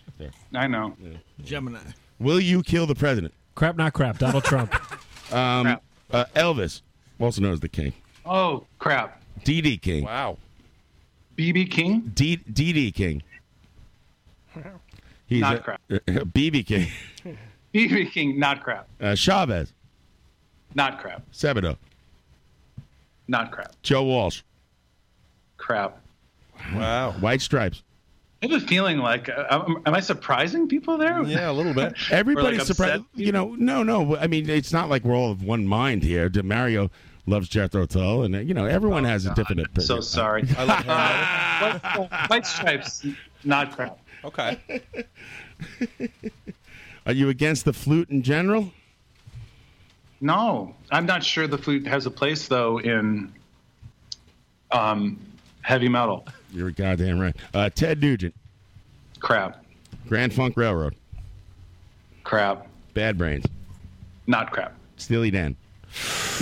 R: I know.
L: Gemini.
C: Will you kill the president?
M: Crap, not crap. Donald Trump.
C: Um, Uh, Elvis, also known as the King.
R: Oh crap. (laughs)
C: DD King.
H: Wow.
R: BB King.
C: D DD King. He's
R: Not
C: a- (laughs)
R: crap.
C: BB King.
R: BB King. Not crap.
C: Uh, Chavez.
R: Not crap.
C: Sebado.
R: Not crap.
C: Joe Walsh.
R: Crap.
H: Wow.
C: White Stripes.
R: I have a feeling like, uh, am am I surprising people there?
H: Yeah,
R: (laughs)
H: a little bit.
C: (laughs) Everybody's surprised. You know, no, no. I mean, it's not like we're all of one mind here. Mario loves Jethro Tull, and uh, you know, everyone has a different opinion.
R: So
C: (laughs)
R: sorry. I love white, white stripes. Not crap.
H: Okay.
C: Are you against the flute in general?
R: No, I'm not sure the flute has a place though in um, heavy metal.
C: You're goddamn right. Uh, Ted Nugent.
R: Crap.
C: Grand Funk Railroad.
R: Crap.
C: Bad Brains.
R: Not crap.
C: Steely Dan.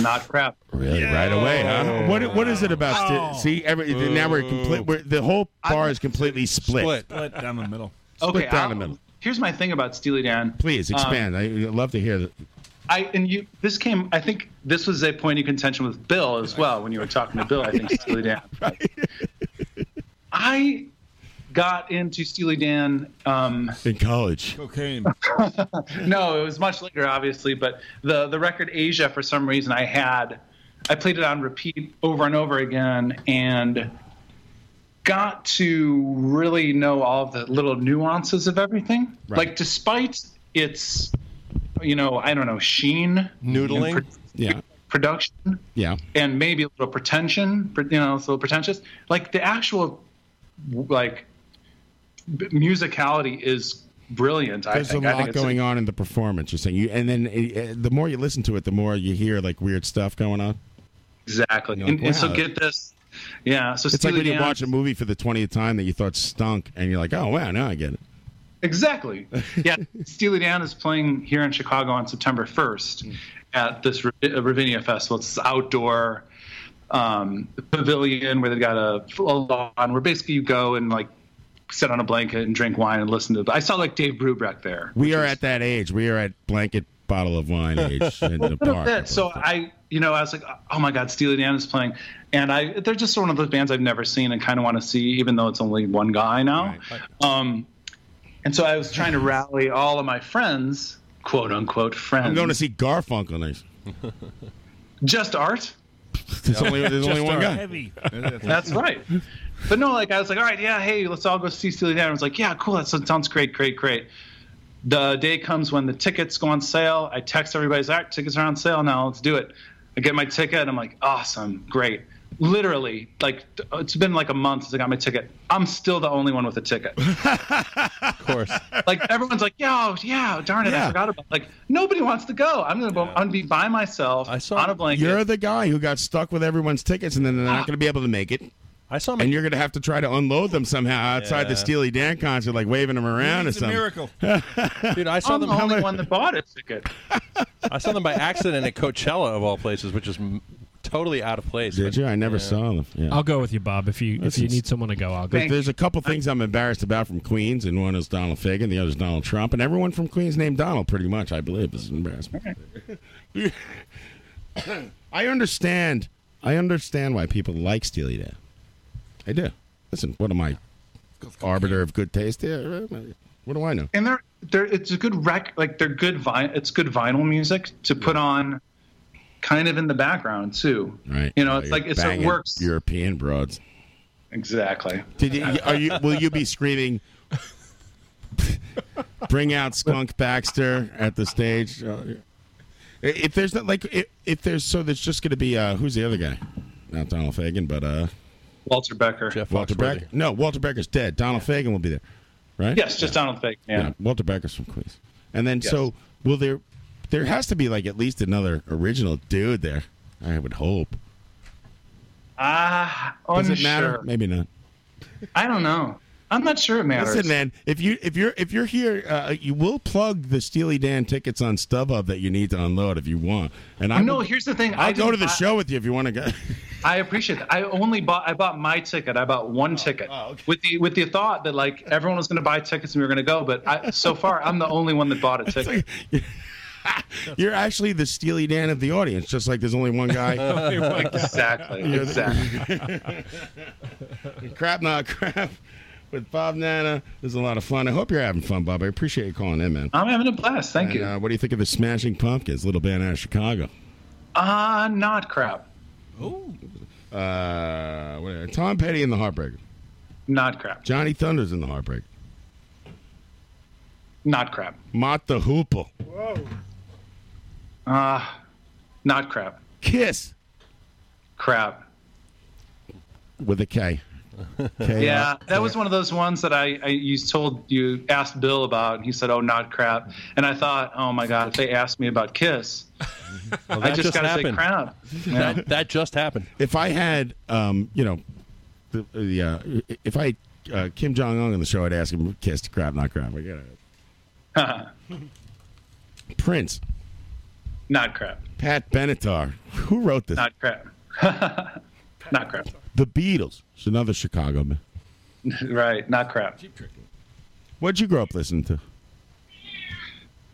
R: Not crap.
C: Really? Right away,
R: Oh.
C: huh? What, what is it about? Ste- see, every, now we're complete. We're, the whole bar is completely split.
L: Split down the middle.
C: Split
R: okay.
C: down
R: I'll-
C: the middle.
R: Here's my thing about Steely Dan.
C: Please expand.
R: Um,
C: I, would love to hear that.
R: I and you. This came. I think this was a point of contention with Bill as well when you were talking to Bill. I think Steely Dan. I got into Steely Dan. Um,
C: In college.
L: Cocaine.
R: no, it was much later, obviously. But the the record Asia, for some reason, I had, I played it on repeat over and over again, and got to really know all the little nuances of everything. Like, despite its, you know, I don't know, sheen,
H: Noodling?
R: and pro-
C: Yeah.
R: production,
C: Yeah.
R: and maybe a little pretension, pre- you know, it's a little pretentious. Like the actual, like, b- musicality is brilliant. I
C: There's
R: think.
C: a
R: I think
C: lot
R: it's-
C: going on in the performance. You're saying you, and then uh, the more you listen to it, the more you hear like weird stuff going on.
R: Exactly.
C: You're like,
R: and, and so
C: wow.
R: get this. Yeah. So
C: it's like
R: Steely
C: when you
R: Dan-
C: watch a movie for the twentieth time that you thought stunk, and you're like, oh wow, now I get it. (laughs)
R: Exactly. Yeah. Steely Dan is playing here in Chicago on September 1st
C: Mm.
R: at this Ra- uh, Ravinia Festival. It's this outdoor um, pavilion where they've got a, a lawn where basically you go and like sit on a blanket and drink wine and listen to. I saw like Dave Brubeck there.
C: We are at that age. We are at blanket bottle
R: (laughs)
C: of wine age in
R: A
C: the
R: little
C: park.
R: bit. So I, you know, I was like, oh my God, Steely Dan is playing, and I they're just one of those bands I've never seen and kind of want to see, even though it's only one guy now. Um, and so I was trying to rally all of my friends, quote unquote friends.
C: I'm going to see Garfunkel
R: (laughs)
C: next.
R: just art.
C: There's only- there's only Just one art. guy.
R: Heavy. That's right. But no, like I was like, all right, yeah, hey, let's all go see Steely Dan. I was like, yeah, cool, that sounds great, great, great. The day comes when the tickets go on sale. I text everybody's all right, tickets are on sale now. Let's do it. I get my ticket. I'm like, awesome, great. Literally, like it's been like a month since I got my ticket. I'm still the only one with a ticket.
H: (laughs) of course.
R: like everyone's like, yeah, yeah, darn it, I forgot about. Like nobody wants to go. I'm gonna go. I'm gonna be by myself on a blanket. Ah.
C: You're the guy who got stuck with everyone's tickets, and then they're not going to be able to make it.
H: I saw
C: and you're going to have to try to unload them somehow outside
H: Yeah.
C: the Steely Dan concert, like waving them around or
H: It's a
C: something. (laughs)
H: miracle. Dude, I saw
R: I'm
H: them.
R: the only one that bought a ticket.
H: I saw them by accident at Coachella of all places, which is m- totally out of place.
C: Did you? I never saw them. (laughs) Yeah.
M: I'll go with you, Bob. If you if
C: Listen,
M: you need someone to go, I'll go.
C: There's, there's a couple things I'm embarrassed about from Queens, and one is Donald Fagan, the other is Donald Trump, and everyone from Queens named Donald, pretty much, I believe, is an embarrassment. I understand. I understand why people like Steely Dan. I do. Listen, what am I, arbiter of good taste? Yeah, what do I know?
R: and they're they're it's a good rec like they're good vi- it's good vinyl music to put on kind of in the background too
C: Right.
R: you know it's
C: You're
R: like it's, it
C: banging
R: works
C: European broads.
R: exactly
C: Did you, are you? Will you be screaming? Bring out Skunk Baxter at the stage. Uh, If there's not like if, if there's so there's just going to be uh, who's the other guy? Not Donald Fagan, but uh,
R: (laughs) walter becker
C: Walter Becker. No, Walter Becker's dead. Donald Fagan will be there, right?
R: yes just donald fake yeah.
C: Walter Becker's from Queens, and then
R: Yes.
C: so will there? There has to be like at least another original dude there. I would hope.
R: ah
C: Does
R: unsure.
C: it matter? Maybe not.
R: i don't know i'm not sure it matters
C: Listen, man, if you if you're if you're here, uh, you will plug the Steely Dan tickets on StubHub that you need to unload if you want. And I
R: no
C: will-
R: here's the thing
C: I'll
R: didn't
C: go to the
R: buy-
C: show with you if you want to go. (laughs)
R: I appreciate that. I only bought I bought my ticket. I bought one ticket with the with the thought that like everyone was going to buy tickets and we were going to go. But I, so far, I'm the only one that bought a ticket.
C: You're actually the Steely Dan of the audience, just like there's only
R: (laughs)
C: one guy.
R: Exactly,
C: You're the-
R: exactly.
C: (laughs) crap, not crap. With Bob Nana, this is a lot of fun. I hope you're having fun, Bob. I appreciate you calling in, man.
R: I'm having a blast. Thank
C: And,
R: you.
C: Uh, what do you think of the Smashing Pumpkins, little band out of Chicago?
R: Ah, not crap.
C: Uh, what- Tom Petty and the Heartbreakers.
R: Not crap.
C: Johnny Thunders and the Heartbreakers.
R: Not crap.
C: Mott the Hoople.
R: Ah, not crap.
C: Kiss.
R: Crap.
C: with a K. K-
R: yeah, that was one of those ones that I, I you told you asked Bill about, and he said, "Oh, not crap." And I thought, "Oh my God, if they asked me about Kiss, I
H: that
R: just,
H: just
R: gotta say
H: happened.
R: crap." Yeah.
H: That, that just happened.
C: If I had, um, you know, the, the uh, if I had, uh, Kim Jong Un on the show, I'd ask him, "Kiss crap, not crap." I get it. Prince,
R: (laughs) not crap.
C: Pat Benatar, who wrote this?
R: Not crap. (laughs) not crap. (laughs)
C: the Beatles. It's another Chicago man.
R: right. Not crap.
C: What'd you grow up listening to?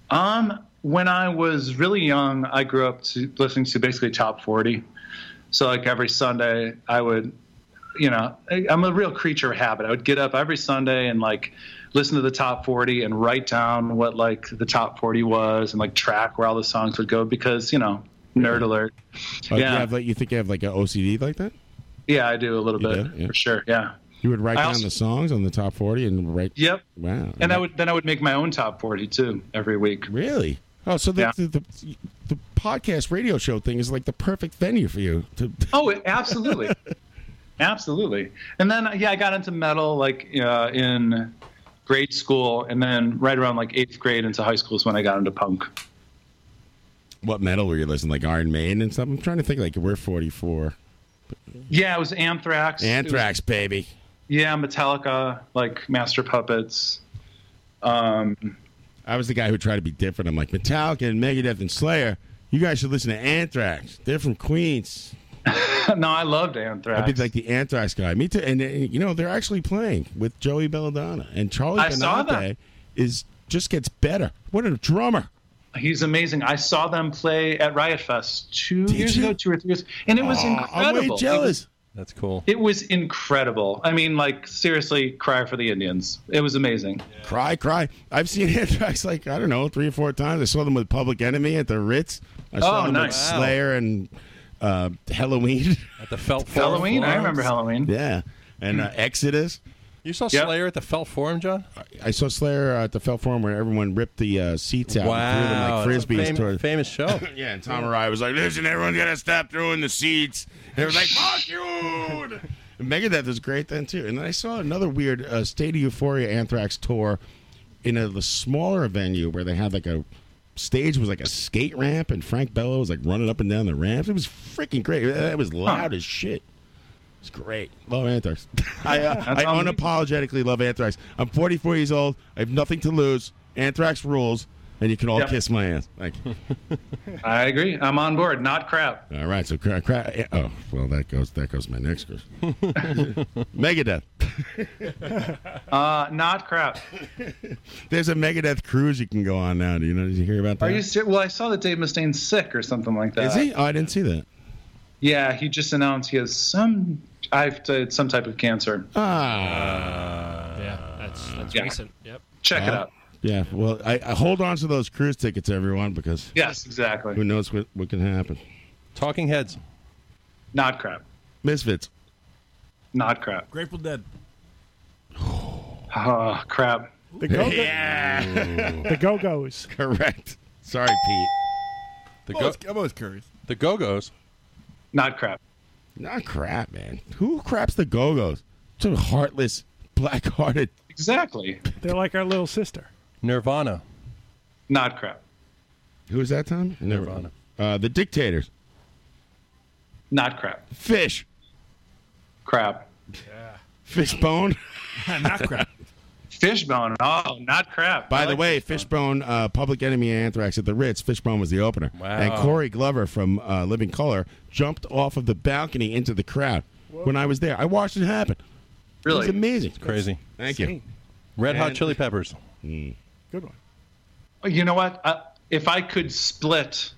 R: Um, when I was really young, I grew up to listening to basically top forty. So like every Sunday, I would, you know, I- I'm a real creature of habit. I would get up every Sunday and like listen to the top forty and write down what like the top forty was and like track where all the songs would go because you know, nerd alert.
C: Uh, do you,
R: Oh, yeah,
C: have, like, you think you have like an OCD like that?
R: yeah, I do a little bit for sure. Yeah.
C: You would write
R: I
C: down
R: also-
C: the songs on the top forty and write.
R: Yep.
C: Wow.
R: And I would then I would make my own top forty too every week.
C: Really? Oh, so the,
R: Yeah.
C: the, the the podcast radio show thing is like the perfect venue for you to (laughs)
R: Oh, it- absolutely, absolutely. And then yeah, I got into metal like uh, in grade school, and then right around like eighth grade into high school is when I got into punk.
C: What metal were you listening? Like Iron Maiden and stuff? I'm trying to think. Like we're 44.
R: Yeah, it was Anthrax.
C: Anthrax, baby.
R: It was- yeah, Metallica, like Master Puppets. Um,
C: I was the guy who tried to be different. I'm like Metallica and Megadeth and Slayer. You guys should listen to Anthrax. They're from Queens.
R: (laughs) no, I loved Anthrax.
C: I'd be like the Anthrax guy. Me too. And uh, you know they're actually playing with Joey Belladonna and Charlie
R: I saw
C: Benante
R: that.
C: is just gets better. What a drummer!
R: He's amazing. I saw them play at Riot Fest two years ago, two or three years, and it was
C: Aw,
R: incredible.
C: I'm way
R: It was-
C: jealous.
H: That's cool.
R: It was incredible. I mean, like seriously, cry for the Indians. It was amazing.
C: Cry, cry. I've seen (laughs) Anthrax like I don't know three or four times. I saw them with Public Enemy at the Ritz. I saw
R: Oh,
C: them with
R: nice. Wow.
C: Slayer and uh, Halloween.
H: At the Felt Forum.
R: (laughs) Halloween. I remember Halloween.
C: Yeah, and uh, Exodus.
H: You saw
C: Yep.
H: Slayer at the Felt Forum, John?
C: I saw Slayer uh, at the Felt Forum where everyone ripped the uh, seats out and threw them like
H: that's a
C: frisbees.
H: fam-
C: toward-
H: famous show.
C: (laughs) yeah, and Tom Araya was like, "Listen, everyone's gotta stop throwing the seeds." And it was like, "Fuck you!" And Megadeth was great then too. And then I saw another weird uh, State of Euphoria Anthrax tour in a the smaller venue where they had like a stage was like a skate ramp, and Frank Bello was like running up and down the ramp. It was freaking great. It was loud as shit. It's great. Love Anthrax. (laughs) I, uh,
R: That's
C: I
R: all me.
C: unapologetically love Anthrax. I'm 44 years old. I have nothing to lose. Anthrax rules, and you can all
R: Yep.
C: kiss my ass. Thank you.
R: I agree. I'm on board. Not crap.
H: (laughs)
C: All right, so cra- cra- yeah, oh well, that goes that goes my next question. Megadeth.
R: Uh, not crap.
C: There's a Megadeth cruise you can go on now. Do you know? Did you hear about that?
R: Are you ser- well? I saw that Dave Mustaine's sick or something like that.
C: Is he? Oh, I didn't see that.
R: Yeah, he just announced he has some. I have to some type of cancer.
H: Uh,
C: Ah.
M: yeah, that's that's
R: Yeah.
M: recent. Yep.
R: Uh, Check it out.
C: Yeah. Well, I, I hold on to those cruise tickets, everyone, because
R: Yes, exactly.
C: who knows what what can happen.
H: Talking Heads.
R: Not crap.
C: Misfits.
R: Not crap.
L: Grateful Dead.
R: Oh, crap.
P: The Go-Go-
C: Yeah.
P: (laughs) the Go Go's.
C: (laughs) Correct. Sorry, Pete.
L: I'm
H: The go-
L: always, I'm always curious.
H: the Go Go's.
R: Not crap.
C: Not crap, man. Who craps the Go Go's? Some heartless, black-hearted.
R: Exactly.
P: They're like our little sister.
H: Nirvana.
R: Not crap.
C: Who is that, Tom? Nirvana. Uh, the Dictators.
R: Not crap.
C: Fish.
R: (laughs) Crap.
C: Fishbone.
R: not crap. Fishbone. Oh, not crap.
C: (laughs) By the way, Fishbone, uh, Public Enemy, and Anthrax at the Ritz. Fishbone was the opener,
R: Wow.
C: and Corey Glover from uh, Living Color jumped off of the balcony into the crowd when I was there. I watched it happen. it
H: Really?
C: was amazing.
H: It's crazy.
C: Thank you.
H: Red Hot
C: And-
H: Chili Peppers.
C: Hmm.
P: Good one.
R: You know what? Uh, if I could split,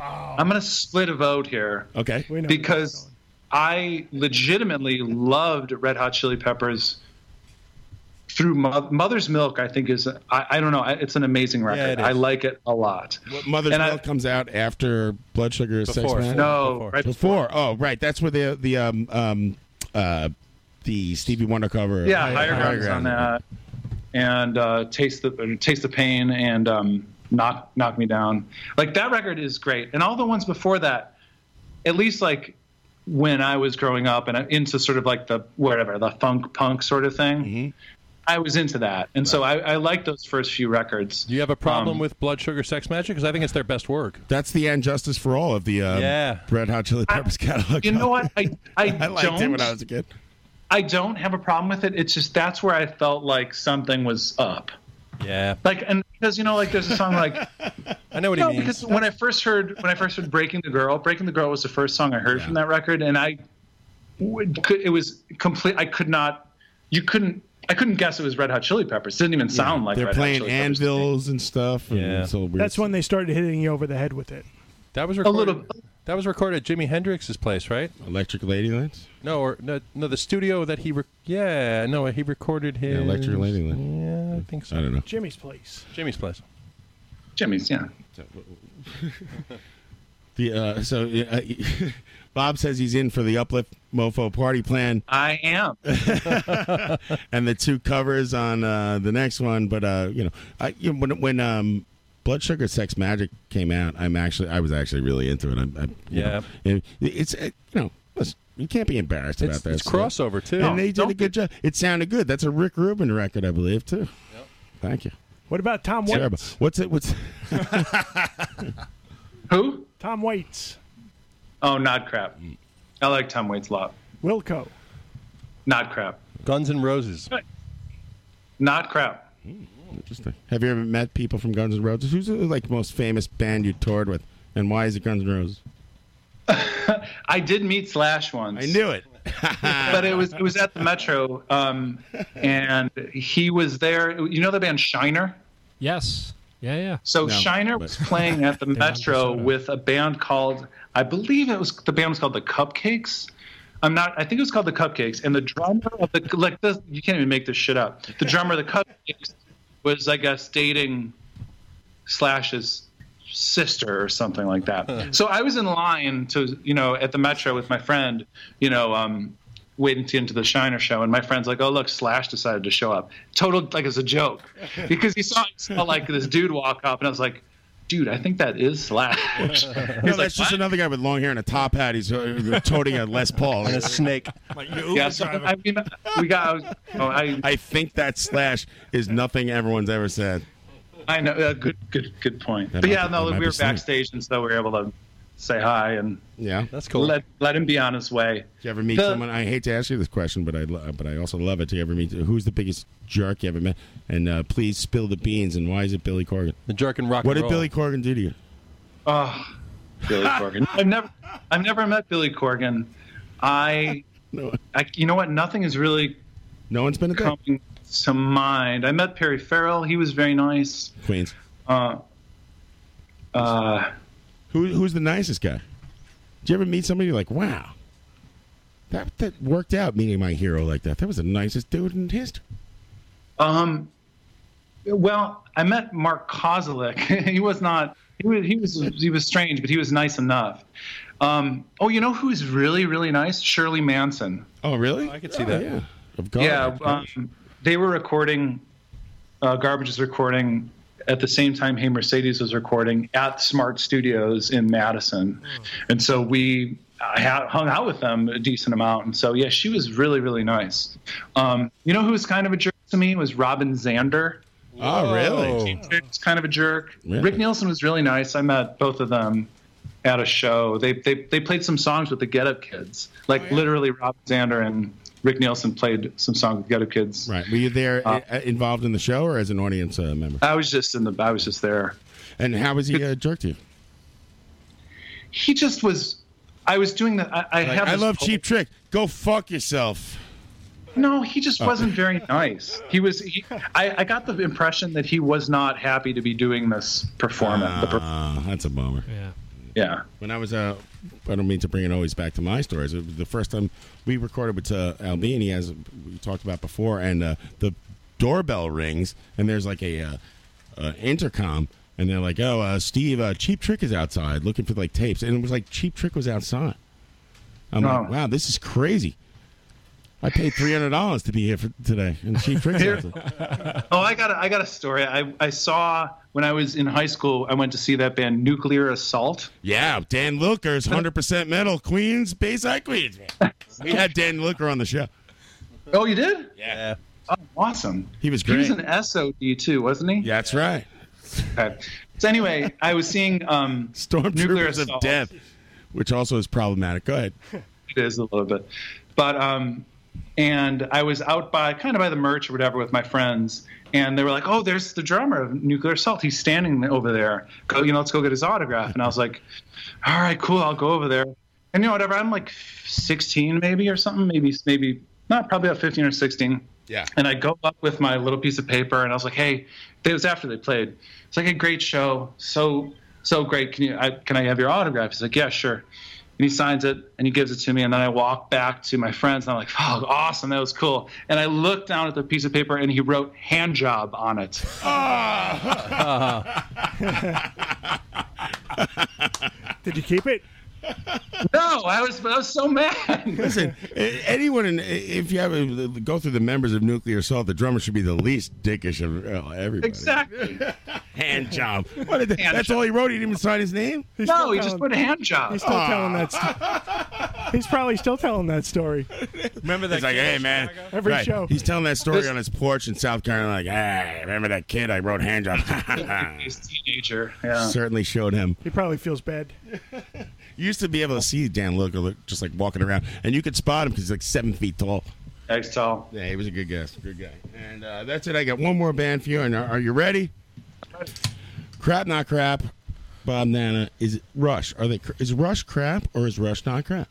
R: I'm going to split a vote here.
C: Okay.
R: Because I legitimately loved Red Hot Chili Peppers through Mo- Mother's Milk. I think is I, I don't know. I- It's an amazing record.
C: it is.
R: I like it a lot.
C: Mother's
R: And I-
C: Milk comes out after Blood Sugar is Sex
R: Before.
C: Magic?
R: No, Before. right
C: before. Oh, right. That's where the the um um uh the Stevie Wonder cover.
R: yeah, higher, grounds on that, and uh, taste the uh, taste the pain and um, knock knock me down. Like that record is great, and all the ones before that, at least like when I was growing up and uh, into sort of like the whatever the funk punk sort of thing,
H: Mm-hmm.
R: I was into that, and so I, I liked those first few records.
H: Do you have a problem
R: Um,
H: with Blood Sugar Sex Magic? Because I think it's their best work.
C: That's the end justice for all of the um,
H: Yeah.
C: Red Hot Chili Peppers catalog.
R: You know what?
C: (laughs)
R: I I,
C: I liked
R: don't.
C: it when I was a kid.
R: I don't have a problem with it. It's just that's where I felt like something was up.
H: Yeah.
R: Like and because you know like there's a song like
H: (laughs) I know what
R: no
H: he means.
R: because when I first heard when I first heard Breaking the Girl, Breaking the Girl was the first song I heard from that record and I would could it was complete I could not you couldn't I couldn't guess it was Red Hot Chili Peppers. didn't even sound like
C: They're
R: Red Hot
C: playing
R: Chili Peppers.
C: anvils and stuff. And
H: Yeah.
C: it's all weird.
P: That's when they started hitting you over the head with it.
H: That was recorded. That was recorded at Jimi Hendrix's place, right?
C: Electric Ladylands.
H: No, or no, no the studio that he. Re- yeah, no, he recorded his.
C: Yeah, Electric Ladyland.
H: Yeah, I think so.
C: I don't know.
P: Jimmy's place.
H: Jimmy's place.
R: Jimmy's, yeah.
C: The uh, so uh, (laughs) Bob says he's in for the uplift mofo party plan.
R: I am.
C: and the two covers on uh, the next one. But uh, you know, I, you know, when when um, Blood Sugar Sex Magic came out, I'm actually I was actually really into it. I, I, you
H: Yeah.
C: know, it- it's it, you know, listen, you can't be embarrassed
H: It's-
C: about that.
H: it's
C: stuff.
H: crossover, too.
C: and they did
H: Don't
C: a good job. It sounded good. That's a Rick Rubin record, I believe, too. Thank you.
P: What about Tom
C: Terrible.
P: Waits?
C: What's it? What's (laughs)
R: Who?
P: Tom Waits.
R: Oh, not crap. I like Tom Waits a lot.
P: Wilco.
R: Not crap.
H: Guns N' Roses. Hmm.
R: Not crap.
C: interesting? Have you ever met people from uh, Guns N' Roses? Who's the, like most famous band you toured with, and why is it Guns N' Roses?
R: I did meet Slash once. I knew
C: it.
R: (laughs) but it was it was at the Metro, um, and he was there. You know the band Shiner.
M: Yes. Yeah, yeah.
R: So Shiner was playing
M: (laughs)
R: at the Metro with a band called I believe it was the band was called the Cupcakes. I'm not. I think it was called the Cupcakes. And the drummer of the like this you can't even make this shit up. The drummer of the Cupcakes was I guess dating Slash's sister or something like that. so I was in line to you know at the Metro with my friend. You know. um Waiting to get into the Shiner show, and my friend's like, "Oh look, Slash decided to show up." Total like it's a
C: (laughs)
R: joke, because he saw, saw like this dude walk up, and I was like, "Dude, I think that is Slash."
C: no, that's just another guy with long hair and a top hat. He's uh, toting a Les Paul and a (laughs) snake.
R: yeah, so, I mean, we got. Oh, I,
C: I think that slash is nothing everyone's ever said.
R: I know. Uh, good, good, good point.
C: That
R: but
C: might-
R: yeah,
C: that
R: no,
C: might
R: we
C: be
R: were
C: Snake.
R: backstage, and so we were able to say hi and
C: yeah, that's
R: cool. Let let him be on his way. Did
C: you ever meet someone. I hate to ask you this question, but I lo- but I also love it. Do you ever meet who's the biggest jerk you ever met? And uh, please spill the beans. And why is it Billy Corgan?
H: The jerk and rock.
C: What
H: and
C: did
H: roll.
C: Billy Corgan do to you?
R: Oh, (laughs) Billy Corgan. I've never, I've never met Billy Corgan.
C: (laughs)
R: I, I you know what? Nothing is really.
C: No one's been
R: coming to mind. I met Perry Farrell. He was very nice.
C: Queens.
R: Uh, uh,
C: Who who's the nicest guy? Did you ever meet somebody you're like, wow, that that worked out meeting my hero like that? That was the nicest dude in history.
R: um, well, I met Mark Kozelik. (laughs) he was not. He was, he was he was strange, but he was nice enough. Um, oh, you know who's really really nice? Shirley Manson.
C: Oh, really? I
R: could
C: see that. Yeah. Of God.
R: Yeah, um, they were recording. Uh, Garbage is recording at the same time. Hey Mercedes was recording at Smart Studios in Madison, and so we I ha hung out with them a decent amount. And so yeah, she was really really nice. Um, you know who was kind of a jerk to me was Robin Zander.
C: Oh, really?
R: He was kind of a jerk.
C: Really?
R: Rick Nielsen was really nice. I met both of them at a show. They they they played some songs with the Get Up Kids. Like literally, Rob Zander and Rick Nielsen played some songs with Get Up Kids.
C: Right. Were you there
R: Uh,
C: uh, involved in the show or as an audience uh, member?
R: I was just in the I was just there.
C: And how was he a jerk to you?
R: He just was. I was doing the. I, I
C: Like,
R: have.
C: I
R: this
C: love
R: whole-
C: Cheap Trick. Go fuck yourself.
R: No, he just
C: Oh.
R: wasn't very nice. He was. He, I, I got the impression that he was not happy to be doing this performance. the per-
C: Ah, that's a bummer.
M: Yeah.
R: yeah.
C: When I was, uh, I don't mean to bring it always back to my stories. It was the first time we recorded with uh, Albini, as we talked about before, and uh, the doorbell rings, and there's like a uh, uh, intercom, and they're like, "Oh, uh, Steve, uh, Cheap Trick is outside looking for like tapes," and it was like Cheap Trick was outside. I'm
R: Oh.
C: like, "Wow, this is crazy." I paid three hundred dollars to be here for today, and Cheap Trick's
R: Here-
C: outside.
R: oh, I got a, I got a story. I, I saw when I was in high school. I went to see that band Nuclear Assault.
C: Yeah, Dan Looker's 100% metal, Queens, Bayside, Queens. man. We had Dan Looker on the show.
R: Oh, you did?
C: Yeah.
R: Oh, awesome.
C: He was
R: He was
C: great.
R: an SOD too, wasn't he?
C: that's right.
R: Okay. So anyway, I was seeing um, Nuclear
C: Stormtroopers of
R: Assault.
C: Death, which also is problematic. Go ahead.
R: It is a little bit, but um, and I was out by kind of by the merch or whatever with my friends, and they were like, "Oh, there's the drummer of Nuclear Assault. He's standing over there. Go, you know, let's go get his autograph." And I was like, "All right, cool. I'll go over there." And you know, whatever. I'm like 16 maybe or something. Maybe maybe not. Probably about 15 or 16.
C: Yeah.
R: And I go up with my little piece of paper, and I was like, "Hey, it was after they played. It's like a great show, so so great. Can you I, can I have your autograph?" He's like, "Yeah, sure." And he signs it, and he gives it to me, and then I walk back to my friends, and I'm like, "Oh, awesome, that was cool." And I look down at the piece of paper, and he wrote "hand job" on it.
P: (laughs) Did you
C: (laughs)
P: keep it?
R: (laughs) No, I was I was so
P: (laughs)
R: mad.
C: Listen, a- anyone, in, if you have a, go through the members of Nuclear Assault, the drummer should be the least dickish of uh,
R: (laughs)
C: everybody.
R: exactly.
C: (laughs) Hand job. What did- that's all he wrote. He didn't even sign his name.
P: He's still telling- He's still telling that. st- he's probably still telling that story.
C: Remember that? He's like, hey man,
P: Every show.
C: He's telling that story on his porch in South Carolina. Like, hey, remember that kid I wrote hand job? (laughs)
R: He's a teenager. Yeah.
C: Certainly showed him.
P: He probably feels bad.
C: (laughs) You used to be able to see Dan Luca look- just like walking around, and you could spot him because he's like seven feet tall.
R: Thanks, tall.
C: Yeah, he was a good guess. Good guy. And uh, that's it. I got one more band for you, and are, are you ready? Crap, not crap. Bob Nana, is it Rush? Are they? cr- Is Rush crap or is Rush not crap?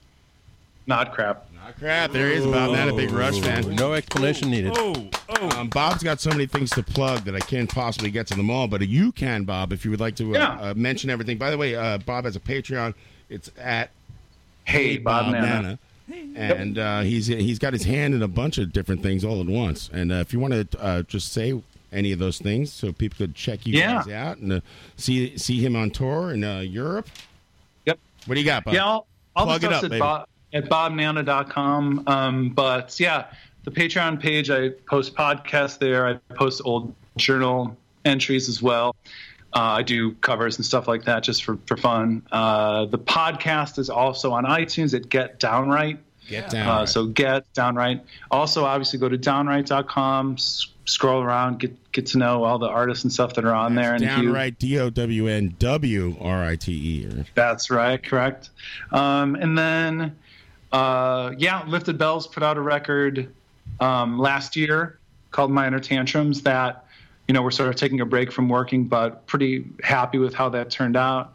R: Not crap.
C: Not crap. There is Bob Nana, big Rush fan.
H: No explanation needed.
C: Oh, oh. Um, Bob's got so many things to plug that I can't possibly get to them all, but you can, Bob, if you would like to uh, uh, mention everything. By the way, uh, Bob has a Patreon. It's at
R: Hey, Bob Nana.
C: And uh, he's he's got his hand in a bunch of different things all at once. And uh, if you want to uh, just say any of those things, so people could check you
R: Yeah.
C: guys out and uh, see see him on tour in uh, Europe.
R: Yep.
C: What do you got, Bob?
R: Yeah, all, all
C: Plug
R: the
C: it
R: stuff's
C: up,
R: at,
C: baby.
R: Bob, at bobnana.com. Um, but yeah, the Patreon page, I post podcasts there. I post old journal entries as well. Uh, I do covers and stuff like that just for, for fun. Uh, the podcast is also on iTunes at Get Downright.
C: Get
R: Uh, so get downright. Also, obviously, go to downright.com. S- scroll around, get get to know all the artists and stuff that are on there. And if you-
C: Downright D O W N W R I T E.
R: that's right, correct. Um, and then, uh, yeah, Lifted Bells put out a record um, last year called Minor Tantrums that, you know, we're sort of taking a break from working, but pretty happy with how that turned out.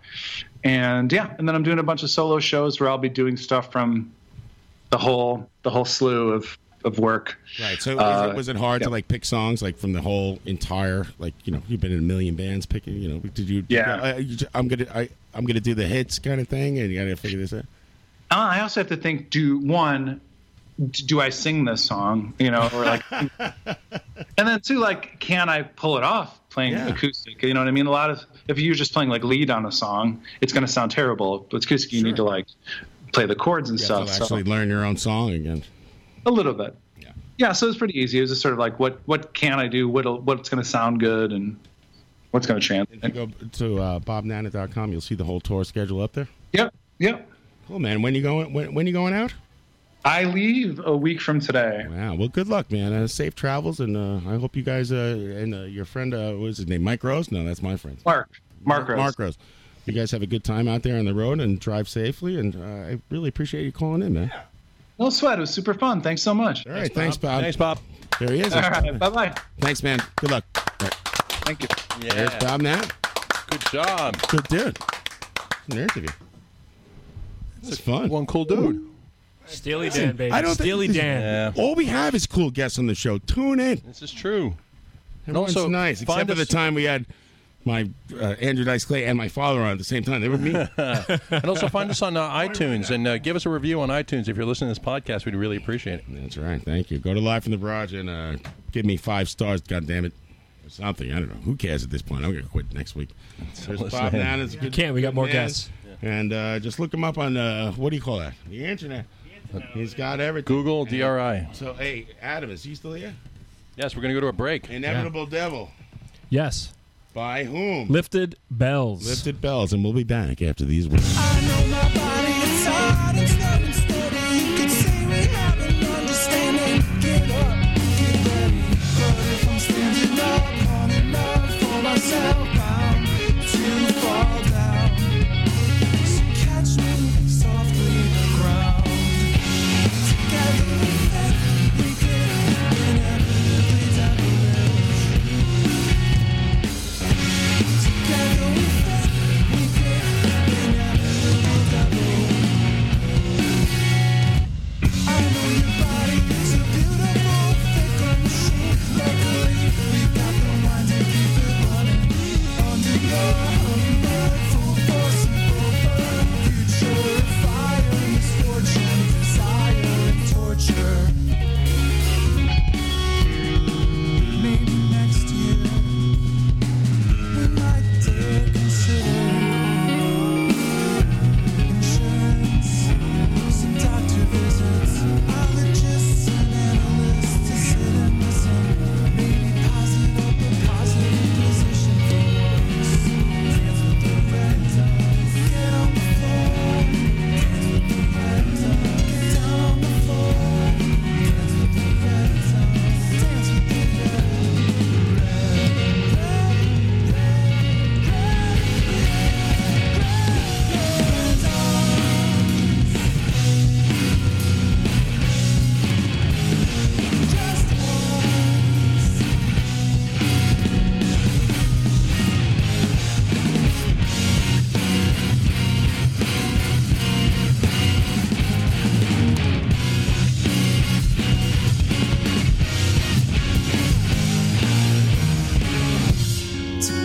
R: And yeah, and then I'm doing a bunch of solo shows where I'll be doing stuff from the whole the whole slew of of work.
C: Right. So
R: Uh,
C: is it, was it hard to like pick songs like from the whole entire like you know you've been in a million bands picking you know did you
R: Yeah.
C: I, am gonna I I'm gonna do the hits kind of thing and you gotta figure this out.
R: Uh, I also have to think: Do one, d- do I sing this song? You know, or
C: (laughs)
R: like, and then two, like, can I pull it off playing acoustic? You know what I mean? A lot of if you're just playing like lead on a song, it's going to sound terrible. With acoustic, you need to like play the chords and
C: You
R: stuff.
C: have to
R: so-
C: actually learn your own song again.
R: a little bit. Yeah. Yeah. So it's pretty easy. It was just sort of like, what what can I do? What what's going to sound good and what's going to
C: If you
R: translate?
C: go to uh, bobnana.com, you'll see the whole tour schedule up there.
R: Yep. Yep.
C: Cool man. When you going? When, when you going out?
R: I leave a week from today.
C: Wow. Well, good luck, man. Uh, safe travels, and uh, I hope you guys uh, and uh, your friend uh, what is his name? Mike Rose? No, that's my friend.
R: Mark. Mark Rose.
C: Mark Rose. You guys have a good time out there on the road and drive safely. And uh, I really appreciate you calling in, man.
R: No sweat. It was super fun. Thanks so much. All
C: right. Thanks, Bob. Thanks,
H: Bob.
C: There he is.
R: All right. Bye bye.
C: Thanks, man. Good luck. All right.
H: Thank you.
C: There's Bob now.
H: Good job.
C: Good dude. An interview. It's fun.
H: One cool dude.
M: Steely
C: Listen,
M: Dan, baby.
C: I don't think
M: Steely
C: this is- (laughs)
M: Dan.
C: All we have is cool guests on the show. Tune in.
H: This is true.
C: And also, nice, except for the time we had my uh, Andrew Dice Clay and my father on at the same time. They were me.
H: (laughs) and also find
C: (laughs)
H: us on uh, iTunes and uh, give us a review on iTunes if you're listening to this podcast. We'd really appreciate it.
C: That's right. Thank you. Go to Live from the Barrage and uh, give me five stars, God damn it. Or something. I don't know. Who cares at this point? I'm going to quit next week. There's
M: let's
C: Bob
M: say-
C: Down. It's a
M: You
C: good-
M: can't. We got (laughs)
C: good
M: more
C: man.
M: guests.
C: And uh, just look him up on, uh, what do you call that? The internet. He's got everything.
H: Google DRI.
C: So, hey, Adam, is he still here?
H: Yes, we're going to go to a break.
C: Inevitable Devil.
M: Yes.
C: By whom?
M: Lifted bells.
C: Lifted bells, and we'll be back after these words.
K: Together we fit, we fit, we never will double.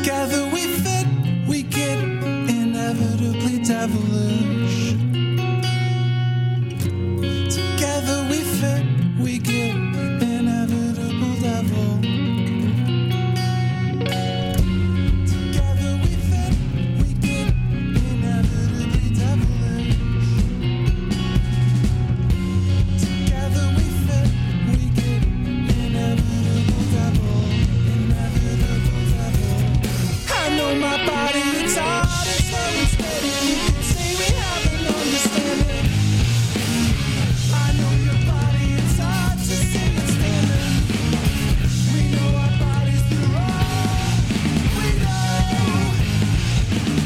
K: Wherever we fit, we get inevitably devilish. Together we fit, we get inevitable devil. Together we fit, we get inevitably devilish. Together we fit, we get inevitable devil. Inevitable devil. I know my body, it's hard, it's slow and steady. You can say we have an understanding. I know your body, it's hard to see it standing. We know our bodies do wrong. We know.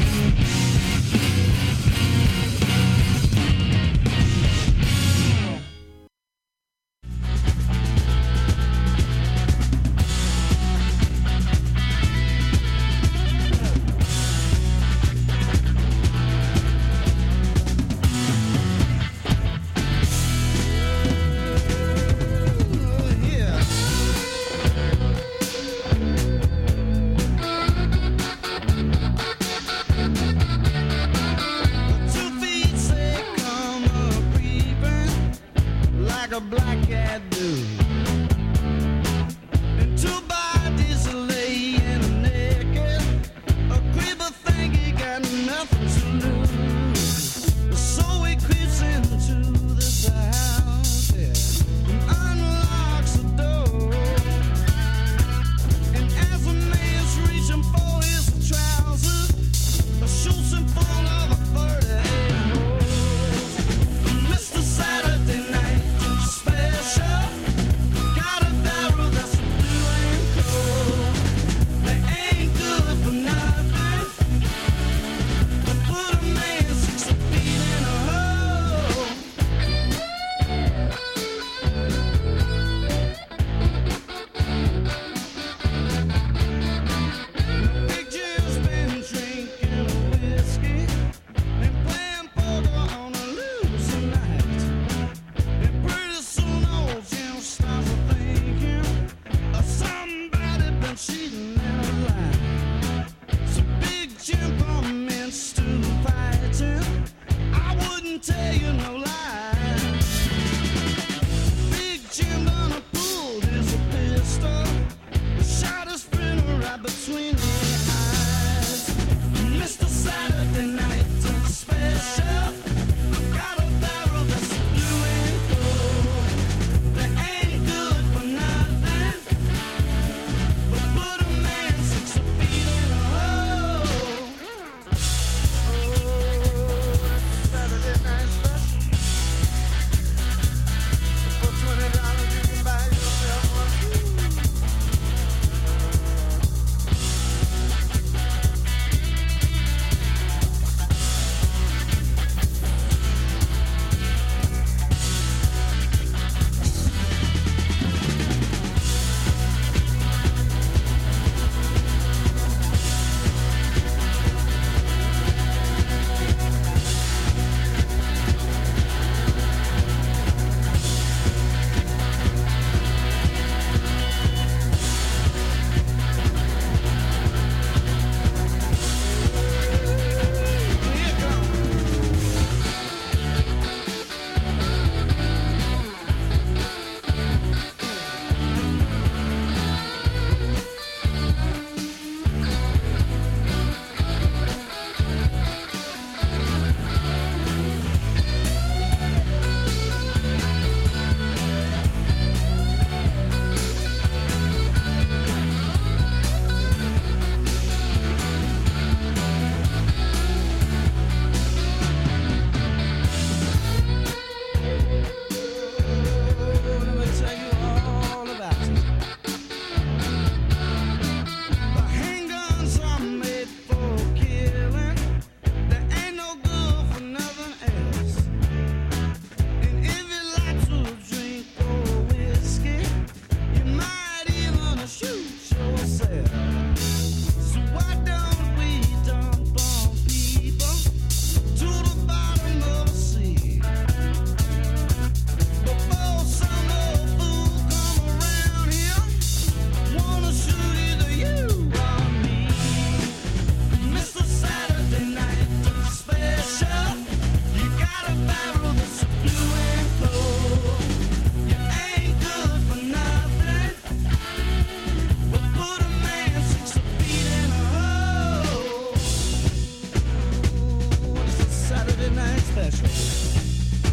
K: special.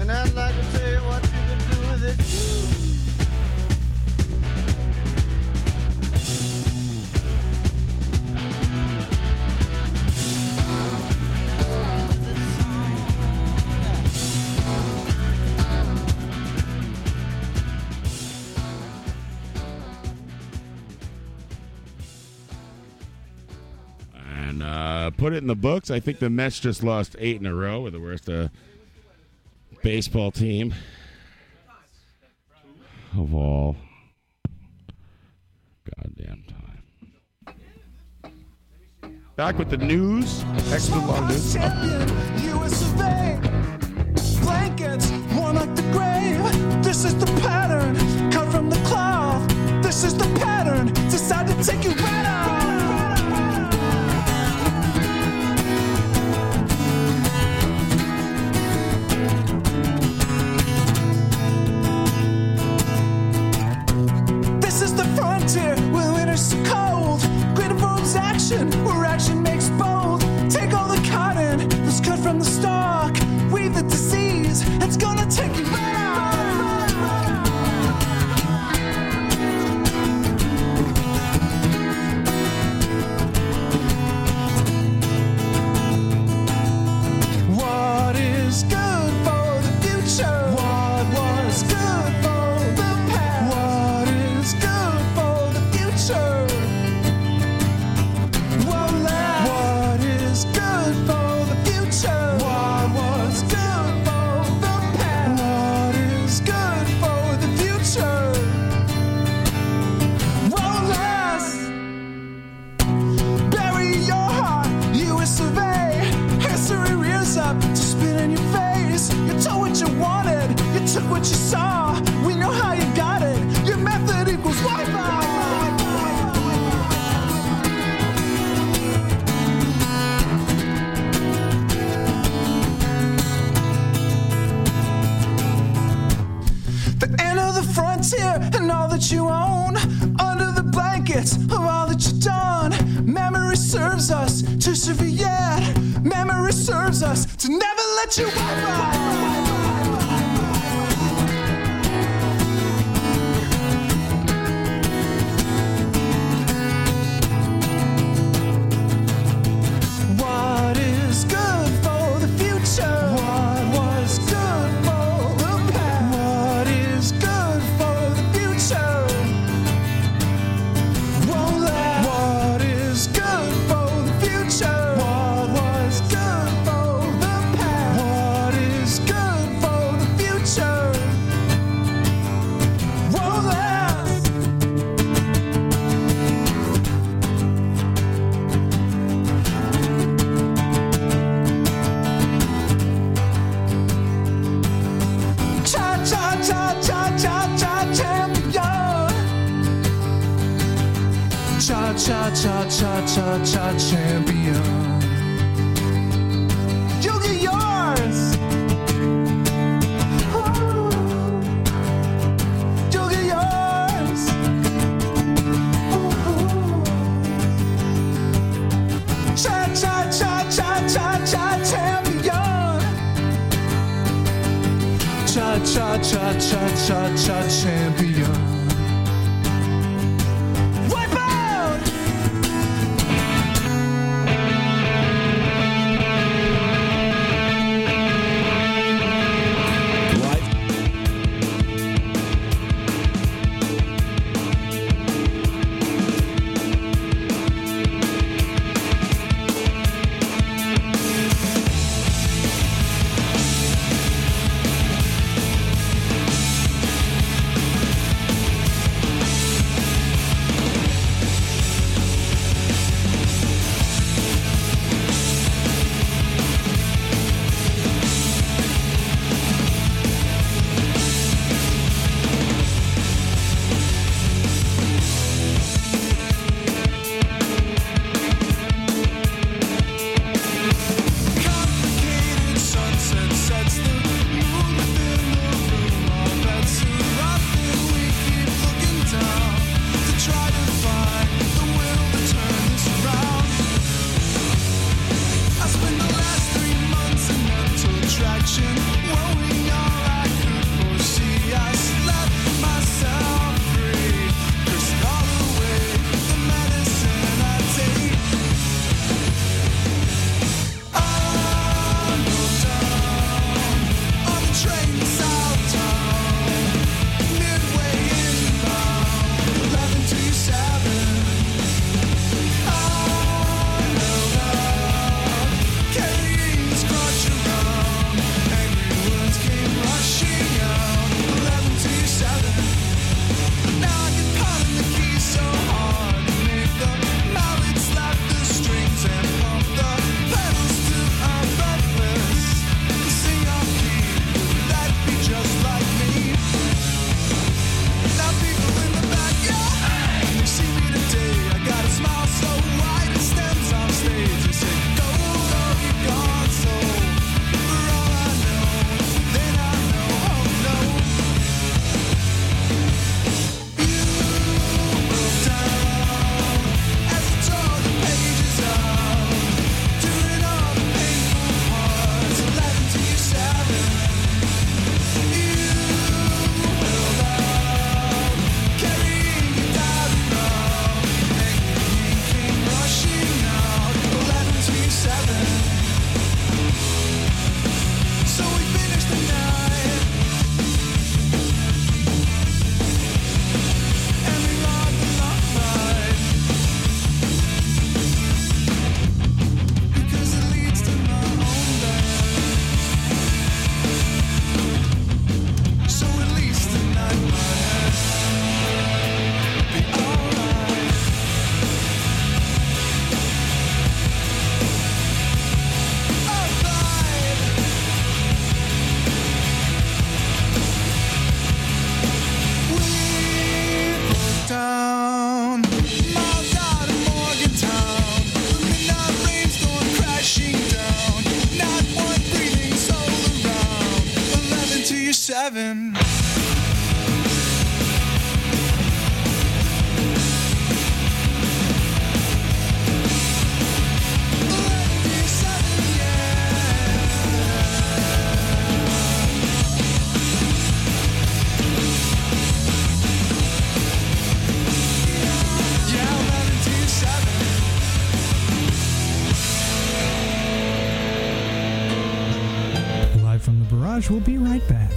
K: And I'd like to tell you what you can do with it too.
C: and uh, put it in the books. I think the Mets just lost eight in a row. We're the worst uh, baseball team of all goddamn time. Back with the news. Extra long news.
K: Blankets, warm like the grave. This is the pattern, cut from the cloth. This is the pattern, decide to take you right out. This is the frontier where winter's so cold. Great involves action, where action makes bold. Take all the cotton that's cut from the stalk. Weave the disease, it's gonna take you right out. What is good for the future? What was good for the past? What is good for the future? What left? What is good for the future? What was good for the past? What is good for the future? What lasts? Bury your heart, you will survey. History rears up to spit in your face. You told what you wanted, you took what you saw. We know how you got it. Your method equals Wi Fi. The end of the frontier and all that you own. Under the blankets of all that you've done. Memory serves us to survive. Memory serves us to never let you out. What is good for the future? What was good for the past? What is good for the future? Won't last. What is good for the future? What was good for the past? What is good for the future? Won't last. Cha cha cha cha cha cha champion. Cha cha cha cha cha cha champion. You'll get yours. Ooh. You'll get yours. Ooh. Cha cha cha cha cha cha champion. Cha cha cha cha cha cha champion. Wipe out! heaven.
S: Live from the barrage, we'll be right back.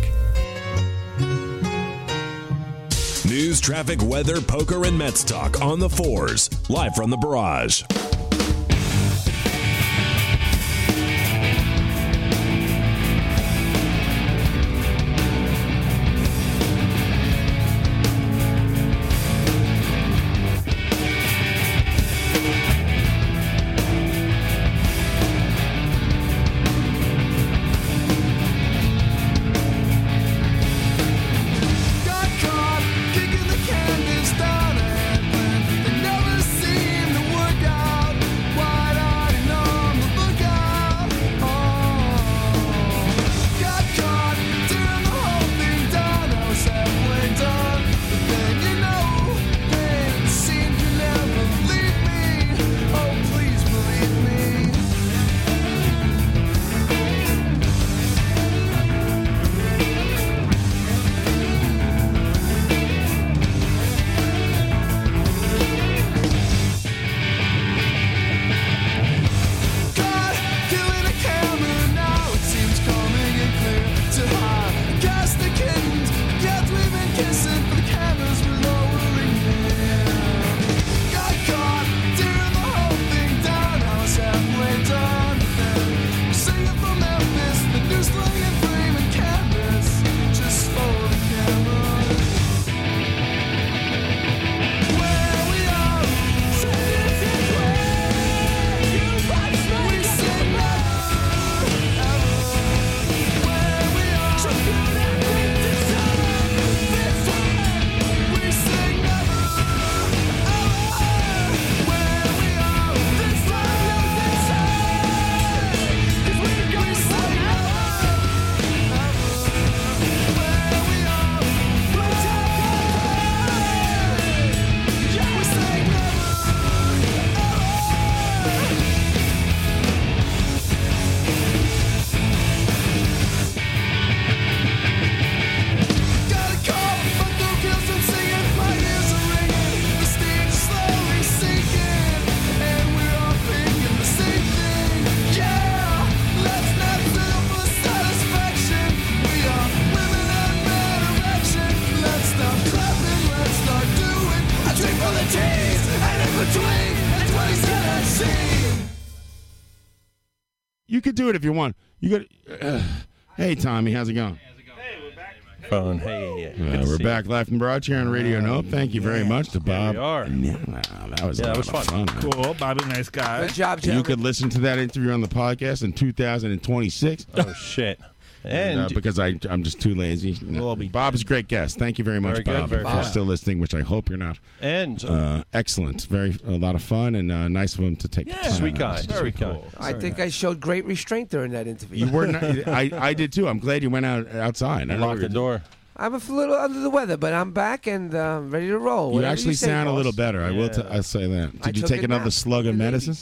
B: News, traffic, weather, poker, and Mets talk on the fours, live from the barrage.
K: Got caught kicking the candies down and They never seem to work out. Wide-eyed and on the lookout. Oh. Got caught tearing the whole thing down. I was halfway done. But then you know, then it seemed you never leave me. Oh, please believe me. God, killing a camera now, it seems coming in clear to high. Cast the kittens, yet we've been kissing, but the cameras were lowering in. Got caught, tearing the whole thing down, I was halfway done. Then singing from Memphis, the new slang and frame and canvas, just for the camera. Where we are,
C: You could do it if you want. You could. Uh, (sighs) hey, Tommy, how's it going?
H: Phone. Hey,
C: Uh, we're back live from broad here on Radio Nope. Thank you very much to Bob.
H: Uh, we are.
C: Yeah, that was, a
H: Yeah,
C: lot
H: that was
C: of
H: fun.
C: fun.
D: Cool, Bobby, nice guy.
G: Good job,
C: You could listen to that interview on the podcast in 2026.
H: Oh shit!
C: And, uh, because I, I'm just too lazy. Bob's a great guest. Thank you very much,
H: Very good,
C: Bob,
H: very
C: for
H: good.
C: still listening, which I hope you're not.
H: And-
C: uh, excellent, very a lot of fun, and uh, nice of him to take. the time out.
H: Very cool.
G: I think I showed great restraint during that interview.
C: You were not.
G: (laughs)
C: I, I did too. I'm glad you went out outside. I locked the
H: door.
G: I'm a little under the weather, but I'm back and uh, ready to roll.
C: You
G: Whatever
C: actually
G: say,
C: sound a
G: boss.
C: little better. I will. T- I say that.
G: I
C: Did you
G: took
C: take
G: a
C: another
G: nap
C: slug of medicine?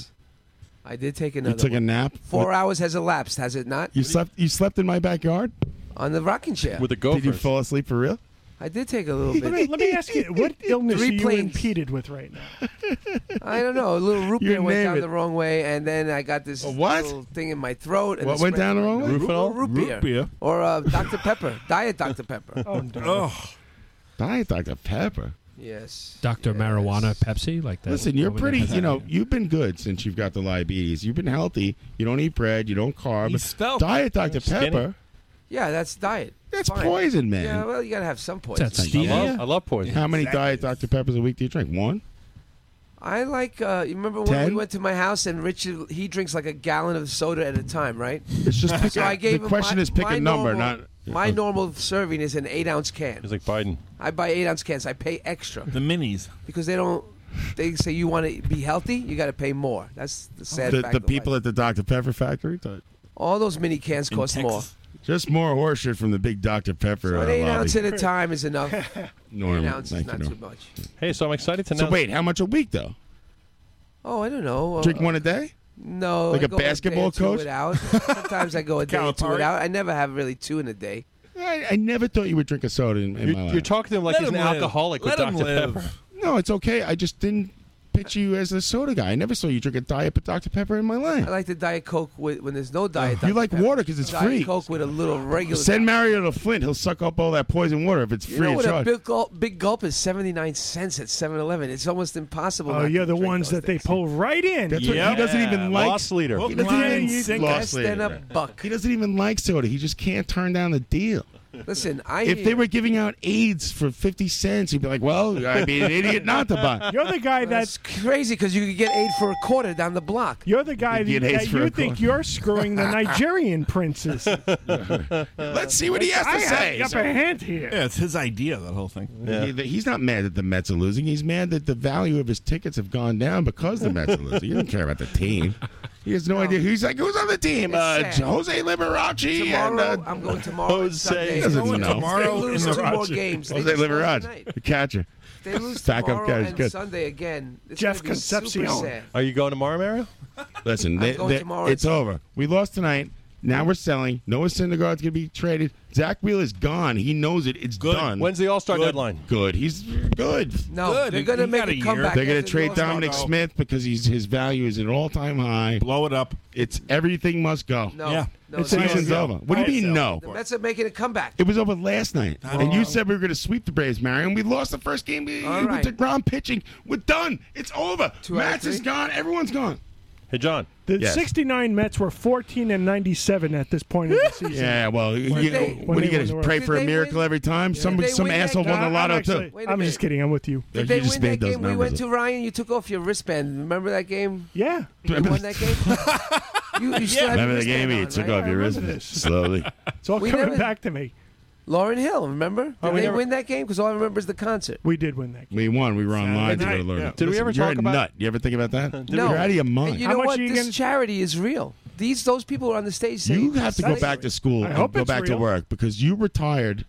G: I did take
C: You
G: another.
C: took a
G: one.
C: nap.
G: Four hours has elapsed, has it not?
C: You slept. You slept in my backyard
G: on the rocking chair
C: Did you fall asleep for real?
G: I did take a little
P: Let me,
G: bit.
P: let me ask you,
C: (laughs)
P: what illness
G: (laughs) Three
P: are you
G: planes.
P: impeded with right now?
G: I don't know. A little
C: (laughs)
G: root
P: You
G: beer went
P: name
G: down
P: it.
G: the wrong way, and then I got this
C: what?
G: little thing in my throat. And
C: What
G: this
C: went down the wrong way?
G: Root,
C: Rufinol?
G: root
C: Root
G: beer.
C: beer.
G: Or uh, Dr. Pepper. Diet Dr. Pepper.
P: Oh,
C: Diet Dr Pepper.
G: Yes.
M: Doctor Marijuana Pepsi like that.
C: Listen, you're
M: woman that
C: pretty.
M: has
C: You
M: that.
C: know, you've been good since you've got the diabetes. You've been healthy. You don't eat bread. You don't carb.
G: He's svelte.
C: Diet Dr
G: Skinny.
C: Pepper.
G: Yeah, that's diet. That's
C: poison, man.
G: Yeah, well, you got to have some poison.
H: love poison.
C: How many
G: Exactly.
C: Diet Dr Peppers a week do you drink? One.
G: I like, uh, you remember when
C: Ten?
G: we went to my house and Richard, he drinks like a gallon of soda at a time, right?
C: It's just pick
G: so
C: a-
G: I gave
C: the
G: him
C: question
G: my-
C: is pick a
G: my
C: number,
G: normal-
C: not-
G: My normal serving is an eight ounce can. He's
H: like Biden.
G: I buy eight ounce cans. I pay extra. The
D: minis.
G: Because they don't. They say you want to be healthy, you got to pay more. That's the sad
C: Oh. The,
G: fact.
C: the
G: of life.
C: people at the Dr Pepper factory.
G: All those mini cans
C: In
G: cost more.
C: Texas. Just more horse shit from the big Dr. Pepper.
G: But
C: uh,
G: eight
C: lobby.
G: ounce at a time is enough.
C: Norm,
G: Eight ounce is
C: thank
G: not
C: you,
G: too
C: Norm.
G: much.
H: Hey, so I'm excited to
C: So
H: know.
C: wait, how much a week though?
G: Oh, I don't know.
C: Drink one a day?
G: No,
C: Like
G: a
C: a basketball coach?
G: Without. Sometimes I go a day or two
C: Calipari?
G: without. I never have really two in a day.
C: I, I never thought you would drink a soda in, in my life.
H: You're talking to him like he's an alcoholic with Dr. Pepper.
C: No, it's okay. I just didn't pitch you as a soda guy. I never saw you drink a diet Dr. Pepper in my life.
G: I like the diet coke with, when there's no diet.
C: You like water because it's
G: diet
C: free.
G: coke with a little regular.
C: Send Mario to Flint. He'll suck up all that poison water if it's
G: you
C: free
G: know
C: of
G: what a
C: charge.
G: big gulp, big gulp is seventy nine cents at 7-Eleven. It's almost impossible.
P: Oh,
G: not
P: you're
G: to
P: the
G: drink
P: ones
G: those
P: that they pull right in.
C: That's what- he doesn't even like
P: He
C: He
P: doesn't even-
C: doesn't even
G: Less than a buck.
C: He doesn't even like soda. He just can't turn down the deal.
G: things. Listen, I
C: if they were giving out AIDS for fifty cents, he'd be like, "Well, I'd be an idiot not to buy."
P: You're the guy that's
G: crazy because you could get aid for a quarter down the block.
P: You're the guy
C: You
P: that,
C: get AIDS
P: that
C: for
P: you
C: a
P: think
C: quarter.
P: you're
C: (laughs)
P: screwing the Nigerian princes.
C: Let's see what he has to
P: I have
C: say.
P: the upper hand here.
L: Yeah, it's his idea, that whole thing.
C: He- he's not mad that the Mets are losing. He's mad that the value of his tickets have gone down because the Mets are losing. He doesn't care about the team. He has no, idea. He's like, who's on the team?
G: It's
C: Uh,
G: sad.
C: Jose Liberace and
G: Tomorrow,
C: uh,
G: I'm going tomorrow. and Sunday.
C: He doesn't know.
G: They lose two more games. They
C: Jose
G: just lost
C: Liberace,
G: tonight.
C: the catcher.
G: They lose
C: Back up
G: tomorrow
C: guys,
G: and
C: good.
G: Sunday again. It's
P: Jeff
G: gonna be super
P: Concepcion.
G: sad.
H: Are you going tomorrow, Mario?
C: (laughs) Listen, they,
G: going
C: they-
G: tomorrow.
C: it's over. We lost tonight. Now we're selling. Noah Syndergaard's going to be traded. Zach Wheeler's gone. He knows it. It's done.
H: When's the All-Star
C: Good.
H: deadline?
C: Good. He's good.
G: No, Good. they're gonna He make got a a year. comeback
C: They're going
G: after the
C: to trade
G: All-Star
C: Dominic
G: break.
C: Smith because he's his value is at an all time high. Blow it up. It's everything must go.
G: No, Yeah. no,
C: the
G: they don't
C: season's
G: sell.
C: over. What do
G: They
C: you mean no?
G: The Mets are making a comeback.
C: It was over last night, and you said we were going to sweep the Braves, Marion. We lost the first game with
G: All right.
C: Degrom pitching. We're done. It's over.
G: out of
C: Mats is
G: three?
C: gone. Everyone's gone.
H: Hey, John.
P: The
C: Yes.
P: 69 Mets were 14 and 97 at this
C: (laughs)
P: point in the season.
C: Yeah, well, you,
P: they-
C: what are
P: when
C: you
P: they
C: going
P: won
C: to
P: the
C: pray
P: World
C: for a
P: Cup.
C: miracle every time? Some
G: they
C: some
G: win that
C: asshole won
P: Nah,
C: the
P: I'm
C: lotto
P: actually-
C: too.
G: Wait a
P: I'm
G: minute.
P: just kidding. I'm with you.
G: Did they win that game we went to, Ryan? You took off your wristband. Remember that game?
P: Yeah.
G: You won that game?
C: (laughs)
G: you, you still had your
C: Remember the game?
G: wristband
C: He
G: on,
C: took
G: right?
C: off your
G: (laughs)
C: wristband slowly.
P: It's all
G: We
P: coming
G: never-
P: back to me.
G: Lauren Hill, remember? Did
P: Oh, we
G: they
P: never-
G: win that game? Because all I remember is the concert.
P: We did win that.
C: We won. We were online to go
G: night,
C: to learn.
G: yeah. Did we ever
C: you're
G: talk
C: a
G: about-
C: nut? You ever think about
G: (laughs)
C: that?
G: no.
C: You're out of your mind.
G: And you know what? This charity is real. These those people are on the stage saying
C: You have to go
G: Sunday-
C: back to school and go back to work because you retired.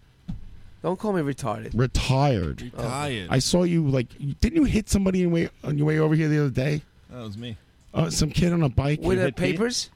G: Don't call me retarded.
C: Retired.
G: Retired.
C: I saw you like. Didn't you hit somebody in way, on your way over here the other day?
L: That was me.
C: Uh, some kid on a bike
G: With
C: You
G: the
C: hit me?
G: papers?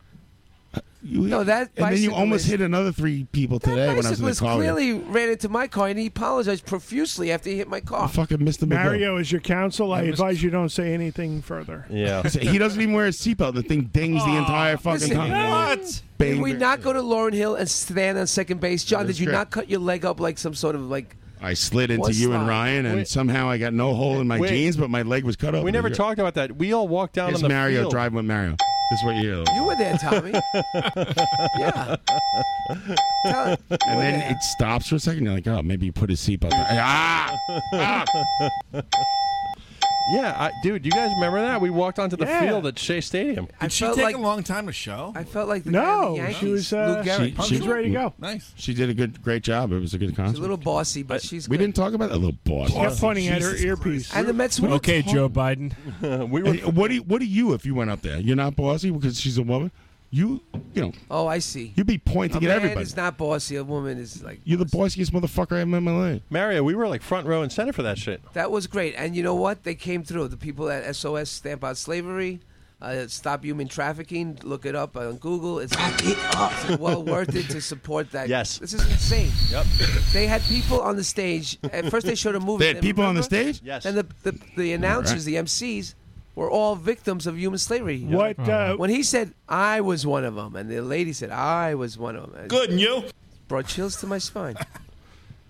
C: You,
G: No, that
C: And then you almost
G: bicyclist-
C: hit another three people today when I was in the
G: Bicyclist
C: car. with you.
G: clearly ran into my car and he apologized profusely after he hit my car.
C: fucking missed the
P: Mario is your counsel.
C: I
P: I
C: missed-
P: advise you don't say anything (laughs) further.
H: Yeah.
C: he doesn't even wear a seatbelt. The thing dings the entire fucking
G: Listen,
C: time.
G: Did we not go to Lauren Hill and stand on second base? John,
C: That's
G: did you
C: correct.
G: not cut your leg up like some sort of like?
C: I slid into
G: What's
C: you
G: that?
C: and Ryan, and
G: Wait.
C: somehow I got no hole in my
H: Wait.
C: jeans, but my leg was cut open.
H: We never
C: You're-
H: talked about that. We all walked down
C: Here's
H: on the
C: Mario
H: field.
C: driving with Mario. This is what you hear.
G: You
C: (laughs)
G: were there,
H: (laughs)
G: Tommy. yeah. Tell-
C: And then it stops for a second. You're like, oh, maybe you put his seatbelt. on. Ah! Ah!
H: (laughs) Yeah, I, dude, you guys remember that? We walked onto the
G: Yeah.
H: field at Shea Stadium.
G: I
L: Did she
G: felt
L: take
G: like-
L: a long time to show?
G: I felt like the guy in
P: No,
G: the Yankees,
P: she was uh,
G: Lou Gehrig.
C: she- she-
L: Nice.
C: She did a good, great job. It was a good concert.
G: She's a little bossy, but she's
C: we didn't talk about that little boss.
P: You're pointing at her earpiece.
G: and the Mets. won.
C: Okay, Joe
M: Biden.
C: (laughs)
H: we
C: were, what do you, what do you if you went up there? You're not bossy because she's a woman. You you know
G: Oh, I see.
C: you'd be pointing
G: A
C: at
G: man
C: everybody.
G: is not bossy. A woman is like
C: You're the bossiest motherfucker I ever met in my life.
H: Mario, we were like front row and center for that shit.
G: that was great. And you know what? They came through. The people at SOS Stamp Out Slavery. Uh, stop human trafficking. Look it up on Google. It's, it's well worth it to support that.
H: Yes.
G: this is insane.
H: Yep.
G: They had people on the stage. At first, they showed a movie.
C: They had
G: then,
C: people on the
G: remember?
C: stage? Yes.
G: And the, the, the announcers, the MCs, were all victims of human slavery.
P: What, uh,
G: when he said, I was one of them, and the lady said, I was one of them.
L: Good, and you?
G: Brought chills to my spine. (laughs)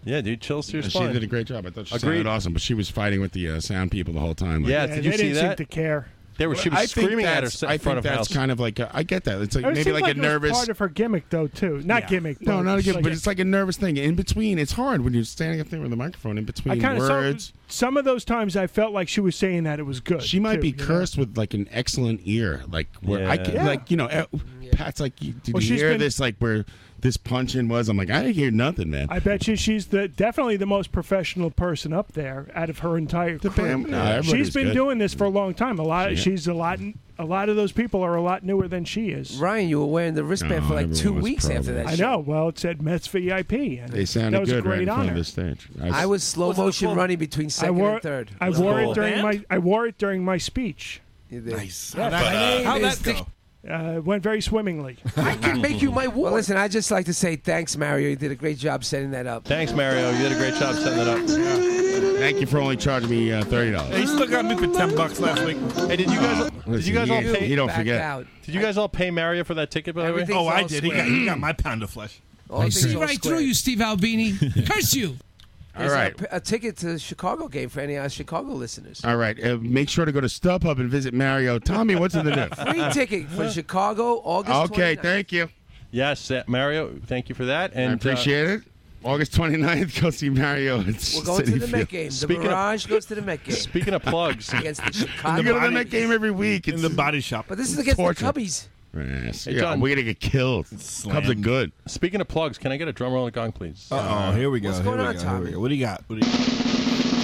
H: Yeah, dude, chills to your
C: She
H: spine.
C: did a great job. I thought she
H: Agreed.
C: sounded awesome, but she was fighting with the uh, sound people the whole time.
H: Yeah,
P: Yeah,
H: did
P: they
H: you see
P: didn't
H: that?
P: seem to care.
H: They were. She was
C: I think
H: screaming at her
C: that's-
H: sit in
C: I
H: front
C: think
H: of
C: that's
H: house.
C: kind of like a, I get that. It's like
P: It
C: maybe
P: seemed
C: like,
P: like
C: a
P: it was
C: nervous.
P: part of her gimmick, though, too. Not gimmick.
C: no,
P: but
C: not a
P: just
C: gimmick,
P: like
C: but it's like a nervous thing in between. It's hard when you're standing up there with a microphone in
P: I
C: between
P: kind of
C: words.
P: some of those times I felt like she was saying that it was good.
C: She might
P: too,
C: be
P: you know?
C: cursed with like an excellent ear, like where I
P: Yeah.
C: can,
P: Yeah.
C: like you know, eh, Pat's like, you- did
P: Well,
C: you
P: she's
C: hear
P: been-
C: this? Like where this punching was? I'm like, I didn't hear nothing, man.
P: I bet you she's the definitely the most professional person up there out of her entire crew.
C: band- no, everybody's
P: she's been
C: good.
P: doing this for a long time. A lot.
G: Yeah.
P: She's a lot. A lot of those people are a lot newer than she is.
G: Ryan, you were wearing the wristband for like two weeks after that.
P: I know. Well, it said Mets VIP. And
C: They sounded
P: that was a
C: good right
P: great
C: in front
P: honor.
C: of the stage.
G: I was slow
P: Was it a
G: motion
P: full-
G: running between
P: I
G: second
P: wore,
G: and third.
P: I wore it during my. I wore it during my speech.
G: Nice.
P: Yeah.
G: But, uh, How'd that go?
P: Uh, it went very (laughs) swimmingly. I
G: can make you my ward. Well, listen, I just like to say thanks, Mario. You did a great job setting that up.
H: Thanks, Mario. You did a great job setting that up.
C: Thank you for only charging me uh, thirty
G: (laughs)
C: dollars.
H: He still got me for ten bucks last week. Hey, did you guys? Did
C: Listen,
H: you guys all
C: he-
H: pay?
C: he don't Back forget. out.
H: Did you guys all pay Mario for that ticket? By the way,
O: Everything's Oh, I all did. He got- square. he got
H: my pound of flesh.
O: See right through you, Steve
C: (laughs)
O: Albini. Curse you.
G: There's
C: All right.
G: A, a ticket to the Chicago game for any of our Chicago listeners.
C: All right, uh, make sure to go to StubHub and visit Mario. Tommy, what's in the
G: Free
C: news?
G: ticket for Chicago, August
C: Okay,
G: 29th.
C: thank you.
H: Yes, uh, Mario. Thank you for that. And uh,
C: I appreciate it. August 29th, go see Mario. At
G: We're going
C: City
G: to the Met
C: Field.
G: game. The
C: Speaking of-
G: Mirage goes to the Met game.
H: Speaking of
G: (laughs)
H: plugs,
G: against the Chicago.
C: you go to the Met game every week. It's in the body shop.
G: But this is against the Cubbies.
C: Yes.
H: Hey,
C: yeah,
H: John.
C: we're gonna get killed. Cubs are good.
H: Speaking of plugs, can I get a drum roll and gong, please?
C: Uh-oh, here we go, What's here going we on, go, here we Tommy?
H: (laughs)
C: go. What do you got?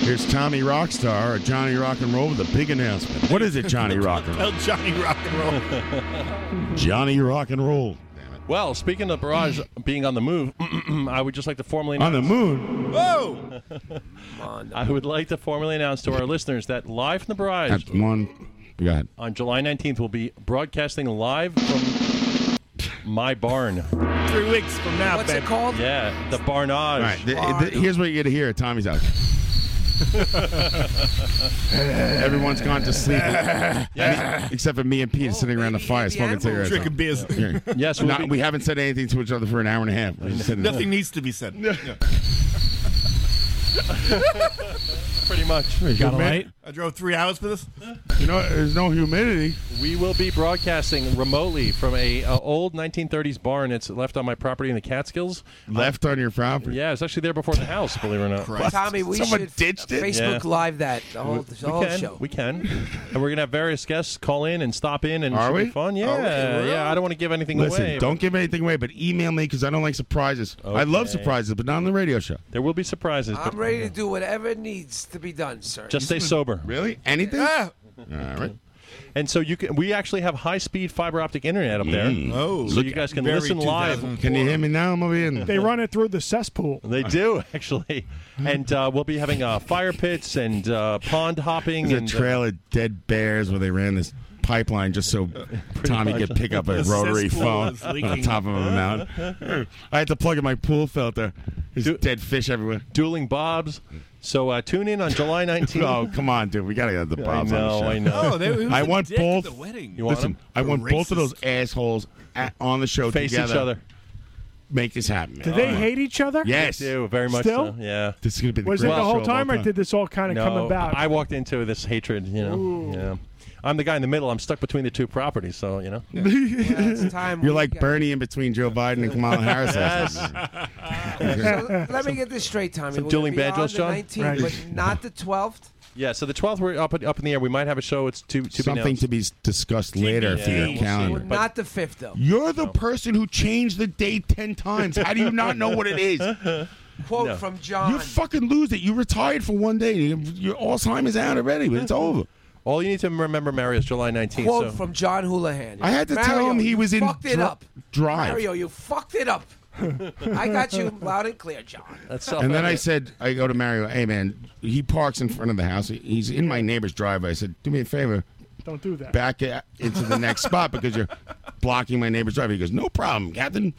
C: Here's Tommy Rockstar or Johnny Rock and Roll with a big announcement. What is it, Johnny Rock and Roll?
H: Johnny rock
C: (laughs)
H: and roll.
C: Johnny Rock and Roll
H: Well, speaking of
C: (clears throat)
H: Barrage being on the move, (clears throat) I would just like to formally
C: on
H: announce,
C: the moon.
H: Whoa! I would like to formally announce to our listeners that live from the Barrage
C: That's one. Go ahead.
H: on July 19th will be broadcasting live from my barn.
J: Three weeks from now,
H: What's
J: babe.
H: it called? Yeah, the
C: All
H: Barnage.
C: right. th- th- here's what you get to hear. Tommy's out. Everyone's gone
F: (laughs)
C: to sleep. Me- Except for me and Pete sitting around the fire smoking cigarettes.
F: Drinking beers.
C: Yeah.
F: (laughs) Yes,
C: Not-
F: we'll be-
C: we haven't said anything to each other for an hour and a half. We're just sitting there.
F: Nothing needs to be said.
H: (laughs) Pretty much.
C: Hey, Got a
F: Humid-
C: light?
F: I drove three hours for this.
C: You know, there's no humidity.
H: We will be broadcasting remotely from a, uh old 1930s barn. It's left on my property in the Catskills.
C: Left on your property?
H: Yeah, it's actually there before the house. Believe it or not,
G: Tommy, we should Facebook
H: Yeah.
G: Live that the whole,
H: we,
G: the whole
H: can,
G: show.
H: We can, and we're gonna have various guests call in and stop in, and it
C: Are
H: should
C: we?
H: be fun. Yeah,
C: Are we?
H: yeah. I don't want to give anything
C: Listen,
H: away.
C: don't give anything away, but email me because I don't like surprises. I love
H: Okay.
C: surprises, but not on the radio show.
H: There will be surprises.
G: I'm ready to do whatever needs to be done, sir.
H: Just stay sober.
G: (laughs)
C: Really? Anything? All right.
H: And so you can. We actually have high-speed fiber optic internet up there.
C: Mm.
F: Mm.
H: Oh, so you guys can listen live.
C: Can you hear me now? I'm over in.
P: They run it through the cesspool.
H: They do actually, and uh, we'll be having uh, fire pits and uh, pond hopping.
C: There's a
H: and, uh,
C: trail of dead bears where they ran this pipeline just
H: (laughs)
C: so Tommy
H: much.
C: could pick up a (laughs)
H: (laughs) The
C: rotary
H: cesspool
C: phone
H: is
C: on the
H: leaking.
C: top of a mountain. I had to plug in my pool filter. There's (laughs) dead fish everywhere.
H: Dueling Bobs. So uh, tune in on July 19th.
C: oh, come on, dude. We got to get the
H: I
C: Bobs
H: know,
C: on the show.
H: I know. Oh, they- it was
C: I
H: a
C: want
H: dick at
C: both.
H: the wedding. You want
C: listen,
H: 'em?
C: I want
H: They're
C: both of those assholes at, on the show
H: Face each
C: together.
H: other.
C: Make this happen. man.
P: Do they
C: Oh, my-
P: hate each other?
C: Yes.
H: They do, very much so,
P: Still?
H: yeah.
C: This is going to be the
P: Was it the
C: greatest show
P: whole
C: of
P: time, or
C: time.
P: did this all kind of come
H: No,
P: about?
H: I walked into this hatred, you know. Yeah. I'm the guy in the middle. I'm stuck between the two properties, so, you know. (laughs)
C: You're like Bernie in between Joe Biden and Kamala Harris.
H: Yes.
G: So let me get this straight, Tommy.
H: Some
G: We're
H: dueling
G: gonna be
H: banjos,
G: on the 19th,
H: John? Right.
G: but not the 12th.
H: Yeah, so the 12th, we're up, up in the air. We might have a show. It's to, to be
C: Something
H: announced.
C: to be s- discussed later
H: yeah,
C: for your
H: we'll see.
C: calendar.
H: But-
G: not the 5th, though.
C: You're the (laughs) person who changed the date ten times. How do you not know what
K: (laughs)
C: it is?
G: Quote
C: No.
G: from John.
C: You fucking lose it. You retired for one day. You- Your Alzheimer's out already, but it's over.
H: All you need to remember, Mary, is July 19th.
G: Quote
H: so.
G: from John Houlihan.
H: I had to tell
G: Mario,
H: him he
G: you
H: was in
G: fucked it
H: dri-
G: up.
C: drive.
G: Mario, you fucked it
H: (laughs)
G: up. I got you loud and clear, John.
H: That's
C: And then I said, I go to Mario. Hey man, he parks in front of the house. He- He's in my neighbor's driveway. I said, do me a favor,
P: Don't do that.
C: back a- into the next spot because you're blocking my neighbor's driveway. He goes, no problem, Captain.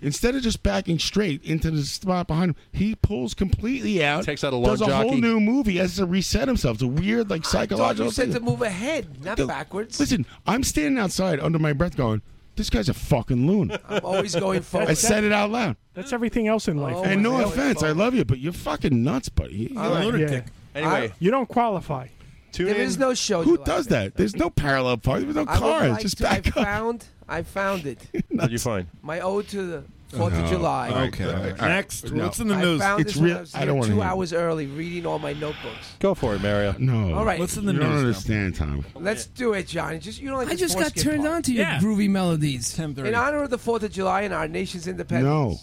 C: Instead of just backing straight into the spot behind him, he pulls completely out.
H: Takes out a
C: does a
H: long
C: whole
H: jockey.
C: new movie. He has to reset himself. It's a weird, like
G: Thought
C: psychological.
G: you said
C: thing.
G: to move ahead, not
C: The-
G: backwards.
C: Listen, I'm standing outside under my breath going, this guy's a fucking loon.
G: (laughs) I'm always going forward.
C: I said it out loud.
P: That's everything else in
G: Oh
P: life.
C: and no offense, I love you, but you're fucking nuts, buddy. You-
P: All right, yeah. I- you don't qualify.
H: Tune
G: There is no show.
C: Who
G: July.
C: does that? There's no parallel park. There's no
G: I would
C: cars.
G: like
C: Just
G: to-
C: back
G: I found. I found it.
H: What'd you find?
G: My ode to the Fourth
C: No.
G: of July.
C: Okay. All right. Next, what's in the
G: I
C: news?
G: Found
C: It's
G: this when
C: real-
G: I, was
C: I
G: here
C: don't wanna
G: two
C: hear it.
G: hours early, reading all my notebooks.
H: Go for it, Mario.
C: No.
G: All right. What's in the
C: you
G: news
C: don't
G: now?
C: understand, Tom.
G: Let's do it, Johnny. Just you don't like
O: I
G: this
O: just got
G: foreskin
O: turned
G: part.
O: on to your groovy melodies.
G: In honor of the Fourth of July and our nation's independence.
C: No.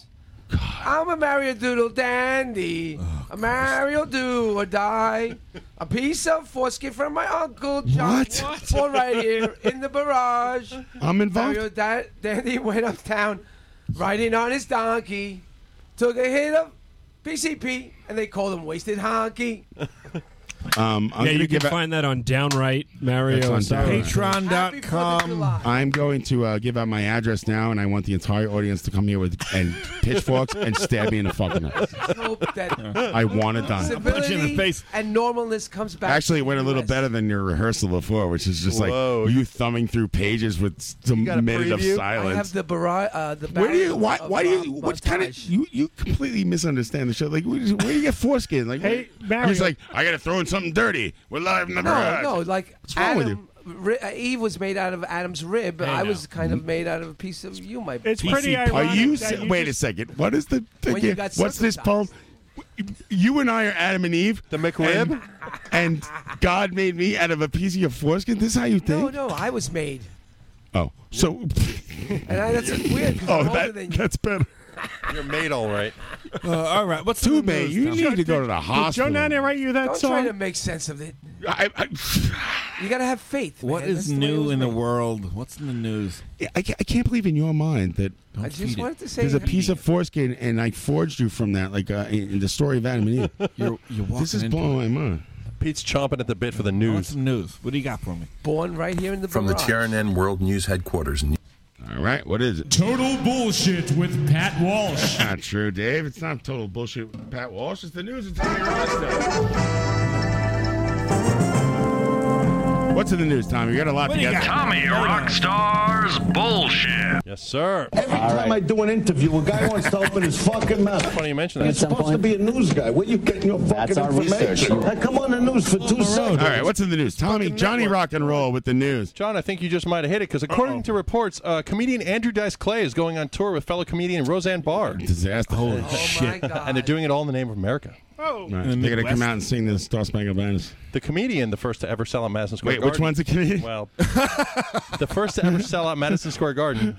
G: I'm a Mario Doodle Dandy.
C: Oh,
G: a Mario Do or Die. A piece of foreskin from my uncle John.
C: What?
G: For right here in the barrage.
C: I'm involved?
G: Mario da- Dandy went uptown riding on his donkey. Took a hit of PCP and they called him Wasted Honky.
C: Um, I'm
M: yeah,
C: gonna
M: you can
C: give out-
M: find that on Downright Mario.
C: That's on
M: Sorry.
C: Patreon. I'm going to uh, give out my address now, and I want the entire audience to come here with and pitchforks and stab me in the fucking nuts.
G: Let's hope that
C: I want it done.
G: civility and normalness comes back.
C: Actually, it went a little better than your rehearsal before, which is just
G: Whoa.
C: like you thumbing through pages with some
G: got a
C: minute of
G: preview? I have
C: silence.
G: the barrage. Uh, the
C: Where do you?
G: barrage
C: Why?
G: of,
C: Why do
G: uh,
C: you? What kind of? You you completely misunderstand the show. Like, where, where do you get foreskin? Like,
G: Hey,
C: where, he's
G: Mario.
C: like, I gotta throw in something dirty. We're live in the
G: No,
C: barrage.
G: no, like
C: What's wrong with
G: Adam, ri- uh, Eve was made out of Adam's rib.
C: Hey,
G: I
C: now.
G: was kind of made out of a piece of you, my.
C: It's pretty Are you, se- wait a second. What is the?
G: When you
C: again,
G: got
C: what's this poem? You and I are Adam and Eve. The
H: McRib.
C: And, God made me out of a piece of your foreskin. This is how you
G: No,
C: think?
G: no, I was made,
C: Oh, so.
G: and I, that's weird. 'cause
C: Oh,
G: I'm older
C: that-
G: than you.
C: that's better.
H: You're made all right.
C: all right. What's too bad? You need to go to the hospital.
G: write you
C: that
G: Don't
C: song?
G: try to make sense of it.
C: (sighs)
G: you gotta have faith.
L: What
G: man.
L: is
G: That's the way it
L: new
G: was
L: in the
G: made.
L: world? What's in the news?
C: I, I ca- I can't believe in your mind that
G: I just
L: feed it.
G: wanted to say
C: there's a piece of foreskin, and I forged you from that, like uh, in, in the story of Adam and Eve.
L: (laughs) You're- you're
C: this is
L: walking into
C: blowing my mind.
H: Pete's chomping at the bit for the news.
L: What's the news? What do you got for me?
G: born right here in the
N: From the
G: barrage.
N: TRNN World News Headquarters.
C: All right, what is it?
N: Total bullshit with Pat Walsh.
C: Not true, Dave. It's not total bullshit. with Pat Walsh It's the news. It's Tommy Rosto. What's in the news, Tommy? You got a lot
K: What
C: to
K: do you
C: get.
K: got? Tommy
C: Rockstars bullshit.
H: Yes, sir.
T: Every time I do an interview, a guy wants to open his fucking mouth.
H: Funny you mention
T: And
H: that.
T: It's supposed to be a news guy. Where you getting your fucking
C: That's our research.
T: information? I come on the news for two
C: All
T: seconds.
C: right, what's in the news? Tommy, Johnny Rock and Roll with the news.
H: John, I think you just might have hit it because according to reports, uh, comedian Andrew Dice Clay is going on tour with fellow comedian Roseanne Barr.
C: Disaster. Holy
H: shit. and they're doing it all in the name of America.
L: Oh.
C: All right, they're going to come out and sing the Star Spangled Banners.
H: The comedian, the first to ever sell out Madison Square
C: Wait,
H: Garden.
C: which one's the comedian?
H: Well, (laughs) the first to ever sell out Madison Square Garden,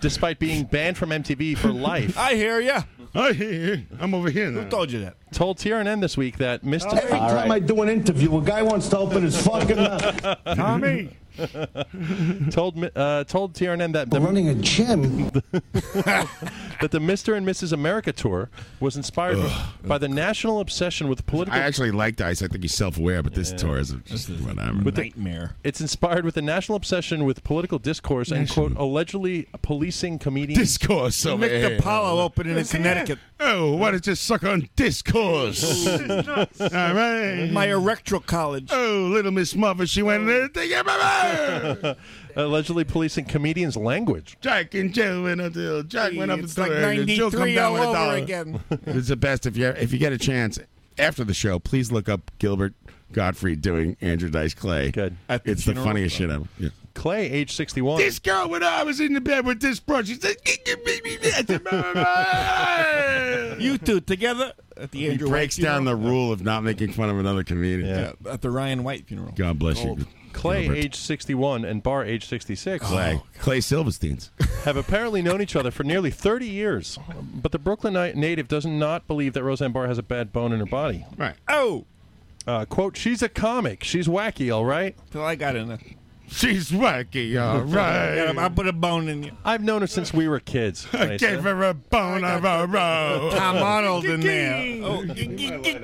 H: despite being banned from MTV for life.
L: I hear ya.
C: I hear you. I'm over here now.
L: told you that?
H: Told TRNN this week that Mr.
T: Every time I do an interview, a guy wants to open his fucking mouth.
H: Tommy. told mi- uh, told TRNN that the,
T: running a gym.
H: (laughs) that the Mr. and Mrs. America tour was inspired by the national obsession with political.
C: I actually like Dice. I think he's self aware, but this tour is just whatever.
H: with the-
L: Nightmare.
H: it's inspired with the national obsession with political discourse and quote allegedly policing comedians.
C: Discourse over
H: Mick
C: here.
H: DiPaolo
L: opening in Connecticut.
C: Oh, why don't you suck on discourse? (laughs) All right.
L: My erectoral college. Oh.
C: Oh, little Miss Muffet, she went in there to take everybody.
H: (laughs) allegedly policing comedians' language.
C: Jack and Jill went up to Jack went up
L: It's
C: to
L: like
C: and Jill come
L: 93
C: down
L: all
C: with a
L: over
C: dollar.
L: again.
C: (laughs) it's the best if you if you get a chance after the show. Please look up Gilbert Godfrey doing Andrew Dice Clay. Good, it's the
H: funeral?
C: funniest shit ever. Yeah.
H: Clay, age sixty-one.
C: This girl, when I was in the bed with this bro, she said, "Get your baby back."
L: (laughs) You two together at the
C: He
L: Andrew
C: breaks
L: White
C: down the rule of not making fun of another comedian.
L: funeral. Yeah, at the Ryan White funeral.
C: God bless you.
H: Clay,
C: Gilbert.
H: age sixty-one, and Barr, age sixty-six.
C: Clay. Clay Silverstein's.
H: have apparently known each other for nearly 30 years. But the Brooklyn ni- native does not believe that Roseanne Barr has a bad bone in her body.
C: Right.
L: Oh,
H: Uh, quote, she's a comic. She's wacky, all right?
L: till I got in there.
C: She's
L: (laughs)
C: wacky, all
L: Yeah, I'll
C: right.
L: put a bone in you.
H: I've known her since we were kids.
C: (laughs) I
H: Lisa.
C: gave her a bone of a row.
L: Tom Arnold in there. Oh,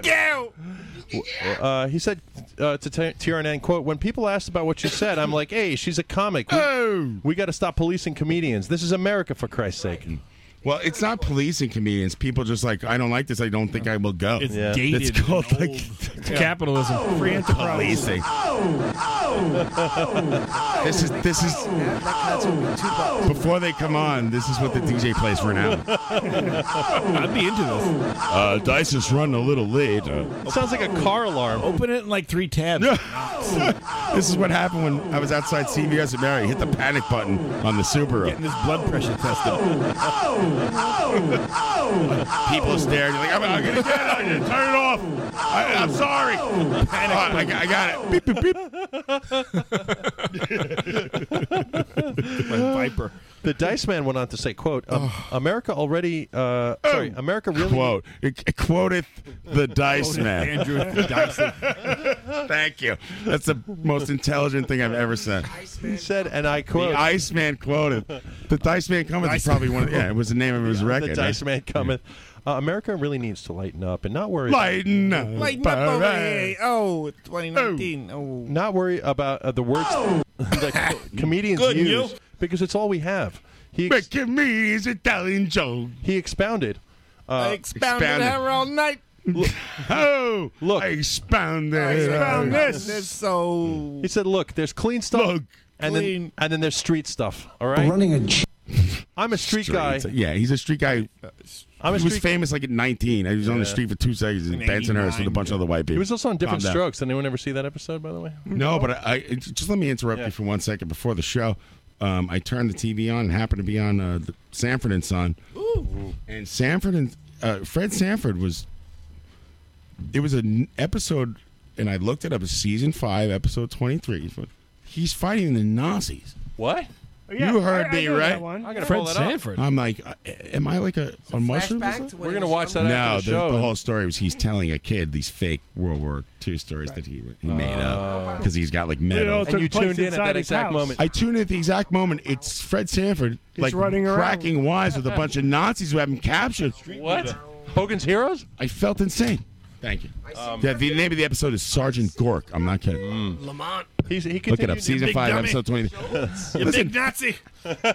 L: go.
H: Uh, he said uh, to T- TRNN, quote, when people asked about what you said, I'm like, hey, she's a comic. We,
C: Oh!
H: we got to stop policing comedians. This is America, for Christ's sake.
C: Well, it's not policing comedians. People just like, I don't like this. I don't think I will go.
L: It's
H: Yeah.
L: dated.
C: (laughs) It's called
L: and
C: like
M: Oh.
L: old.
M: Capitalism.
C: policing.
T: Oh, oh,
C: This is this is Oh. before they come on. This is what the DJ plays for now.
K: I'd
C: be into this. (laughs) Uh, Dice is running a little late. Uh,
H: It sounds like a car alarm.
C: Open it in like three tabs. (laughs) this is what happened when I was outside CVS at Mary. Hit the panic button on the Subaru. Getting this blood pressure tested. People stared. You're like, I'm, I'm gonna get on you. Turn it off. I, I'm sorry. Oh, I, got- I got it. Beep beep beep. (laughs)
H: My viper. The Dice Man went on to say, "quote um, America already uh, sorry America really
C: Oh, quote it, it quoted the Dice Man. Thank you. That's the most intelligent thing I've ever said.
H: He said, and I quote,
C: The Iceman quoted. The Dice Man cometh is probably one of yeah, it was the name of his record.
H: (laughs) the Dice Man cometh. Uh, America really needs to lighten up and not
C: (laughs)
H: worry.
C: Lighten up.
L: Lighten up over here. Oh, 2019. Oh.
H: Not worry about uh, the words (laughs) that co- comedians
L: Good,
H: use
L: you.
H: because it's all we have. He ex-
C: comedians Italian joke.
H: He expounded. Uh,
L: I expounded, her all night.
C: oh, look! I expound
L: I
C: this.
L: expound this. This so.
H: He said, "Look, there's clean stuff, and
L: clean.
H: then and then there's street stuff. All right, running a. (laughs) I'm a (laughs) street, guy.
C: Yeah, he's a street guy.
H: I'm a
C: he was
H: street-
C: famous like at 19. He was on the
H: Yeah.
C: street for two seconds in
H: In
C: Bensonhurst with a
H: 89,
C: bunch of other white people.
H: He was also on different
C: Calm down.
H: strokes. Did anyone ever see that episode, by the way?
C: No, but I, I just let me interrupt you for one second before the show. Um, I turned the TV on and happened to be on uh, the Sanford and Son. And Sanford and uh, Fred Sanford was. It was an episode, and I looked it up. It's season five, episode twenty-three. He's fighting the Nazis.
H: What?
C: you heard me right.
H: Fred Sanford.
C: I'm like, uh, am I like a on mushrooms? or something?
H: We're gonna watch that
C: No,
H: after
C: the,
H: the show.
C: the whole story was he's telling a kid these fake World War II stories that he, he made
H: Oh.
C: up because he's got like metal.
H: And you tuned in at that exact moment.
C: I tuned in at the exact moment. It's Fred Sanford,
H: He's
C: like
H: running around.
C: cracking wise with a bunch of Nazis who have him captured.
H: What? Hogan's Heroes?
C: I felt insane. Thank you.
H: Um,
C: yeah, the name of the episode is Sergeant Gork. I'm not kidding.
H: Lamont. He's, Mm. he
C: Look it up.
H: continued-
C: Season five, episode twenty. (laughs) Listen,
H: Nazi.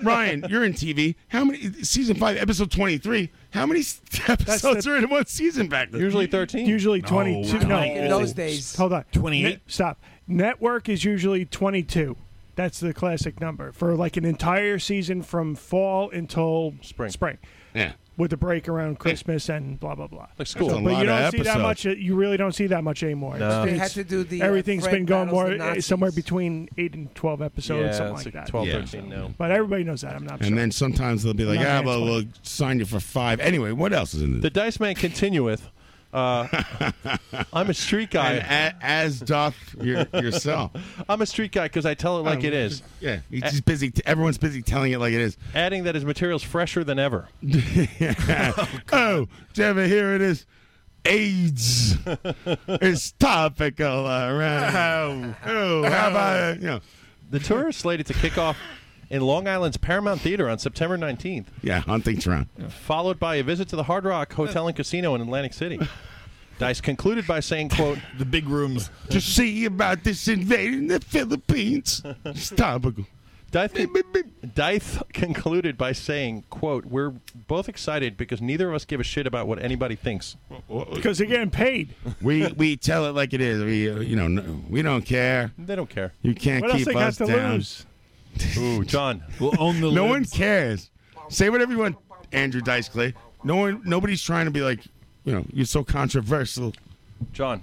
C: Ryan, you're in TV. How many season five, episode twenty three? How many s- (laughs) episodes are in one season back then?
H: Usually thirteen.
P: Usually 22. No,
G: In those days.
P: Hold on.
G: 28?
P: Ne- stop. Network is usually 22. That's the classic number for like an entire season from fall until spring. Spring.
C: Yeah.
P: With a break around Christmas and blah blah blah.
H: That's cool.
P: So- but you don't see that much. You really don't see that much anymore.
H: No.
P: It's-
H: They had
P: it's-
G: to do the, uh,
P: everything's
G: Frank
P: been going
G: battles
P: more eh,
G: the Nazis.
P: somewhere between eight and twelve episodes,
H: Yeah,
P: something
H: it's
P: like
H: like
P: that.
H: 12, Yeah. 13 now.
P: But everybody knows that. I'm not.
C: And then sometimes they'll be like,
P: Not
C: "Ah,
P: hands
C: well, we'll sign you for five. Anyway, what else is in this?
H: The Dice Man continueth. Uh, (laughs) I'm a street guy.
C: And a- as doth your, yourself.
H: (laughs)
C: Um,
H: I'm a street guy because I tell it like it is.
C: Yeah, he's just busy. T- everyone's busy telling it like it is.
H: Adding that his material's fresher than ever.
C: (laughs) oh, Devin, here it is. AIDS is topical around. (laughs) Oh, how about you know?
H: The tour is slated to kick off in Long Island's Paramount Theater on September 19th,
C: Yeah, hunting's around.
H: followed by a visit to the Hard Rock Hotel and Casino in Atlantic (laughs) City. Dice concluded by saying, quote, (laughs) The big rooms.
C: To see about this invading the Philippines. It's topical.
H: Dyth, Dyth concluded by saying, quote, We're both excited because neither of us give a shit about what anybody thinks.
P: Because they're getting paid.
C: (laughs) We we tell it like it is. We uh, you know no, we don't care.
H: They don't care.
C: You can't
H: What else
C: keep
H: they got
C: us
H: to
C: down. (laughs)
H: lose? Ooh, John. We'll
L: own
C: no one cares. Say whatever you want, Andrew Dice Clay. No one, nobody's trying to be like, you know, you're so controversial.
H: John,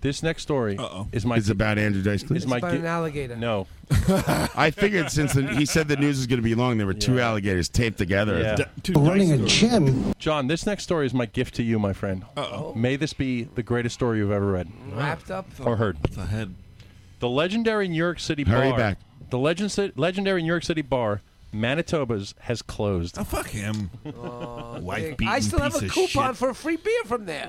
H: this next story is my.
C: It's about Andrew Dice Clay.
H: Is my
G: about
C: (laughs)
H: gi-
G: an alligator.
H: No.
C: I figured since the, he said the news is going to be long, there were two alligators taped together.
H: Yeah.
C: Running a
H: gym. John, this next story is my gift to you, my friend. Uh-oh. May this be the greatest story you've ever read.
G: Wrapped up.
H: or heard. The head. The legendary New York City
C: Hurry
H: bar.
C: back.
H: The legend, legendary New York City bar, Manitoba's, has closed. Oh, fuck him.
G: Big- I still have a coupon for free beer from there.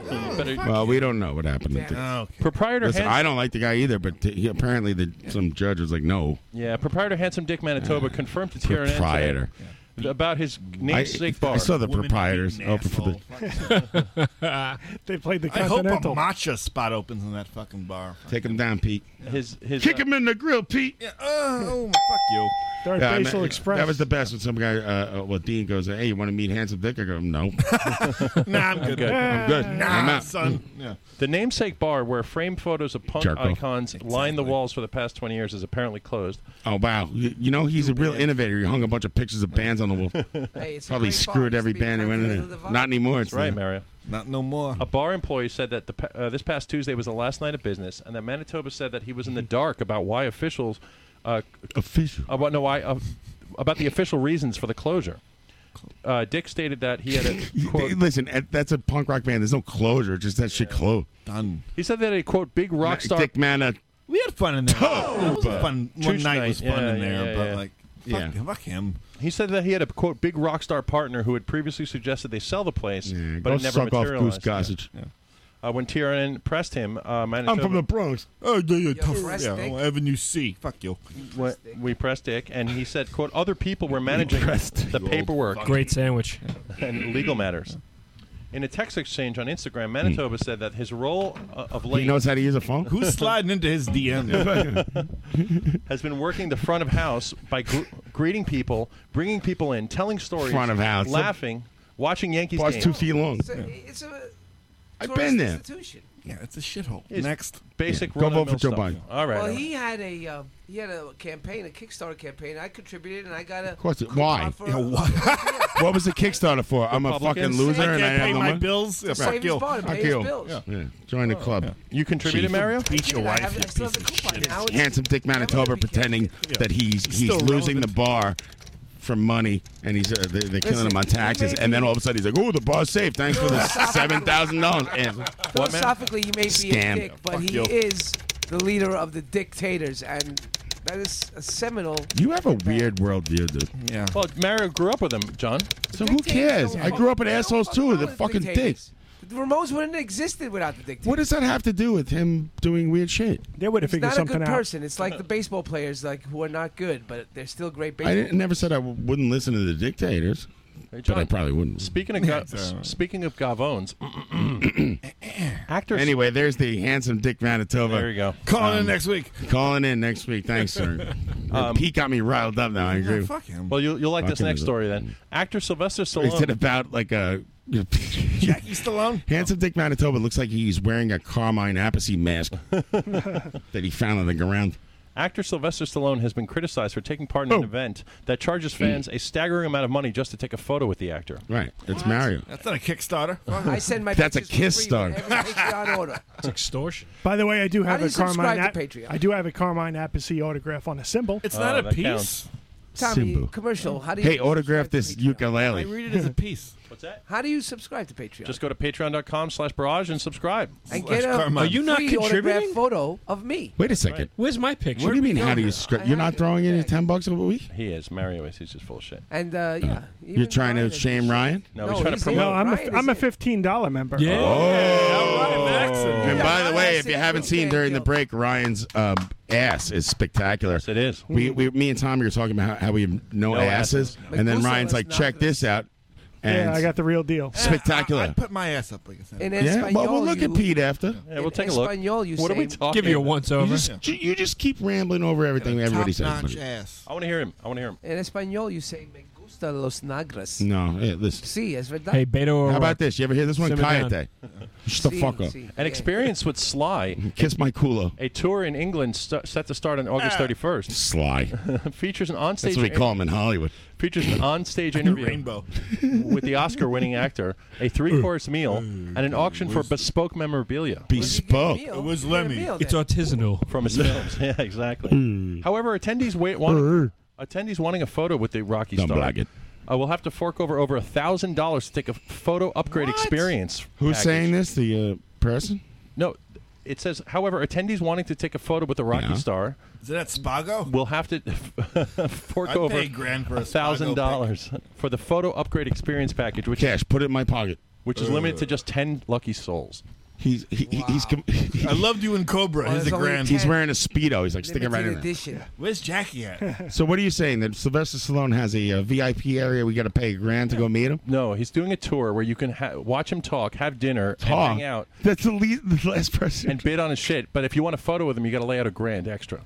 C: Well, we don't know what happened. to the-
H: Proprietor
C: Listen,
H: Hans-
C: I don't like the guy either, but he, apparently the, some judge was like, no.
H: Yeah, proprietor Handsome Dick Manitoba confirmed it's here in
C: Proprietor.
H: Amsterdam about his
C: I,
H: namesake bar.
C: I saw the (laughs) proprietors open for the.
P: they played the
C: Continental.
U: I hope a matcha spot opens in that fucking bar.
C: Take him down, Pete.
H: His his uh,
C: Kick him in the grill, Pete.
U: Yeah, oh, fuck you.
C: Yeah, I mean, That was the best when some guy, uh, uh, well, Dean goes, "Hey, you want to meet Handsome Dick?" I go, "No." (laughs)
U: nah, I'm good.
C: I'm good. I'm out.
U: Yeah.
H: The namesake bar where framed photos of punk
C: Jerko.
H: icons line the walls for the past 20 years is apparently closed.
C: Oh wow, you, you know he's a real innovator. He hung a bunch of pictures of bands on the wall.
H: it's a
C: Probably
H: great
C: screwed
H: bar.
C: every
H: It's the
C: band that went in
H: Continental
C: there.
H: Divide.
C: Not anymore. It's
H: right,
C: the-
H: Mario.
U: Not no more.
H: A bar employee said that the, pa- uh, this past Tuesday was the last night of business, and that Manitoba said that he was in
U: Mm-hmm.
H: the dark about why officials, uh,
C: official,
H: about no, why uh, about the official reasons for the closure. Uh, Dick stated that he
U: (laughs)
H: had a quote.
C: Listen, eh, that's a punk rock band. There's no closure. It's Just that shit closed. Done.
H: He said that a quote big rock star.
C: Dick Manna.
U: We had fun in there. That was a fun. One
H: Tuesday
U: night was fun
H: yeah,
U: in there,
H: yeah,
U: but
H: yeah.
U: like, fuck, fuck him.
H: He said that he had a quote big rock star partner who had previously suggested they sell the place, but
C: Go
H: it never
C: suck off Goose
H: materialized.
C: Gossage.
H: Uh, when TRN pressed him, uh, Manitoba,
C: Bronx. Oh, yeah, yeah,
U: tough.
H: press
U: Yeah,
H: dick.
U: Avenue C. Fuck you.
H: What- we pressed Dick, and he said, "quote Other people were managing the
U: old
H: paperwork,
U: fuck.
M: Great sandwich.
H: and legal matters." In a text exchange on Instagram, Manitoba said that his role uh, of late
C: He knows how to use a phone. (laughs)
H: Who's sliding
U: into his DM?
H: (laughs) has been working the front of house by gr- greeting people, bringing people in, telling stories,
C: Front of house.
H: laughing, watching Yankees
C: Bar's
H: games.
C: two feet long. It's
G: a- It's a
C: I've
G: tourist
C: been there.
G: Institution.
U: Yeah, it's a shithole.
H: It's
U: Next.
H: basic
C: Yeah. Go vote
H: run-of-the-mill
C: for Joe Biden.
H: stuff. All right.
G: Well,
H: all right.
G: he had a uh, he had a campaign, a Kickstarter campaign. I contributed, and I got a
C: Of course. it-
G: coupon (laughs)
C: Why?
G: for
C: Yeah,
G: a-
C: why? (laughs) what was the Kickstarter for? I'm a fucking
H: Republicans?
C: loser
H: I
C: and I
H: can't
C: have
H: pay
C: no
H: my
C: money?
H: bills? Yeah, To fuck save his you. bond and
C: Fuck
H: pay his
C: you.
G: bills.
C: Yeah. Yeah. Join the club.
H: You contributed,
C: Chief.
H: Mario?
U: Beat your
G: I have-
U: wife.
G: I still have the coupon now. It's-
C: Handsome Dick Manitoba pretending that he's
U: It's
C: he's
U: still
C: losing the bar for money and he's uh, they- they're killing
G: Listen,
C: him on taxes
G: maybe-
C: and then all of a sudden he's like, "Oh, the bar's safe. Thanks for the seven thousand dollars."
G: Philosophically, he may be
C: Scam.
G: a dick, but
C: Fuck
G: he
C: you.
G: is the leader of the dictators, and that is a seminal.
C: You have a weird worldview, dude.
U: Yeah.
H: Well, Mario grew up with him, John.
C: So who cares? I grew up with assholes too. They're fucking dicks.
G: dictators. The Ramones wouldn't have existed without the dictators.
C: What does that have to do with him doing weird shit?
P: They would
G: He's not a good person. It's like the baseball players, like who are not good, but they're still great
C: I
G: baseball.
C: didn't, never said I w- wouldn't listen to the dictators, but I probably wouldn't.
H: Speaking of uh, ga- s- (clears throat) speaking of Gavones, (clears throat) actors.
C: Anyway, there's the handsome Dick Manitoba.
H: There you go.
U: Calling in next week.
C: Calling in next week. Thanks, (laughs) sir.
H: Um,
C: Pete got me riled up now. I agree.
H: Well, you'll, you'll like this
C: Fucking
H: next
C: is it.
H: story then. Actor Sylvester
C: He said
H: Stallone.
C: about like a. Jackie
U: Stallone?
C: Handsome Dick Manitoba looks like he's wearing a Carmine Appice
H: (laughs)
C: mask that he found on the ground.
H: Actor Sylvester Stallone has been criticized for taking part in
C: Oh.
H: an event that charges fans a staggering amount of money just to take a photo with the actor.
C: Right. It's Mario.
U: That's not a
P: (laughs)
U: Kickstarter.
G: I send my
C: That's a
G: pictures for
C: Kiss
G: free with
C: star.
G: every Patreon order.
M: It's extortion.
P: By the way, I do
G: How
P: have
G: do you
P: a Carmine.
G: subscribe to
P: Ap-
G: Patreon?
P: I do have a Carmine Appice autograph on a symbol.
U: It's
H: Uh,
U: not a piece.
G: Oh, Tommy,
C: Simbu.
G: commercial. How do you
C: Hey, autograph this ukulele.
U: read
G: (laughs)
U: it as a piece.
H: What's that?
G: How do you subscribe to Patreon?
H: Just go to patreon.com slash barrage and subscribe.
G: and get a
M: Are you not
G: free autographed
M: contributing?
G: photo of me.
C: Wait a second.
M: Where's my picture?
C: What do you mean? How do you script? You're not throwing in your ten bucks a week?
H: He is. Mario is. He's just full of shit.
G: And uh, yeah, even
C: You're trying to shame Ryan?
H: No, he's trying to promote.
P: No, I'm a, I'm a fifteen dollar member.
C: Yeah. And
P: Yeah,
C: by the
P: Ryan
C: way,
P: has
C: if you haven't seen during the break, Ryan's uh, ass is spectacular. Yes,
H: it is.
C: We, we, me and Tommy were talking about how, how we have no,
H: No
C: asses,
H: asses.
C: and then
H: Medusa
C: Ryan's
H: was
C: like,
H: not
C: "Check this out." And
P: Yeah, I got the real deal.
C: spectacular.
U: Eh, Put my ass up like I said.
G: In
C: yeah,
G: Espanol,
C: well, we'll look
G: you,
C: at Pete after.
H: Yeah, we'll
G: in
H: take a look.
G: Espanol, you
H: What are
G: say,
H: we talking
M: Give you a once
C: You
M: over.
C: just, ju- you just keep rambling over everything everybody says.
U: ass.
H: I want to hear him. I want to hear him.
G: In Espanol, you say "me gusta los nagras."
C: No, hey, listen.
G: Sí, es verdad.
C: How about this? You ever hear this one?
H: Simmer down. (laughs)
C: Kayate. Shut the
G: See,
C: fuck up.
G: see.
H: An experience with Sly.
C: Kiss my culo.
H: A tour in England st- set to start on
G: Ah.
H: August 31st.
C: Sly.
H: (laughs) features an onstage.
C: That's what we call him in Hollywood.
H: Features an
G: (laughs)
H: onstage interview rainbow. with the Oscar-winning actor, a three-course meal, and an auction for bespoke memorabilia.
C: Bespoke.
G: It was Lemmy.
M: It's artisanal. Hmm.
H: from
M: (laughs)
H: his films. (laughs) Yeah, exactly. However, attendees
C: (laughs)
H: wait want, attendees wanting a photo with the Rocky
C: Don't
H: star.
C: blag it.
H: Uh, will have to fork over over a thousand dollars to take a photo upgrade experience.
C: Who's
H: package.
C: saying this? The uh, person?
H: No, it says. However, attendees wanting to take a photo with the Rocky
C: Yeah.
H: star
U: Is it at Spago?
H: will have to (laughs) fork
U: I'd
H: over
U: pay grand for a
H: thousand
U: Spago
H: dollars for the photo upgrade experience package, which
C: Cash. Put it in my pocket.
H: which is limited to just ten lucky souls.
C: He's he, he- he's. Com-
U: I loved you in Cobra.
C: He's
U: He's the grand.
C: He's wearing a
P: Oh,
C: speedo. He's like sticking right in. There.
U: Where's Jackie
P: (laughs)
U: at?
C: So what are you saying that Sylvester Stallone has a, uh VIP area? We got to pay a grand to go meet him.
H: No, he's doing a tour where you can ha- watch him talk, have dinner, and
C: Talk?
H: hang out.
C: That's the, least, the last person.
H: And bid on his shit. But if you want a photo with him, you got to lay out a grand extra.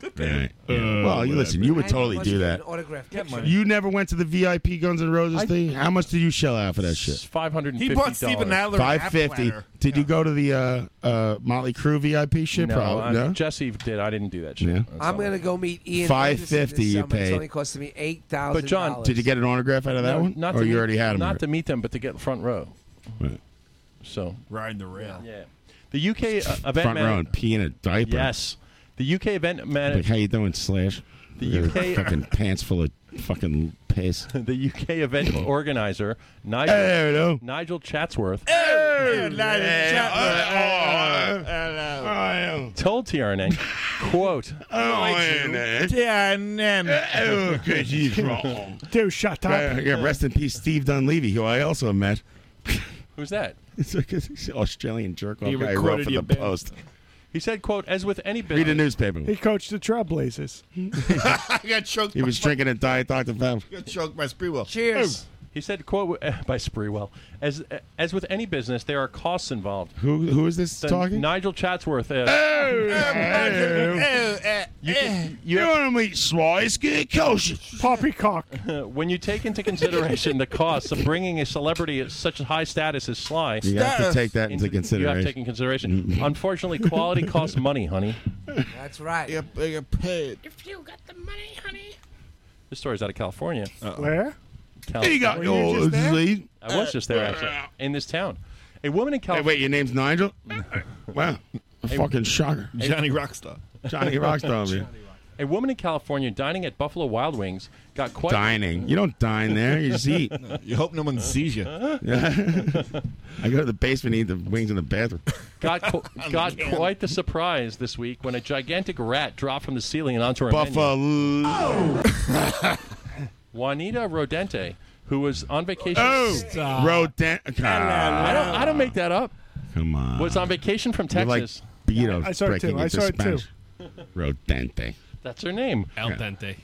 C: well, you listen. You would totally do that. You never went to the VIP Guns N' Roses thing. How much did you shell out for that shit?
H: Five hundred.
U: He bought Steven Adler. an
C: Five fifty.
U: apple
C: Did you go to the uh, uh, Motley Crue VIP shit?
H: No,
C: Probably.
H: I-
C: no.
H: Jesse did. I didn't do that shit.
C: Yeah.
H: That's
G: I'm
H: all.
G: gonna go meet Ian.
C: Five
G: Anderson this
C: fifty you
G: summer. It's
C: paid.
G: only costing me eight thousand.
H: But John,
C: Did you get an autograph out of that
H: No,
C: one?
H: Not
C: or
H: to
C: Oh, you
H: meet-
C: already had him?
H: Not to meet them, but to get front row.
C: Right.
H: So
U: riding the rail.
H: Yeah. The UK uh, event
C: front
H: man-
C: row and pee in a diaper.
H: Yes. The UK event man.
C: Like, how you doing,
U: (laughs)
C: Slash?
H: The UK (laughs)
C: fucking pants full of fucking piss.
H: the
C: (laughs)
H: UK event organizer Nigel Nigel Chatsworth told TRNN, "quote
C: (laughs) Oh, good,
H: (laughs)
C: he's wrong.
P: Dude, shut
C: Uh,
P: up.
C: yeah, rest in peace, Steve Dunleavy, who I also met. (laughs)
H: Who's that?
C: It's like an Australian jerk off
H: He
C: guy who wrote
H: recorded
C: for
H: your
C: the
H: band.
C: Post.
H: He said, "quote As with any
C: Read the
H: business,
C: newspaper.
P: He coached the Trailblazers.
U: I got choked.
C: He was drinking a Diet
U: (laughs)
C: Dr. Pepper.
U: I got choked by Spreewell.
H: He said, "quote uh, by Spreewell, as uh, as with any business, there are costs involved."
C: Who who is this
H: Then
C: talking?
H: Nigel Chatsworth. Uh,
U: you
H: can, you want
C: to meet Slice? Get kosher.
P: Poppycock.
H: when you take into consideration
C: (laughs)
H: the costs of bringing a celebrity of such a high status as Sly,
C: You have to take that into
H: You have
C: consideration. Mm-hmm.
H: to take in consideration.
C: (laughs)
H: Unfortunately, quality costs money, honey.
G: That's right.
U: You're, you're paid.
K: If you got the money, honey.
H: This story's out of California.
P: Where?
H: California.
K: You got Were you your just there? disease.
H: I was just there actually in this town. A woman in California.
C: wait, your name's
H: (laughs)
C: Nigel? wow, fucking shocker.
U: Johnny Rockstar.
C: Johnny Rockstar, man.
H: (laughs) A woman in California dining at Buffalo Wild Wings got quite
C: Dining. You don't dine there. You just eat.
U: You hope no one sees
C: (laughs)
U: you.
C: Yeah. I go to the basement and eat the wings in the bathroom.
H: got
U: (laughs)
H: qu- got quite the surprise this week when a gigantic rat dropped from the ceiling and onto her menu.
C: Buffalo.
H: Juanita Rodente, who was on vacation.
C: Oh, (laughs)
H: Stop.
C: Rodent-
H: I don't, I don't make that up.
C: Come on.
H: Was on vacation from
C: You're like
H: Texas.
C: Beto
H: I saw it
C: breaking
H: too. I
C: into
H: saw it too.
C: Spanish. Rodente.
H: That's her name.
M: El dente.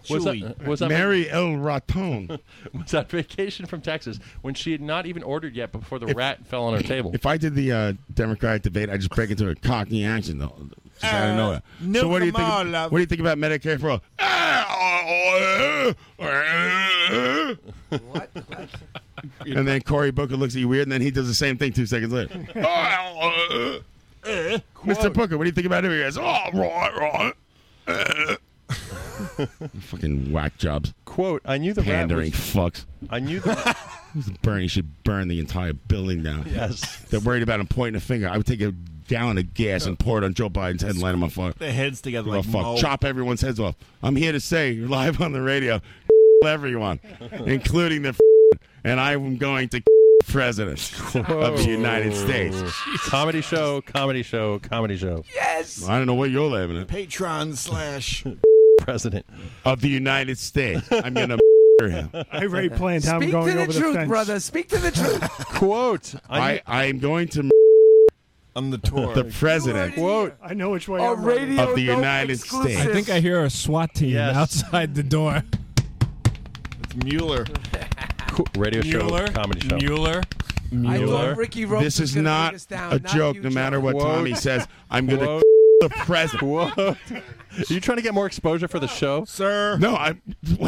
H: (laughs) was on- was on-
C: Mary El Raton.
H: (laughs) was on vacation from Texas when she had not even ordered yet before the rat fell on
C: (laughs)
H: her table.
C: If I did the uh, Democratic debate, I just break into a cockney action though. Just out of nowhere. So what do you think?
U: nuke 'em all up.
C: what do you think about Medicare for all?
K: What?
C: (laughs) And then Cory Booker looks at you weird, and then he does the same thing two seconds later. (laughs) Mr. Booker, what do you think about it? He goes, "Oh, right, right." Fucking whack jobs.
H: Quote: I knew the rat
C: pandering
H: was,
C: fucks.
H: I
C: (laughs)
H: knew the
C: Burn, you should burn the entire building down.
H: Yes.
C: They're worried about him pointing a finger. I would take a gallon of gas and pour it on Joe Biden's head and light him on fire.
U: Their heads together
C: Give a
U: like
C: fuck.
U: Mo.
C: Chop everyone's heads off. I'm here to say, (laughs) you're live on the radio, (laughs) everyone, including the (laughs) and I am going to (laughs) president of the United
H: (laughs)
C: States.
H: comedy show, comedy show, comedy show.
G: Yes.
C: I don't know what you're laughing at.
U: Patron
H: (laughs)
U: slash.
H: President
C: of the United States. I'm gonna (laughs) him.
P: I already planned how I'm
G: Speak
P: going
G: to the
P: over
G: truth,
P: the fence.
G: brother. Speak to the
C: (laughs)
G: truth.
H: Quote:
C: I I am going to
U: I'm the tour.
C: the president.
H: Quote.
P: I know which way.
G: A
P: I'm running.
C: radio Of the no (laughs) United exclusive. States.
M: I think I hear a SWAT team outside the
C: (laughs)
M: door.
U: It's Mueller.
H: radio show, comedy show.
M: Mueller.
G: I
M: Mueller.
G: thought Ricky Rose
C: this
G: was
C: is
G: gonna
C: not
G: take us down,
C: a
G: not
C: joke.
G: you,
C: no matter
G: John.
C: what
H: Whoa.
C: Tommy says, I'm going
H: Whoa.
C: to (laughs) the president.
H: Are (laughs) you trying to get more exposure for the show,
U: sir?
C: No, I.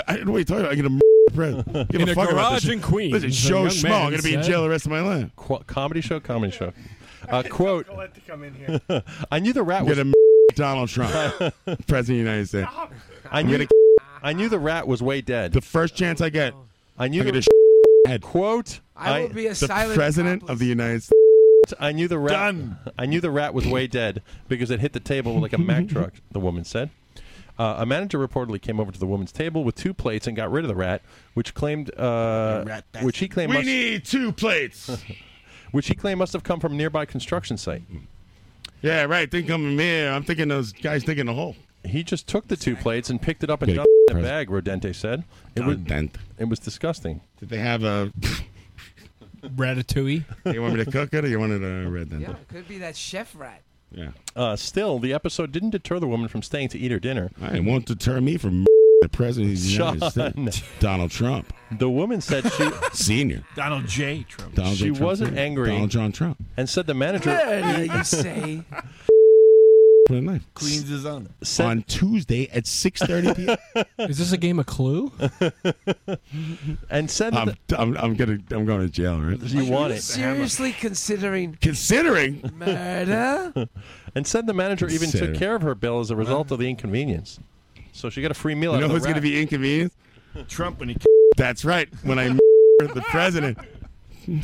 C: I don't know what you're talking about. I'm going to the (laughs)
H: (laughs)
C: president. Give
M: In
C: a
M: a
C: fuck about
M: garage
C: this.
M: in Queens,
C: Listen,
M: a
C: show
M: young
C: schmo.
M: man
C: I'm going to be in
M: said.
C: jail the rest of my life.
H: Qu- comedy show, comedy show. Uh, quote:
P: Let to come in here.
H: (laughs) I knew the rat
C: I'm
H: was.
C: going
H: (laughs)
C: to (laughs) Donald Trump, president of the United States.
H: I
C: I'm
H: knew.
C: gonna-
H: I knew the (laughs) rat was way dead.
C: The first chance I get,
H: I knew
C: I'm going
H: the
C: to
H: (laughs)
C: (laughs) head.
H: quote.
G: I will be a
C: the
G: silent
C: president of the United States.
H: I knew the rat. I knew the rat was way dead because it hit the table like
C: (laughs)
H: a Mack truck. The woman said. Uh, a manager reportedly came over to the woman's table with two plates and got rid of the rat, which claimed, uh, which he claimed,
C: We
H: must,
C: need two plates.
H: which he claimed must have come from a nearby construction site.
C: Mm. yeah, right. Think I'm here. I'm thinking those guys digging a hole.
H: He just took the two plates and picked it up and
C: Big
H: dumped it in a
C: person.
H: bag. Rodente said, "It was, it was disgusting."
C: Did they have a?
M: Ratatouille.
C: You want me to cook it or you want it uh, red then?
G: Yeah, it could be that chef rat.
C: Yeah.
H: Uh, still, the episode didn't deter the woman from staying to eat her dinner.
C: It won't deter me from (laughs) the president of the United
H: John. (laughs)
C: States, Donald Trump.
H: The woman said she
C: (laughs) senior.
L: Donald J. Trump.
C: Donald J.
H: she
C: Trump
H: wasn't
C: Sr.
H: angry.
C: Donald John Trump.
H: And said the manager. (laughs)
C: Yeah, you say. Put a knife.
U: Cleans his own.
C: On Tuesday at six thirty p.m.
M: (laughs) Is this a game of Clue?
H: (laughs) and said
C: I'm, I'm, I'm gonna I'm going to jail, right?
G: Are Seriously considering
C: Considering
G: murder?
H: (laughs) and said the manager even took
C: Consider.
H: care of her bill as a result of the inconvenience. So she got a free meal.
C: You
H: out
C: know
H: of
C: who's
H: going to
C: be inconvenienced?
U: Trump
C: (laughs)
U: when he.
C: That's right. When I (laughs) the president.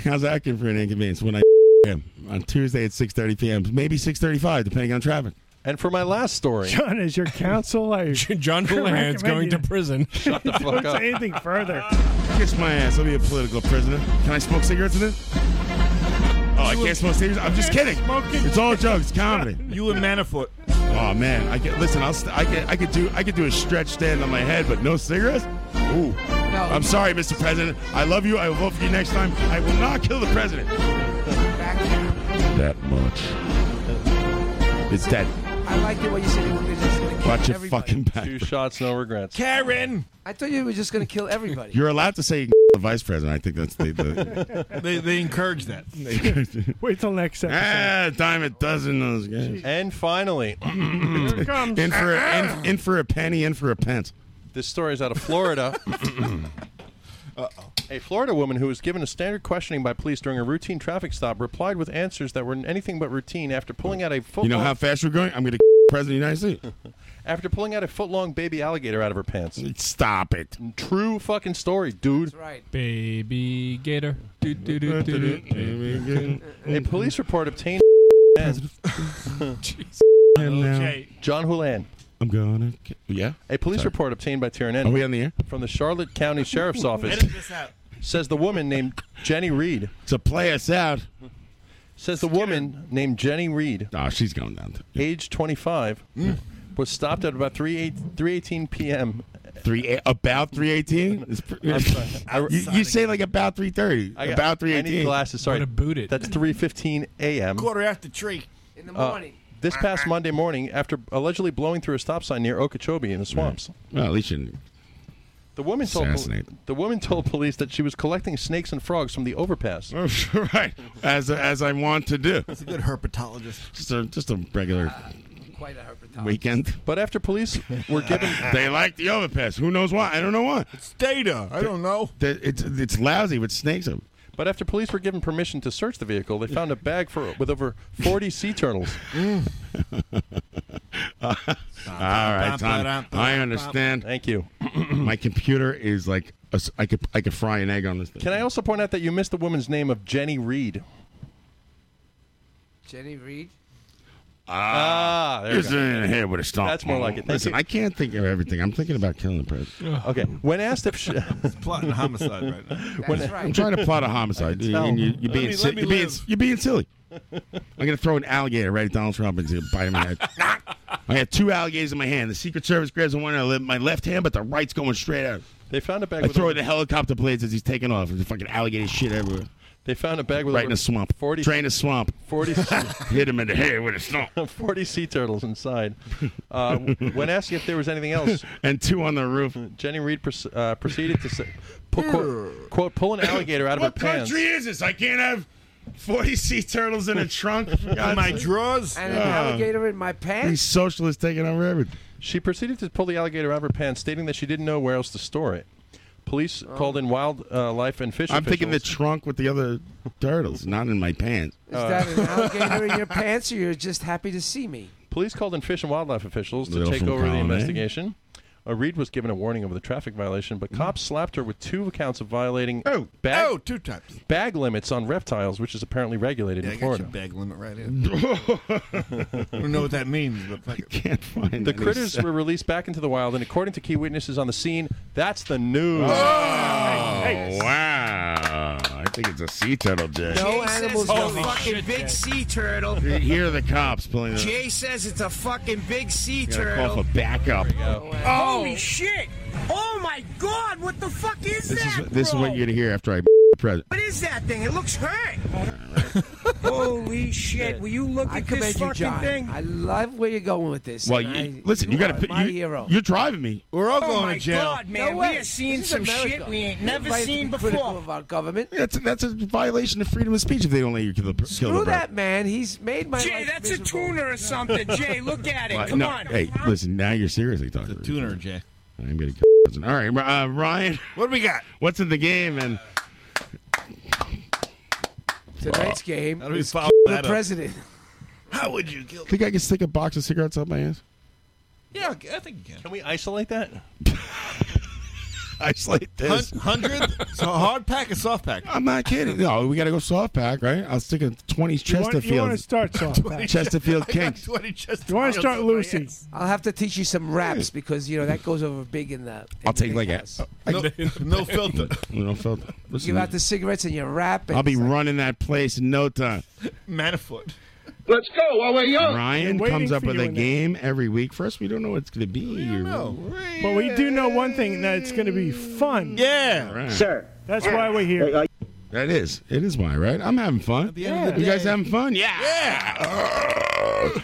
C: How's that good for an inconvenience? When I (laughs) him on Tuesday at six thirty p.m. Maybe six thirty-five, depending on traffic.
H: And for my last story,
P: John is your counsel. I
M: John
P: recommend
M: Houlihan's going
P: you
M: to
P: (laughs)
M: prison.
H: Shut the
P: Don't say anything further.
C: Kiss my ass. I'll be a political prisoner. Can I smoke cigarettes in it? Oh, I can't smoke cigarettes. I'm just kidding. It's all jokes, comedy.
U: (laughs) You and Manafort.
C: Oh man, I can listen. I'll st- I can I could do I could do a stretch stand on my head, but no cigarettes. Ooh. I'm sorry, Mr. President. I love you. I will vote for you next time. I will not kill the president. That much. It's that.
G: I liked it when you said you were just going to kill
C: Watch your
G: everybody.
C: fucking back.
H: Two shots, no regrets.
G: Karen! I thought you were just going to kill everybody.
C: (laughs) You're allowed to say the vice president. I think that's the. the
U: They, they encourage that.
P: Wait till next episode.
C: ah, dime a dozen those guys.
H: And finally,
C: Here (clears throat)
P: comes.
C: In for a, in, in for a penny, in for a pence.
H: This story is out of Florida. (laughs) A Florida woman who was given a standard questioning by police during a routine traffic stop replied with answers that were anything but routine after pulling out a foot.
C: You know how fast we're going? I'm going to (laughs) president of the United States.
H: after pulling out a foot long baby alligator out of her pants.
C: Stop it!
H: True fucking story, dude.
G: right.
M: Baby Gator. (laughs) Do, do, do, do, do.
H: A police
C: (laughs)
H: report obtained.
C: And now,
H: John Hulan.
C: I'm gonna. ki- Yeah.
H: A police
C: Sorry.
H: report obtained by Tyrannan.
C: Are we on the air?
H: From the
C: (laughs)
H: Charlotte County Sheriff's Office. Says the woman named Jenny Reed.
C: To play us out.
H: Says the woman named Jenny Reed.
C: Oh, she's going down. Mm. To,
H: Age 25. Was stopped at about 3 8, 3.18 p.m.
C: three eight- about three eighteen. It's pr-
H: I'm
C: (laughs)
H: sorry. I-
C: you, you say like about three thirty.
H: I got-
C: About three
H: I need
C: eighteen.
H: glasses.
C: (laughs)
H: Sorry.
M: Wanna boot it.
H: That's 3.15 a.m.
U: Quarter after tree.
G: In the
H: Uh,
G: morning.
H: this past Monday morning, after allegedly blowing through a stop sign near Okeechobee in the swamps,
C: Well, Oh, at least you didn't
H: the woman told pol-
C: assassinate.
H: the woman told police that she was collecting snakes and frogs from the overpass.
C: (laughs) right. As as I want to do.
F: He's a good herpetologist.
C: Just a just a regular
G: Quite a herpetologist.
C: weekend.
H: But after police
C: (laughs)
H: were given,
C: They like the overpass. Who knows why? I don't know why.
U: Data. I don't know.
C: They- It's it's lousy with snakes. in 'em.
H: but after police were given permission to search the vehicle, they found a bag for with over 40 sea turtles.
C: (laughs) Mm. All right, Tom. I understand.
H: Thank you.
C: My computer is like a s- I could I could fry an egg on this thing.
H: Can I also point out that you missed the woman's name of Jenny Reed?
G: Jenny Reed?
H: Ah, there you
C: Here's
H: go.
C: in here with a stomp.
H: That's more like it. Thank
C: Listen,
H: you.
C: I can't think of everything. I'm thinking about killing the president.
H: (sighs) Okay. When asked if she,
U: Plotting a homicide right now.
H: (laughs)
G: That's right.
C: I'm trying to plot a homicide. You,
H: tell.
C: and you, you're, being
U: me-
C: si-
U: let me
C: you're, being,
U: live.
C: you're being silly. I'm going to throw an alligator right at Donald Trump and he's gonna bite him in the head. I got two alligators in my hand. The Secret Service grabs one out of my left hand, but the right's going straight out.
H: they found a bag.
C: I
H: with
C: throw
H: over-
C: it the helicopter blades as he's taking off. There's fucking alligator shit everywhere.
H: They found a bag with
C: Right
H: over
C: in the swamp.
H: 40
C: Drain the swamp. (laughs)
H: 40,
C: Hit him in the head with a
H: (laughs)
C: stomp.
H: 40 sea turtles inside. Uh, when asking if there was anything else,
C: (laughs) And two on the roof.
H: Jenny Reed pres- uh, proceeded to say, pu- quote, quote, pull an alligator out of her
C: What
H: pants.
C: country is this? I can't have 40 sea turtles in
U: (laughs)
C: a trunk. for God's
U: My
C: sake.
U: drawers.
G: And an
C: Yeah.
G: alligator in my
C: These
G: pants?
C: socialists taking over everything.
H: She proceeded to pull the alligator out of her pants, stating that she didn't know where else to store it. Police
C: Oh.
H: called in wildlife uh, life and fish
C: I'm thinking the
H: officials.
C: trunk with the other turtles, not in my pants. Uh,
G: Is
C: (laughs)
G: that (laughs) an alligator in your pants, or you're just happy to see me?
H: Police called in fish and wildlife officials to
C: Little
H: take
C: from
H: over the
C: column A.
H: investigation. Uh, Reed was given a warning over the traffic violation,
C: Mm-hmm.
H: but cops slapped her with two counts of violating
U: Oh,
H: bag,
U: oh, two times.
H: bag limits on reptiles, which is apparently regulated
U: Yeah, I
H: in
U: got
H: Florida.
U: your bag limit right
C: (laughs)
U: here. (laughs) I don't know what that means, but fuck it.
C: Can't find
H: (laughs) The
C: any
H: critters
C: sound.
H: were released back into the wild, and according to key witnesses on the scene, that's the
U: Oh.
H: news.
C: Oh, wow. I think it's a sea turtle, Jay.
G: No animals
A: It's a
G: know.
A: fucking big sea turtle.
C: Here are the cops pulling the.
A: Jay says it's a fucking big sea
C: Gotta call
A: turtle.
C: for backup.
A: Holy shit! Oh my god, what the
K: fuck is
C: This
K: that?
C: is this is
K: bro?
C: what you're gonna hear after I (laughs) president.
K: What is that thing? It
G: (laughs)
K: looks hurt. Holy shit! Will you look
G: I
K: at this
G: commend you,
K: fucking
G: John.
K: thing?
G: I love where you're going with this.
C: Well,
G: and I-
C: you, listen, you gotta.
G: are
C: put-
G: my
C: you,
G: hero.
C: You're driving me. We're all
G: Oh
C: going
G: my
C: to jail.
G: God, man. No
K: we
G: way.
K: are seeing
G: This is
K: some
G: America.
K: shit we ain't
G: You're
K: never
G: right to
K: seen
G: be critical
K: before.
G: Of our government.
C: That's a, that's a violation of freedom of speech if they don't let you kill the kill the
G: Screw
C: bird.
G: that man. He's made my
K: Jay,
G: life
K: that's
G: miserable.
K: a tuner or something. Jay, look at it.
C: What?
K: Come
C: no,
K: on.
C: Hey, listen. Now you're seriously talking. The
U: tuner, Jay.
C: I'm gonna. All right, uh, Ryan. What do we got? What's in the game? And
G: Tonight's game
C: How do we
G: is
C: follow
G: kill the
C: that up?
G: president.
U: How would you kill?
C: think I can stick a box of cigarettes up my ass?
H: Yeah, I think you can. Can we isolate that?
C: (laughs) Isolate this.
U: Hundred. so hard pack and soft pack.
C: I'm not kidding. No, we got to go soft pack, right? I'll stick a 20
P: You want-
C: Chesterfield.
P: You want to start soft?
G: (laughs)
P: Pat.
C: Chesterfield (laughs) Kinks.
P: You want to start Lucy?
G: I'll have to teach you some raps because you know that goes over big in the.
C: I'll take
G: (laughs)
C: like a. (laughs)
G: No- no filter.
C: no filter.
G: Give out the cigarettes and you rap. And
C: I'll be running that place in no time.
U: Manifold.
K: Let's go while we're young.
C: Ryan comes up with a game every week for us. We don't know what's going to be.
P: But we do know one thing that it's going to be fun.
U: Yeah,
C: Right.
P: That's why we're here.
C: That is. It is why, right? I'm having fun. At
P: the end of the
C: you guys
P: day-
C: having fun? Yeah.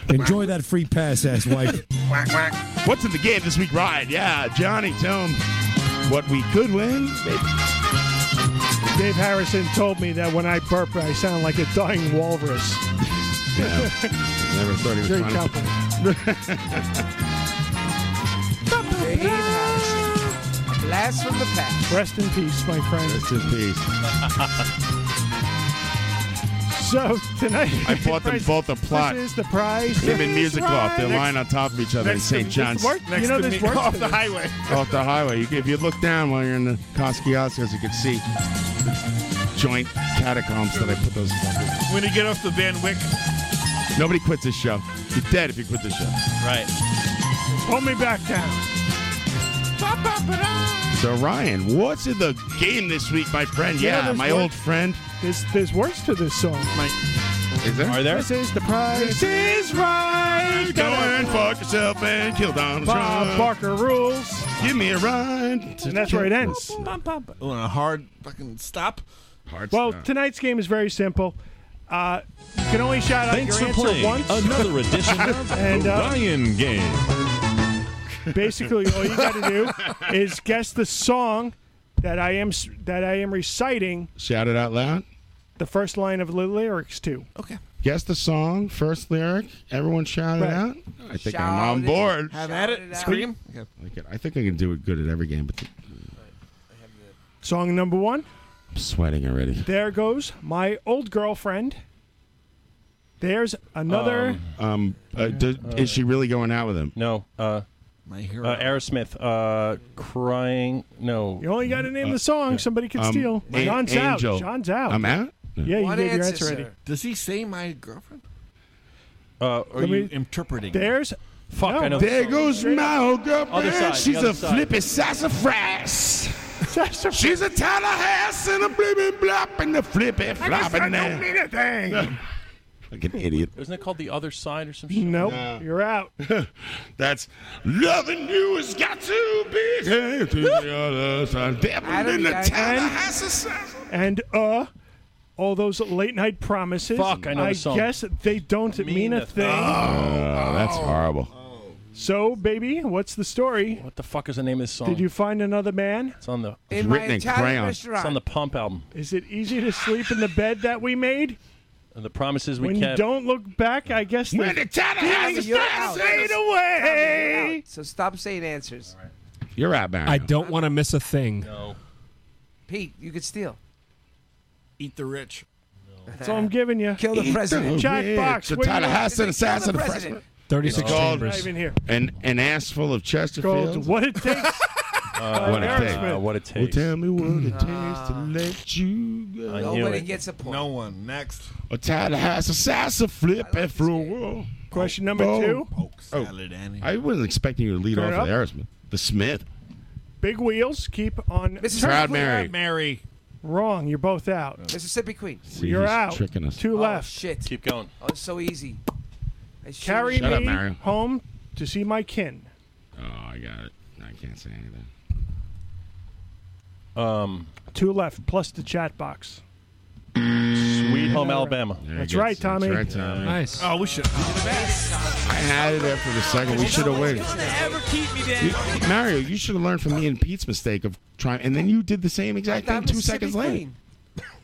S: Enjoy that free pass, ass
G: (laughs)
S: wife.
C: Quack, quack. What's in the game this week, Ryan? Yeah, Johnny, tell him what we could win.
P: Dave Harrison told me that when I burp, I sound like a dying walrus. (laughs)
C: Never thought he was
P: Very
C: funny.
G: Last from the past.
P: Rest in peace, my friend.
C: Rest in
P: peace. so tonight,
C: I bought
P: (laughs)
C: them both a plot.
P: This is the prize.
C: They've been music off. They're
P: Next-
C: lying on top of each other in
P: next to-
C: St.
P: this
C: John's.
P: work- you know this works to
C: (laughs)
P: this.
C: Off the highway. You, if you look down while you're in the Kiosk, you can see the joint catacombs that I put those.
U: When you get off the Van Wick,
C: Nobody quits this show. You're dead if you quit this show.
U: right?
P: Hold me back down.
C: So Ryan, what's in the game this week, my friend?
P: You know
C: Yeah,
P: this
C: my
P: work-
C: old friend.
P: There's there's words to this song.
C: Is there? Are
P: This is the prize.
C: This is right. Go and fuck yourself and kill Donald
P: Bob
C: Trump.
P: Barker rules.
C: Give me a ride.
P: And that's where it ends.
U: Oh, and a hard fucking stop.
C: Hard
P: Well, tonight's game is very simple. Uh, you can only shout out
B: Thanks
P: your
B: for
P: answer
B: playing
P: once. (laughs)
B: another edition of
P: and,
B: the
P: uh,
B: Ryan Game.
P: Basically, all you got to do is guess the song that I am s- that I am reciting
C: Shout it out loud.
P: the first line of the lyrics to. Okay.
C: Guess the song, first lyric. Everyone shout it
P: Right.
C: out. I think
P: Shout
C: I'm on
P: it-
C: board.
P: have at it,
U: scream.
C: I can- I think I can do it good at every game, but
P: Song number one.
C: I'm sweating already.
P: There goes my old girlfriend. There's another.
C: Um, uh, do- is she really going out with him?
H: No. Uh,
L: My hero.
H: Uh, Aerosmith. Uh, crying. No.
P: you only got to
C: uh,
P: name the song. Somebody can
H: um,
P: steal.
H: An-
P: John's
H: Angel.
P: out. John's out.
H: I'm out?
P: Yeah, you
H: One
P: gave your
H: answer,
P: answer already.
H: sir.
L: Does he say my girlfriend?
H: Uh, are
P: Let
H: you
P: me-
H: interpreting?
P: There's.
H: Fuck, I know the
C: There
H: song.
C: goes my old
H: Other
C: girlfriend.
H: side,
C: She's
H: the
C: a
H: other side.
C: flippy sassafras. She's a Tallahassee and a blippin' blop and a flippy flop and a-
P: anything.
C: Like an idiot.
H: Isn't it called the other side or something?
P: Nope, you're out.
C: That's loving you has got to be taken to
P: (laughs)
C: the other side. Devil in the Tallahassee. Sun.
P: And uh, all those late night promises.
C: Fuck, I know the song.
P: guess they don't mean, a thing.
C: Oh, that's horrible.
P: So, baby, what's the story?
H: What the fuck is the name of this song?
P: Did you find another man?
H: It's on the.
P: In It's my written in Italian crayon. restaurant.
H: It's on the Pump album.
P: Is it easy to sleep in the bed that we made?
H: And the promises we
P: when you
H: kept.
P: don't look back, I guess
C: When the Tallahassee
G: You're out.
C: fade
G: Tommy,
C: away.
G: you're out. So stop saying answers.
C: You're out, man.
M: I don't want to miss a thing.
H: No.
G: Pete, you could steal.
L: Eat the
G: (laughs)
L: rich.
P: That's all I'm giving you.
G: Kill the Eat president. the
P: Jack
G: rich.
P: Box.
C: The
P: where you at?
C: Tallahassee assassin. of Fresno.
M: Thirty-six
C: It's called
M: chambers.
P: Not even here.
C: An an ass full of Chesterfields.
P: Called what it takes.
C: (laughs)
P: Mm.
C: Uh, what it takes.
H: Uh, what it takes.
C: Well, tell me what it takes
P: Ah.
C: to let you go.
G: Nobody gets a point.
U: No one. Next.
C: A Tallahassee assassin flipping through.
P: Question number
C: Oh.
P: two.
C: Oh,
U: Salad Annie.
C: I wasn't expecting you to lead
P: Turn
C: off with
P: it
C: Aerosmith. The Smith.
P: Big wheels keep on.
C: Mrs. Proud Proud Mary. Oh,
U: Mary.
P: Wrong. You're both out.
G: Mississippi Queen.
C: See,
P: You're
C: he's
P: out.
C: tricking us.
P: Two
G: Oh,
P: left.
G: Shit.
H: Keep going.
G: Oh, it's so easy. I should've-
P: Carry
C: Shut up,
P: me
C: Mario.
P: home to see my kin.
C: Oh, I got it. I can't say anything.
H: Um,
P: Two left, plus the chat box.
H: Sweet Home Alabama.
P: That's right, Tommy.
C: That's right, Tommy.
P: Nice.
H: Oh, we should.
C: I had it after the second. We should have waited.
K: Ever keep me down?
C: You- Mario, you should have learned from me and Pete's mistake of trying, and then you did the same exact thing two seconds later.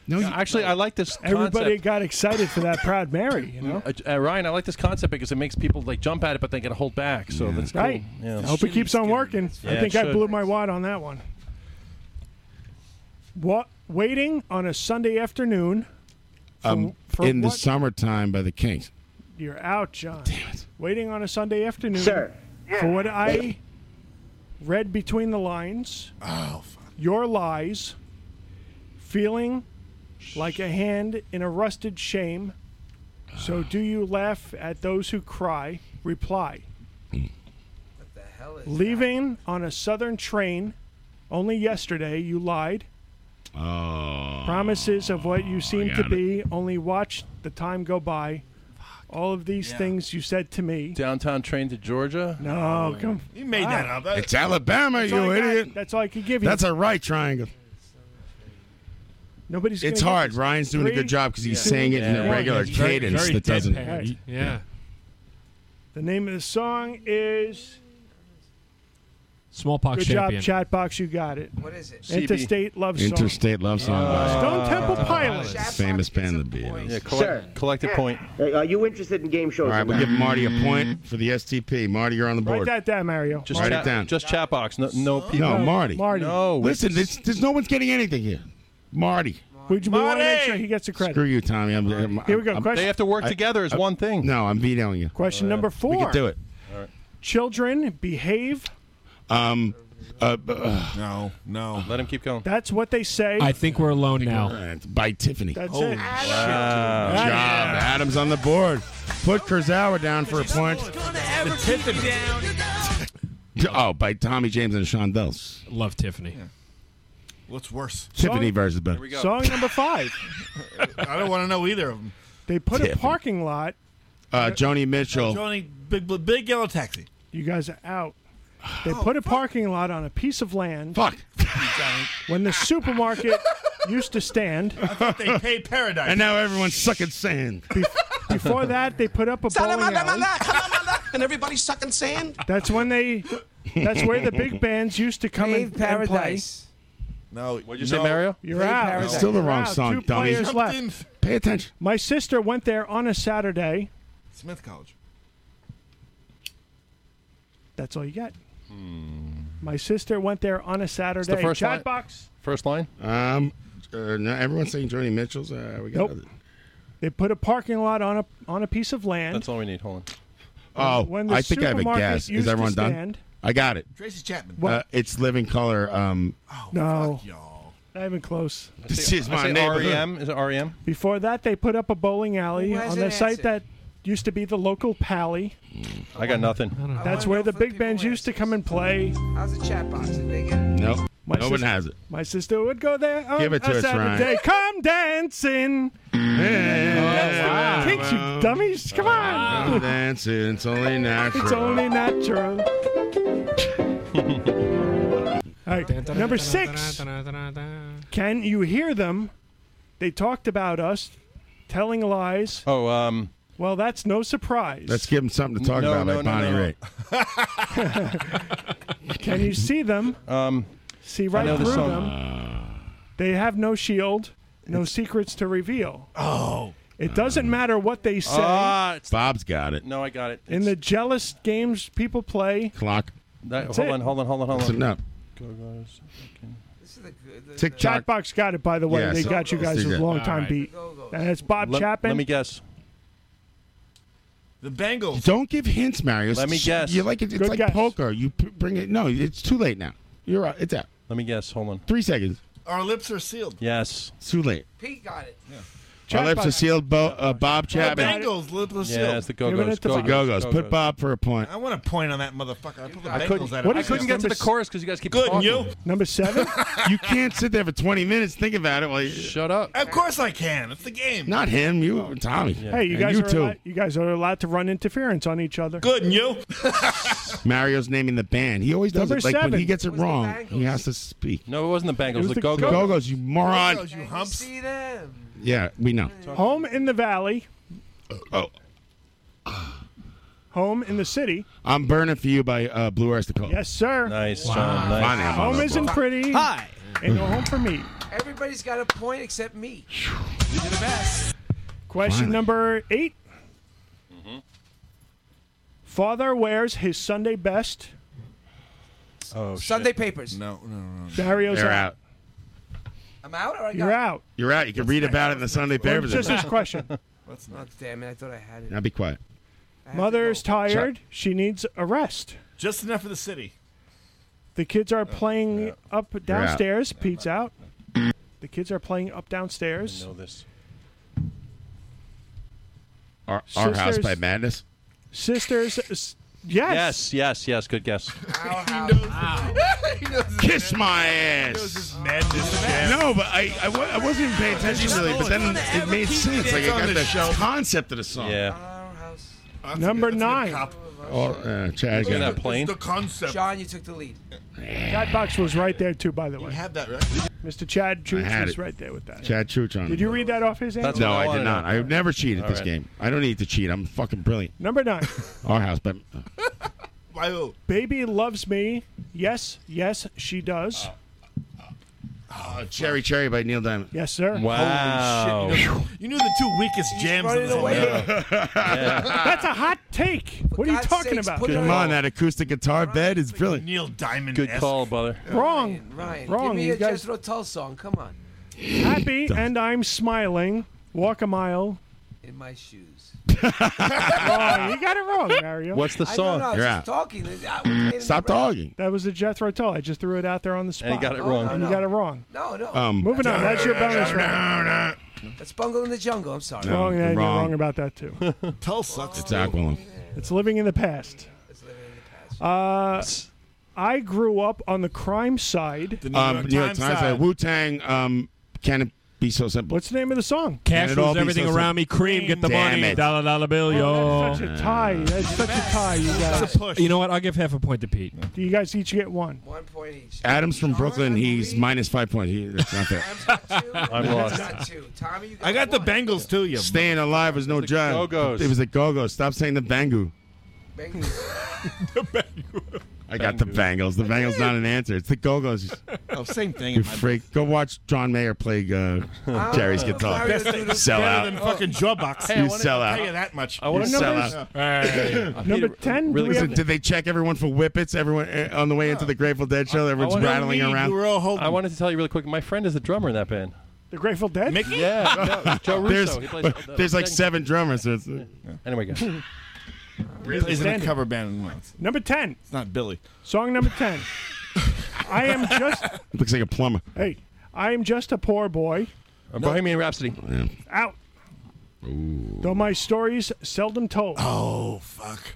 H: No, actually, I like this.
P: Everybody
H: concept.
P: got excited for that proud Mary, you know?
H: Uh, uh, Ryan, I like this concept because it makes people like jump at it, but they gotta hold back. So that's cool.
P: Right.
H: Yeah.
P: I hope it keeps on working.
H: Yeah,
P: I
H: it
P: think I
H: should.
P: blew my wad on that one. What waiting on a Sunday afternoon?
C: Um,
P: for
C: in the
P: what-
C: summertime by the Kings.
P: You're out, John. Waiting on a Sunday afternoon. Sir. For what I read between the lines. Oh, Your lies. Feeling like a hand in a rusted shame. So do you laugh at those who cry? Reply. Leaving on a southern train. Only yesterday you lied.
C: Oh.
P: Promises of what you seem to
C: got it.
P: be. Only watch the time go by. All of these things you said to me.
H: Downtown train to Georgia.
P: No, come. You
H: made that up. That-
C: It's Alabama,
P: That's
C: you
P: all I got.
C: idiot.
P: That's all I could give you.
C: That's a right triangle.
P: Nobody's.
C: It's
P: gonna get
C: hard.
P: this.
C: Ryan's doing a
P: Three,
C: good job because he's
P: two,
C: saying it in a
P: one.
C: regular
P: It's very-
C: cadence
P: very
C: that doesn't.
P: deadpan.
C: you-
M: Yeah.
P: The name of the song is.
M: Smallpox
P: Good
M: champion.
P: job, Chatbox. You got it. What is it? Interstate love song.
C: Interstate Love Song. by
P: Stone Temple Pilots.
C: Famous band of the Beatles.
H: Yeah, collect- Collective point.
E: Are you interested in game
C: All
E: shows?
C: right, we give Marty a point for the STP. Marty, you're on the
P: Write
C: board.
P: that down, Mario.
C: Just Write it down.
H: Just chat box. No, no people.
C: No, Marty.
H: No.
C: Listen, this, there's no one's getting anything here. Marty.
P: We, we want to make sure he gets the credit.
C: Screw you, Tommy. I'm, I'm,
P: Here we go.
C: I'm-
P: Question- They have to work together is one
H: thing.
C: No, I'm vetoing you.
P: Question Oh, yeah. number
C: We
P: four.
C: can do it.
P: Children behave.
C: Um, uh,
H: no, no. Let him keep going.
P: That's what they say.
M: I think we're alone now.
C: by Tiffany.
P: That's
C: Holy shit.
P: it.
C: Good job. Adams on the board. Put Kurzawa down for a point.
K: Ever keep me down?
C: Oh, by Tommy James and Sean Dells.
M: (laughs) Love Tiffany.
U: What's worse?
C: Tiffany versus Ben. Here we go.
P: Song number (laughs) five.
U: (laughs) I don't want to know either of them.
P: They put a
U: Tiffany.
P: parking lot.
C: Uh, Joni Mitchell.
U: Johnny, big, big, big yellow taxi. Oh,
P: You guys are out. They put a parking lot on a piece of
U: (laughs)
P: land.
C: Fuck.
P: When the supermarket used to stand.
C: (laughs)
U: They (laughs) pay paradise.
C: And now everyone's sucking sand.
P: Before that, they put up a bowling alley.
C: Ah,
F: And everybody's sucking sand.
P: That's when they. That's where the big bands used to come
F: Pave
P: and, and play.
F: paradise.
U: No.
H: What'd you say, Mario?
P: You're out.
C: It's still the
P: You're
C: wrong
P: out.
C: song,
P: Two
C: dummy.
P: players left.
C: Pay attention.
P: My sister went there on a Saturday.
U: Smith College.
P: That's all you get.
H: Hmm.
P: My sister went there on a Saturday.
C: the first
P: Chat
C: line.
P: box.
H: First line.
C: Um, uh, no, everyone's saying Joni Mitchell's. Uh, we got
P: Nope. They put a parking lot on a on a piece of land.
H: That's all we need. Hold
C: Oh,
P: When the
C: I think I have a
P: supermarket
C: guess.
P: used
C: Is
P: to
C: everyone done?
P: stand-
C: I got it.
U: Tracy Chapman.
C: Uh, it's Living Color. Um,
P: no, not even close.
H: on.
C: This is
H: I
C: my
H: say
C: neighborhood. E
H: REM. Is it E REM?
P: Before that, they put up a bowling alley
H: Who has
P: on
H: an
P: the site
H: answer?
P: that used to be the local pally.
H: I got nothing.
P: That's where the big bands used to come and play.
G: How's the chat box? Did they get it?
C: Nope.
P: My
C: no one
P: sister-
C: has it.
P: My sister would go there on
C: Give it to
P: a
C: us, Ryan. Mm.
P: Saturday. Come dancing.
C: Yeah.
P: Kinks, you dummies. Come on.
C: I'm dancing. It's only natural.
P: It's only natural. All right, number six. Can you hear them? They talked about us telling lies.
H: Oh, um.
P: Well, that's no surprise.
C: Let's give him something to talk
H: No,
C: about,
H: no,
C: like
H: no,
C: Bonnie
H: no.
C: Raitt.
P: Can you see them?
H: Um.
P: See
H: I
P: right
H: know the
P: through
H: song.
P: them. They have no shield, no secrets to reveal.
C: Oh.
P: It doesn't matter what they say.
H: Ah, it's-
C: Bob's got it.
H: No, I got it.
P: in the jealous games people play.
C: Clock.
H: That,
P: That's
H: hold
P: it.
H: on, hold on, hold on, hold
C: That's
H: on.
C: enough.
H: Go, guys.
C: TikTok.
P: Chatbox got it, by the way.
H: Yeah,
P: they
H: so-
P: got you
H: let's
P: guys
H: do
P: a
H: that.
P: long
H: All
P: time
H: right.
P: beat. And it's Bob
H: Let-
P: Chapman.
H: Let me guess.
U: The Bengals.
C: Don't give hints, Marius.
H: Let me guess.
C: You like it? It's
H: Good
C: like
H: guess.
C: poker. You p- bring it. No, it's too late now. You're right. It's out.
H: Let me guess. Hold on.
C: Three seconds.
U: Our lips are sealed.
H: Yes.
C: It's too late.
G: Pete got it.
C: I left
P: Chatbot.
C: Cecile Bo- uh, Bob Chapman.
U: Bengals, Lip Lucille.
C: Yeah, it's the Go-Go's. Give it to Bob. The Go-Go's. Put Bob for a point.
U: I want a point on that motherfucker. I put the
C: I
U: Bengals
C: couldn't-
U: at
C: what
U: it.
C: I couldn't get to s-
U: chorus
H: because you guys keep
C: Good, and you?
P: Number seven?
C: (laughs) you can't sit there for 20 minutes thinking about it while you. Shut
H: up.
U: Of course I can. It's the game.
C: Not him, you, Tommy.
P: Hey, you
C: And
P: guys
C: you
P: are
C: too.
P: Allowed, you guys are allowed to run interference on each other.
U: Good, and you?
C: Mario's naming the band. He always does
P: Number
C: it. Like when
P: seven.
C: he gets it wrong, he has to speak.
H: No, it wasn't the Bengals.
C: It was
H: the
C: the
H: Go Go.
C: Go-Go's, you (laughs) moron.
U: Go-Go's, you humps. See them.
C: Yeah, we know.
P: Home in the valley.
C: Oh.
P: Home in the city.
C: I'm burning for you by uh, Blue Arsticle.
P: Yes, sir.
H: Nice,
C: John, nice. Fine, I'm
P: Home
C: on
P: isn't
C: the-
P: pretty.
G: Hi.
P: Ain't no home for me.
G: Everybody's got a point except me.
P: Question
G: Finally.
P: number 8
G: Mm-hmm.
P: Father wears his Sunday best.
U: Oh,
G: Sunday papers.
U: No, no, no.
P: Dario's
C: They're
P: out.
C: out.
G: I'm out or I got
P: You're out.
C: You're out. You can read about it in the Sunday
P: What
C: papers.
P: was this (laughs) question?
G: What's not? damn it! I thought I had it.
C: Now be quiet.
P: Mother's tired. She needs a rest.
U: Just enough for the city.
P: The kids are playing up downstairs.
U: No,
P: Pete's out. The kids are playing up downstairs.
H: know this.
C: Our, our house
P: Sisters-
C: by Madness.
P: Sisters. s-
H: Yes,
P: Yes.
H: yes, yes. Good guess.
C: Kiss my ass. No, but I, I, wa- I wasn't even paying attention really. But then it made sense. Like I got the concept of the song.
H: Yeah.
P: Number nine.
C: Or, uh, Chad,
H: Look at
C: got
H: that plane.
U: concept.
G: John, you took the lead.
P: Chad Box was right there too, by the way. You
U: had that right.
P: Mr. Chad
C: I
P: Chooch
C: had
P: was
C: it.
P: right there with that.
C: Chad Chooch on.
P: Did you read that off his hand?
C: no, I did not. I never cheated
P: All
C: this
P: right.
C: game. I don't need to cheat. I'm fucking brilliant.
P: Number nine.
C: (laughs) Our house, but
P: Baby loves me. Yes, yes, she does.
U: Oh.
C: uh, Cherry Cherry by Neil Diamond.
P: Yes, sir.
U: Holy shit. You know- You knew the two weakest jams in
P: running
U: the whole
P: away.
U: Yeah.
P: (laughs) That's a hot take. what are you
U: God's
P: talking
U: sakes,
P: about?
U: put
C: Come on, that acoustic guitar bed is brilliant.
U: Neil Diamond.
H: Good call, brother.
P: Wrong.
G: Ryan,
P: Wrong.
G: give me
P: you
G: a
P: guys
G: Jethro Tull song. Come on.
P: (laughs) happy and I'm smiling. Walk
H: (laughs)
P: a mile.
G: In my shoes.
P: Wrong. You got it wrong, Mario.
H: What's the I don't song? know, I was
P: You're
H: just
P: out.
G: Talking. I was getting the breath.
P: That was the Jethro Tull. I just threw it out there on the spot.
H: And he got it wrong.
P: And you got it wrong.
G: Oh, No, no.
C: Um,
P: Moving on. That's your bonus round.
G: That's Bungle in the Jungle. I'm sorry.
P: wrong. Yeah, You're
C: wrong.
P: wrong about that too.
H: (laughs)
U: Tull sucks.
C: It's Aqualung.
P: It's living in the past. It's living in the past. Uh, I grew up on the crime side.
C: Um, New York Times. Wu Tang. Um, can it be so simple?
P: What's the name of the song?
C: Can
E: Cash
C: it all
E: rules
C: be
E: everything
C: so
E: around me.
C: simple?
E: Cream, get the
C: Damn
E: money.
C: it. Uh,
E: Dollar, dollar bill, yo.
P: Such a tie. Oh, That's such a tie, you guys.
E: You know what? I'll give half a point to Pete.
P: You guys each get one.
C: Adam's from Brooklyn. He's minus five points. He, that's not fair.
G: I'm
C: lost.
U: I got the Bengals too. You.
C: Staying alive was no job.
U: Go-Go's.
C: It was the Go-Go's. Stop saying the Bangu.
U: (laughs)
C: I got the Bengals. The Bengals not an answer. It's the Go-Go's.
U: Oh, same thing.
C: You freak. Go watch John Mayer play
P: Oh,
C: uh, Jerry's guitar. Sell
U: better
C: out.
U: than fucking Jawbox.
C: Hey, I You wanna sell
U: I'll
C: out.
U: tell you that much.
C: I wanna You know sell this- out.
P: Number ten. do we
C: Listen,
P: have-
C: did they check everyone for whippets? Everyone uh, on the way into the Grateful Dead
U: Oh,
C: show, everyone's
H: wanna-
C: rattling around.
H: I wanted to tell you really quick. My friend is the drummer in that band.
P: The Grateful Dead.
H: Mickey? Yeah, no, Joe Russo.
C: there's,
H: he plays,
C: but there's like seven drummers. So it's,
H: Anyway, guys.
U: Really isn't a
P: Standing.
U: cover band once.
P: Number ten.
U: It's not Billy.
P: Song number ten. I am just.
C: looks like a plumber.
P: Hey, I am just a poor boy.
H: Bohemian Rhapsody.
P: Out. Though my stories seldom told. Oh fuck.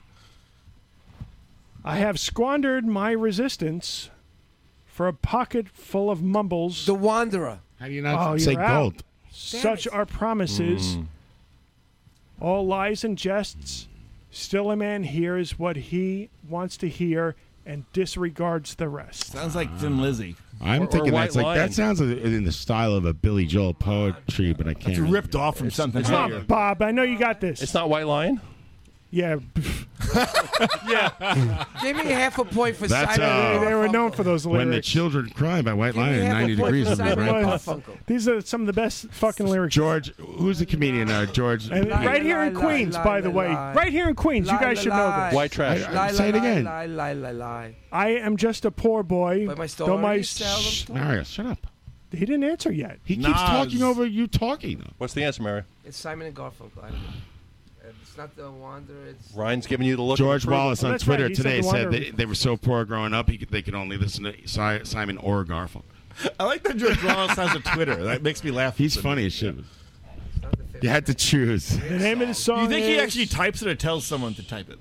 P: I have squandered my resistance for a pocket full of mumbles. The
G: Wanderer.
C: How do you
P: oh,
C: say
P: you're out.
C: gold?
P: Such are promises. All lies and jests. Still a man hears what he wants to hear and disregards the rest.
U: Sounds like Thin Lizzy.
C: I'm thinking that's like that sounds in the style of a Billy Joel poetry, but I can't. remember.
U: ripped off from something.
P: Come on, Bob. I know you got this. It's
H: not White Lion.
P: Yeah. (laughs)
G: yeah. Give me half a point for
C: That's,
G: Simon.
C: uh,
P: they were known for those lyrics.
C: When the children cry by White Lion,
P: half a
C: 90
P: point
C: degrees.
P: for
C: would be
P: Simon
C: right.
P: and Garfunkel. These are some of the best fucking lyrics.
C: George, who's the comedian? Uh, George,
P: And
C: Yeah.
P: right here in
G: lie,
P: Queens,
G: lie,
P: by the
G: lie,
P: way.
G: lie.
P: Right here in Queens. you
G: Lie,
P: guys should
G: lie,
P: know
G: lie.
P: this.
G: White
H: trash.
G: Lie, lie,
C: Say it
G: lie,
C: again.
G: Lie, lie, lie, lie.
P: I am just a poor boy. But
G: my
P: though my
G: stories seldom
P: Shh,
G: told.
C: Mario, shut up.
P: He didn't answer yet.
C: He keeps talking over you talking.
H: What's the answer, Mary?
G: It's Simon and Garfunkel. I don't know. It's not the Wanderer. It's
H: Ryan's giving you the look.
C: George Wallace on
H: That's
C: Twitter
H: right, he said
C: today
H: the
C: said
H: Wanderer.
C: they, they were so poor growing up, he could, they could only listen to Si- Simon or Garfunkel.
U: I like that George Wallace has a Twitter. That makes me laugh.
C: He's funny as shit. You had to choose.
P: The name of the song
I: You think he
P: is-
I: actually types it or tells someone to type it?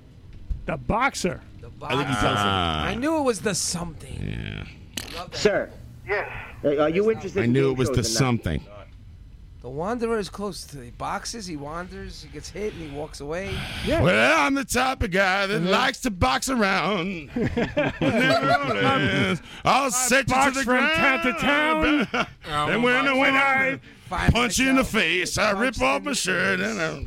P: The Boxer.
I: I think he tells
P: Uh,
C: Ah.
G: I knew it was the something.
C: Yeah.
G: Sir. Yes.
V: Are you interested?
C: I
V: in
C: knew
V: game
C: it was
V: shows
C: the
V: or not?
C: something.
G: The Wanderer is close to the boxes. He wanders, he gets hit, and he walks away.
C: Well, I'm the type of guy
K: Mm-hmm.
C: that likes to
K: (laughs)
C: box around. Never honest. I'll set you to
K: box
C: the
K: from town
C: ground.
K: to town.
C: (laughs) and when,
K: I'm a
C: when I
K: boxer.
C: punch you in the face, I rip off my shirt and I.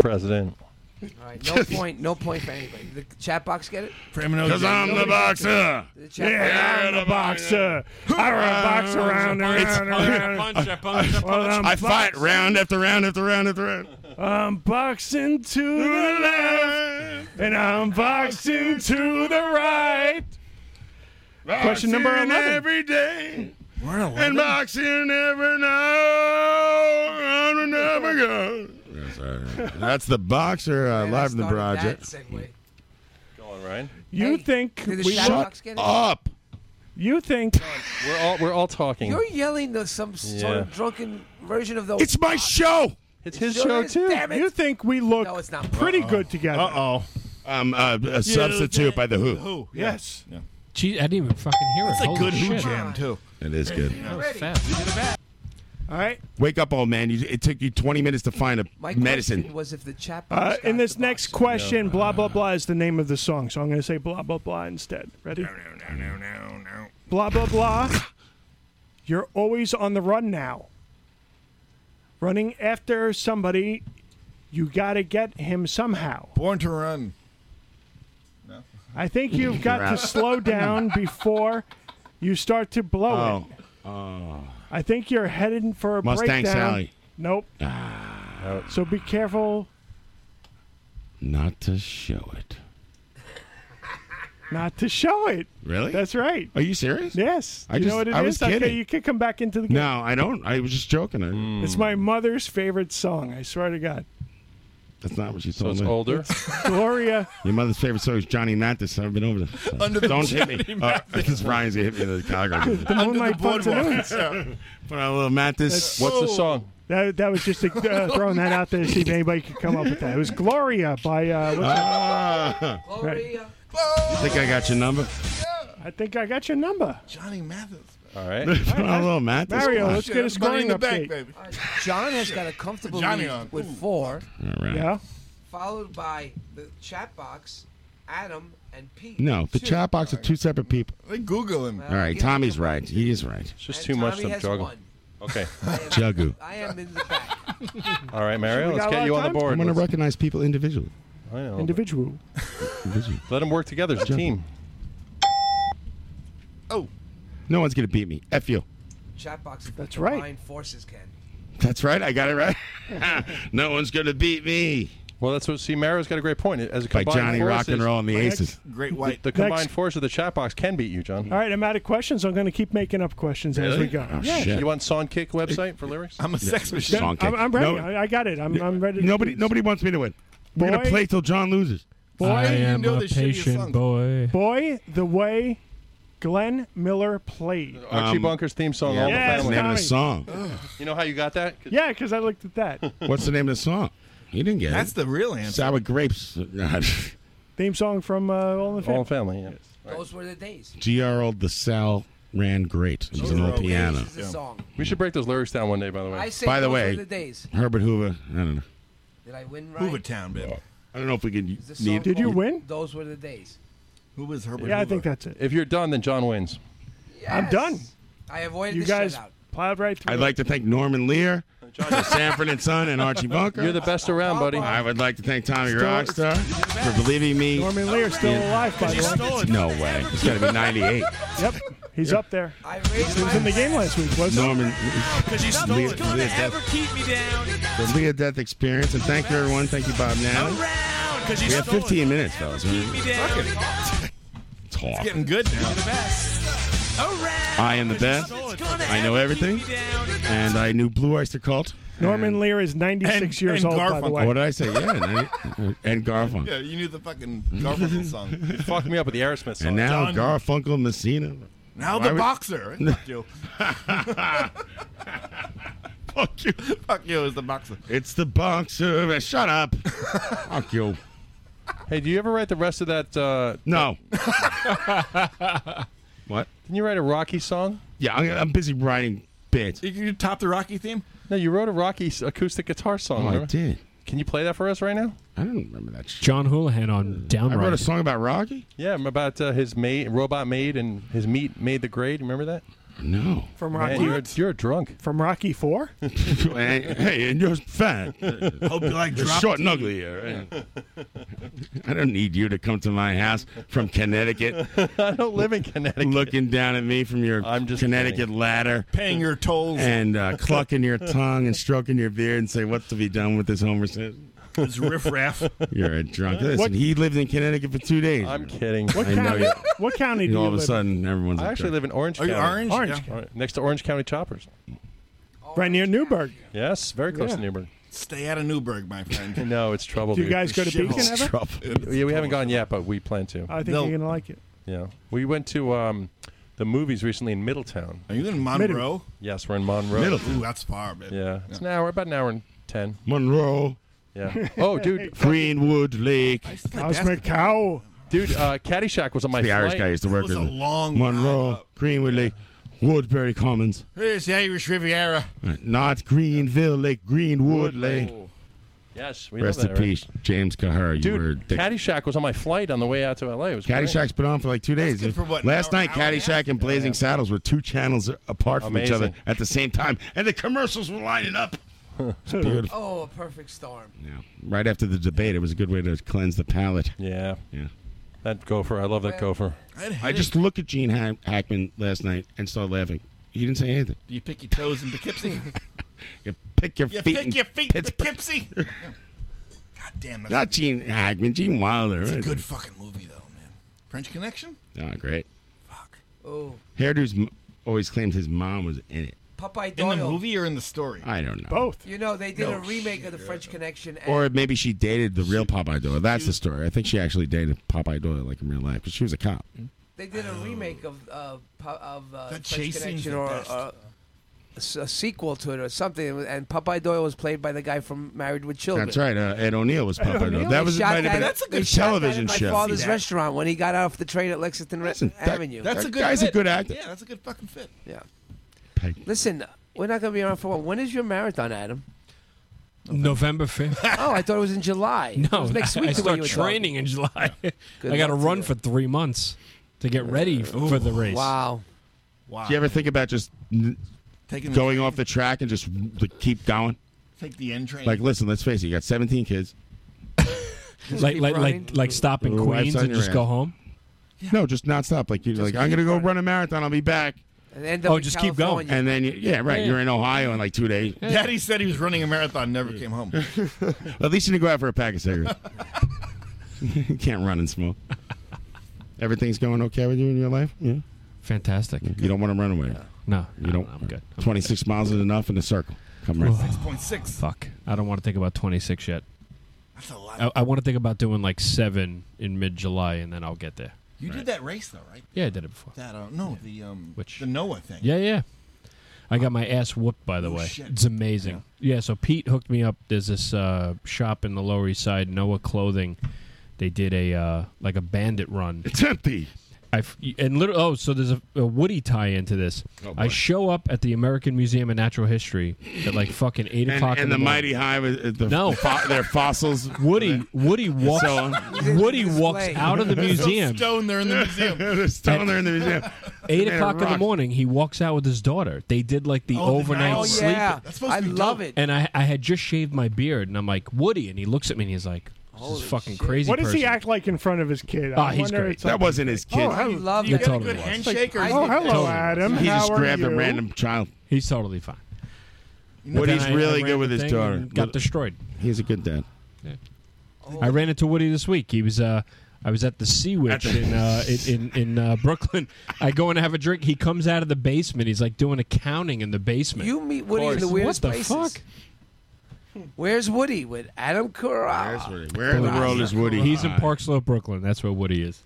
H: President.
G: All right, no point, no point for anybody. The chat box get it?
C: Because I'm the boxer.
G: The chat
P: Yeah,
G: box.
P: I'm the boxer. I run box around and around and around. Well, I'm
C: I fight
P: boxing.
C: round after round after round after round.
P: I'm boxing to the left, and I'm boxing to the right. Question number
C: Boxing
P: 11.
C: Every day.
P: We're at
C: And boxing every now and never go. (laughs) That's the boxer uh, live in the
P: that
C: project.
G: segue.
H: Go on, Ryan.
P: You think
G: did the
P: we
G: Shadow Box get it?
C: up?
P: You think
H: We're all we're all talking.
G: You're yelling the some sort of
H: Yeah.
G: drunken version of the.
C: It's
G: (laughs)
C: my show.
H: It's
G: his show too. Damn it.
P: You think we look
G: No, it's not.
P: pretty good together?
C: Uh-oh. Um, uh, a substitute by the Who.
P: Yes.
M: Gee, I didn't even fucking hear
I: It's
M: it.
I: a
M: Holy
I: good Who
M: shit.
I: jam too.
C: It is good.
I: That was fast.
P: All right.
C: Wake up, old man. You, it took you 20 minutes to find a
G: My question
C: medicine.
G: was if the chat box.
P: Uh, in this next question,
C: No.
P: blah blah blah is the name of the song, so I'm going to say blah blah blah instead. Ready? Blah blah blah. You're always on the run now. Running after somebody, you got to get him somehow.
I: Born to run.
P: I think you've got
I: You're
P: to
I: out.
C: (laughs)
P: slow down before you start to blow
C: Oh.
P: it.
C: Oh.
P: I think you're heading for a
C: Mustang
P: breakdown.
C: Sally. Ah,
P: Nope. So be careful
C: Not to show it.
P: not to show it.
C: Really?
P: That's right.
C: Are you serious?
P: Yes.
C: I
P: you
C: just,
P: know what it is?
C: I was kidding.
P: Okay, you can come back into the game.
C: No, I don't. I was just joking. I-
P: It's my mother's favorite song. I swear to God.
C: That's not what she told me. (laughs)
P: Gloria.
C: Your mother's favorite song is Johnny Mathis. I've been over this.
P: (laughs) Under the
C: don't hit
P: Johnny
C: me. Uh, because Ryan's gonna hit me in the
P: the
C: Chicago.
P: Moonlight (laughs) Bucks
C: Put on a little Mathis.
P: That, that was just a,
C: (laughs)
P: uh, throwing that out there to see if anybody could come up with that. It was Gloria by. Uh, what's
C: Ah.
P: her- right.
C: You think I got your number?
P: I think I got your number.
I: Johnny Mathis.
H: All
C: right. (laughs) Put on a little Mathis.
P: Mario,
C: Come on.
P: let's get a scoring update.
G: John has got a comfortable
I: Johnny
G: lead
I: on.
G: with four,
C: All right.
P: Yeah.
G: followed by the chat box, Adam, and Pete.
C: No, the chat box are two separate people.
I: They Google him.
C: All right, Tommy's right. He is right. It's
H: just
G: And too much Tommy to has juggle. one.
H: Okay.
C: Juggu.
G: (laughs) I am in the back.
K: (laughs)
H: All right, Mario.
G: We
H: Let's
G: got a
H: get you
G: lot
H: on
G: of
H: the
G: time?
H: board.
C: I'm going to
H: Let's-
C: recognize people individually.
H: I know.
P: Individual.
C: Individually.
H: Let them work together as a team.
C: No one's going to beat me. F you.
G: Chat box. if
P: That's
G: combine
P: right.
G: Forces can.
C: That's right. I got it right. (laughs) no one's going to beat me.
H: Well, that's what. See, Mario's got a great point. As a
C: By
H: combined
C: Johnny
H: forces,
C: Rock and Roll and the Aces.
H: Great
C: White.
H: The, the combined force of the chat box can beat you, John.
P: All right, I'm out of questions. I'm going to keep making up questions as we
C: Oh,
P: go. Yeah.
H: You want Songkick website for lyrics?
I: I'm a sex machine.
P: I'm, I'm ready. I, I got it. I'm, I'm ready. to
C: Nobody
P: do
C: nobody wants me to win. We're going
P: Boy.
C: to play till John loses.
P: Boy,
M: I am
P: know
M: a
P: this shittiest
M: patient
P: song.
M: boy.
P: this. Boy, the way Glenn Miller played.
H: Archie
C: Um,
H: Bunker's theme song.
C: yeah,
H: all the
C: that's the
H: family.
C: name of the song.
H: (sighs) You know how you got that?
P: Yeah, because I looked at
H: (laughs)
P: that.
C: What's the name of the song? You didn't get
I: That's
C: it.
I: the real answer.
C: Sour grapes. (laughs)
P: Theme song from uh, All in the Family.
H: All family. Yeah.
G: Those were the days.
C: G.R. old the Sal ran great. It was an
H: Those
C: old
H: are
C: piano.
H: always the
G: Yeah. song.
H: We should break those lyrics down one day. By the way.
G: I say
C: By the
G: those
C: way,
G: were the days.
C: Herbert Hoover. I don't know.
G: Did I win right?
I: Town, baby.
C: I don't know if we can
G: Is this song
C: need.
G: called Those were the days.
I: Who was Herbert?
P: Yeah, I
I: Hoover?
P: think that's it.
H: If you're done, then
G: (laughs)
H: John wins.
P: I'm done.
G: I avoided
P: You
G: the
P: guys
G: shutout.
P: plowed right through.
C: I'd like to thank Norman Lear, Sanford and Son, and Archie Bunker.
H: You're the best around, buddy.
C: I would like to thank Tommy
H: Still-
C: Rockstar for believing me.
P: Norman Lear still
C: in-
P: alive, by the way.
C: No way. It's got to be 98.
P: Yep, he's up there. He was in the game last week, wasn't he?
C: Norman. Lear, Lear death,
K: keep me down.
C: the Lear death experience. And thank you, everyone. Thank you, Bob Nally. We have 15 minutes, fellas. Talk.
I: It's getting good now.
C: I am the best. I know everything. And I knew Blue Oyster Cult.
P: Norman Lear is 96
I: And-
P: years
I: and
P: old, by the
I: Garfunkel.
P: way.
C: What did I say? Yeah. And, and Garfunkel.
I: Yeah, you knew the fucking Garfunkel
P: (laughs)
I: song.
H: You fucked me up with the Aerosmith song.
C: And now
H: John,
C: Garfunkel Messina.
I: Now
C: Why (laughs)
I: the
G: (laughs)
C: would- (laughs)
I: boxer. Fuck you.
C: Fuck you.
K: Fuck you is the boxer.
C: It's the boxer.
I: (laughs)
C: Shut up. Fuck you.
H: Hey, do you ever write the rest of that? Uh,
C: no. what?
H: Didn't you write a Rocky song?
C: Yeah, I'm, I'm busy writing bits.
H: You, you top the Rocky theme? No, you wrote a Rocky s- acoustic guitar song.
C: Oh, I
H: remember?
C: did.
H: Can you play that for us right now?
C: I don't remember that. Shit.
W: John Houlihan on Downright.
C: I wrote a song about Rocky.
H: Yeah, I'm about uh, his maid, robot maid, and his meat made the grade. Remember that?
C: No.
P: From
H: Man,
P: Rocky.
H: you're, you're drunk.
P: From Rocky Four.
C: (laughs) hey, and you're fat.
H: (laughs)
P: Hope you like
C: You're
P: drop
C: short and
P: D.
C: ugly. Here. I don't need you to come to my house from Connecticut.
H: I don't live in Connecticut.
C: Looking down at me from your Connecticut
K: kidding.
C: ladder,
K: Paying your tolls.
C: and uh, clucking your tongue and stroking your beard and say, "What's to be done with this Homer Simpson?"
K: It's riffraff.
C: You're a drunk. Listen,
K: What-
C: he lived in Connecticut for two days.
H: I'm kidding.
C: I know you.
P: What county
C: You
P: do
C: know,
P: you
C: all of a
P: live in?
C: sudden, everyone's.
H: I
C: a
H: actually
C: jerk.
H: live in Orange
P: Are you
H: County.
P: orange? Orange. Yeah.
H: Right, Next to Orange County Choppers.
P: Right near Newburgh.
H: Yes, very close
P: Yeah.
H: to Newburgh.
K: Stay out of Newburgh, my friend.
H: (laughs) No, it's trouble.
P: Do you
H: dude.
P: guys go to Shit, Beacon it's ever? trouble.
H: Yeah, we haven't gone yet, but we plan to.
P: I think
H: No.
P: you're gonna like it.
H: Yeah. We went to um, the movies recently in Middletown.
K: Are you in Monroe?
H: Yes, we're in Monroe.
K: Ooh, that's far, man.
H: Yeah. It's an hour, about an hour and 10.
C: Monroe.
H: Yeah. Oh, dude.
P: (laughs)
C: Greenwood Lake.
P: How's McCow?
H: Dude, uh, Caddyshack was on my
C: the Irish
H: flight.
C: guy used to work
K: was
C: with
K: a
C: me.
K: long
C: Monroe, Greenwood Lake, Woodbury Commons.
K: Here's the Irish Riviera.
C: Not Greenville Lake, Greenwood Lake.
H: Yes, we
C: Rest
H: know
C: in
H: that, right?
C: peace, James Kahar. You were
H: Dude,
C: dick.
H: Caddyshack was on my flight on the way out to LA. It was great.
C: Caddyshack's been on for like two days.
H: good for what, Oh, an
C: Last
H: hour-
C: night, Caddyshack and Blazing Saddles were two channels apart from each other
H: Amazing.
C: at the same time, and the commercials were lining up. It's beautiful.
G: Oh, a perfect storm.
C: Right after the debate, it was a good way to cleanse the palate.
H: Yeah.
C: Yeah.
H: That gopher. I love that gopher.
C: I just looked at Gene Hack- Hackman last night and started laughing. He didn't say anything.
K: Do you pick your toes in Poughkeepsie?
P: (laughs)
C: You pick your
K: you
C: feet. in
K: pick your feet in
C: Pittsburgh.
K: Poughkeepsie?
C: (laughs)
K: God damn it.
C: Not Gene Hackman, Gene Wilder.
K: It's a
C: right?
K: good fucking movie, though, man. French Connection?
C: Oh, great.
G: Oh,
C: Hairdo's m- always claimed his mom was in it.
G: Popeye
K: In
G: Doyle.
K: the movie or in the story?
C: I don't know.
G: You know, they did
K: No
G: a remake of The French Connection. And
C: Or maybe she dated the real Popeye Doyle. That's the story. I think she actually dated Popeye Doyle, like in real life, because she was a cop.
G: They did a remake of uh, po- of uh,
K: That
G: French
K: chasing's
G: Connection
K: the
G: or
K: best.
G: uh, a s- a sequel to it or something. And Popeye Doyle was played by the guy from Married with Children.
C: That's right. Uh, Ed O'Neill was Popeye Doyle. That was
G: They shot
C: might have been
G: that- they shot that
C: television
G: at my
C: show.
G: father's restaurant when he got off the train at Lexington Re- Avenue.
C: that's That a good guy's a fit. good actor.
K: Yeah, that's a good fucking fit.
G: Yeah.
C: Peg.
G: Listen, we're not going to be around for a while. When is your marathon,
M: (laughs)
G: Adam?
M: November fifth.
G: oh, I thought it was in July. it
M: No,
G: was next
M: I-
G: week.
M: I
G: the way
M: start
G: you were
M: training
G: talking.
M: in July.
G: Good
M: (laughs) I got to
G: luck to
M: run
G: you.
M: for three months to get ready f-
C: Uh,
M: for the race.
G: Wow. Wow.
C: Do you ever think about just n-
K: Taking the
C: going
K: train.
C: off the track and just like, keep going?
K: Take the end train.
C: Like, listen, let's face it, you got 17 kids.
M: Like like like like stop in
C: Your wife's
M: Queens
C: on
M: and
C: your
M: just go
C: ass.
M: home.
C: No, just nonstop. Like, you're like, I'm going to go run a marathon. I'll be back.
G: And end
M: up Oh, in just keep going.
C: And then, you, yeah, right.
K: Yeah.
C: You're in Ohio in like two days.
K: Daddy said he was running a marathon, never came home.
C: At least you didn't go out for a pack of cigarettes. (laughs) you can't run and smoke. Everything's going okay with you in your life? Yeah.
M: Fantastic.
C: You don't want to run away.
M: No,
C: you don't.
M: I'm good.
C: 26 miles is enough in a circle. Come right.
M: Six
K: point six.
M: Fuck. I don't want to think about twenty six yet.
K: That's a lot.
M: I, I want to think about doing like seven in mid July, and then I'll get there.
K: you did that race though, right?
M: Yeah, I did it before.
K: That uh, no, the um,
M: Which-
K: the Noah thing.
M: Yeah, yeah. I got my ass whooped, by the
K: Oh,
M: way.
K: shit.
M: It's amazing. Yeah. so Pete hooked me up. There's this uh, shop in the Lower East Side, Noah Clothing. They did a uh, like a bandit run.
C: It's empty.
M: I f- and literally, oh, so there's a, a Woody tie into this.
C: Oh, boy.
M: I show up at the American Museum of Natural History at like fucking eight
C: And,
M: o'clock.
C: and
M: in
C: the
M: the morning.
C: mighty hive, uh, the,
M: No.
C: the fo- their fossils.
M: Woody Woody walks
C: So on.
M: Woody walks out of the
C: They're still
M: museum.
K: Stone there in
M: (laughs)
K: the museum.
C: (laughs) There's stone there in the museum.
M: Eight
C: Made of
M: o'clock in the
C: rock.
M: morning, he walks out with his daughter. They did like the overnight
G: Oh,
M: sleep.
G: yeah. I love it.
M: And I, I had just shaved my beard, and I'm like Woody, and he looks at me and he's like, "This is fucking (laughs) crazy."
P: What does he
M: person."
P: act like in front of his kid?
M: Ah,
P: I
M: he's
P: wonder
M: great.
P: it's
M: That
P: like-
M: wasn't his
P: Oh,
M: kid.
P: hello.
M: You love You it. got a Totally good was. handshake or
P: oh,
M: something?
P: hello,
M: Totally
P: Adam.
M: was. He
P: How
M: just
P: are
C: grabbed a
P: you?
C: random child.
M: He's totally fine. But
C: Woody's
M: then I- I
C: really
M: ran
C: good with
M: the
C: his
M: thing
C: daughter.
M: and Got destroyed.
C: He's a good dad.
M: I ran into Woody this week. He was. Uh, I was at the Sea Witch in,
C: (laughs)
M: uh, in in, in uh, Brooklyn. I go in to have a drink. He comes out of the basement. He's like doing accounting in the basement.
G: You meet Woody in the weirdest
M: What the
G: places.
M: fuck?
G: Where's Woody with Adam Carrara? Where's
C: Woody? Where in the world is Woody?
M: He's in Park Slope, Brooklyn. That's where Woody is.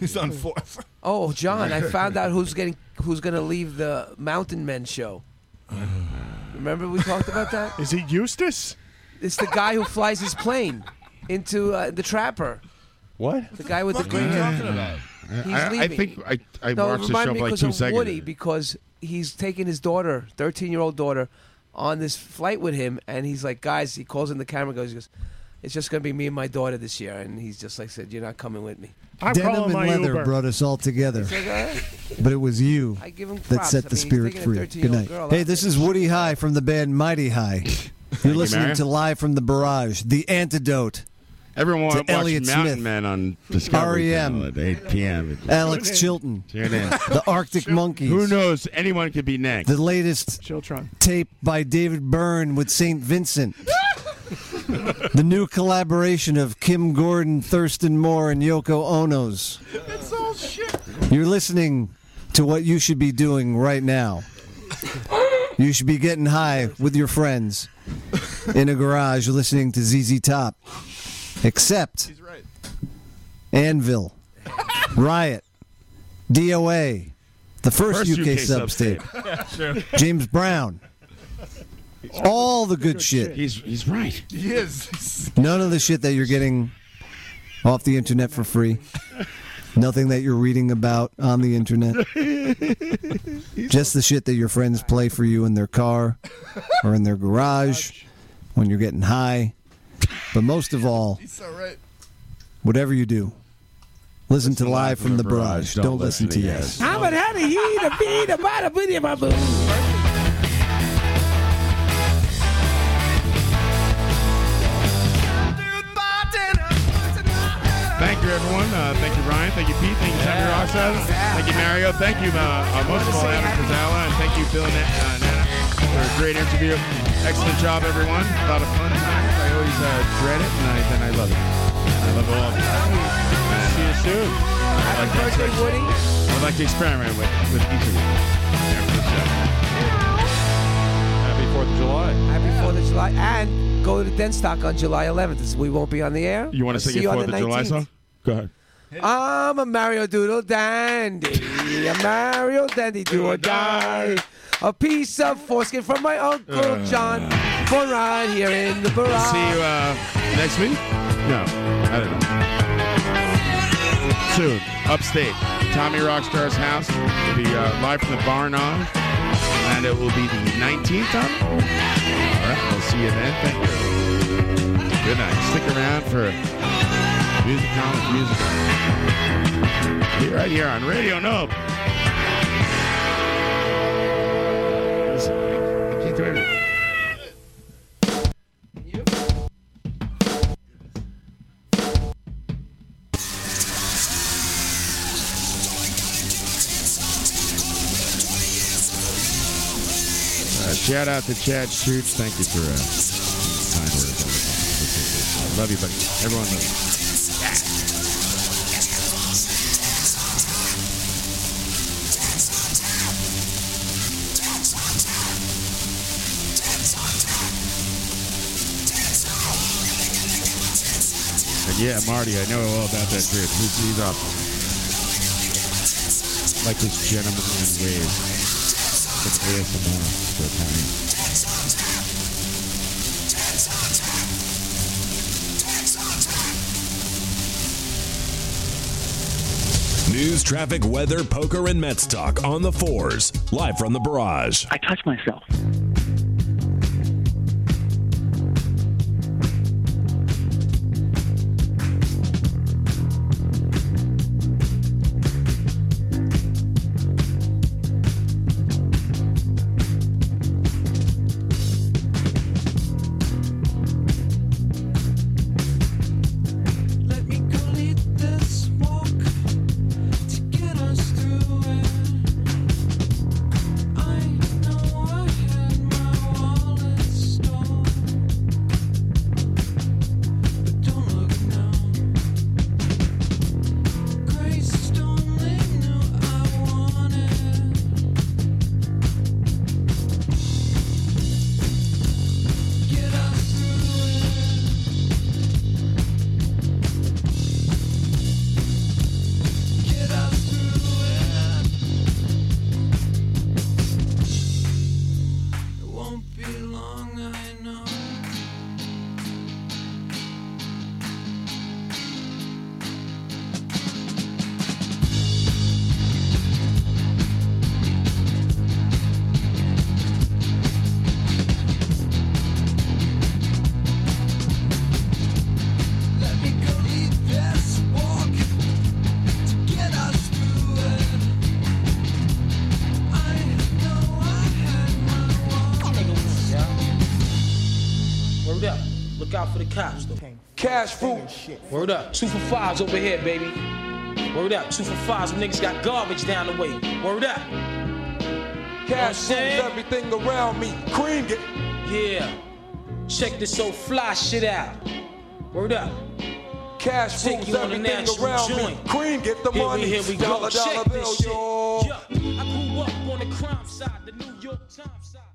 K: He's on fourth.
G: Oh, John, I found out who's getting who's going to leave the Mountain Men show. Remember we talked about that?
P: (laughs) Is it Eustace?
G: It's the guy who flies his plane into uh, the trapper.
H: What?
G: The guy with the green hair. He's
C: I- I- I
G: leaving.
C: think I- I
G: no, it
C: watched
G: reminded
C: the show
G: me
C: for like
G: 'cause
C: two
G: of
C: seconds.
G: Woody because he's taking his daughter, thirteen-year-old daughter, on this flight with him, and he's like, "Guys," he calls in the camera, goes, he "Goes, it's just going to be me and my daughter this year," and he's just like, "said You're not coming with me."
Q: Denim and leather brought us all together,
G: It's like, all right.
Q: but it was you
G: I give him
Q: that
G: props.
Q: set
G: I
Q: the
G: mean,
Q: spirit
G: taking a
Q: free.
G: 13-year-old
Q: Good night.
G: girl
Q: Hey,
G: out
Q: this is Woody High from the band Mighty
G: (laughs)
Q: High. You're listening
C: Mary.
Q: to live from the barrage, the antidote.
C: Everyone
Q: to
C: watched
Q: Elliot
C: Mountain
Q: Smith,
C: Men on Discovery
Q: R.E.M..
C: Channel at 8 p.m.
Q: Alex Chilton,
C: Tune in.
Q: the Arctic Monkeys.
C: Who knows? Anyone could be next.
Q: The latest tape by David Byrne with St. Vincent. the new collaboration of Kim Gordon, Thurston Moore, and Yoko Ono's.
K: (laughs) It's all shit.
Q: You're listening to what you should be doing right now. You should be getting high with your friends in a garage listening to ZZ Top. Except Anvil, Riot, DOA, the first,
K: First
Q: UK,
K: UK
Q: sub state,
K: sub-state. Yeah, sure.
Q: James Brown, all the good shit.
C: He's he's right.
I: He
C: (laughs)
I: is.
Q: None of the shit that you're getting off the internet for free. Nothing that you're reading about on the internet. Just the shit that your friends play for you in their car or in their garage when you're getting high. But most of all,
I: He's so right.
Q: whatever you do, listen to Live from the Barrage. Don't listen to Yes.
O: I'm a how to eat a beat a bada booty a boo.
C: Thank you, everyone. Uh, thank you, Ryan. Thank you, Pete. Thank you, Sammy
K: Yeah.
C: Roxas.
K: Yeah.
C: Thank you, Mario. Thank you, uh, uh, most of all, Adam Kazala. And thank you, Bill and uh, Nana, for a great interview. Excellent job, everyone. A lot of fun times. I always uh, dread it, and I, then I love it. And I love all of you. See you soon. Happy birthday, Woody. I'd like to experiment with, with each of you. after the show.
H: Happy 4th of July.
G: Happy Fourth of July, and go to Denstock on July 11th. It's- We won't be on the air.
C: You want to
G: I'll
C: sing
G: see
C: your
G: you on
C: 4th
G: the
C: of July
G: 19th.
C: song? Go ahead.
G: I'm a Mario Doodle Dandy, a Mario Dandy do or die. A piece of foreskin from my Uncle
C: Uh.
G: John for Ron here in the barrage.
C: See you uh, next week? No, I don't know. Soon, upstate, Tommy Rockstar's house will be uh, live from the barn on, and it will be the 19th on. All right, we'll see you then. Thank you. Good night. Stick around for music on music. Be right here on Radio Nope. Listen, I can't do everything. Uh, shout out to Chad Schutz. Thank you for uh, kind words. all the time. Appreciate it. I Love you, buddy. Everyone loves you. And yeah, Marty, I know all about that dude. He's, he's awesome. Like his gentlemanly ways. It's ASMR for a time.
B: News, traffic, weather, poker, and Mets talk on the fours, live from the barrage. I touch myself.
K: Let me call it this walk to get us through it. I know I had Word up. Look out for the cops, though. Cash fruit. Word up. Two for fives over here, baby. Word up. Two for fives. Them niggas got garbage down the way. Word up. Cash rules everything around me. Cream it. Yeah. Check this old fly shit out. Word up. Cash Take
G: rules
K: you on a
G: everything
K: natural
G: around me.
K: joint.
G: Cream, get the
K: here
G: money.
K: We, here we go.
G: Dollar, dollar
K: Check
G: bill,
K: this shit. Yeah. I grew up on the crime side, the New York Times side.